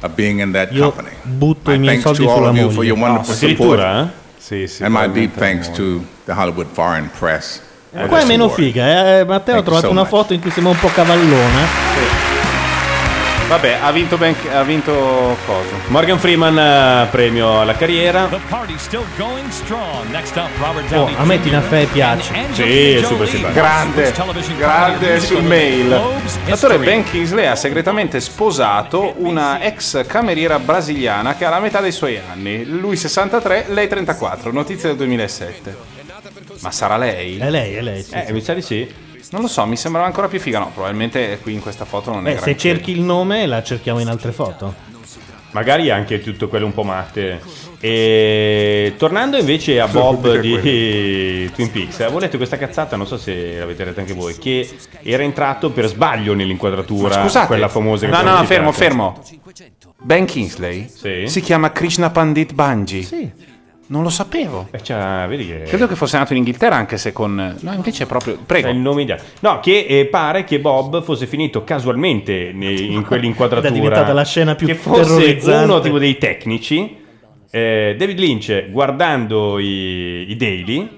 S19: of being in that company.
S18: Butto
S19: My
S18: i miei
S19: thanks
S18: soldi
S19: to all
S18: sulla
S19: of you for your
S18: moglie. eh?
S19: wonderful support.
S2: Sì, sì,
S19: and my deep
S2: veramente
S19: thanks
S2: la
S19: to the Hollywood Foreign Press.
S1: Eh,
S18: Ma Qua Eh, è meno figa, eh? Matteo ha
S19: Thank you
S18: trovato
S19: so
S18: una
S19: much.
S18: foto in cui sembra un po' cavallona.
S1: Vabbè, ha vinto, ben, ha vinto cosa?
S2: Morgan Freeman, eh, premio alla carriera.
S14: The party's still going strong. Next up, Robert
S2: Oh,
S14: Downey
S2: a me
S14: Jr.
S2: Tina Fey piace.
S14: and
S2: Sì,
S14: Angelina
S2: è super
S14: Jolie.
S2: simpatica.
S1: Grande,
S14: Television
S1: grande
S14: career.
S1: sul mail. L'attore Ben Kingsley ha segretamente sposato una ex cameriera brasiliana che ha la metà dei suoi anni. Lui 63, lei 34. Notizie del 2007. Ma sarà lei?
S18: È lei, è lei. sì,
S1: Eh,
S18: sì.
S1: mi sa di sì. Non lo so, mi sembrava ancora più figa. No, probabilmente qui in questa foto non è
S18: Beh, Eh, se
S1: granché.
S18: cerchi il nome la cerchiamo in altre foto.
S2: Magari anche tutto quello un po' matte. E tornando invece a Bob di [laughs] Twin Peaks, avevo letto questa cazzata, non so se l'avete letta anche voi, che era entrato per sbaglio nell'inquadratura,
S1: Ma scusate,
S2: quella famosa che
S1: no, no,
S2: abbiamo
S1: no, fermo,
S2: citato.
S1: fermo. Ben Kingsley
S2: Sì.
S1: si chiama Krishna Pandit Banji. Non lo sapevo.
S2: vedi che...
S1: Credo Eh, cioè, che fosse nato in Inghilterra anche se con... No, invece è proprio... Prego.
S2: Sai il nome ideale. No, che eh, pare che Bob fosse finito casualmente ne-
S1: [laughs]
S2: in quell'inquadratura.
S18: Ed è diventata la scena più
S2: che fosse
S18: terrorizzante.
S2: uno tipo dei tecnici. eh, David Lynch, guardando i, i daily,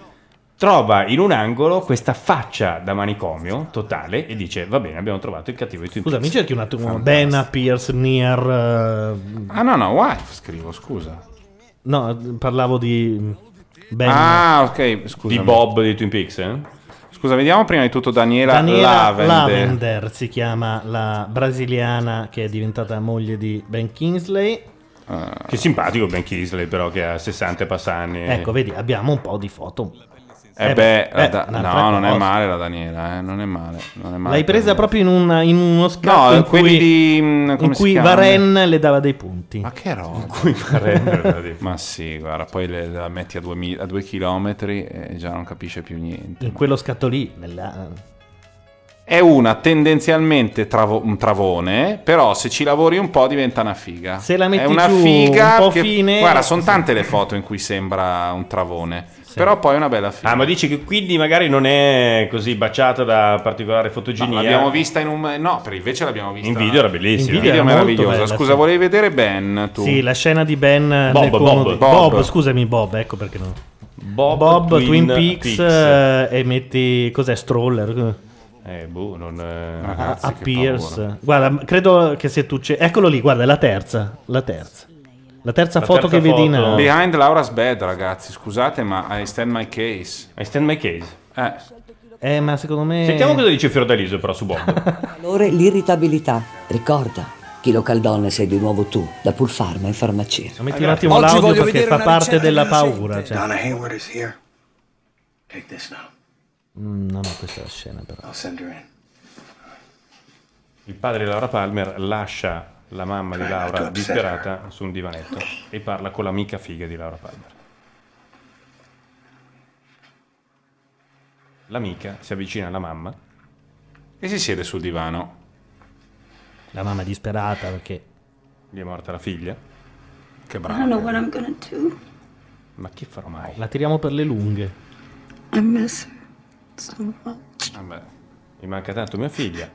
S2: trova in un angolo questa faccia da manicomio totale e dice: Va bene, abbiamo trovato il cattivo di Twin
S18: Scusa, mi
S2: Peaks."
S18: cerchi un attimo.
S2: Fantastico.
S18: Dana Pierce Near. eh,
S1: Ah, no, no, wife scrivo, scusa.
S18: No, parlavo di. Ben.
S1: Ah, ok, scusa.
S2: Di Bob di Twin Peaks, eh?
S1: Scusa, vediamo prima di tutto Daniela,
S18: Daniela Lavender.
S1: Lavender.
S18: si chiama la brasiliana che è diventata moglie di Ben Kingsley.
S2: Che simpatico Ben Kingsley, però, che ha 60 e passa anni.
S18: Ecco, vedi, abbiamo un po' di foto.
S1: Eh
S18: Eh, beh,
S1: beh, la da-
S18: un'altra
S1: no, non è
S18: cosa.
S1: male la Daniela, eh, non è male. Non è male
S18: L'hai presa proprio in, una- in uno scatto
S1: No,
S18: in
S1: quelli
S18: cui,
S1: di, mm, come
S18: in
S1: si
S18: cui
S1: chiama?
S18: Varenne le dava dei punti. Ma
S1: che roba? [laughs]
S18: [laughs]
S1: Ma sì, guarda, poi le- la metti a due, mi- a due chilometri e già non capisce più niente.
S18: In quello scatto lì. nella-
S1: È una tendenzialmente travo- un travone, però se ci lavori un po' diventa una figa.
S18: Se la metti
S1: è una
S18: giù,
S1: figa
S18: un po'
S1: che-
S18: fine-
S1: Guarda, sono tante le foto in cui sembra un travone, però poi è una bella figa.
S2: Ah, ma dici che quindi magari non è così baciata da particolare fotogenia.
S1: L'abbiamo vista in un... No, per invece l'abbiamo vista...
S2: In video era bellissima.
S1: In video,
S18: era molto
S1: meravigliosa.
S18: bella,
S1: Scusa,
S18: sì.
S1: volevi vedere Ben tu?
S18: Sì, la scena di Ben. eh,
S1: Bob,
S18: nel
S1: Bob,
S18: comodo-
S1: Bob.
S18: Bob, scusami, Bob, ecco perché no.
S2: Bob,
S18: Bob, Twin,
S2: Twin
S18: Peaks,
S2: Peaks.
S18: eh, e metti cos'è stroller
S2: Eh, boh, non.
S1: Ah,
S18: a Ah, Pierce guarda credo che se tu c'è eccolo lì guarda è la terza la terza la terza
S1: La
S18: foto
S1: terza
S18: che vedi in alto.
S1: Behind Laura's Bed, ragazzi, scusate, ma I stand my case.
S2: I stand my case.
S1: Eh.
S18: eh ma secondo me
S2: Sentiamo cosa dice Fiordaliso però su Bob.
S11: Valore l'irritabilità. Ricorda, Chilo Caldone sei di nuovo tu, da Pulfarma in farmacia.
S18: metti un attimo l'audio perché fa parte della paura cioè.
S20: Donna Hayward is here. Take this now.
S18: [laughs] Mm, no no questa è la scena però
S20: I'll send her in.
S2: Il padre di Laura Palmer lascia la mamma di Laura disperata su un divanetto e parla con l'amica figa di Laura Palmer. L'amica si avvicina alla mamma
S1: e si siede sul divano.
S18: la mamma è disperata perché
S2: gli è morta la figlia.
S1: Che
S32: I don't know what I'm gonna do.
S2: Ma che farò mai?
S18: la tiriamo per le lunghe
S32: I miss her so much.
S1: Vabbè,
S2: mi manca tanto mia figlia.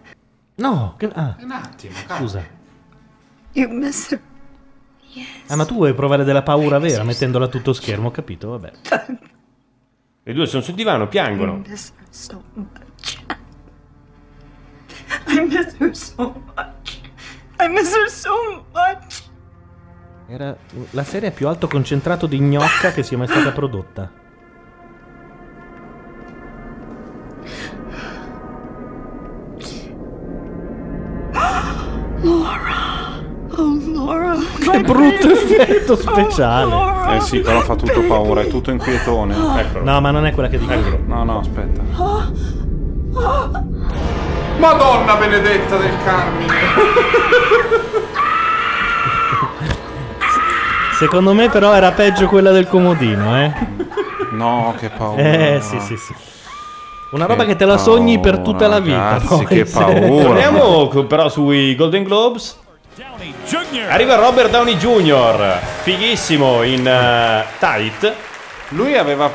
S18: no che- ah.
S32: Un attimo,
S18: scusa
S32: You miss her.
S18: ah ma tu vuoi provare della paura vera mettendola a tutto schermo ho capito vabbè
S2: Le due sono sul divano,
S32: I
S2: piangono.
S32: miss her so much. I miss her so much. I miss her so much.
S18: Era la serie a più alto concentrato di gnocca che sia mai stata prodotta.
S32: Laura. Oh, Laura.
S18: Che
S2: [laughs]
S18: brutto
S2: Oh,
S18: effetto speciale. Ah.
S1: Eh sì, però fa tutto paura, è tutto inquietone. Eccolo.
S18: No, ma non è quella che dico.
S1: Eccolo. No, no, aspetta.
S32: Ah.
S31: Madonna benedetta del Carmine!
S18: Secondo me però era peggio quella del comodino, eh.
S1: No, che paura.
S18: Eh, sì, sì, sì. Una roba che te la sogni per tutta la vita. poi,
S2: [laughs]
S18: se-
S2: Torniamo co- però sui Golden Globes. Arriva Robert Downey Jr., fighissimo in eh, Tight.
S1: Lui aveva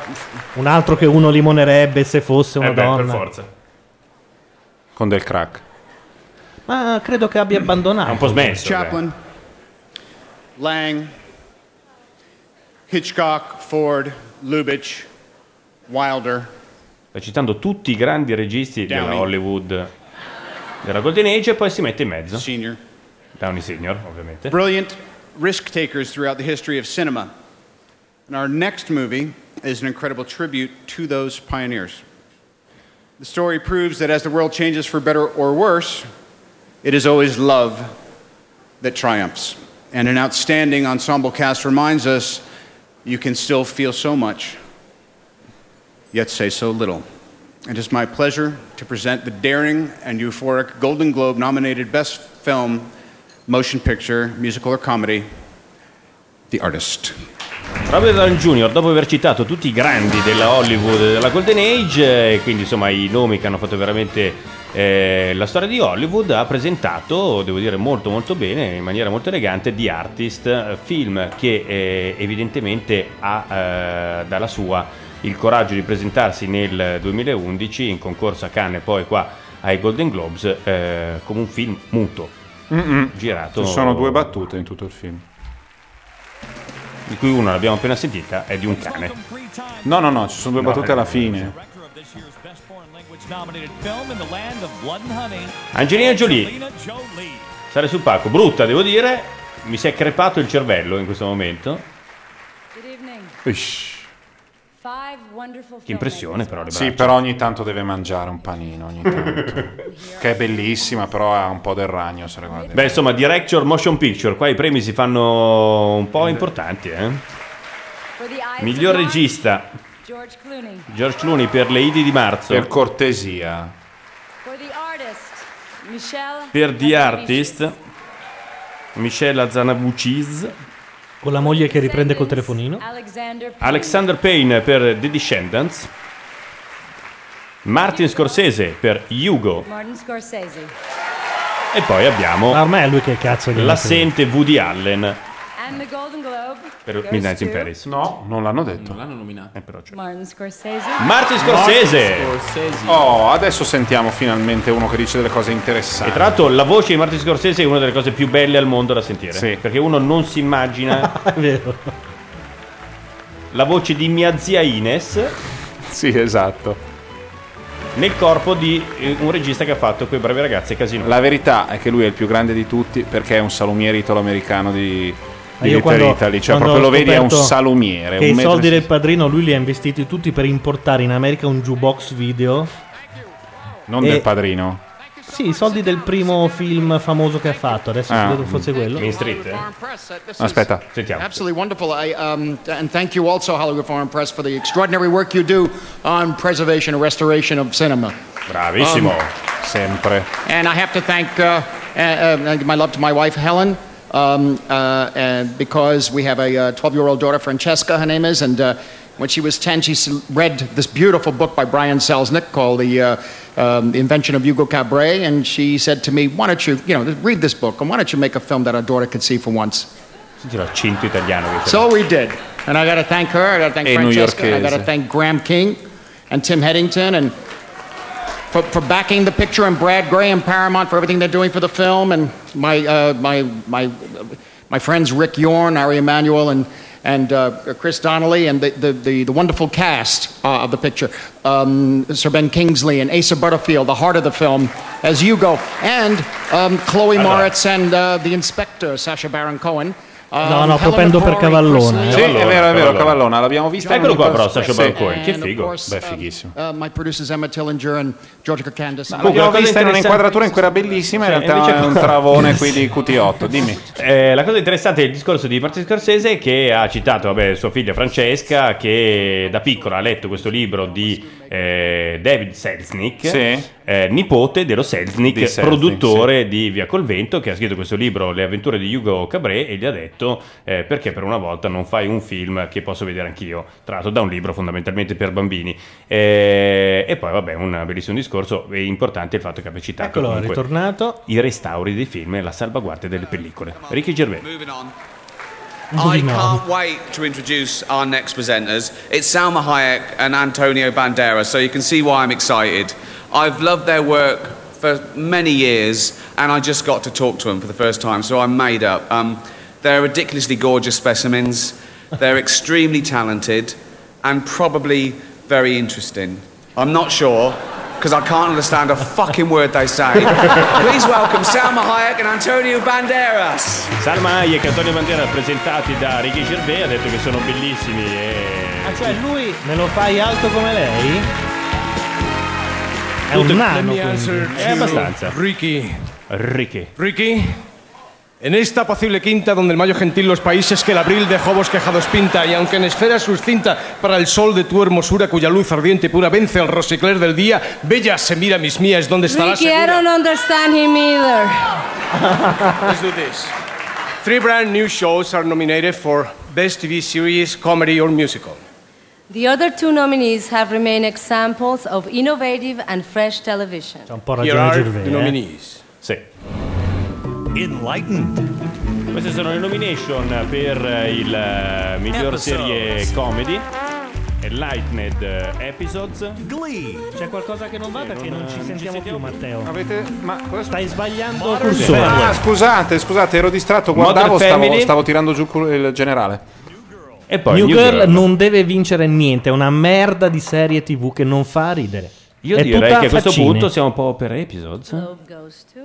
S18: Un altro che uno limonerebbe se fosse una
S2: Eh beh, per
S18: donna.
S2: forza.
S1: Con del crack.
S18: Ma credo che abbia abbandonato.
S2: un po' smesso, eh.
S29: Chaplin, Lang, Hitchcock, Ford, Lubitsch, Wilder.
S2: Sta citando tutti i grandi registi della Hollywood della Golden Age e poi si mette in mezzo.
S29: Senior.
S2: Downey Senior, ovviamente.
S29: Brilliant risk takers throughout the history of cinema. And our next movie is an incredible tribute to those pioneers. The story proves that as the world changes for better or worse, it is always love that triumphs. And an outstanding ensemble cast reminds us you can still feel so much, yet say so little. It is my pleasure to present the daring and euphoric Golden Globe nominated Best Film motion picture, musical or comedy, The Artist.
S2: Robert Downey Jr., dopo aver citato tutti i grandi della Hollywood e della Golden Age, eh, quindi insomma i nomi che hanno fatto veramente eh, la storia di Hollywood, ha presentato, devo dire molto molto bene, in maniera molto elegante, The Artist, eh, film che eh, evidentemente ha eh, dalla sua il coraggio di presentarsi nel 2011 in concorso a Cannes e poi qua ai Golden Globes eh, come un film muto,
S1: Mm-mm.
S2: girato...
S1: Ci sono due battute in tutto il film.
S2: di cui una l'abbiamo appena sentita, è di un cane.
S1: No, no, no, ci sono due
S2: No,
S1: battute
S2: eh.
S1: alla fine.
S2: Angelina Jolie sale sul palco, brutta devo dire, mi si è crepato il cervello in questo momento.
S7: Good evening.
S1: Uish.
S7: Five wonderful
S2: Che impressione però le
S1: Sì,
S2: braccia.
S1: però ogni tanto deve mangiare un panino, ogni
S31: [laughs]
S1: tanto. che è bellissima, però ha un po' del ragno, se la guardi.
S2: Beh, insomma, Director Motion Picture, qua i premi si fanno un po' importanti, eh. Miglior regista,
S7: George Clooney.
S2: George Clooney per Le Idi di marzo.
S1: Per
S2: cortesia.
S7: For the artist, Michelle.
S2: Per The Artist, Michela Zanabucis.
S18: Con la moglie che riprende col telefonino. [laughs]
S7: Alexander. Payne.
S2: Alexander Payne per The Descendants. Martin Scorsese per Hugo.
S7: Martin Scorsese.
S2: E poi abbiamo...
S18: Ma ormai è lui che cazzo gli
S2: L'assente Woody Allen
S7: And the Golden Globe.
S2: per
S7: goes
S2: Midnight in
S7: to
S2: Paris. No, non l'hanno detto. Non l'hanno
S1: Eh,
S4: nominato.
S7: Martin Scorsese.
S2: Martin Scorsese.
S1: Oh, adesso sentiamo finalmente uno che dice delle cose interessanti.
S2: E tra l'altro la voce di Martin Scorsese è una delle cose più belle al mondo da sentire. Perché uno non si
S1: [laughs]
S2: immagina
S18: È vero.
S2: la voce di mia zia Ines.
S1: Sì, esatto.
S2: Nel corpo di eh, un regista che ha fatto quei bravi ragazzi e Casino.
S1: La verità è che lui è il più grande di tutti perché è un salumiere italo-americano di,
S18: Ma
S1: di
S18: io
S1: Little
S18: quando-
S1: Italy. Cioè,
S18: quando
S1: proprio lo
S18: ho
S1: vedi, è un
S18: scoperto
S1: salumiere.
S18: Che
S1: un
S18: i
S1: metro
S18: soldi
S1: e-
S18: del padrino lui li ha investiti tutti per importare in America un jukebox video.
S1: Non
S18: e-
S1: del padrino.
S18: Sì, i soldi del primo film famoso che ha fatto. Adesso
S1: Ah.
S18: credo fosse quello.
S2: In Street.
S1: Aspetta.
S29: Absolutely wonderful. I, um, and thank you also, Hollywood Foreign Press, for the extraordinary work you do on preservation and restoration of cinema.
S2: Bravissimo.
S29: Um,
S1: Sempre.
S29: And I have to thank uh, uh, uh, my love to my wife, Helen, um, uh, and because we have a 12 year old daughter, Francesca, her name is. And uh, when she was 10, she s- read this beautiful book by Brian Selznick called The uh, um, The Invention of Hugo Cabret. And she said to me, Why don't you, you know, read this book, and why don't you make a film that our daughter could see for once?
S2: Senti l'accento italiano che c'è.
S29: So we did. And I got to thank her. I got to thank
S2: E
S29: Francesca. and I got to
S2: newyorkese.
S29: thank Graham King and Tim Headington and for, for backing the picture and Brad Gray and Paramount for everything they're doing for the film and my uh, my my my friends Rick Yorn, Ari Emanuel, and and uh, Chris Donnelly and the, the, the, the wonderful cast uh, of the picture. Um, Sir Ben Kingsley and Asa Butterfield, the heart of the film, as Hugo, and um, Chloe
S10: Hello.
S29: Moritz and uh, the inspector, Sasha Baron Cohen.
S18: No, no, propendo per cavallona. eh.
S1: Sì, è vero, è vero, Cavallona, l'abbiamo vista.
S2: Eccolo qua, però,
S1: Sasha
S2: Sacha Baron Cohen.
S1: Eh,
S2: Che figo.
S1: Beh, fighissimo.
S29: Uh, my producers Emma Tillinger and Georgia Candace.
S1: L'abbiamo vista in un'inquadratura in cui era bellissima, in
S2: Sì,
S1: realtà
S2: Eh, invece-
S1: è un
S2: [laughs]
S1: travone qui di QT8. Dimmi.
S2: Eh, la cosa interessante del discorso di Martin Scorsese è che ha citato vabbè, sua figlia Francesca che da piccola ha letto questo libro di eh, David Selznick,
S1: Sì.
S2: eh, nipote dello Selznick,
S1: Di Selznick,
S2: produttore di Via col Vento, che ha scritto questo libro Le avventure di Hugo Cabré e gli ha detto eh, perché per una volta non fai un film che posso vedere anch'io, tratto da un libro fondamentalmente per bambini. Eh, e poi vabbè, un bellissimo discorso e importante il fatto che abbia citato
S18: Eccolo, è
S2: comunque
S18: ritornato.
S2: i restauri dei film e la salvaguardia delle pellicole. Ricky Gervais.
S21: I
S2: Moving on.
S21: can't wait to introduce our next presenters. It's Salma Hayek and Antonio Banderas, so you can see why I'm excited. I've loved their work for many years, and I just got to talk to them for the first time, so I'm made up. Um, they're ridiculously gorgeous specimens, they're extremely talented, and probably very interesting. I'm not sure, because I can't understand a fucking word they say.
S2: eh.
S21: Please welcome Salma Hayek and Antonio Banderas.
S2: Salma Hayek e Antonio Bandera presentati da Ricky Gervais ha detto che sono bellissimi e...
S18: Ah, cioè lui me lo fai alto come lei? È un
S26: Let
S18: nano.
S26: me answer
S18: quindi.
S26: to Ricky.
S2: Ricky.
S26: Ricky. En esta apacible quinta donde el mayo gentil los países que el abril de bosquejados pinta y aunque en esfera suscinta para el sol de tu hermosura cuya luz ardiente y pura vence al rosicler del día, bella se mira mis mías donde estarás
S3: Ricky, I don't understand him either.
S2: [laughs]
S26: Let's do this. Three brand new shows are nominated for Best TV Series, Comedy or Musical.
S3: The other two nominees have remained examples of innovative and fresh television.
S18: po'
S26: Here
S18: ragione
S26: are
S18: Gervais,
S26: the
S18: eh.
S26: nominees.
S2: Sì.
S26: Enlightened.
S2: Queste sono le nomination per eh, il eh, miglior serie comedy. Enlightened eh, Episodes. Glee.
S18: C'è qualcosa che non va perché non ci sentiamo più, Matteo.
S1: Stai
S18: sbagliando il
S1: Sì.
S18: cursore.
S1: Ah, scusate, scusate, ero distratto. Guardavo,
S18: Modern
S1: stavo,
S18: Family.
S1: stavo tirando giù cul- il generale.
S2: E
S18: New, Girl, non deve vincere niente, è una merda di serie TV che non fa ridere.
S2: Io
S18: È
S2: direi
S18: tutta
S2: che a questo
S18: faccine.
S2: punto siamo un po' per Episodes.
S3: Globe goes to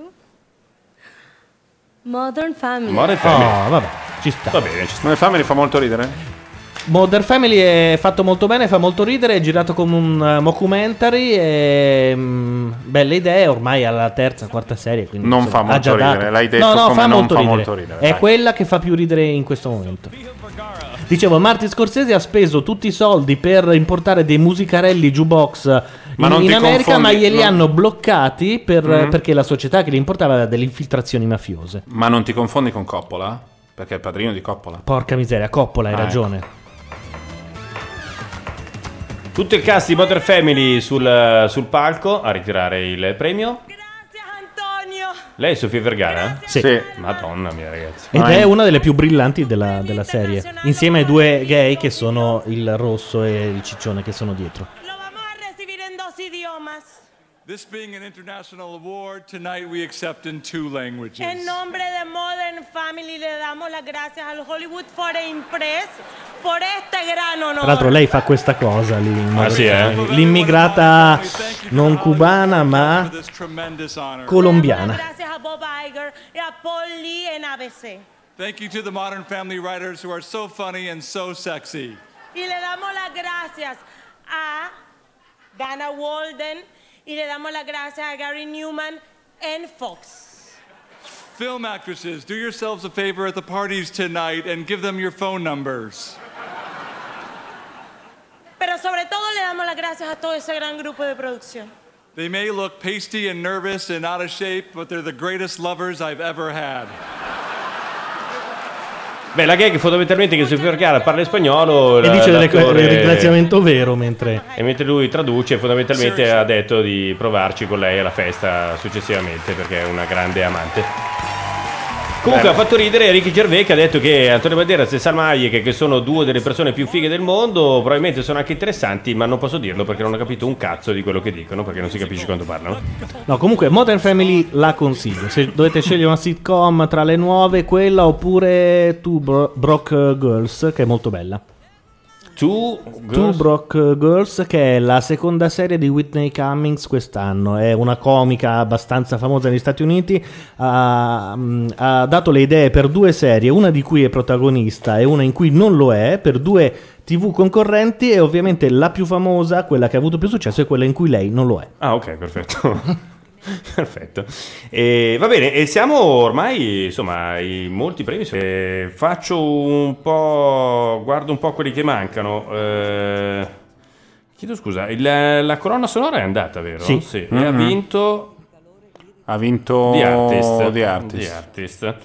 S3: Modern Family.
S2: Modern
S18: Family. Oh, vabbè, ci sta.
S2: Va bene, ci sta.
S1: Come Family fa molto ridere.
S18: Modern Family è fatto molto bene, fa molto ridere, è girato come un eh, mockumentary e mm, belle idee, ormai alla terza, quarta serie, quindi
S1: Non
S18: insomma,
S1: fa molto
S18: ha già dato.
S1: ridere, l'hai detto
S18: No, no,
S1: come
S18: fa,
S1: non
S18: molto,
S1: fa
S18: ridere.
S1: molto ridere,
S18: È
S1: dai.
S18: quella che fa più ridere in questo momento. Dicevo, Martin Scorsese ha speso tutti i soldi per importare dei musicarelli jukebox
S1: Ma
S18: in,
S1: non
S18: in
S1: ti
S18: America,
S1: confondi,
S18: ma glieli
S1: non-
S18: hanno bloccati per-
S1: Mhm.
S18: perché la società che li importava aveva delle infiltrazioni mafiose.
S1: Ma non ti confondi con Coppola? Perché è il padrino di Coppola.
S18: Porca miseria, Coppola hai
S1: Ah, ecco.
S18: ragione.
S2: Tutto il cast di Mother Family sul, sul palco a ritirare il premio. Grazie Antonio. Lei è Sofia Vergara?
S18: Sì.
S2: Madonna mia ragazzi.
S18: Ed è una delle più brillanti della, della serie, insieme ai due gay che sono il rosso e il ciccione che sono dietro.
S39: This being an international award, tonight we accept in two languages.
S40: En nombre de Modern Family le damos las gracias al Hollywood Foreign Press por este gran honor.
S18: Tra l'altro lei fa questa cosa lì, in
S2: Ah, sì, eh?
S18: l'immigrata non cubana ma colombiana.
S40: Gracias a Bob Iger y a Paul Lee en ABC.
S39: Thank you to the Modern Family writers who are so funny and so sexy.
S40: Y le damos las gracias a Dana Walden y le damos las gracias a Gary Newman en Fox.
S39: Film actresses, do yourselves a favor at the parties tonight and give them your phone numbers.
S40: Pero sobre todo le damos las gracias a todo ese gran grupo de producción.
S39: They may look pasty and nervous and out of shape, but they're the greatest lovers I've ever had.
S2: Beh, la gag fondamentalmente è che Sofia Vergara parla in spagnolo
S18: E
S2: la-
S18: dice delle co-
S2: Eh, l'attore-
S18: del ringraziamento vero mentre...
S2: E mentre lui traduce, fondamentalmente ha detto di provarci con lei alla festa successivamente perché è una grande amante. Comunque
S1: Bello.
S2: ha fatto ridere Ricky Gervais che ha detto che Antonio Banderas e Salma Hayek, che sono due delle persone più fighe del mondo, probabilmente sono anche interessanti, ma non posso dirlo perché non ho capito un cazzo di quello che dicono, perché non si capisce quando parlano.
S18: No, comunque Modern Family la consiglio. Se dovete scegliere una sitcom tra le nuove, quella oppure tu Brock Girls, che è molto bella.
S2: Two
S18: Two
S2: Girls-
S18: Brock Girls, che è la seconda serie di Whitney Cummings quest'anno, è una comica abbastanza famosa negli Stati Uniti, ha, mm, ha dato le idee per due serie, una di cui è protagonista e una in cui non lo è, per due tv concorrenti e ovviamente la più famosa, quella che ha avuto più successo, è quella in cui lei non
S2: [laughs]
S18: lo è.
S2: Ah, ok, perfetto. perfetto. E, va bene, e siamo ormai, insomma, ai molti premi. E faccio un po', guardo un po' quelli che mancano. Eh, chiedo scusa, il- la colonna sonora è andata, vero?
S1: Sì.
S2: E ha
S1: Mhm.
S2: vinto
S1: Ha vinto
S2: The Artist.
S1: Oh, The Artist.
S2: The Artist.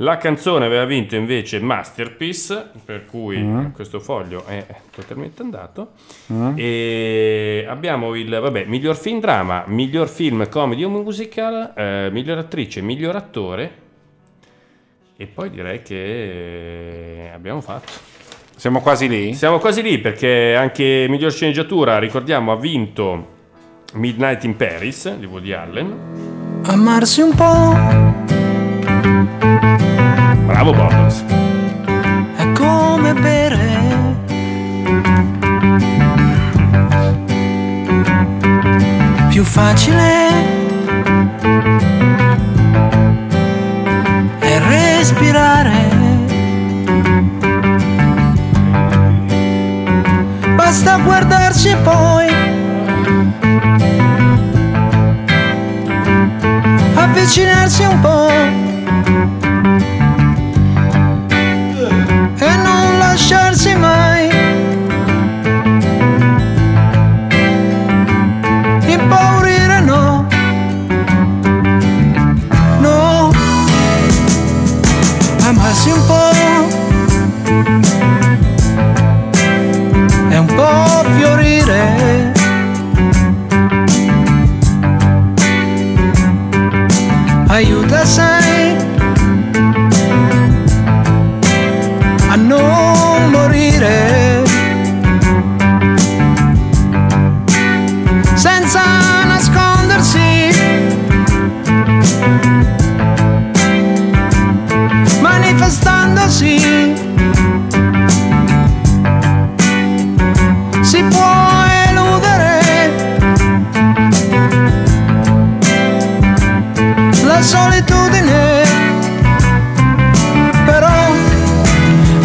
S2: La canzone aveva vinto invece Masterpiece, per cui
S1: Mm.
S2: questo foglio è totalmente andato.
S1: Mm.
S2: E abbiamo il vabbè, miglior film drama, miglior film comedy o musical, eh, miglior attrice, miglior attore. E poi direi che eh, abbiamo fatto.
S1: Siamo quasi lì?
S2: Siamo quasi lì perché anche miglior sceneggiatura, ricordiamo, ha vinto Midnight in Paris di Woody Allen.
S3: Amarsi un po'
S2: Bravo Bobbles.
S3: è come bere. Più facile è respirare. Basta guardarci e poi avvicinarsi un po'. e non lasciarsi mai impaurire no no amarsi un po' e un po' fiorire aiuta sai a non morire senza nascondersi manifestandosi si può eludere la solitudine però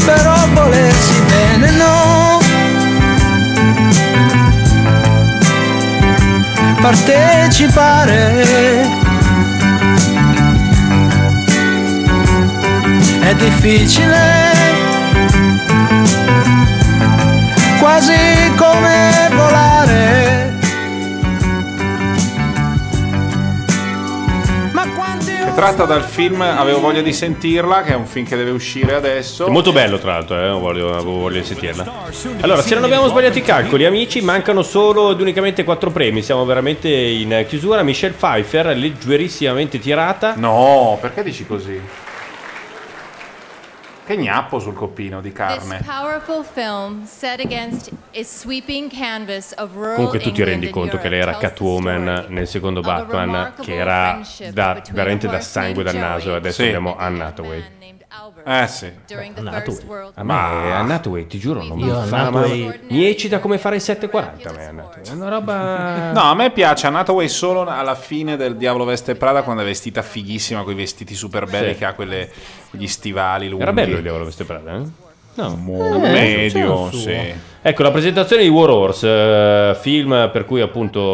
S3: però volersi bene no. Partecipare è difficile, quasi come volare. Ma quanti
S1: È tratta dal film Avevo voglia di sentirla, che è un film che deve uscire adesso.
S2: È molto bello, tra l'altro, eh, voglio, voglio sentirla. Allora, se non abbiamo sbagliato i calcoli, amici, mancano solo ed unicamente quattro premi. Siamo veramente in eh, chiusura. Michelle Pfeiffer, leggerissimamente tirata.
S1: No, perché dici così? Che gnappo sul coppino di
S5: This
S1: carne.
S5: powerful film, set against a sweeping canvas of rural
S2: Comunque tu ti
S5: England
S2: rendi
S5: and
S2: conto che
S5: Europe
S2: lei era
S5: tells
S2: Catwoman nel secondo Batman, che era da- veramente da sangue dal naso, e adesso abbiamo Anne Hathaway.
S1: Eh sì.
S5: during the
S1: Anne
S5: First
S1: Hathaway.
S5: World
S2: A
S5: War.
S2: me Anne Hathaway, ti giuro, non mi
S1: Io Anne
S2: fa
S1: Hathaway-
S2: mai. Mi eccita come fare il 740 a me Anne Hathaway. È una roba...
S1: No, a me piace Anne Hathaway solo alla fine del Diavolo Veste Prada quando è vestita fighissima con i vestiti super belli
S2: Sì.
S1: che ha quelle, quegli stivali lunghi.
S2: Era bello il Diavolo Veste Prada, eh? No,
S1: medio, sì.
S2: Ecco, la presentazione di War Horse, eh, film per cui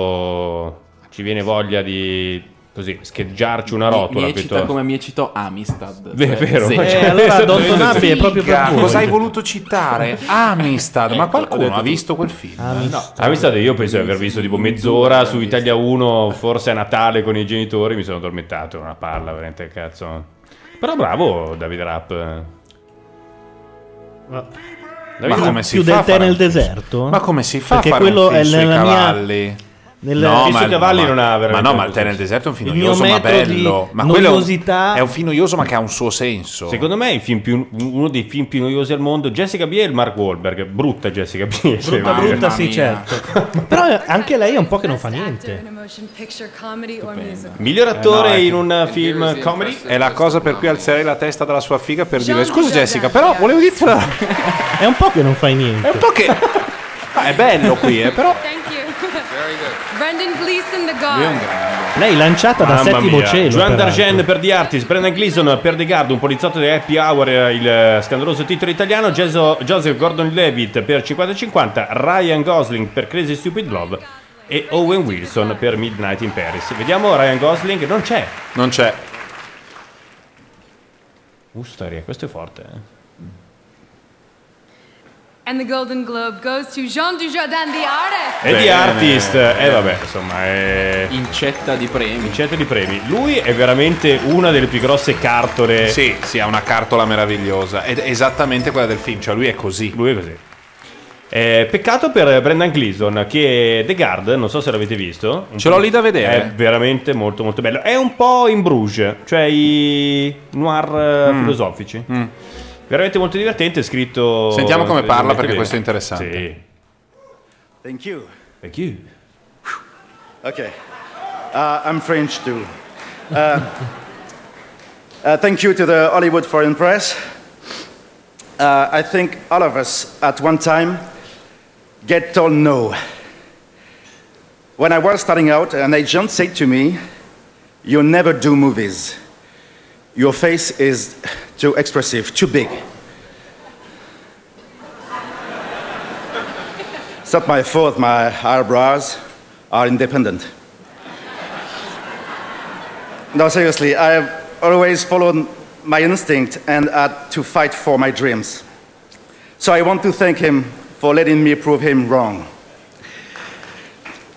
S2: appunto ci viene voglia di così scheggiarci una rotola.
S4: Mi eccita
S2: piuttosto-
S4: come mi eccitò Amistad.
S2: Beh, è
S4: Cioè,
S2: vero.
S4: sì.
S2: Eh, allora [laughs] Don Tonabbi è proprio per
S1: Figa,
S2: voi.
S1: Cosa hai voluto citare? Amistad, ma
S2: Ecco, ho
S1: qualcuno
S2: detto
S1: ha
S2: tutto.
S1: visto quel film?
S2: No, Amistad, Ah, io penso di aver visto tipo mezz'ora su Italia 1, forse a Natale con i genitori, mi sono addormentato, era una palla veramente cazzo. Però bravo David Rapp. David
S1: Ma
S2: Rapp.
S1: come si
S18: Più
S1: fa
S18: del
S1: a
S18: tè
S1: fare
S18: nel
S1: un film?
S18: deserto?
S1: Ma come si fa
S18: Perché
S1: a fare
S18: quello
S1: un film
S18: è
S1: sui
S18: nella mia-
S1: cavalli?
S18: Nel-
S2: Cristo Cavalli non ha veramente
S1: ma no, ma il
S2: questo
S1: Tenant Deserto è un
S18: Il
S1: film
S18: mio
S1: noioso ma
S18: metodo di
S1: bello. Ma quello è
S18: noiosità-
S1: un, è un film noioso ma che ha un suo senso.
S2: Secondo me è il film più- uno dei film più noiosi al mondo. Jessica Biel e Mark Wahlberg. Brutta Jessica Biel.
S18: Brutta,
S2: devo dire.
S18: brutta, sì, certo. [laughs] Però anche lei è un po' che non fa niente.
S6: motion picture comedy or musical.
S2: Miglior
S1: Eh, no,
S2: attore
S1: è-
S2: in un film comedy?
S1: È la cosa per cui alzerei la testa dalla sua figa per dire:
S6: Jean-Claude
S1: Scusa, Jessica, però volevo dirtela. [laughs]
S18: È un po' che non fai niente.
S1: È un po' che. Ah, è bello qui, eh, però.
S6: [laughs] Thank you. Very good. Brendan Gleeson, The
S1: Lui è un
S18: [laughs]
S6: Guard.
S18: Lei lanciata da settimo cielo.
S2: Joan
S18: peraltro.
S2: Dargen per The Artist, Brendan Gleeson per The Guard, un poliziotto di Happy Hour, eh, il eh, scandaloso titolo italiano, Jeso- Joseph Gordon-Levitt per 50-50, Ryan Gosling per Crazy Stupid Love e Owen Wilson per Midnight in Paris. Vediamo Ryan Gosling, non c'è.
S1: Non c'è.
S2: Usteria, Uh, questo è forte. eh.
S6: And the Golden Globe goes to Jean Dujardin,
S4: [laughs]
S6: The Artist.
S2: E The
S4: Bene.
S2: Artist,
S1: eh.
S2: e vabbè, insomma, è...
S4: Incetta di premi.
S2: Incetta di premi. Lui è veramente una delle più grosse cartole.
S1: Sì, sì, ha una cartola meravigliosa. Ed è esattamente quella del film, cioè lui è così.
S2: Lui è così. Eh, peccato per Brendan Gleeson che The Guard, non so se l'avete visto.
S1: Ce l'ho lì da vedere.
S2: È veramente molto molto bello. È un po' in Bruges, cioè i noir eh,
S1: Mm.
S2: filosofici. Veramente molto divertente, scritto
S1: Sentiamo come parla perché
S2: bene.
S1: questo è interessante.
S2: Sì.
S8: Thank you.
S2: Thank you.
S8: Okay. Uh, I'm French too. Uh, [laughs] uh, thank you to the Hollywood Foreign Press. Uh, I think all of us at one time get told no. When I was starting out, an agent said to me, You never do movies. Your face is too expressive, too big. It's not my fault, my eyebrows are independent. No, seriously, I have always followed my instinct and had to fight for my dreams. So I want to thank him for letting me prove him wrong.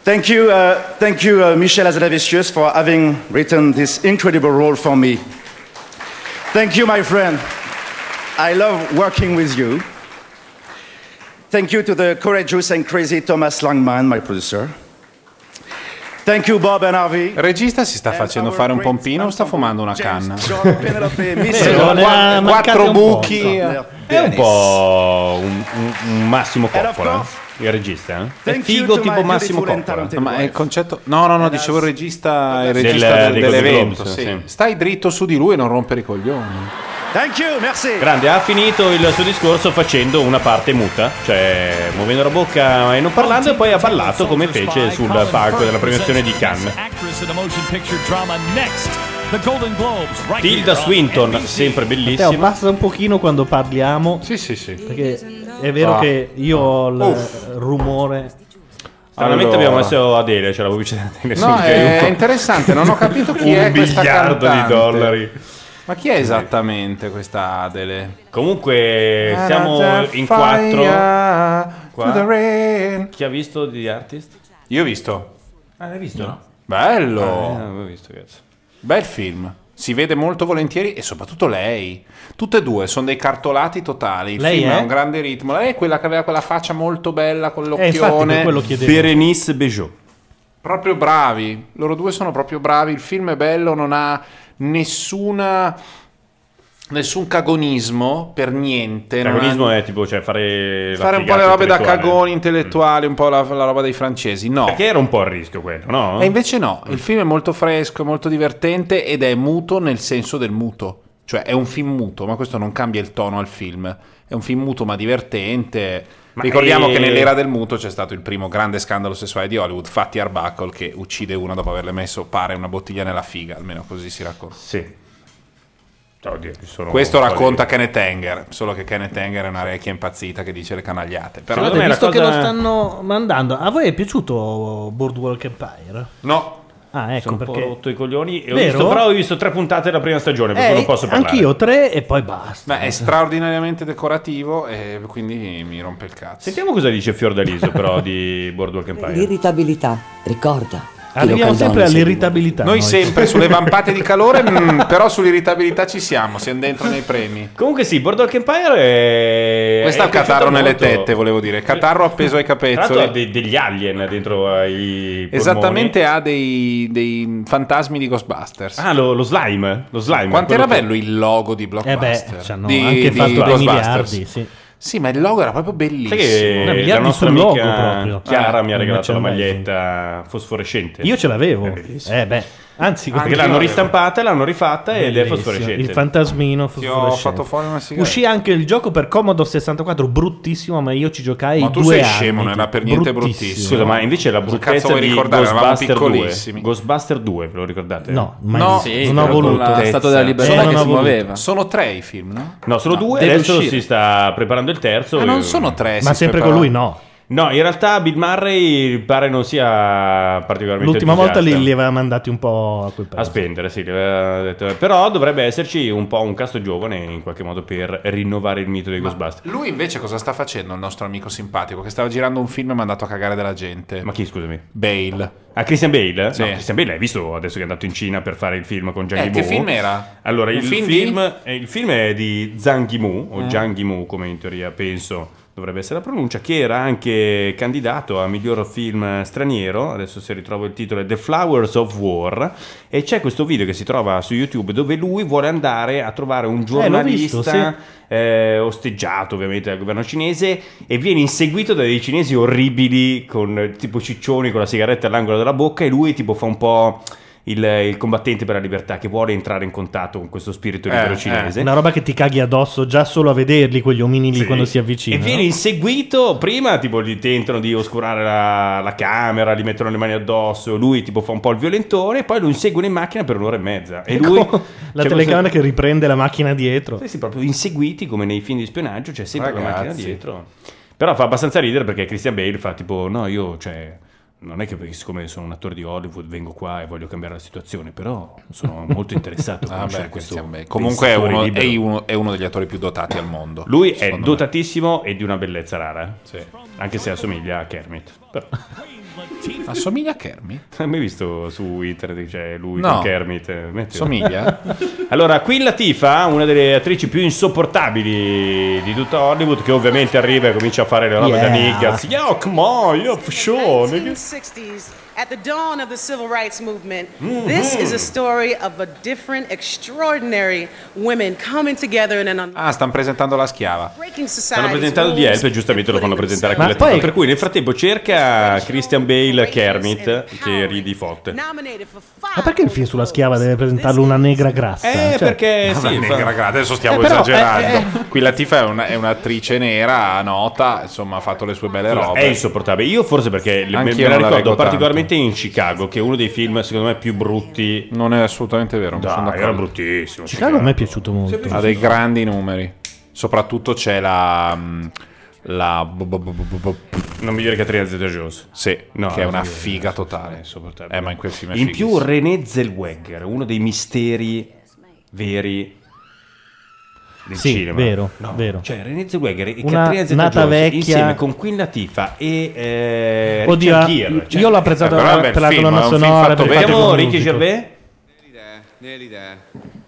S8: Thank you, uh, thank you, uh, Michel Azanavicius, for having written this incredible role for me. Thank you, my friend. I love working with you. Thank you to the courageous and crazy Thomas Langman, my producer. Thank you, Bob and Harvey.
S1: Il regista si sta facendo fare un pompino o sta fumando una canna?
S8: Eh,
S1: Qua-
S8: mancate
S1: quattro
S8: un po',
S1: buchi.
S8: insomma.
S2: È un po' un, un- un Massimo Coppola, eh, il regista. eh? È
S1: [laughs]
S2: figo tipo Massimo Coppola.
S1: Ma è il concetto. No, no, no, dicevo il regista, il
S2: Del-
S1: regista del-
S2: dei Golden
S1: dell'evento.
S2: Globes,
S1: sì.
S2: sì.
S1: Stai dritto su di lui e non rompere i coglioni.
S8: Thank you, merci.
S2: Grande, ha finito il suo discorso facendo una parte muta, cioè muovendo la bocca e non parlando, e poi ha ballato come fece sul palco della premiazione di Cannes.
S14: Actress in a motion picture drama next. The Golden Globes right
S2: Tilda
S14: here on
S2: Swinton, sempre
S18: Matteo,
S2: bellissima.
S18: basta un pochino quando parliamo.
S1: Sì, sì, sì.
S18: Perché è vero
S2: Ah.
S18: che io ho il
S1: Uff.
S18: rumore.
S2: Stranamente
S18: Allora.
S2: abbiamo messo Adele, c'è la pubblicità di Adele
S1: No,
S2: sul
S1: è
S2: Caiuco.
S1: interessante, [laughs] non ho capito chi
S2: Un
S1: è questa
S2: miliardo di
S1: cantante.
S2: dollari.
S1: Ma chi è esattamente questa Adele?
S2: Comunque Eh, siamo in quattro. Qua. Chi ha visto The Artist?
S1: Io ho visto.
S2: Ah, l'hai visto?
S1: No. Bello.
S2: Ah, non l'avevo visto, cazzo.
S1: Bel film. Si vede molto volentieri e soprattutto lei. Tutte e due sono dei cartolati totali. Il
S2: Lei
S1: film
S2: è?
S1: ha un grande ritmo. Lei è quella che aveva quella faccia molto bella con
S2: Eh,
S18: Eh,
S1: l'occhione.
S2: Berenice Bejo.
S1: Proprio bravi, loro due sono proprio bravi, il film è bello, non ha nessuna, nessun cagonismo per niente. non ha-
S2: Protagonismo è tipo cioè, fare, la
S1: fare un po'
S2: figata
S1: le robe da
S2: intellettuale.
S1: cagoni intellettuali, un po' la, la roba dei francesi, no.
S2: Perché era un po' a rischio quello, no?
S1: E invece no,
S2: Mm.
S1: il film è molto fresco, è molto divertente ed è muto nel senso del muto. Cioè è un film muto, ma questo non cambia il tono al film. È un film muto ma divertente.
S2: Ma
S1: Ricordiamo
S2: è-
S1: che nell'era del muto c'è stato il primo grande scandalo sessuale di Hollywood, Fatty Arbuckle, che uccide uno dopo averle messo, pare, una bottiglia nella figa, almeno così si racconta.
S2: Sì. Oddio, ci sono
S1: Questo
S2: un po'
S1: racconta Kenneth Hanger, solo che Kenneth Hanger è una recchia impazzita che dice le canagliate. Però
S18: Scusate, visto che lo stanno mandando, a voi è piaciuto Boardwalk Empire?
S1: No.
S18: Ah, ecco
S2: Sono un po'
S18: perché.
S2: rotto i coglioni. E ho
S18: Vero?
S2: visto, però ho visto tre puntate della prima stagione, per cui non posso parlare.
S18: Eh, Anch'io tre e poi basta.
S1: Beh, è straordinariamente decorativo e quindi mi rompe il cazzo.
S18: [laughs]
S2: Sentiamo cosa dice Fiordaliso però di Boardwalk Empire.
S11: L'irritabilità, ricorda,
S18: Arriviamo sempre all'irritabilità.
S1: Noi sempre sulle vampate
S2: [laughs]
S1: di calore, mm, però sull'irritabilità ci siamo, siamo dentro nei premi.
S2: Comunque sì, Boardwalk Empire è...
S1: Questo
S2: è
S1: ha il catarro
S2: piaciuto
S1: nelle
S2: molto.
S1: tette, volevo dire. Catarro appeso ai
S2: Tra l'altro ha
S1: capezzoli.
S2: de- degli alien dentro ai polmoni.
S1: Esattamente ha dei, dei fantasmi di Ghostbusters.
S2: Ah, lo, lo slime, lo slime.
S1: Quanto era
S2: quello che-
S1: bello il logo di Blockbuster.
S2: Eh beh, ci hanno
S1: di,
S2: anche
S1: di
S2: fatto dei
S1: Ghostbusters.
S2: miliardi,
S18: sì.
S1: Sì, ma il logo era proprio bellissimo.
S2: Sai che
S1: Una
S2: la
S1: miliardi
S2: nostra
S1: sul
S2: amica
S1: logo proprio.
S2: Chiara
S1: Ah,
S2: mi ha
S1: non
S2: regalato
S1: c'è
S2: la
S1: mai,
S2: maglietta fosforescente.
S18: Io ce l'avevo. Eh beh, anzi,
S2: Perché l'hanno ristampata, l'hanno rifatta ed è
S18: Bellissimo.
S2: fosforescente.
S18: Il fantasmino fosforescente.
S1: fatto fuori una sigaretta.
S18: Uscì anche il gioco per Commodore 64, bruttissimo, ma io ci giocai
S1: Ma tu
S18: due
S1: sei
S18: anni.
S1: scemo, non era per niente bruttissimo.
S2: Scusa, ma invece la
S1: Cosa cazzo
S2: bruttezza
S1: vuoi
S2: di
S1: ricordare? Eravamo
S2: Ghostbuster 2.
S1: piccolissimi.
S2: Ghostbuster 2, ve lo ricordate?
S18: No, mai No, visto. sì, Non ho però voluto. con la
S2: Bruttezza.
S18: Statua della
S1: Eh,
S18: Libertà
S2: Sono-
S18: che si
S2: sono-
S18: muoveva.
S1: Sono tre i film, no?
S2: No, sono
S1: No,
S2: due,
S1: deve
S2: adesso
S1: uscire.
S2: si sta preparando il terzo.
S1: Ah, non
S2: Eh,
S1: sono tre,
S18: Ma si sempre preparano. con lui, no.
S2: No, in realtà Bill Murray pare non sia particolarmente
S18: L'ultima volta
S2: entusiasta.
S18: li, li aveva mandati un po' a quel
S2: A spendere, sì. aveva detto- Però dovrebbe esserci un po' un casto giovane in qualche modo per rinnovare il mito dei Ghostbuster.
S1: Lui invece cosa sta facendo il nostro amico simpatico? Che stava girando un film e mi ha mandato a cagare della gente.
S2: Ma chi, scusami?
S1: Bale.
S2: Ah, Christian Bale? No, Christian Bale l'hai visto adesso che è andato in Cina per fare il film con Zhang
S1: Eh,
S2: Yimou?
S1: che film era?
S2: Allora,
S1: Un
S2: il
S1: film
S2: film,
S1: di-
S2: eh, il film è di Zhang Yimou, o
S1: Mm.
S2: Zhang Yimou come in teoria penso dovrebbe essere la pronuncia, che era anche candidato a miglior film straniero, adesso se ritrovo il titolo è The Flowers of War, e c'è questo video che si trova su YouTube dove lui vuole andare a trovare un giornalista...
S18: visto, sì.
S2: eh, osteggiato ovviamente dal governo cinese e viene inseguito da dei cinesi orribili con eh, tipo ciccioni con la sigaretta all'angolo della bocca e lui tipo fa un po' il, il combattente per la libertà che vuole entrare in contatto con questo spirito libero cinese
S18: Eh, Una roba che ti caghi addosso già solo a vederli quegli omini lì
S2: Sì.
S18: quando si avvicinano.
S2: E viene inseguito, prima tipo gli tentano di oscurare la, la camera, gli mettono le mani addosso, lui tipo fa un po' il violentone, e poi lo inseguono in macchina per un'ora e mezza. E lui...
S18: Ecco, La
S2: cioè,
S18: telecamera
S2: questo-
S18: che riprende la macchina dietro.
S2: Sì, sì, proprio inseguiti come nei film di spionaggio, c'è sempre la macchina
S18: Ragazzi.
S2: dietro. Però fa abbastanza ridere perché Christian Bale fa tipo, no, io, cioè... Non è che perché siccome sono un attore di Hollywood vengo qua e voglio cambiare la situazione, però
S18: [laughs]
S2: sono molto interessato a
S1: Ah,
S2: conoscere
S1: beh,
S2: questo
S1: Christian Bale. Comunque è
S2: pensatore
S1: uno,
S2: libero.
S1: è uno- è uno degli attori più dotati al mondo.
S2: Lui è
S1: secondo me.
S2: dotatissimo e di una bellezza rara. eh. Anche se assomiglia a Kermit. Però.
S1: [laughs] Assomiglia a Kermit?
S2: [laughs] Hai mai visto su internet che c'è lui
S1: No.
S2: con Kermit? Eh, mettilo.
S1: Somiglia?
S2: [laughs] allora, qui la Tifa, una delle attrici più insopportabili di tutta Hollywood, che ovviamente arriva e comincia a fare le robe da
S32: Yeah.
S2: nigga. Yo, oh, come on, yo, for sure, nigga.
S32: 1960s, at the dawn of the civil rights movement,
S18: Mm.
S32: this is a story of a different, extraordinary women coming together in an
S1: Ah, stanno presentando la schiava.
S32: unbreaking
S2: Stanno
S32: society.
S2: presentando di Elf e giustamente lo fanno presentare a
S1: Ma
S2: quella tipa.
S1: poi-
S2: Per cui nel frattempo cerca Christian Bale Kermit, che ridi fotte.
S18: Ma perché il film sulla schiava deve presentarlo una negra grassa?
S2: Eh,
S18: Cioè-
S2: perché sì,
S1: certo. Vabbè,
S2: fa-
S1: negra, gra- adesso stiamo
S18: Eh, però,
S1: esagerando.
S2: eh.
S1: Qui la Tifa è, una- è un'attrice nera, nota, insomma, ha fatto le sue belle
S2: Scusa,
S1: robe.
S2: È insopportabile. Io forse perché le- me,
S1: Anch'io
S2: me la
S1: non la
S2: ricordo
S1: reggo
S2: particolarmente in Chicago, che è uno dei film secondo me più brutti.
S1: Non è assolutamente vero.
S2: Dai,
S1: sono
S2: era
S1: d'accordo.
S2: bruttissimo.
S18: Chicago a me è piaciuto molto.
S1: ha dei grandi numeri. Soprattutto c'è la. mm, la
S2: non mi dire Caterina Zeta Jones.
S1: Sì,
S2: No,
S1: che è una
S2: sì,
S1: figa totale. Eh, ma in quel film è
S2: In più
S1: fighissimo.
S2: René Zellweger, uno dei misteri veri del
S18: Sì,
S2: cinema.
S18: vero,
S2: No,
S18: vero.
S2: Cioè René Zellweger e
S18: Una
S2: Caterina Zeta
S18: nata
S2: Jones
S18: vecchia-
S2: insieme con Queen Latifah e eh,
S18: Oddio,
S2: Richard Gere.
S18: io l'ho apprezzato Eh, però è un per bel la film, colonna è un film sonora, fatto per bene.
S2: Vediamo
S18: fatto
S2: Ricky
S18: con
S2: Gervais?
S21: Nearly there.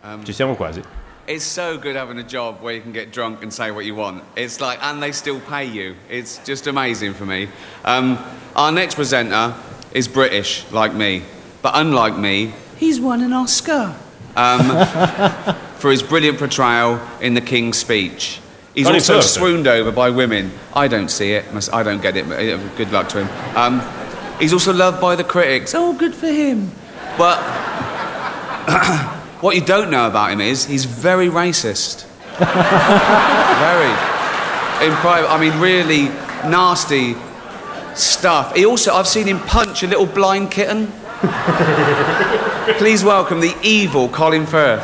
S21: Um,
S2: Ci siamo quasi.
S21: It's so good having a job where you can get drunk and say what you want. It's like, and they still pay you. It's just amazing for me. Um, our next presenter is British, like me, but unlike me,
S32: He's won an Oscar.
S21: um, [laughs] for his brilliant portrayal in The King's Speech. He's
S32: Colin
S21: also
S32: Firth.
S21: swooned over by women. I don't see it. must- I don't get it. but, uh, Good luck to him. Um, he's also loved by the critics.
S32: Oh, good for him.
S21: But [coughs] what you don't know about him is he's very racist. [laughs] very. In private, I mean, really nasty stuff. He also, I've seen him punch a little blind kitten. Please welcome the evil Colin
S1: [laughs]
S21: Firth.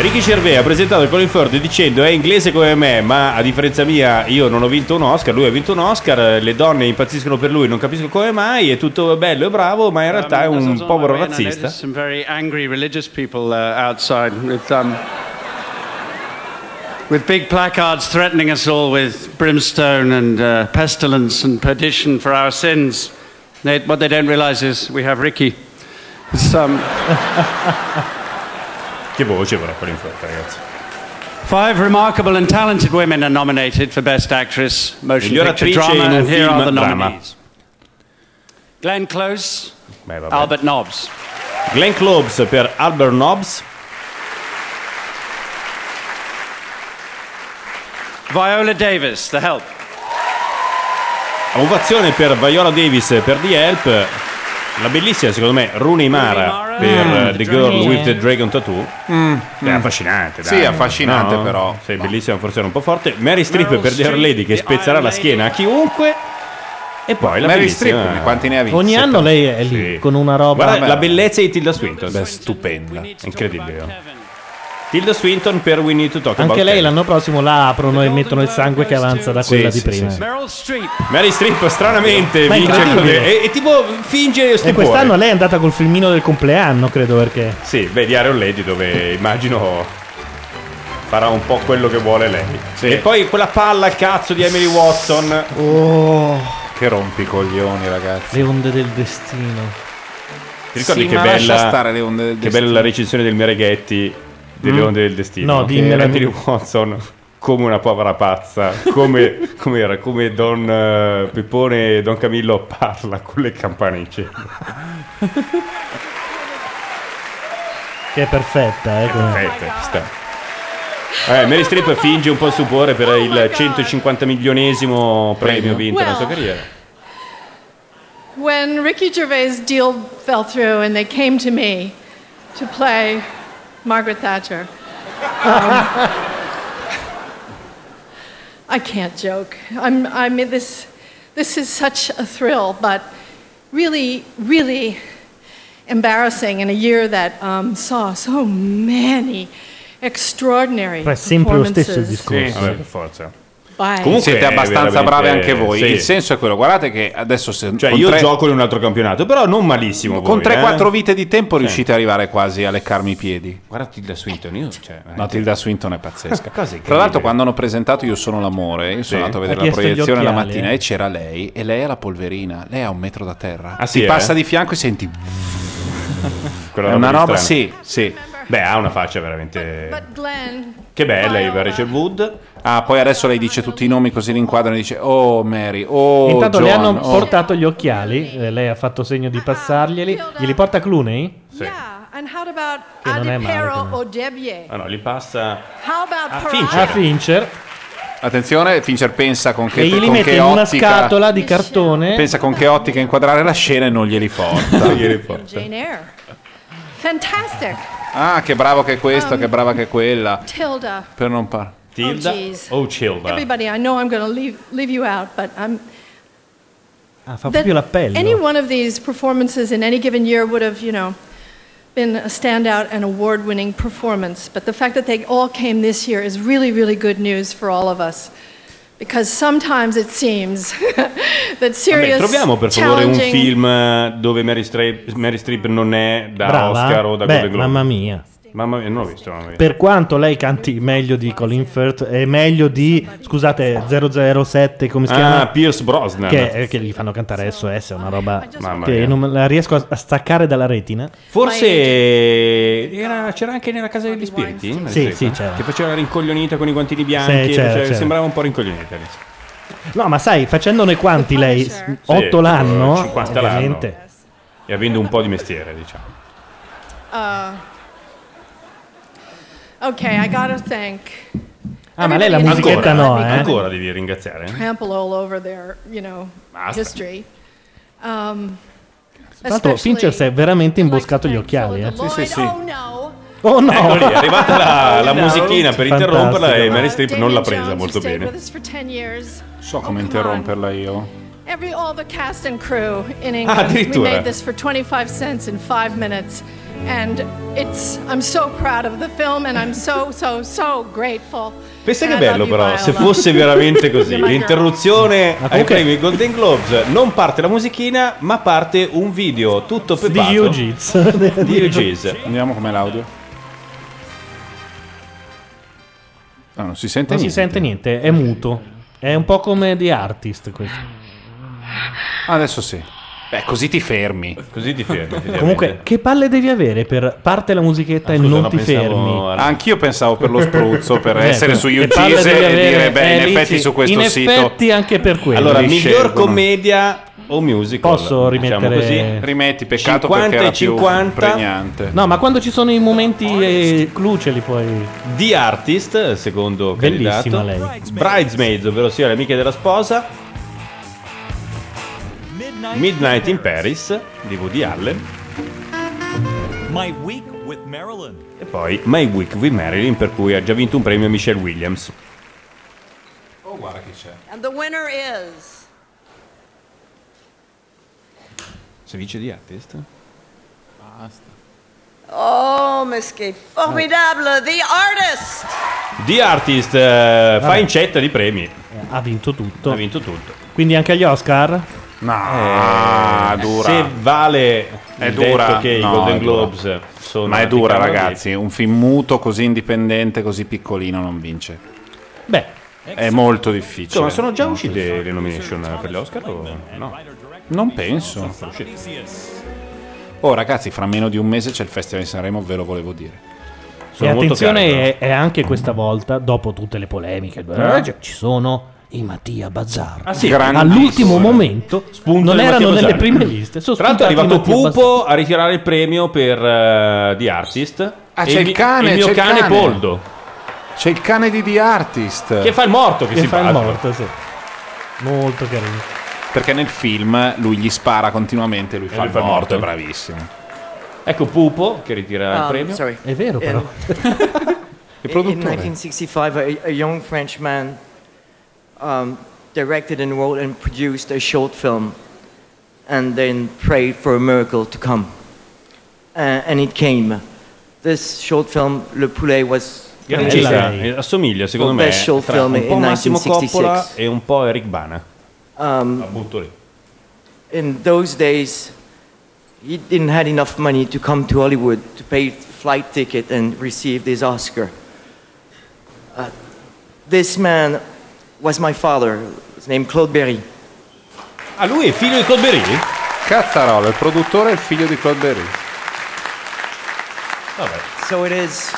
S2: Ricky Gervais ha presentato il Colin Firth dicendo è inglese come me, ma a differenza mia io non ho vinto un Oscar, lui ha vinto un Oscar, le donne impazziscono per lui, non capisco come mai, è tutto bello e bravo, ma in realtà è un povero razzista.
S30: Some very angry religious people uh, outside with um, with big placards threatening us all with brimstone and uh, pestilence and perdition for our sins.
S19: They, what they don't realize is we have Ricky. It's, um, [laughs]
S2: Che voce vorrà quella in fretta, ragazzi.
S19: five remarkable and talented women are nominated for Best Actress, Motion
S2: Miglior
S19: Picture
S2: attrice
S19: Drama,
S2: in un
S19: and here
S2: film
S19: are the
S2: drama.
S19: nominees. Glenn Close,
S2: Beh, vabbè.
S19: Albert Nobbs.
S2: Glenn Clobes per Albert Nobbs,
S19: Viola Davis, The Help.
S2: ovazione per Viola Davis per The Help, la bellissima secondo me Rooney Mara per eh, The Girl with the Dragon Tattoo. È affascinante, dai.
S1: Mm. Sì, affascinante,
S2: No?
S1: però.
S2: Sei bellissima, forse era un po' forte. Mary Streep per The Our Lady che spezzerà la schiena a chiunque. E poi la
S1: Mary
S2: bellissima-
S1: Streep, quanti ne ha vinti?
S18: Ogni anno lei è lì con una roba.
S2: Guarda la bellezza di Tilda Swinton. Beh, stupenda. Incredibile. Tilda Swinton per We Need to Talk
S18: Anche
S2: About
S18: lei
S2: Kevin.
S18: l'anno prossimo la aprono e mettono il sangue che avanza da
S2: Sì,
S18: quella di
S2: sì,
S18: prima.
S2: sì, sì. Mary Streep stranamente
S18: Ma è
S2: vince
S18: incredibile.
S2: con- e, e tipo finge
S18: Oh, E
S2: stupore.
S18: quest'anno lei è andata col filmino del compleanno, credo, perché.
S2: Sì, beh, di Iron Lady dove immagino farà un po' quello che vuole lei. E poi quella palla al cazzo di Emily Watson.
S18: Oh,
S1: Che rompi i coglioni, ragazzi.
S18: le onde del destino.
S2: Ti ricordi
S1: Sì,
S2: che
S1: ma lascia
S2: bella
S1: stare le onde del
S2: Che
S1: destino.
S2: bella la recensione del Mereghetti delle
S1: Mm.
S2: onde del destino.
S1: No,
S2: Che
S1: dimmela.
S2: Emily Watson come una povera pazza, come, come era, come Don eh, Peppone e Don Camillo parla con le campane in cielo.
S18: Che è perfetta, eh. come-
S2: Perfetto, ci sta. Eh, Mary Streep finge un po' il stupore
S20: Oh
S2: per il 150 milionesimo premio vinto nella sua
S20: Well.
S2: carriera.
S20: When Ricky Gervais' deal fell through and they came to me to play Margaret Thatcher, um, [laughs] I can't joke. I'm, I mean, this, this is such a thrill, but really, really embarrassing in a year that um, saw so many extraordinary
S18: Però è sempre lo stesso il
S20: performances
S18: discorso.
S1: Sì, vabbè,
S2: per forza.
S20: by-
S2: Comunque
S1: Siete
S2: è
S1: abbastanza
S2: veramente-
S1: brave anche voi.
S2: sì.
S1: Il senso è quello. Guardate che adesso se
S2: Cioè,
S1: con
S2: io
S1: tre-
S2: gioco in un altro campionato, però non malissimo.
S1: con
S2: voi,
S1: 3-4
S2: eh.
S1: vite di tempo riuscite ad arrivare quasi a leccarmi i piedi.
S2: Guarda Tilda Swinton, io cioè,
S1: No, Tilda Swinton
S2: [laughs]
S1: è pazzesca.
S2: Cosa incredibile.
S1: Tra l'altro, quando hanno presentato Io sono l'amore, io sono
S2: Sì.
S1: andato a
S2: Ha
S1: vedere la
S2: chiesto gli
S1: proiezione la
S2: occhiali,
S1: mattina
S2: eh.
S1: e c'era lei. E lei è la polverina. Lei è a un metro da terra.
S2: Ah,
S1: si
S2: sì, eh?
S1: passa di fianco e
S2: [laughs]
S1: senti.
S2: Quella
S1: è una
S2: lì
S1: roba,
S2: strana.
S1: sì, sì.
S2: Beh, ha una faccia veramente.
S20: Glenn,
S1: Che
S2: bella, Eva Rachel Wood.
S1: Ah, poi adesso lei dice tutti i nomi così li inquadrano e dice: Oh, Mary, oh.
S18: Intanto le
S1: Joan,
S18: hanno
S1: oh."
S18: portato gli occhiali, eh, lei ha fatto segno di passarglieli. Glieli porta Clooney?
S20: Sì. and how about
S18: Che non è male.
S20: Pero Odebye?
S2: Ah, no, li passa.
S20: How about
S2: Ah,
S20: Parag-
S2: Fincher.
S18: Fincher.
S1: Attenzione, Fincher pensa con che,
S18: e glieli
S1: con
S18: mette
S1: che
S18: in una
S1: ottica-
S18: scatola di cartone.
S1: Pensa con che ottica inquadrare la scena e non glieli porta.
S20: Jane Eyre. Fantastic.
S1: Ah, che bravo che è questo, che brava che è quella.
S20: Tilda.
S1: Per non parlare.
S20: Tilda? Oh, geez. Oh, Everybody, I know I'm going to leave, leave you out, but I'm.
S18: Ah, fa
S20: that
S18: proprio l'appello.
S20: Any one of these performances in any given year would have, you know, been a standout and award winning performance. But the fact that they all came this year is really, really good news for all of us. Because sometimes it seems [laughs] that
S2: Vabbè,
S20: serious.
S2: troviamo per favore un
S20: challenging-
S2: film eh, dove Mary Streep, Mary Streep non è da
S18: Brava.
S2: Oscar o da
S18: Beh,
S2: Golden Globe.
S18: mamma mia.
S2: Mamma mia, non l'ho visto. Mamma mia.
S18: Per quanto lei canti meglio di Colin Firth, è meglio di, scusate, 007, come si chiama?
S2: ah, Pierce Brosnan.
S18: che, eh, che gli fanno cantare SOS, è una roba
S2: Mamma
S18: che
S2: mia.
S18: non me la riesco a- a staccare dalla retina.
S2: Forse era- c'era anche nella casa degli spiriti? Mary
S18: Sì,
S2: Streep,
S18: sì,
S2: eh?
S18: c'era.
S2: Che faceva la rincoglionita con i guantini bianchi.
S18: Sì, c'era,
S2: faceva-
S18: c'era.
S2: Sembrava un po' rincoglionita. lì.
S18: No, ma sai, facendone quanti lei? 8
S2: Sì,
S18: l'anno?
S2: 50 Eh, l'anno.
S18: ovviamente.
S2: E avendo un po' di mestiere, diciamo.
S20: Uh, okay, I got to thank
S18: Ah, ma lei la musichetta
S2: ancora,
S18: no, eh?
S2: Ancora devi ringraziare.
S20: trample all over their, you know,
S2: Basta.
S20: history. Um,
S18: Tra l'altro
S20: especially-
S18: Fincher si è veramente imboscato gli occhiali, eh? Sì, sì, sì.
S20: Oh
S18: no!
S2: Ecco lì, è arrivata la, la
S18: No.
S2: musichina per
S18: Fantastico.
S2: interromperla e Mary Streep non l'ha presa molto
S20: stayed with
S2: bene.
S20: us for 10 years.
S1: So come interromperla io?
S20: Every all the cast and crew
S2: [laughs]
S20: in
S1: Ah,
S20: England. we
S1: addirittura.
S20: made this for 25 cents in 5 minutes and it's I'm so proud of the film and I'm so so so grateful.
S2: Pensa che
S20: And I love
S2: bello
S20: you,
S2: però,
S20: Viola.
S2: se
S20: [laughs]
S2: fosse veramente così,
S20: You're my girl.
S2: l'interruzione ai
S20: comunque-
S2: premi Golden Globes, non parte la musichina, ma parte un video tutto pepato
S18: Di [laughs] Hughes.
S2: Di Hughes.
S1: Andiamo come l'audio. No, Ah, non si sente
S18: Non si
S1: niente.
S18: sente niente, è muto. È un po' come The Artist questo.
S1: Ah, adesso sì. Beh, così ti fermi.
S2: Così
S18: [laughs]
S2: ti fermi.
S18: Comunque, che palle devi avere per parte la musichetta e non ti fermi?
S1: Anch'io pensavo per lo spruzzo, per
S18: Eh,
S1: essere su
S18: che palle
S1: UGS
S18: devi
S1: e
S18: avere?
S1: dire, beh,
S18: Eh,
S1: in
S18: lì
S1: effetti
S18: sì.
S1: su questo
S18: In
S1: sito.
S18: effetti anche per quello.
S2: Allora,
S1: Li
S2: miglior
S1: scelgono.
S2: commedia o musical?
S18: Posso
S2: diciamo
S18: rimettere-
S2: così.
S1: Rimetti, peccato
S2: 50
S1: perché era
S2: e 50.
S1: più pregnante.
S18: No, ma quando ci sono i momenti eh, clou ce li puoi.
S2: The Artist, secondo
S18: Bellissima
S2: candidato.
S18: lei.
S2: Bridesmaids, ovvero sia le amiche della sposa. Midnight in Paris di Woody Allen.
S14: My Week with Marilyn.
S2: E poi My Week with Marilyn, per cui ha già vinto un premio Michelle Williams.
S1: Oh, guarda chi c'è.
S31: And the winner is.
S2: Se vince The Artist?
S4: Basta.
S31: Oh, Miss Kate. Formidable, the artist!
S2: The Artist eh, fa incetta di premi.
S18: Ha vinto tutto.
S2: Ha vinto tutto.
S18: Quindi anche agli Oscar? Ah,
S1: No,
S2: Eh,
S1: dura.
S2: Se vale
S1: È
S2: il
S1: dura,
S2: detto che i
S1: no,
S2: Golden
S1: è dura.
S2: Globes sono
S1: Ma è dura,
S2: anticamere-
S1: ragazzi. Un film muto, così indipendente, così piccolino, non vince.
S18: Beh,
S1: è molto difficile.
S2: Insomma, sono già uscite le nomination per gli Oscar o no?
S1: Non penso. Oh, ragazzi, fra meno di un mese c'è il Festival di Sanremo, ve lo volevo dire.
S18: e attenzione, è, è anche questa volta, dopo tutte le polemiche,
S1: Eh?
S18: cioè, ci sono i Mattia Bazzar.
S2: Ah, sì,
S18: All'ultimo
S2: grandissimo.
S18: momento non
S2: di
S18: erano
S2: Mattia
S18: nelle
S2: Bazzar.
S18: prime liste. sono
S2: Tra l'altro è
S18: spuntati
S2: arrivato
S18: Mattia Bazzar.
S2: Pupo a ritirare il premio per eh, The Artist.
S1: Ah,
S2: E
S1: c'è il
S2: mi-
S1: cane,
S2: Il mio
S1: c'è il
S2: cane,
S1: cane.
S2: Poldo.
S1: C'è il cane di The Artist.
S2: Che fa il morto, che,
S18: Che
S2: si
S18: fa il
S2: batte.
S18: morto, sì. Molto carino.
S1: Perché nel film lui gli spara continuamente, lui fa
S2: lui
S1: il
S2: fa il
S1: morto,
S2: morto.
S1: è bravissimo.
S2: Ecco Pupo che ritira il
S22: Um,
S2: premio.
S22: sorry.
S18: È vero,
S22: però.
S1: Ah, Il
S22: In
S1: produttore.
S22: 1965, a, a young French man um, directed and wrote and produced a short film and then prayed for a miracle to come. Uh, and it came. This short film, Le Poulet, was.
S2: Il regista, eh, assomiglia secondo
S22: For
S2: me
S22: best short
S2: tra
S22: film
S2: un po'
S22: in
S2: Massimo
S22: 1966.
S2: Coppola e un po' Eric Bana.
S22: Um,
S2: Butto lì.
S22: in those days, he didn't had enough money to come to Hollywood to pay flight ticket and receive this Oscar. Uh, this man was my father. His name Claude Berry.
S2: Ah, lui è figlio di Claude Berry?
S1: Cazzarola, il produttore è il figlio di Claude Berry.
S22: So it is.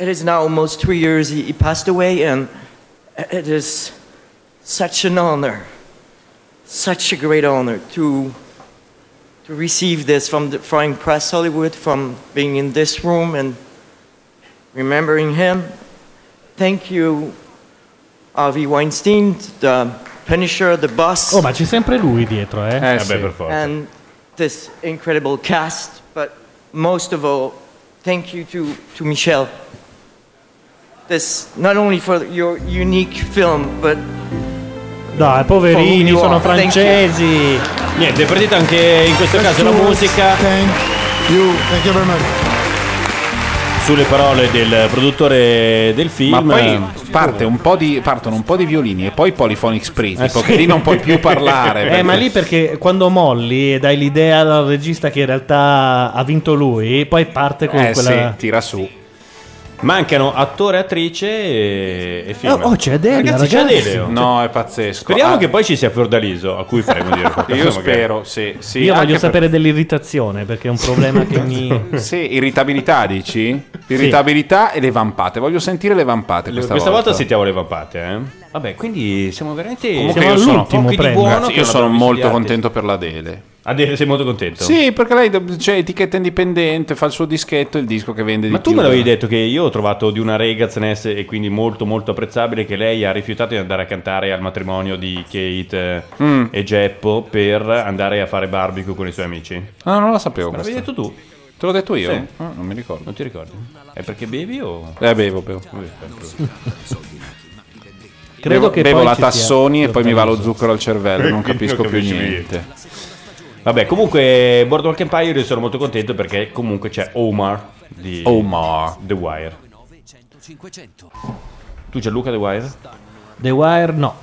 S22: It is now almost three years he, he passed away, and it is such an honor, such a great honor to to receive this from the Flying Press Hollywood, from being in this room and remembering him. Thank you, Harvey Weinstein, the Punisher, the boss.
S18: Oh, ma c'è sempre lui dietro, eh?
S22: Eh, sì. And this incredible cast, but most of all, thank you to, to Michel. This not only for your unique film, but
S18: Dai, poverini,
S22: For who you
S18: sono
S22: are. Thank you.
S18: francesi.
S2: Niente, perdete anche in questo caso la musica. Sulle parole del produttore del film.
S1: Ma poi parte un po di, partono un po' di violini e poi Polyphonic Spree,
S18: Eh,
S1: tipo
S18: sì.
S1: che lì non puoi
S2: [laughs]
S1: più parlare.
S18: Eh,
S1: perché-
S18: ma lì perché quando molli e dai l'idea al regista che in realtà ha vinto lui, poi parte con
S2: Eh,
S18: quella.
S2: sì, tira su. Mancano attore, attrice e, e film.
S18: Oh, oh, c'è Adele,
S2: Ragazzi, c'è
S18: ragazzi.
S2: Adele.
S1: No, è pazzesco.
S2: Speriamo
S1: Ah.
S2: che poi ci sia Fiordaliso, a cui faremo
S1: [laughs]
S2: dire qualcosa.
S1: Io
S2: magari.
S1: spero, sì, sì.
S18: Io
S1: anche
S18: voglio
S1: per- Esatto.
S18: sapere dell'irritazione perché è un problema
S1: [laughs]
S18: che mi.
S1: Sì, irritabilità dici? Irritabilità e le vampate. Voglio sentire le vampate questa,
S2: Questa volta
S1: sentiamo
S2: le vampate, eh. Vabbè, quindi siamo veramente
S1: Comunque
S2: siamo
S1: io sono,
S2: all'ultimo
S1: pochi di
S2: premio.
S1: buono
S2: Ragazzi,
S1: che io sono molto contento per l'Adele.
S2: Adele, sei molto contento?
S1: Sì, perché lei c'è etichetta indipendente, fa il suo dischetto, il disco che vende
S2: Ma
S1: di
S2: tu
S1: più.
S2: me l'avevi detto che io ho trovato di una Regazness e quindi molto molto apprezzabile che lei ha rifiutato di andare a cantare al matrimonio di Kate eh,
S1: Mm.
S2: e Geppo per andare a fare barbecue con i suoi amici.
S1: Ah, non la sapevo.
S2: Ma l'avevi
S1: questa.
S2: detto tu?
S1: Te l'ho detto io?
S2: Sì.
S1: Ah, non mi ricordo.
S2: Non ti ricordi? È perché bevi o?
S1: Eh, bevo, bevo.
S2: Credo
S1: bevo,
S2: che
S1: bevo
S2: poi
S1: la
S2: ci sia
S1: Tassoni e poi mi va lo zucchero al
S2: Eh, [laughs]
S1: cervello, non
S2: quindi
S1: capisco
S2: non
S1: più
S2: capisci
S1: niente.
S2: Vabbè, comunque Boardwalk Empire io sono molto contento perché comunque c'è Omar di
S1: Omar
S2: The Wire. Tu Gianluca The Wire?
S18: The Wire no.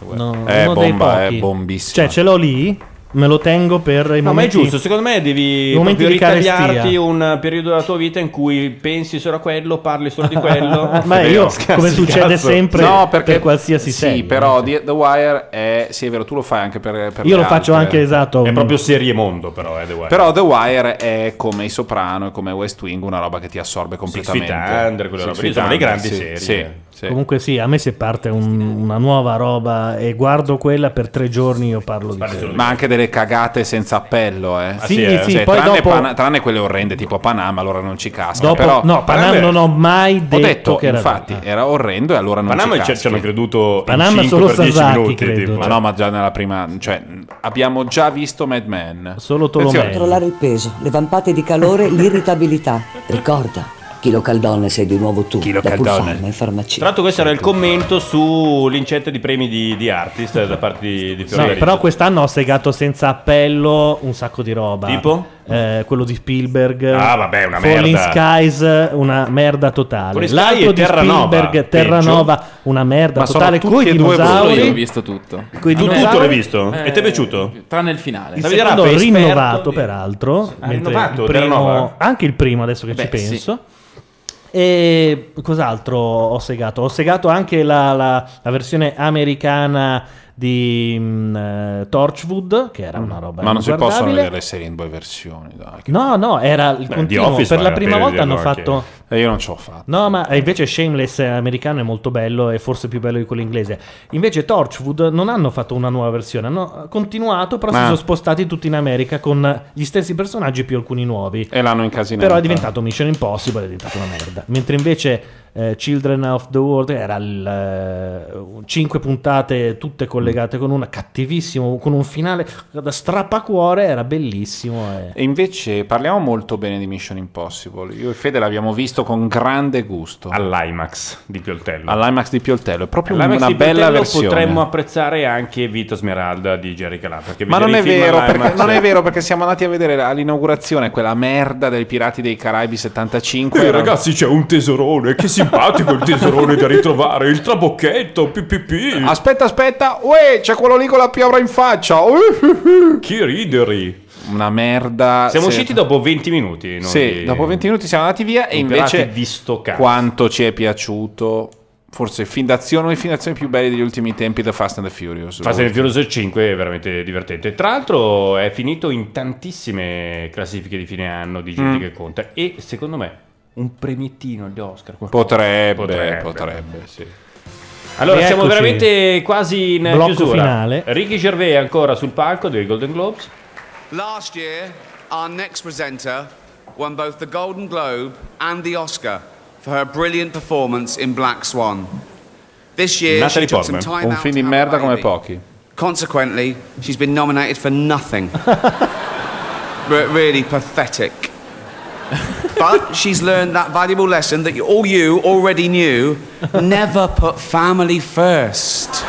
S2: Wire.
S18: No,
S2: Eh,
S18: uno dei
S2: bomba,
S18: pochi.
S2: eh, bombissima.
S18: Cioè, ce l'ho lì, Me lo tengo per i momenti.
S2: No, ma è giusto, secondo me devi
S18: i momenti
S2: proprio
S18: di carestia.
S2: ritagliarti un periodo della tua vita in cui pensi solo a quello, parli solo di quello.
S18: [laughs] Ma io, come succede sempre
S1: No, perché-
S18: per qualsiasi
S1: sì,
S18: serie.
S1: però The, The Wire è sì, è vero, tu lo fai anche per, per
S18: Io
S1: le
S18: lo faccio
S1: altre.
S18: anche esatto.
S2: È proprio serie mondo, però, eh, The Wire.
S1: Però The Wire è come I Soprano e come West Wing, una roba che ti assorbe completamente.
S2: Feet Under, quelle
S1: Six
S2: robe lì,
S1: Feet
S2: sono le
S1: Under,
S2: grandi
S1: sì,
S2: serie.
S1: sì, sì.
S18: Comunque sì, a me se parte un- una nuova roba e guardo quella per tre giorni io parlo di quello.
S1: Ma anche delle cagate senza appello,
S2: Ah,
S1: eh.
S18: sì, Sì, eh. sì, poi
S1: tranne,
S18: dopo-
S1: Pana- tranne quelle orrende tipo Panama, allora non ci casca.
S18: Dopo,
S1: però,
S18: no, Panam non ho mai detto,
S1: Ho detto,
S18: che era
S1: infatti, era orrendo e allora non
S2: Panama
S1: ci
S2: ci-
S1: caschi.
S2: ci hanno creduto
S18: Panama
S1: in 5
S18: solo
S1: per 10
S18: Sasaki,
S1: minuti,
S18: credo,
S1: tipo.
S18: cioè.
S1: Ma no, ma già nella prima... Cioè, abbiamo già visto Mad Men.
S18: Solo
S41: Controllare il peso, le vampate di calore,
S18: [laughs]
S41: l'irritabilità. Ricorda, Chilo Caldone sei di nuovo tu. Chilo
S2: Caldone.
S41: in farmacia.
S2: Tra l'altro questo era il commento sull'incetta di premi di, di artist eh, da parte di, di
S18: Sì,
S2: Fiorenzo.
S18: però quest'anno ho segato senza appello un sacco di roba.
S2: Tipo?
S18: Eh, quello di Spielberg.
S2: Ah, vabbè, una
S18: Falling
S2: merda.
S18: Skies, una merda totale.
S2: Falling Sky e
S18: L'altro di
S2: Terranova,
S18: Spielberg,
S2: peggio.
S18: Terranova, una merda
S42: Ma sono
S18: totale.
S42: tutti
S18: Coi
S42: e due
S18: dinosauri.
S42: brutto, io ho visto tutto.
S18: Coi
S42: Tu tutto
S18: dinosauri.
S42: l'hai visto? E ti è piaciuto? Tranne il finale.
S18: Il
S42: Davide
S18: secondo
S42: Rappa è esperto
S18: rinnovato,
S42: di-
S18: peraltro.
S42: Ah,
S18: mentre
S42: rinnovato,
S18: il primo,
S42: Terranova?
S18: anche il primo, adesso che
S42: Beh,
S18: ci penso. E cos'altro ho segato? Ho segato anche la, la- la versione americana di mm, eh, Torchwood, che era
S42: Mm.
S18: una roba
S1: Ma non si possono
S18: inguardabile.
S1: vedere le serie in due versioni, dai.
S18: No, no, era il
S1: Beh,
S18: continuo.
S1: The Office
S18: Per la
S1: vale
S18: prima
S1: pena
S18: volta hanno
S1: dirlo
S18: fatto.
S1: anche. E Eh, io non ce l'ho fatta.
S18: No, ma eh, invece Shameless eh, americano è molto bello e forse più bello di quello inglese. Invece Torchwood non hanno fatto una nuova versione, hanno continuato, però si
S1: Ah.
S18: sono spostati tutti in America con gli stessi personaggi più alcuni nuovi.
S1: E l'hanno incasinato.
S18: Però è diventato Mission Impossible, è diventato una merda. Mentre invece eh, Children of the World era il, 5 puntate tutte collegate con una, cattivissimo, con un finale da strappacuore, era bellissimo. eh.
S1: E invece parliamo molto bene di Mission Impossible. Io e Fede l'abbiamo visto con grande gusto.
S2: All'IMAX di Pioltello.
S1: All'IMAX di Pioltello. È proprio
S2: Alla Maxi
S1: una bella
S2: Pioltello
S1: versione.
S2: Potremmo apprezzare anche Vita Smeralda di Jerry Calà. perché
S1: Ma non
S2: vedere
S1: è,
S2: i film
S1: vero,
S2: all'IMAX-
S1: perché, non è vero perché siamo andati a vedere la- all'inaugurazione quella merda dei Pirati dei Caraibi 75.
S43: Eh,
S1: Era-
S43: ragazzi, c'è un tesorone. Che simpatico il tesorone da ritrovare. Il trabocchetto. PPP.
S1: Aspetta, aspetta, uè, c'è quello lì con la piovra in faccia.
S2: Chi rideri?
S1: Una merda.
S2: Siamo
S1: Ah, Sì.
S2: usciti dopo 20 minuti. non
S1: Sì,
S2: di-
S1: dopo 20 minuti siamo andati via e
S2: Non pirati
S1: invece
S2: di sto cazzo.
S1: quanto ci è piaciuto forse fin d'azione, uno dei fin d'azione più belli degli ultimi tempi da Fast and the Furious.
S2: Fast and Furious 5 è veramente divertente. Tra l'altro è finito in tantissime classifiche di fine anno di gente
S1: Mm.
S2: che conta e secondo me un premiettino agli Oscar. qualcosa.
S1: Potrebbe, potrebbe,
S2: sì. Allora siamo
S1: Rieccoci.
S2: veramente quasi in
S18: Blocco
S2: chiusura.
S18: finale.
S2: Ricky Gervais è ancora sul palco dei Golden Globes.
S21: Last year, our next presenter won both the Golden Globe and the Oscar for her brilliant performance in Black Swan. This year, she
S1: Natalie
S21: took some
S1: Portman,
S21: time
S1: un
S21: out
S1: film di merda come pochi.
S21: Consequently, she's been nominated
S1: [laughs]
S21: for nothing. Re- really pathetic. but she's learned that valuable lesson that you- all you
S1: [laughs]
S21: already knew never put family first.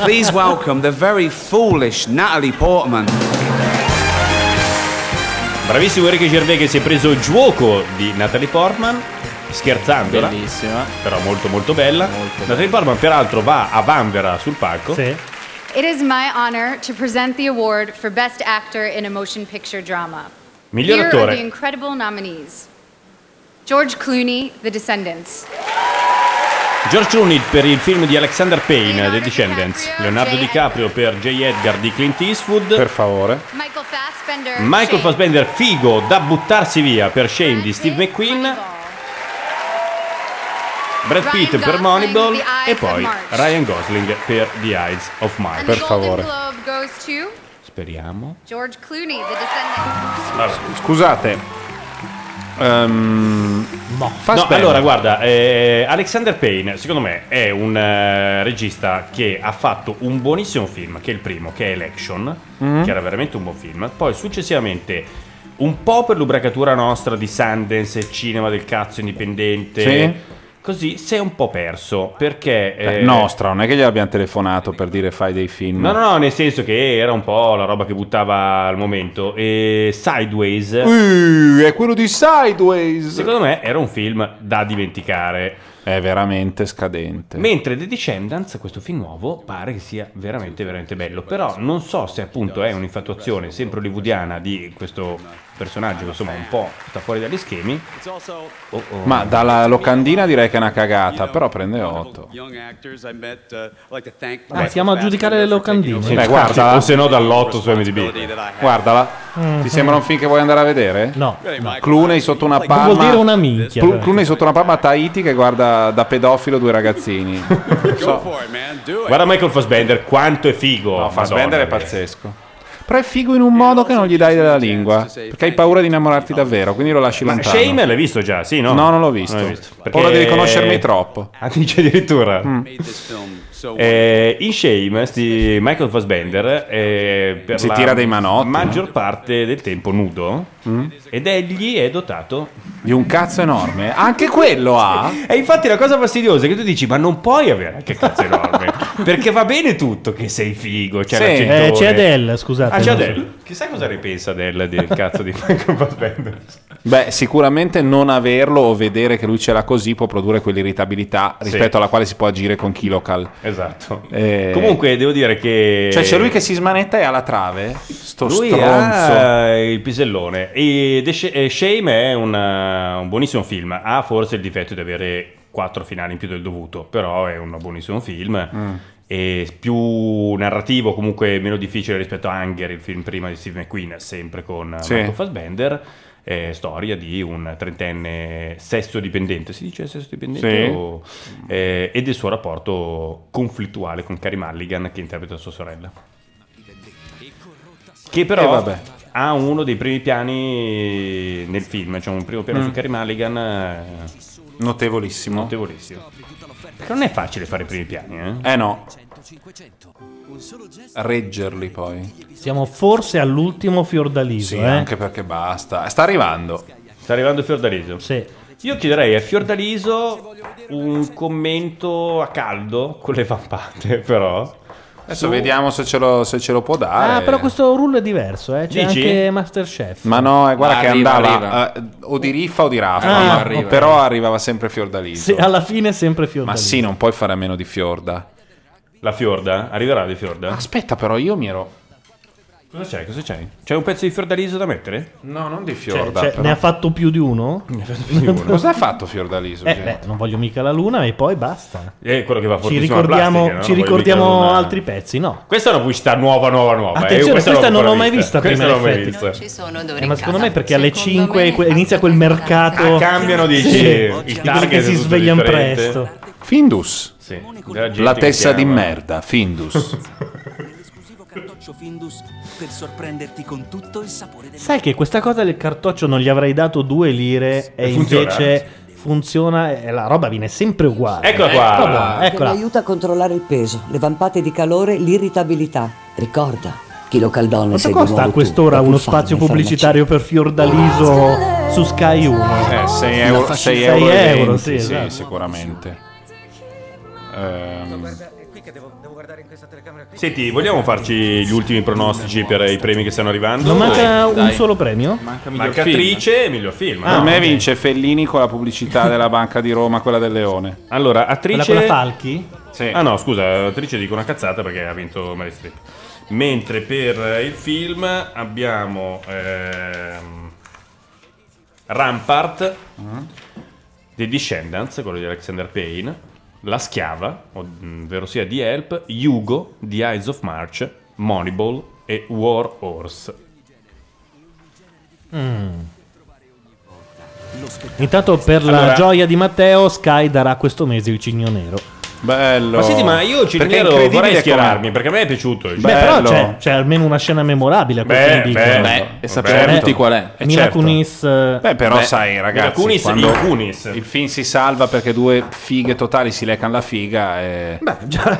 S21: Please welcome the very foolish Natalie Portman.
S2: Bravissimo Ricky Gervais che si è preso il gioco di Natalie Portman scherzando.
S42: Bellissima.
S2: Però molto molto bella. Natalie Portman peraltro va a Vanvera sul palco.
S27: It is my honor to present the award for Best Actor in a Motion Picture Drama.
S2: Miglior
S27: Here are
S2: attore.
S27: the incredible nominees George Clooney, The Descendants,
S2: George Clooney per il film di Alexander Payne, The Descendants. Leonardo DiCaprio per J. Edgar di Clint Eastwood. Per
S1: favore.
S27: Michael Fassbender,
S2: Michael
S27: Shane,
S2: Fassbender, figo da buttarsi via per Shane di Steve McQueen. Brad Pitt per Moneyball. E poi Ryan Gosling per The Eyes of March.
S27: and the Golden Globe goes to
S2: Speriamo.
S27: George Clooney, The Descendants.
S1: Scusate. Ehm,
S2: No,
S1: Fassbender.
S2: allora guarda, eh, Alexander Payne secondo me è un eh, regista che ha fatto un buonissimo film, che è il primo, che è Election,
S42: Mhm.
S2: che era veramente un buon film. Poi successivamente un po' per l'ubriacatura nostra di Sundance, cinema del cazzo indipendente.
S42: Sì.
S2: Così si è un po' perso perché... eh,
S1: nostra, non è che gli abbiamo telefonato per dire fai dei film.
S2: No, no, no, nel senso che era un po' la roba che buttava al momento. E Sideways,
S1: Uh, è quello di Sideways.
S2: secondo me, era un film da dimenticare.
S1: È veramente scadente.
S2: Mentre The Descendants, questo film nuovo, pare che sia veramente, veramente bello. Però non so se appunto è un'infatuazione sempre hollywoodiana di questo personaggio, insomma, un po' sta fuori dagli schemi. o- o-
S1: Ma [laughs] dalla locandina direi che è una cagata, però prende 8.
S7: Young actors I met, uh, I'd like to thank
S18: Ah, siamo a giudicare le locandine.
S1: Beh, guardala.
S2: o se no dall'otto su MDB.
S1: Guardala.
S18: Mhm.
S1: Ti sembra un film che vuoi andare a vedere?
S18: No.
S1: Cluney sotto una palma.
S18: Vuol dire una minchia,
S1: Clu-
S18: però.
S1: Clooney sotto una palma a Tahiti che guarda da pedofilo
S2: [laughs]
S1: due ragazzini.
S2: Guarda Michael Fassbender, quanto è figo. No,
S1: Fassbender è pazzesco. Però è figo in un modo che non gli dai della lingua. Perché hai paura di innamorarti davvero, quindi lo lasci
S2: Ma
S1: lontano.
S2: Shame l'hai visto già, sì, no?
S1: No, non l'ho visto. Paura di riconoscermi troppo. Mm.
S2: Ah, dice addirittura.
S7: so
S2: Eh, in Shame, sti- Michael Fassbender eh, per
S1: Si
S2: la
S1: tira dei manotti,
S2: maggior parte del tempo nudo
S1: Mm?
S2: ed egli è dotato
S1: di un cazzo enorme. Anche quello ha.
S2: E infatti la cosa fastidiosa è che tu dici: Ma non puoi avere anche cazzo
S1: [laughs]
S2: enorme perché va bene tutto che sei figo. C'è
S18: Sì.
S2: l'accentone.
S18: Eh, c'è Adele, scusate.
S2: Ah, c'è
S18: Non so.
S2: Adele. Chissà cosa ne pensa Adele del cazzo di Michael Fassbender.
S1: Beh, sicuramente non averlo o vedere che lui ce l'ha così può produrre quell'irritabilità
S2: Sì.
S1: rispetto alla quale si può agire con Kilocal.
S2: Esatto.
S1: Eh,
S2: Comunque, devo dire che.
S1: Cioè, c'è lui che si smanetta e ha la trave. Sto
S2: Lui
S1: stronzo.
S2: ha il pisellone. E The Sh- eh, Shame è una- un buonissimo film. Ha forse il difetto di avere quattro finali in più del dovuto, però è un buonissimo film.
S1: Mm.
S2: E più narrativo, comunque meno difficile rispetto a Hunger, il film prima di Steve McQueen, sempre con
S1: Sì.
S2: Michael Fassbender. Eh, storia di un trentenne sesso dipendente, si dice sesso dipendente?
S1: Sì.
S2: O- eh, e del suo rapporto conflittuale con Carrie Mulligan, che interpreta sua sorella. Che però
S1: Eh, vabbè.
S2: ha uno dei primi piani nel film, cioè un primo piano
S1: Mm.
S2: su Carrie Mulligan eh,
S1: Notevolissimo.
S2: notevolissimo. Perché non è facile fare i primi piani, eh?
S1: Eh no. Reggerli poi.
S18: Siamo forse all'ultimo fiordaliso.
S1: Sì,
S18: eh.
S1: anche perché basta. Sta arrivando.
S2: Sta arrivando Fiordaliso. Io chiederei a Fiordaliso un commento a caldo con le vampate, [laughs] però.
S1: Adesso vediamo se ce lo, se ce lo può dare.
S18: Ah, però questo rullo è diverso, eh. C'è
S1: Dici?
S18: anche Masterchef.
S1: Ma no, eh, guarda
S18: Ma
S1: che
S18: arriva,
S1: andava eh, o di riffa o di raffa,
S18: Ah,
S1: ma-
S18: arriva.
S1: però arrivava sempre Fiordaliso.
S18: Se- alla fine è sempre fiordaliso.
S1: Ma sì, non puoi fare a meno di Fiorda.
S2: La Fiorda? Arriverà di Fiorda?
S18: Ah.
S1: Aspetta, però io mi ero.
S2: Cosa c'è? Cosa c'è? C'è un pezzo di Fiordaliso da mettere?
S1: No, non di
S18: Cioè,
S1: Fiorda.
S18: cioè,
S1: però.
S18: ne ha fatto più di uno?
S2: [laughs] Ne ha fatto
S1: più di uno. Cosa ha fatto Fiordaliso?
S18: Eh,
S1: gente?
S18: beh, non voglio mica la luna e poi basta.
S2: È quello che va
S18: Ci
S2: fortissimo a
S18: ricordiamo,
S2: plastica, no?
S18: ci
S2: Non voglio
S18: ricordiamo
S2: mica una-
S18: altri pezzi, no?
S2: Questa è una pubblicità nuova, nuova, nuova. eh.
S18: Attenzione, questa non
S2: ancora
S18: l'ho mai vista prima,
S2: Questa non
S18: in
S2: l'ho mai
S18: effetti.
S2: vista.
S10: sono odori
S18: Eh, ma
S10: in
S18: secondo
S10: casa.
S18: me perché alle 5 que- inizia quel mercato.
S2: Ah, cambiano di
S18: Sì,
S2: i
S18: di quelli
S2: target
S18: che si
S2: tutto
S18: svegliano
S2: differente.
S18: presto.
S1: Findus.
S2: Sì, della gente
S1: La
S2: che
S1: testa di
S2: chiama.
S1: merda,
S2: [laughs]
S1: Findus.
S15: Cartoccio Findus per sorprenderti con tutto il sapore del
S18: Sai che questa cosa del cartoccio non gli avrei dato due lire e
S2: Funziona?
S18: invece funziona e la roba viene sempre uguale.
S1: Eh,
S2: Eccola qua.
S18: Eccola, eccola.
S11: Che aiuta a controllare il peso, le vampate di calore, l'irritabilità. Ricorda, Chilo Caldone
S18: Quanto
S11: sei di nuovo
S18: costa a
S11: tu,
S18: quest'ora
S11: la più
S18: uno
S11: fan
S18: spazio
S11: dei
S18: pubblicitario per Fiordaliso su Sky 1?
S1: Eh, 6
S18: La
S1: euro,
S18: faccia-
S1: 6
S18: sei
S1: euro, e
S18: euro,
S1: 20,
S18: sì,
S1: sì,
S18: esatto.
S1: sicuramente. Ehm,
S2: Senti, vogliamo farci gli ultimi pronostici per i premi che stanno arrivando?
S18: Non manca un solo premio?
S2: Manca attrice e miglior film.
S18: Ah,
S2: Ah,
S1: per me vince Fellini con la pubblicità della Banca di Roma, quella del Leone.
S2: Allora, attrice.
S1: Quella con la
S18: Falchi?
S1: Sì.
S2: Ah no, scusa, attrice dico una cazzata perché ha vinto Meryl Streep. Mentre per eh, il film abbiamo ehm, Rampart,
S1: Uh-huh.
S2: The Descendants, quello di Alexander Payne, La Schiava, ovvero sia The Help, Hugo, The Eyes of March, Moneyball e War Horse.
S18: Intanto per la Mm.
S2: Allora-
S18: gioia di Matteo, Sky darà questo mese il cigno nero.
S1: Bello.
S2: Ma senti, ma io ci
S1: Oh. Perché è
S2: vorrei
S1: incredibile
S2: schierarmi perché a me è piaciuto. il
S18: Beh, però
S2: Bello.
S18: c'è, c'è almeno una scena memorabile. a quel
S2: Beh,
S18: che mi dicono.
S2: bello. Beh, e
S18: Cioè,
S2: sappiamo tutti qual è. Eh,
S18: Mila
S2: certo.
S18: Kunis. eh,
S1: Beh, però
S18: beh,
S1: sai, ragazzi,
S2: Kunis,
S1: quando
S2: Mila Kunis.
S1: il film si salva perché due fighe totali si leccano la figa. E...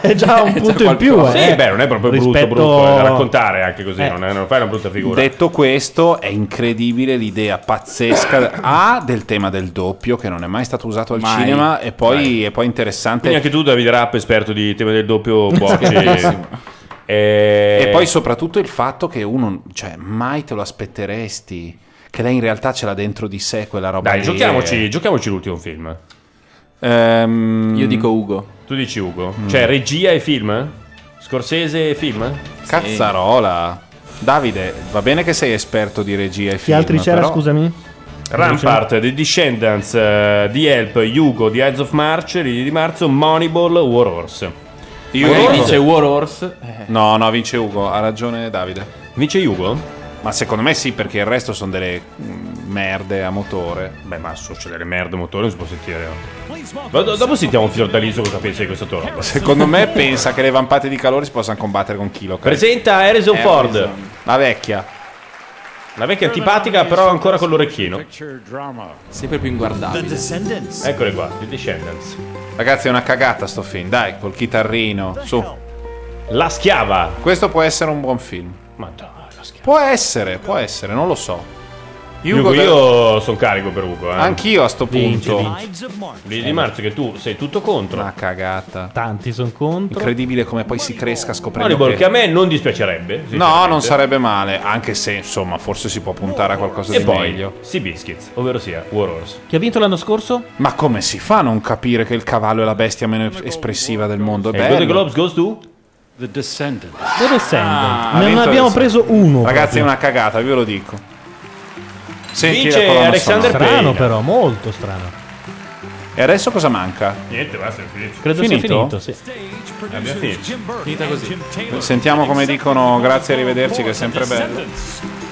S18: è già un punto in più.
S2: Sì,
S18: eh.
S2: beh, non è proprio
S18: Rispetto- Eh.
S2: brutto, brutto, è da raccontare anche così, non, è, non fai una brutta figura.
S1: Detto questo, è incredibile l'idea
S2: [coughs]
S1: pazzesca A del tema del doppio che non è mai stato usato al
S2: Mai.
S1: cinema e poi, e poi interessante.
S2: Quindi anche tu, David Rapp, esperto di tema del
S1: [laughs]
S2: doppio eh, bocce.
S1: Bravissimo.
S2: e...
S1: E poi soprattutto il fatto che uno, cioè, mai te lo aspetteresti. Che lei in realtà ce l'ha dentro di sé quella roba.
S2: Dai,
S1: lì,
S2: giochiamoci,
S1: eh.
S2: giochiamoci l'ultimo film.
S1: Io
S2: dico Ugo. Tu dici Ugo?
S1: Mm.
S2: Cioè, regia e film? Scorsese e film?
S1: Cazzarola. Davide, va bene che sei esperto di regia e
S18: Chi
S1: film.
S18: altri c'era,
S1: però-
S18: scusami?
S2: Rampart, The Descendants, eh, The Help, Yugo, The Heads of March, Righi di Marzo, Moneyball, War Horse.
S1: Magari vince War
S2: Horse. Eh.
S1: No, no, vince Ugo, ha ragione Davide.
S2: Vince Yugo?
S1: Ma secondo me sì, perché il resto sono delle mm, merde a motore.
S2: Beh, ma so, c'è delle merde a motore, non si può sentire. Ma do- dopo sentiamo Fiordaliso cosa pensa di questa tua roba.
S1: Secondo me pensa che le vampate di calore si possano combattere con Kilo.
S2: Presenta Harrison Ford.
S1: Eh, La vecchia.
S2: La vecchia antipatica, però ancora con l'orecchino. Sempre più
S14: The
S2: inguardabile.
S14: Descendants.
S2: Eccole qua, The Descendants.
S1: Ragazzi, è una cagata sto film, dai, col chitarrino, su.
S2: La schiava.
S1: Questo può essere un buon film.
S2: Ma
S1: Può essere, può essere, non lo so.
S2: Yugo, io sono carico per Ugo. Eh.
S1: Anch'io a sto
S2: Vinci,
S1: punto.
S2: vinci. Lì di marzo che tu sei tutto contro.
S1: Una cagata.
S18: Tanti sono contro.
S1: Incredibile come poi si cresca scoprendo
S2: Moneyball
S1: che-
S2: che a me non dispiacerebbe.
S1: No, non
S2: sinceramente.
S1: sarebbe male, anche se insomma forse si può puntare a qualcosa
S2: E
S1: di
S2: poi,
S1: meglio.
S2: Sea Biscuits, ovvero sia War Horse.
S18: Chi ha vinto l'anno scorso?
S1: Ma come si fa a non capire che il cavallo è la bestia meno es- espressiva del mondo? È
S2: E Golden
S1: bello.
S2: Globes goes to?
S1: The Descendant.
S18: The
S2: Ah,
S1: Ah,
S18: Descendant. ne ne abbiamo preso uno.
S1: Ragazzi, è
S18: proprio.
S1: una cagata, ve lo dico. Senti
S2: Vince
S1: la colonna
S2: Alexander
S1: sonora.
S18: Strano, però, molto strano.
S1: E adesso cosa manca?
S2: Niente, basta, è finito.
S18: Credo sia finito. Sì.
S2: Abbiamo finito.
S14: Finita così.
S1: Sentiamo come dicono grazie e arrivederci, che è sempre bello.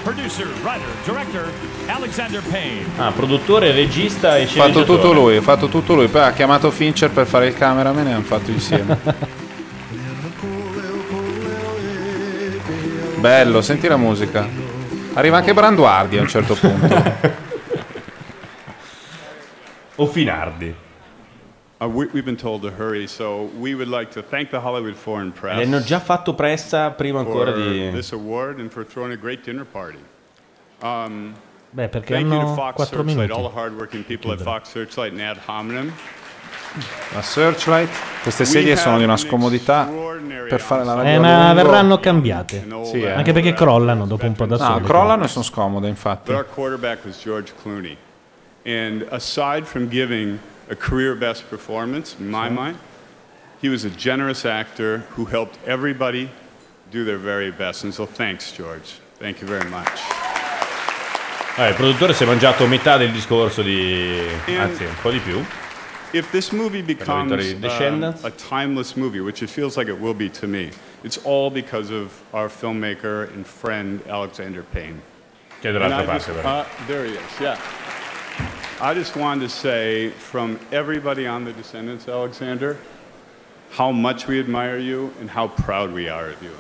S14: Producer, writer, director, Alexander Payne.
S2: Ah, produttore, regista e
S1: Ha fatto
S2: sceneggiatore.
S1: tutto lui, ha fatto tutto lui. Poi ha chiamato Fincher per fare il cameraman e hanno fatto insieme. Bello, senti la musica. Arriva anche Branduardi a un certo punto.
S2: O Finardi.
S7: Uh, we, we've been told to hurry, so we would like to thank the Hollywood Foreign Press.
S2: E hanno già fatto pressa prima ancora
S7: for
S2: di...
S7: this award and for throwing a great dinner party. Um,
S18: Beh, perché
S7: thank you to
S18: hanno
S7: Fox
S18: 4
S7: Searchlight, all
S18: minuti.
S7: the hardworking people at Fox Searchlight and Ad Hominem.
S1: La Searchlight. Queste sedie sono di una scomodità per fare la radio.
S18: Eh,
S1: a
S18: ma
S1: lungo.
S18: verranno cambiate.
S1: Sì, eh.
S18: Anche perché crollano dopo un po' da
S1: No,
S18: sole.
S1: crollano e sono scomode, infatti.
S7: But our quarterback was George Clooney. And aside from giving a career best performance, in my mind, he was a generous actor who helped everybody do their very best. And so thanks, George. Thank you very much.
S2: Ah, il produttore si è mangiato metà del discorso di...
S7: E-
S2: Anzi, un po' di più.
S7: If this movie becomes
S2: Vittoria di
S7: um,
S2: Descendants.
S7: a timeless movie, which it feels like it will be to me, it's all because of our filmmaker and friend Alexander Payne.
S2: Che è
S7: And
S2: dall'altra
S7: I
S2: parte,
S7: just-
S2: però.
S7: uh, there he is, yeah. I just wanted to say from everybody on The Descendants, Alexander, how much we admire you and how proud we are of you.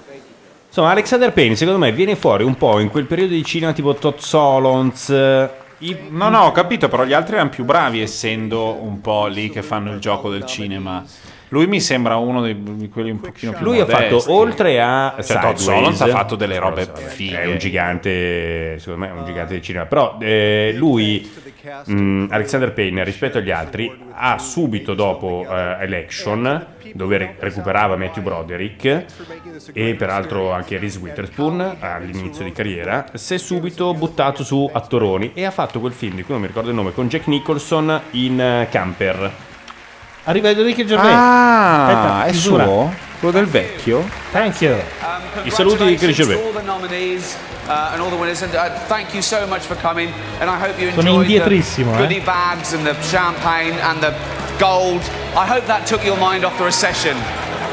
S2: Insomma, Alexander Payne, secondo me, viene fuori un po' in quel periodo di cinema tipo Tozzolons.
S1: No, no, ho capito, però gli altri erano più bravi, essendo un po' lì che fanno il gioco del cinema. Lui mi sembra uno dei, di quelli un pochino più
S2: Lui ha fatto,
S1: modesti.
S2: oltre a
S1: Cioè, Todd
S2: Sideways,
S1: Solondz ha fatto delle robe fighe.
S2: È un gigante, secondo me è un gigante del cinema. Però eh, lui, mh, Alexander Payne, rispetto agli altri, ha subito dopo eh, Election, dove re- recuperava Matthew Broderick e peraltro anche Reese Witherspoon all'inizio di carriera, si è subito buttato su Attoroni e ha fatto quel film di cui non mi ricordo il nome, con Jack Nicholson in eh, Camper.
S18: Arriva Enrico Gervais.
S1: Ah,
S18: Aspetta,
S1: è
S18: chiusura.
S1: suo? Quello del vecchio?
S18: Thank you.
S2: I saluti di Chris
S12: Congratulations
S2: Gervais.
S12: to all the nominees uh, and all the winners, and uh, thank you so much for coming. And I hope you
S18: Sono
S12: enjoyed the
S18: indietrissimo, eh.
S12: goodie bags and the champagne and the gold. I hope that took your mind off the recession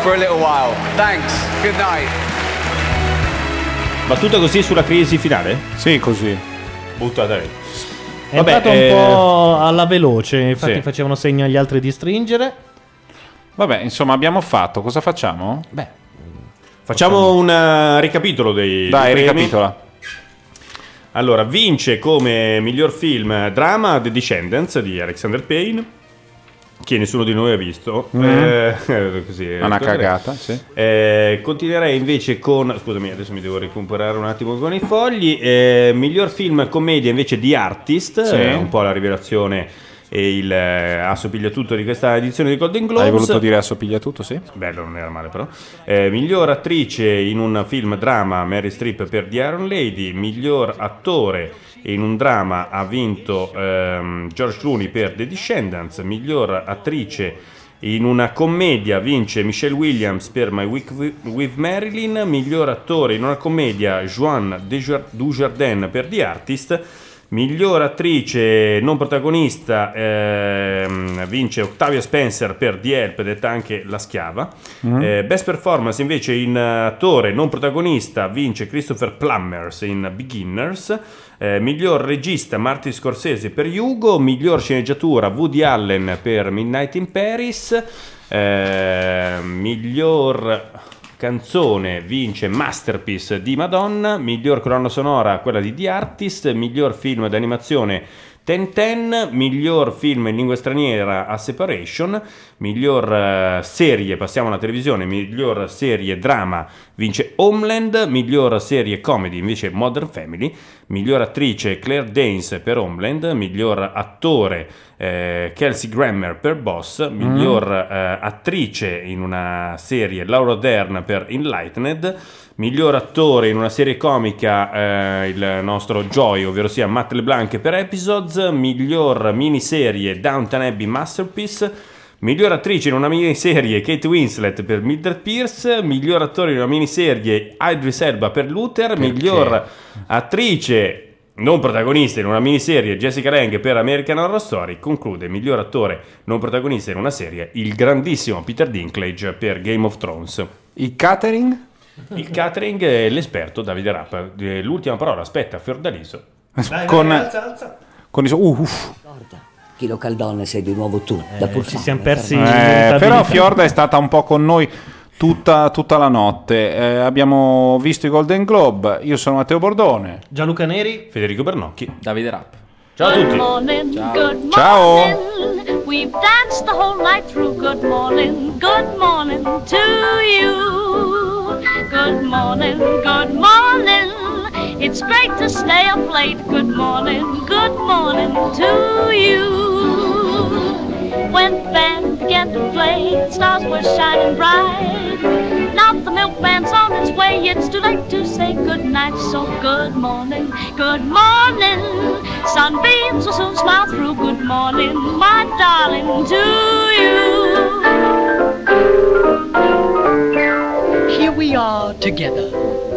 S12: for a little while. Thanks. Good night.
S2: Battuta così sulla crisi finale?
S1: Sì, così.
S2: Buttata lì.
S18: È andato un
S2: eh,
S18: po' alla veloce, infatti
S2: sì.
S18: facevano segno agli altri di stringere.
S1: Vabbè, insomma, abbiamo fatto. Cosa facciamo?
S18: Beh,
S2: Facciamo un eh, ricapitolo dei
S1: Dai,
S2: dei premi.
S1: ricapitola.
S2: Allora, vince come miglior film drama The Descendants di Alexander Payne, che nessuno di noi ha visto.
S1: Mm.
S2: Eh, [laughs] così, eh,
S1: Una
S2: ricorderei.
S1: cagata, sì.
S2: Eh, continuerei invece con. Scusami, adesso mi devo ricomparare un attimo con i fogli. Eh, miglior film commedia invece di Artist,
S1: Sì.
S2: eh, un po' la rivelazione e il eh, assopiglia tutto di questa edizione di Golden Globes.
S1: Hai voluto dire assopiglia tutto, sì?
S2: Bello, non era male però. Eh, miglior attrice in un film drama Mary Streep per The Iron Lady, miglior attore in un drama ha vinto ehm, George Clooney per The Descendants, miglior attrice in una commedia vince Michelle Williams per My Week wi- with Marilyn, miglior attore in una commedia Joan Dejar- Dujardin per The Artist. Miglior attrice non protagonista ehm, vince Octavia Spencer per The Help, detta anche La Schiava.
S1: Mhm.
S2: Eh, best performance invece in eh, attore non protagonista vince Christopher Plummers in Beginners. Eh, miglior regista Martin Scorsese per Hugo. Miglior sceneggiatura Woody Allen per Midnight in Paris. Eh, miglior canzone vince Masterpiece di Madonna, miglior colonna sonora quella di The Artist, miglior film d'animazione Ten Ten, miglior film in lingua straniera A Separation, miglior eh, serie, passiamo alla televisione, miglior serie drama vince Homeland, miglior serie comedy invece Modern Family, miglior attrice Claire Danes per Homeland, miglior attore eh, Kelsey Grammer per Boss, miglior eh, attrice in una serie Laura Dern per Enlightened, miglior attore in una serie comica eh, il nostro Joy, ovvero sia Matt LeBlanc per Episodes, miglior miniserie Downton Abbey Masterpiece, Miglior attrice in una miniserie Kate Winslet per Mildred Pierce, miglior attore in una miniserie Idris Elba per Luther, miglior attrice non protagonista in una miniserie Jessica Lange per American Horror Story, conclude miglior attore non protagonista in una serie il grandissimo Peter Dinklage per Game of Thrones.
S1: Il catering?
S2: Il catering è l'esperto Davide Rappa. Eh, L'ultima parola aspetta Fiordaliso.
S1: Con- dai,
S18: alza, alza.
S1: Con i so- uh, uff.
S11: Chilo Caldone sei di nuovo tu. da
S18: ci
S11: Pulsar.
S18: siamo persi
S1: Eh,
S18: in inevitabilità.
S1: però Fiorda è stata un po' con noi tutta, tutta la notte. Eh, abbiamo visto i Golden Globe. Io sono Matteo Bordone.
S18: Gianluca Neri,
S2: Federico Bernocchi,
S4: Davide Rapp.
S1: Ciao a
S10: good
S1: tutti.
S10: Morning,
S4: Ciao.
S10: Good morning.
S1: Ciao.
S10: We've danced the whole night through. Good morning, good morning to you. Good morning, good morning. It's great to stay up late. Good morning, good morning to you. When the band began to play, the stars were shining bright. Now the milkman's on his way. It's too late to say good night. So good morning, good morning. Sunbeams will soon smile through. Good morning, my darling, to you.
S21: Here we are together,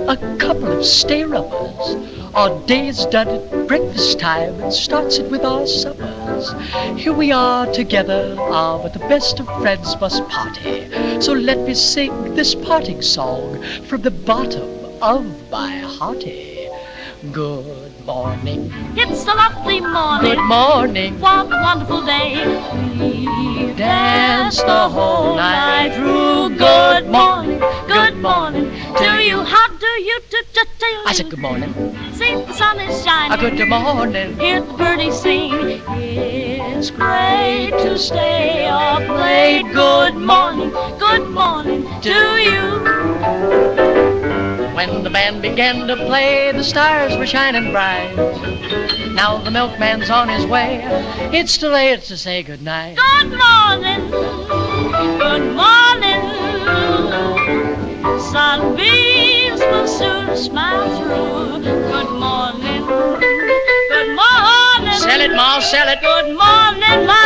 S21: a couple of stay-uppers. Our day is done at breakfast time and starts it with our suppers. Here we are together, ah, but the best of friends must party. So let me sing this parting song from the bottom of my hearty. Good morning.
S10: It's a lovely morning.
S21: Good morning.
S10: What a wonderful day. We danced the whole night through. Good morning, good morning to you. How do you do? do, do?
S21: I said good morning.
S10: See the sun is shining.
S21: Ah, good morning.
S10: Hear the birdies sing. It's great to stay up late. Good morning, good morning to you.
S21: When the band began to play, the stars were shining bright. Now the milkman's on his way. It's too late to say goodnight.
S10: Good morning, good morning. Sunbeams will soon smile through. Good morning, good morning.
S21: Sell it, Ma, sell it.
S10: Good morning, my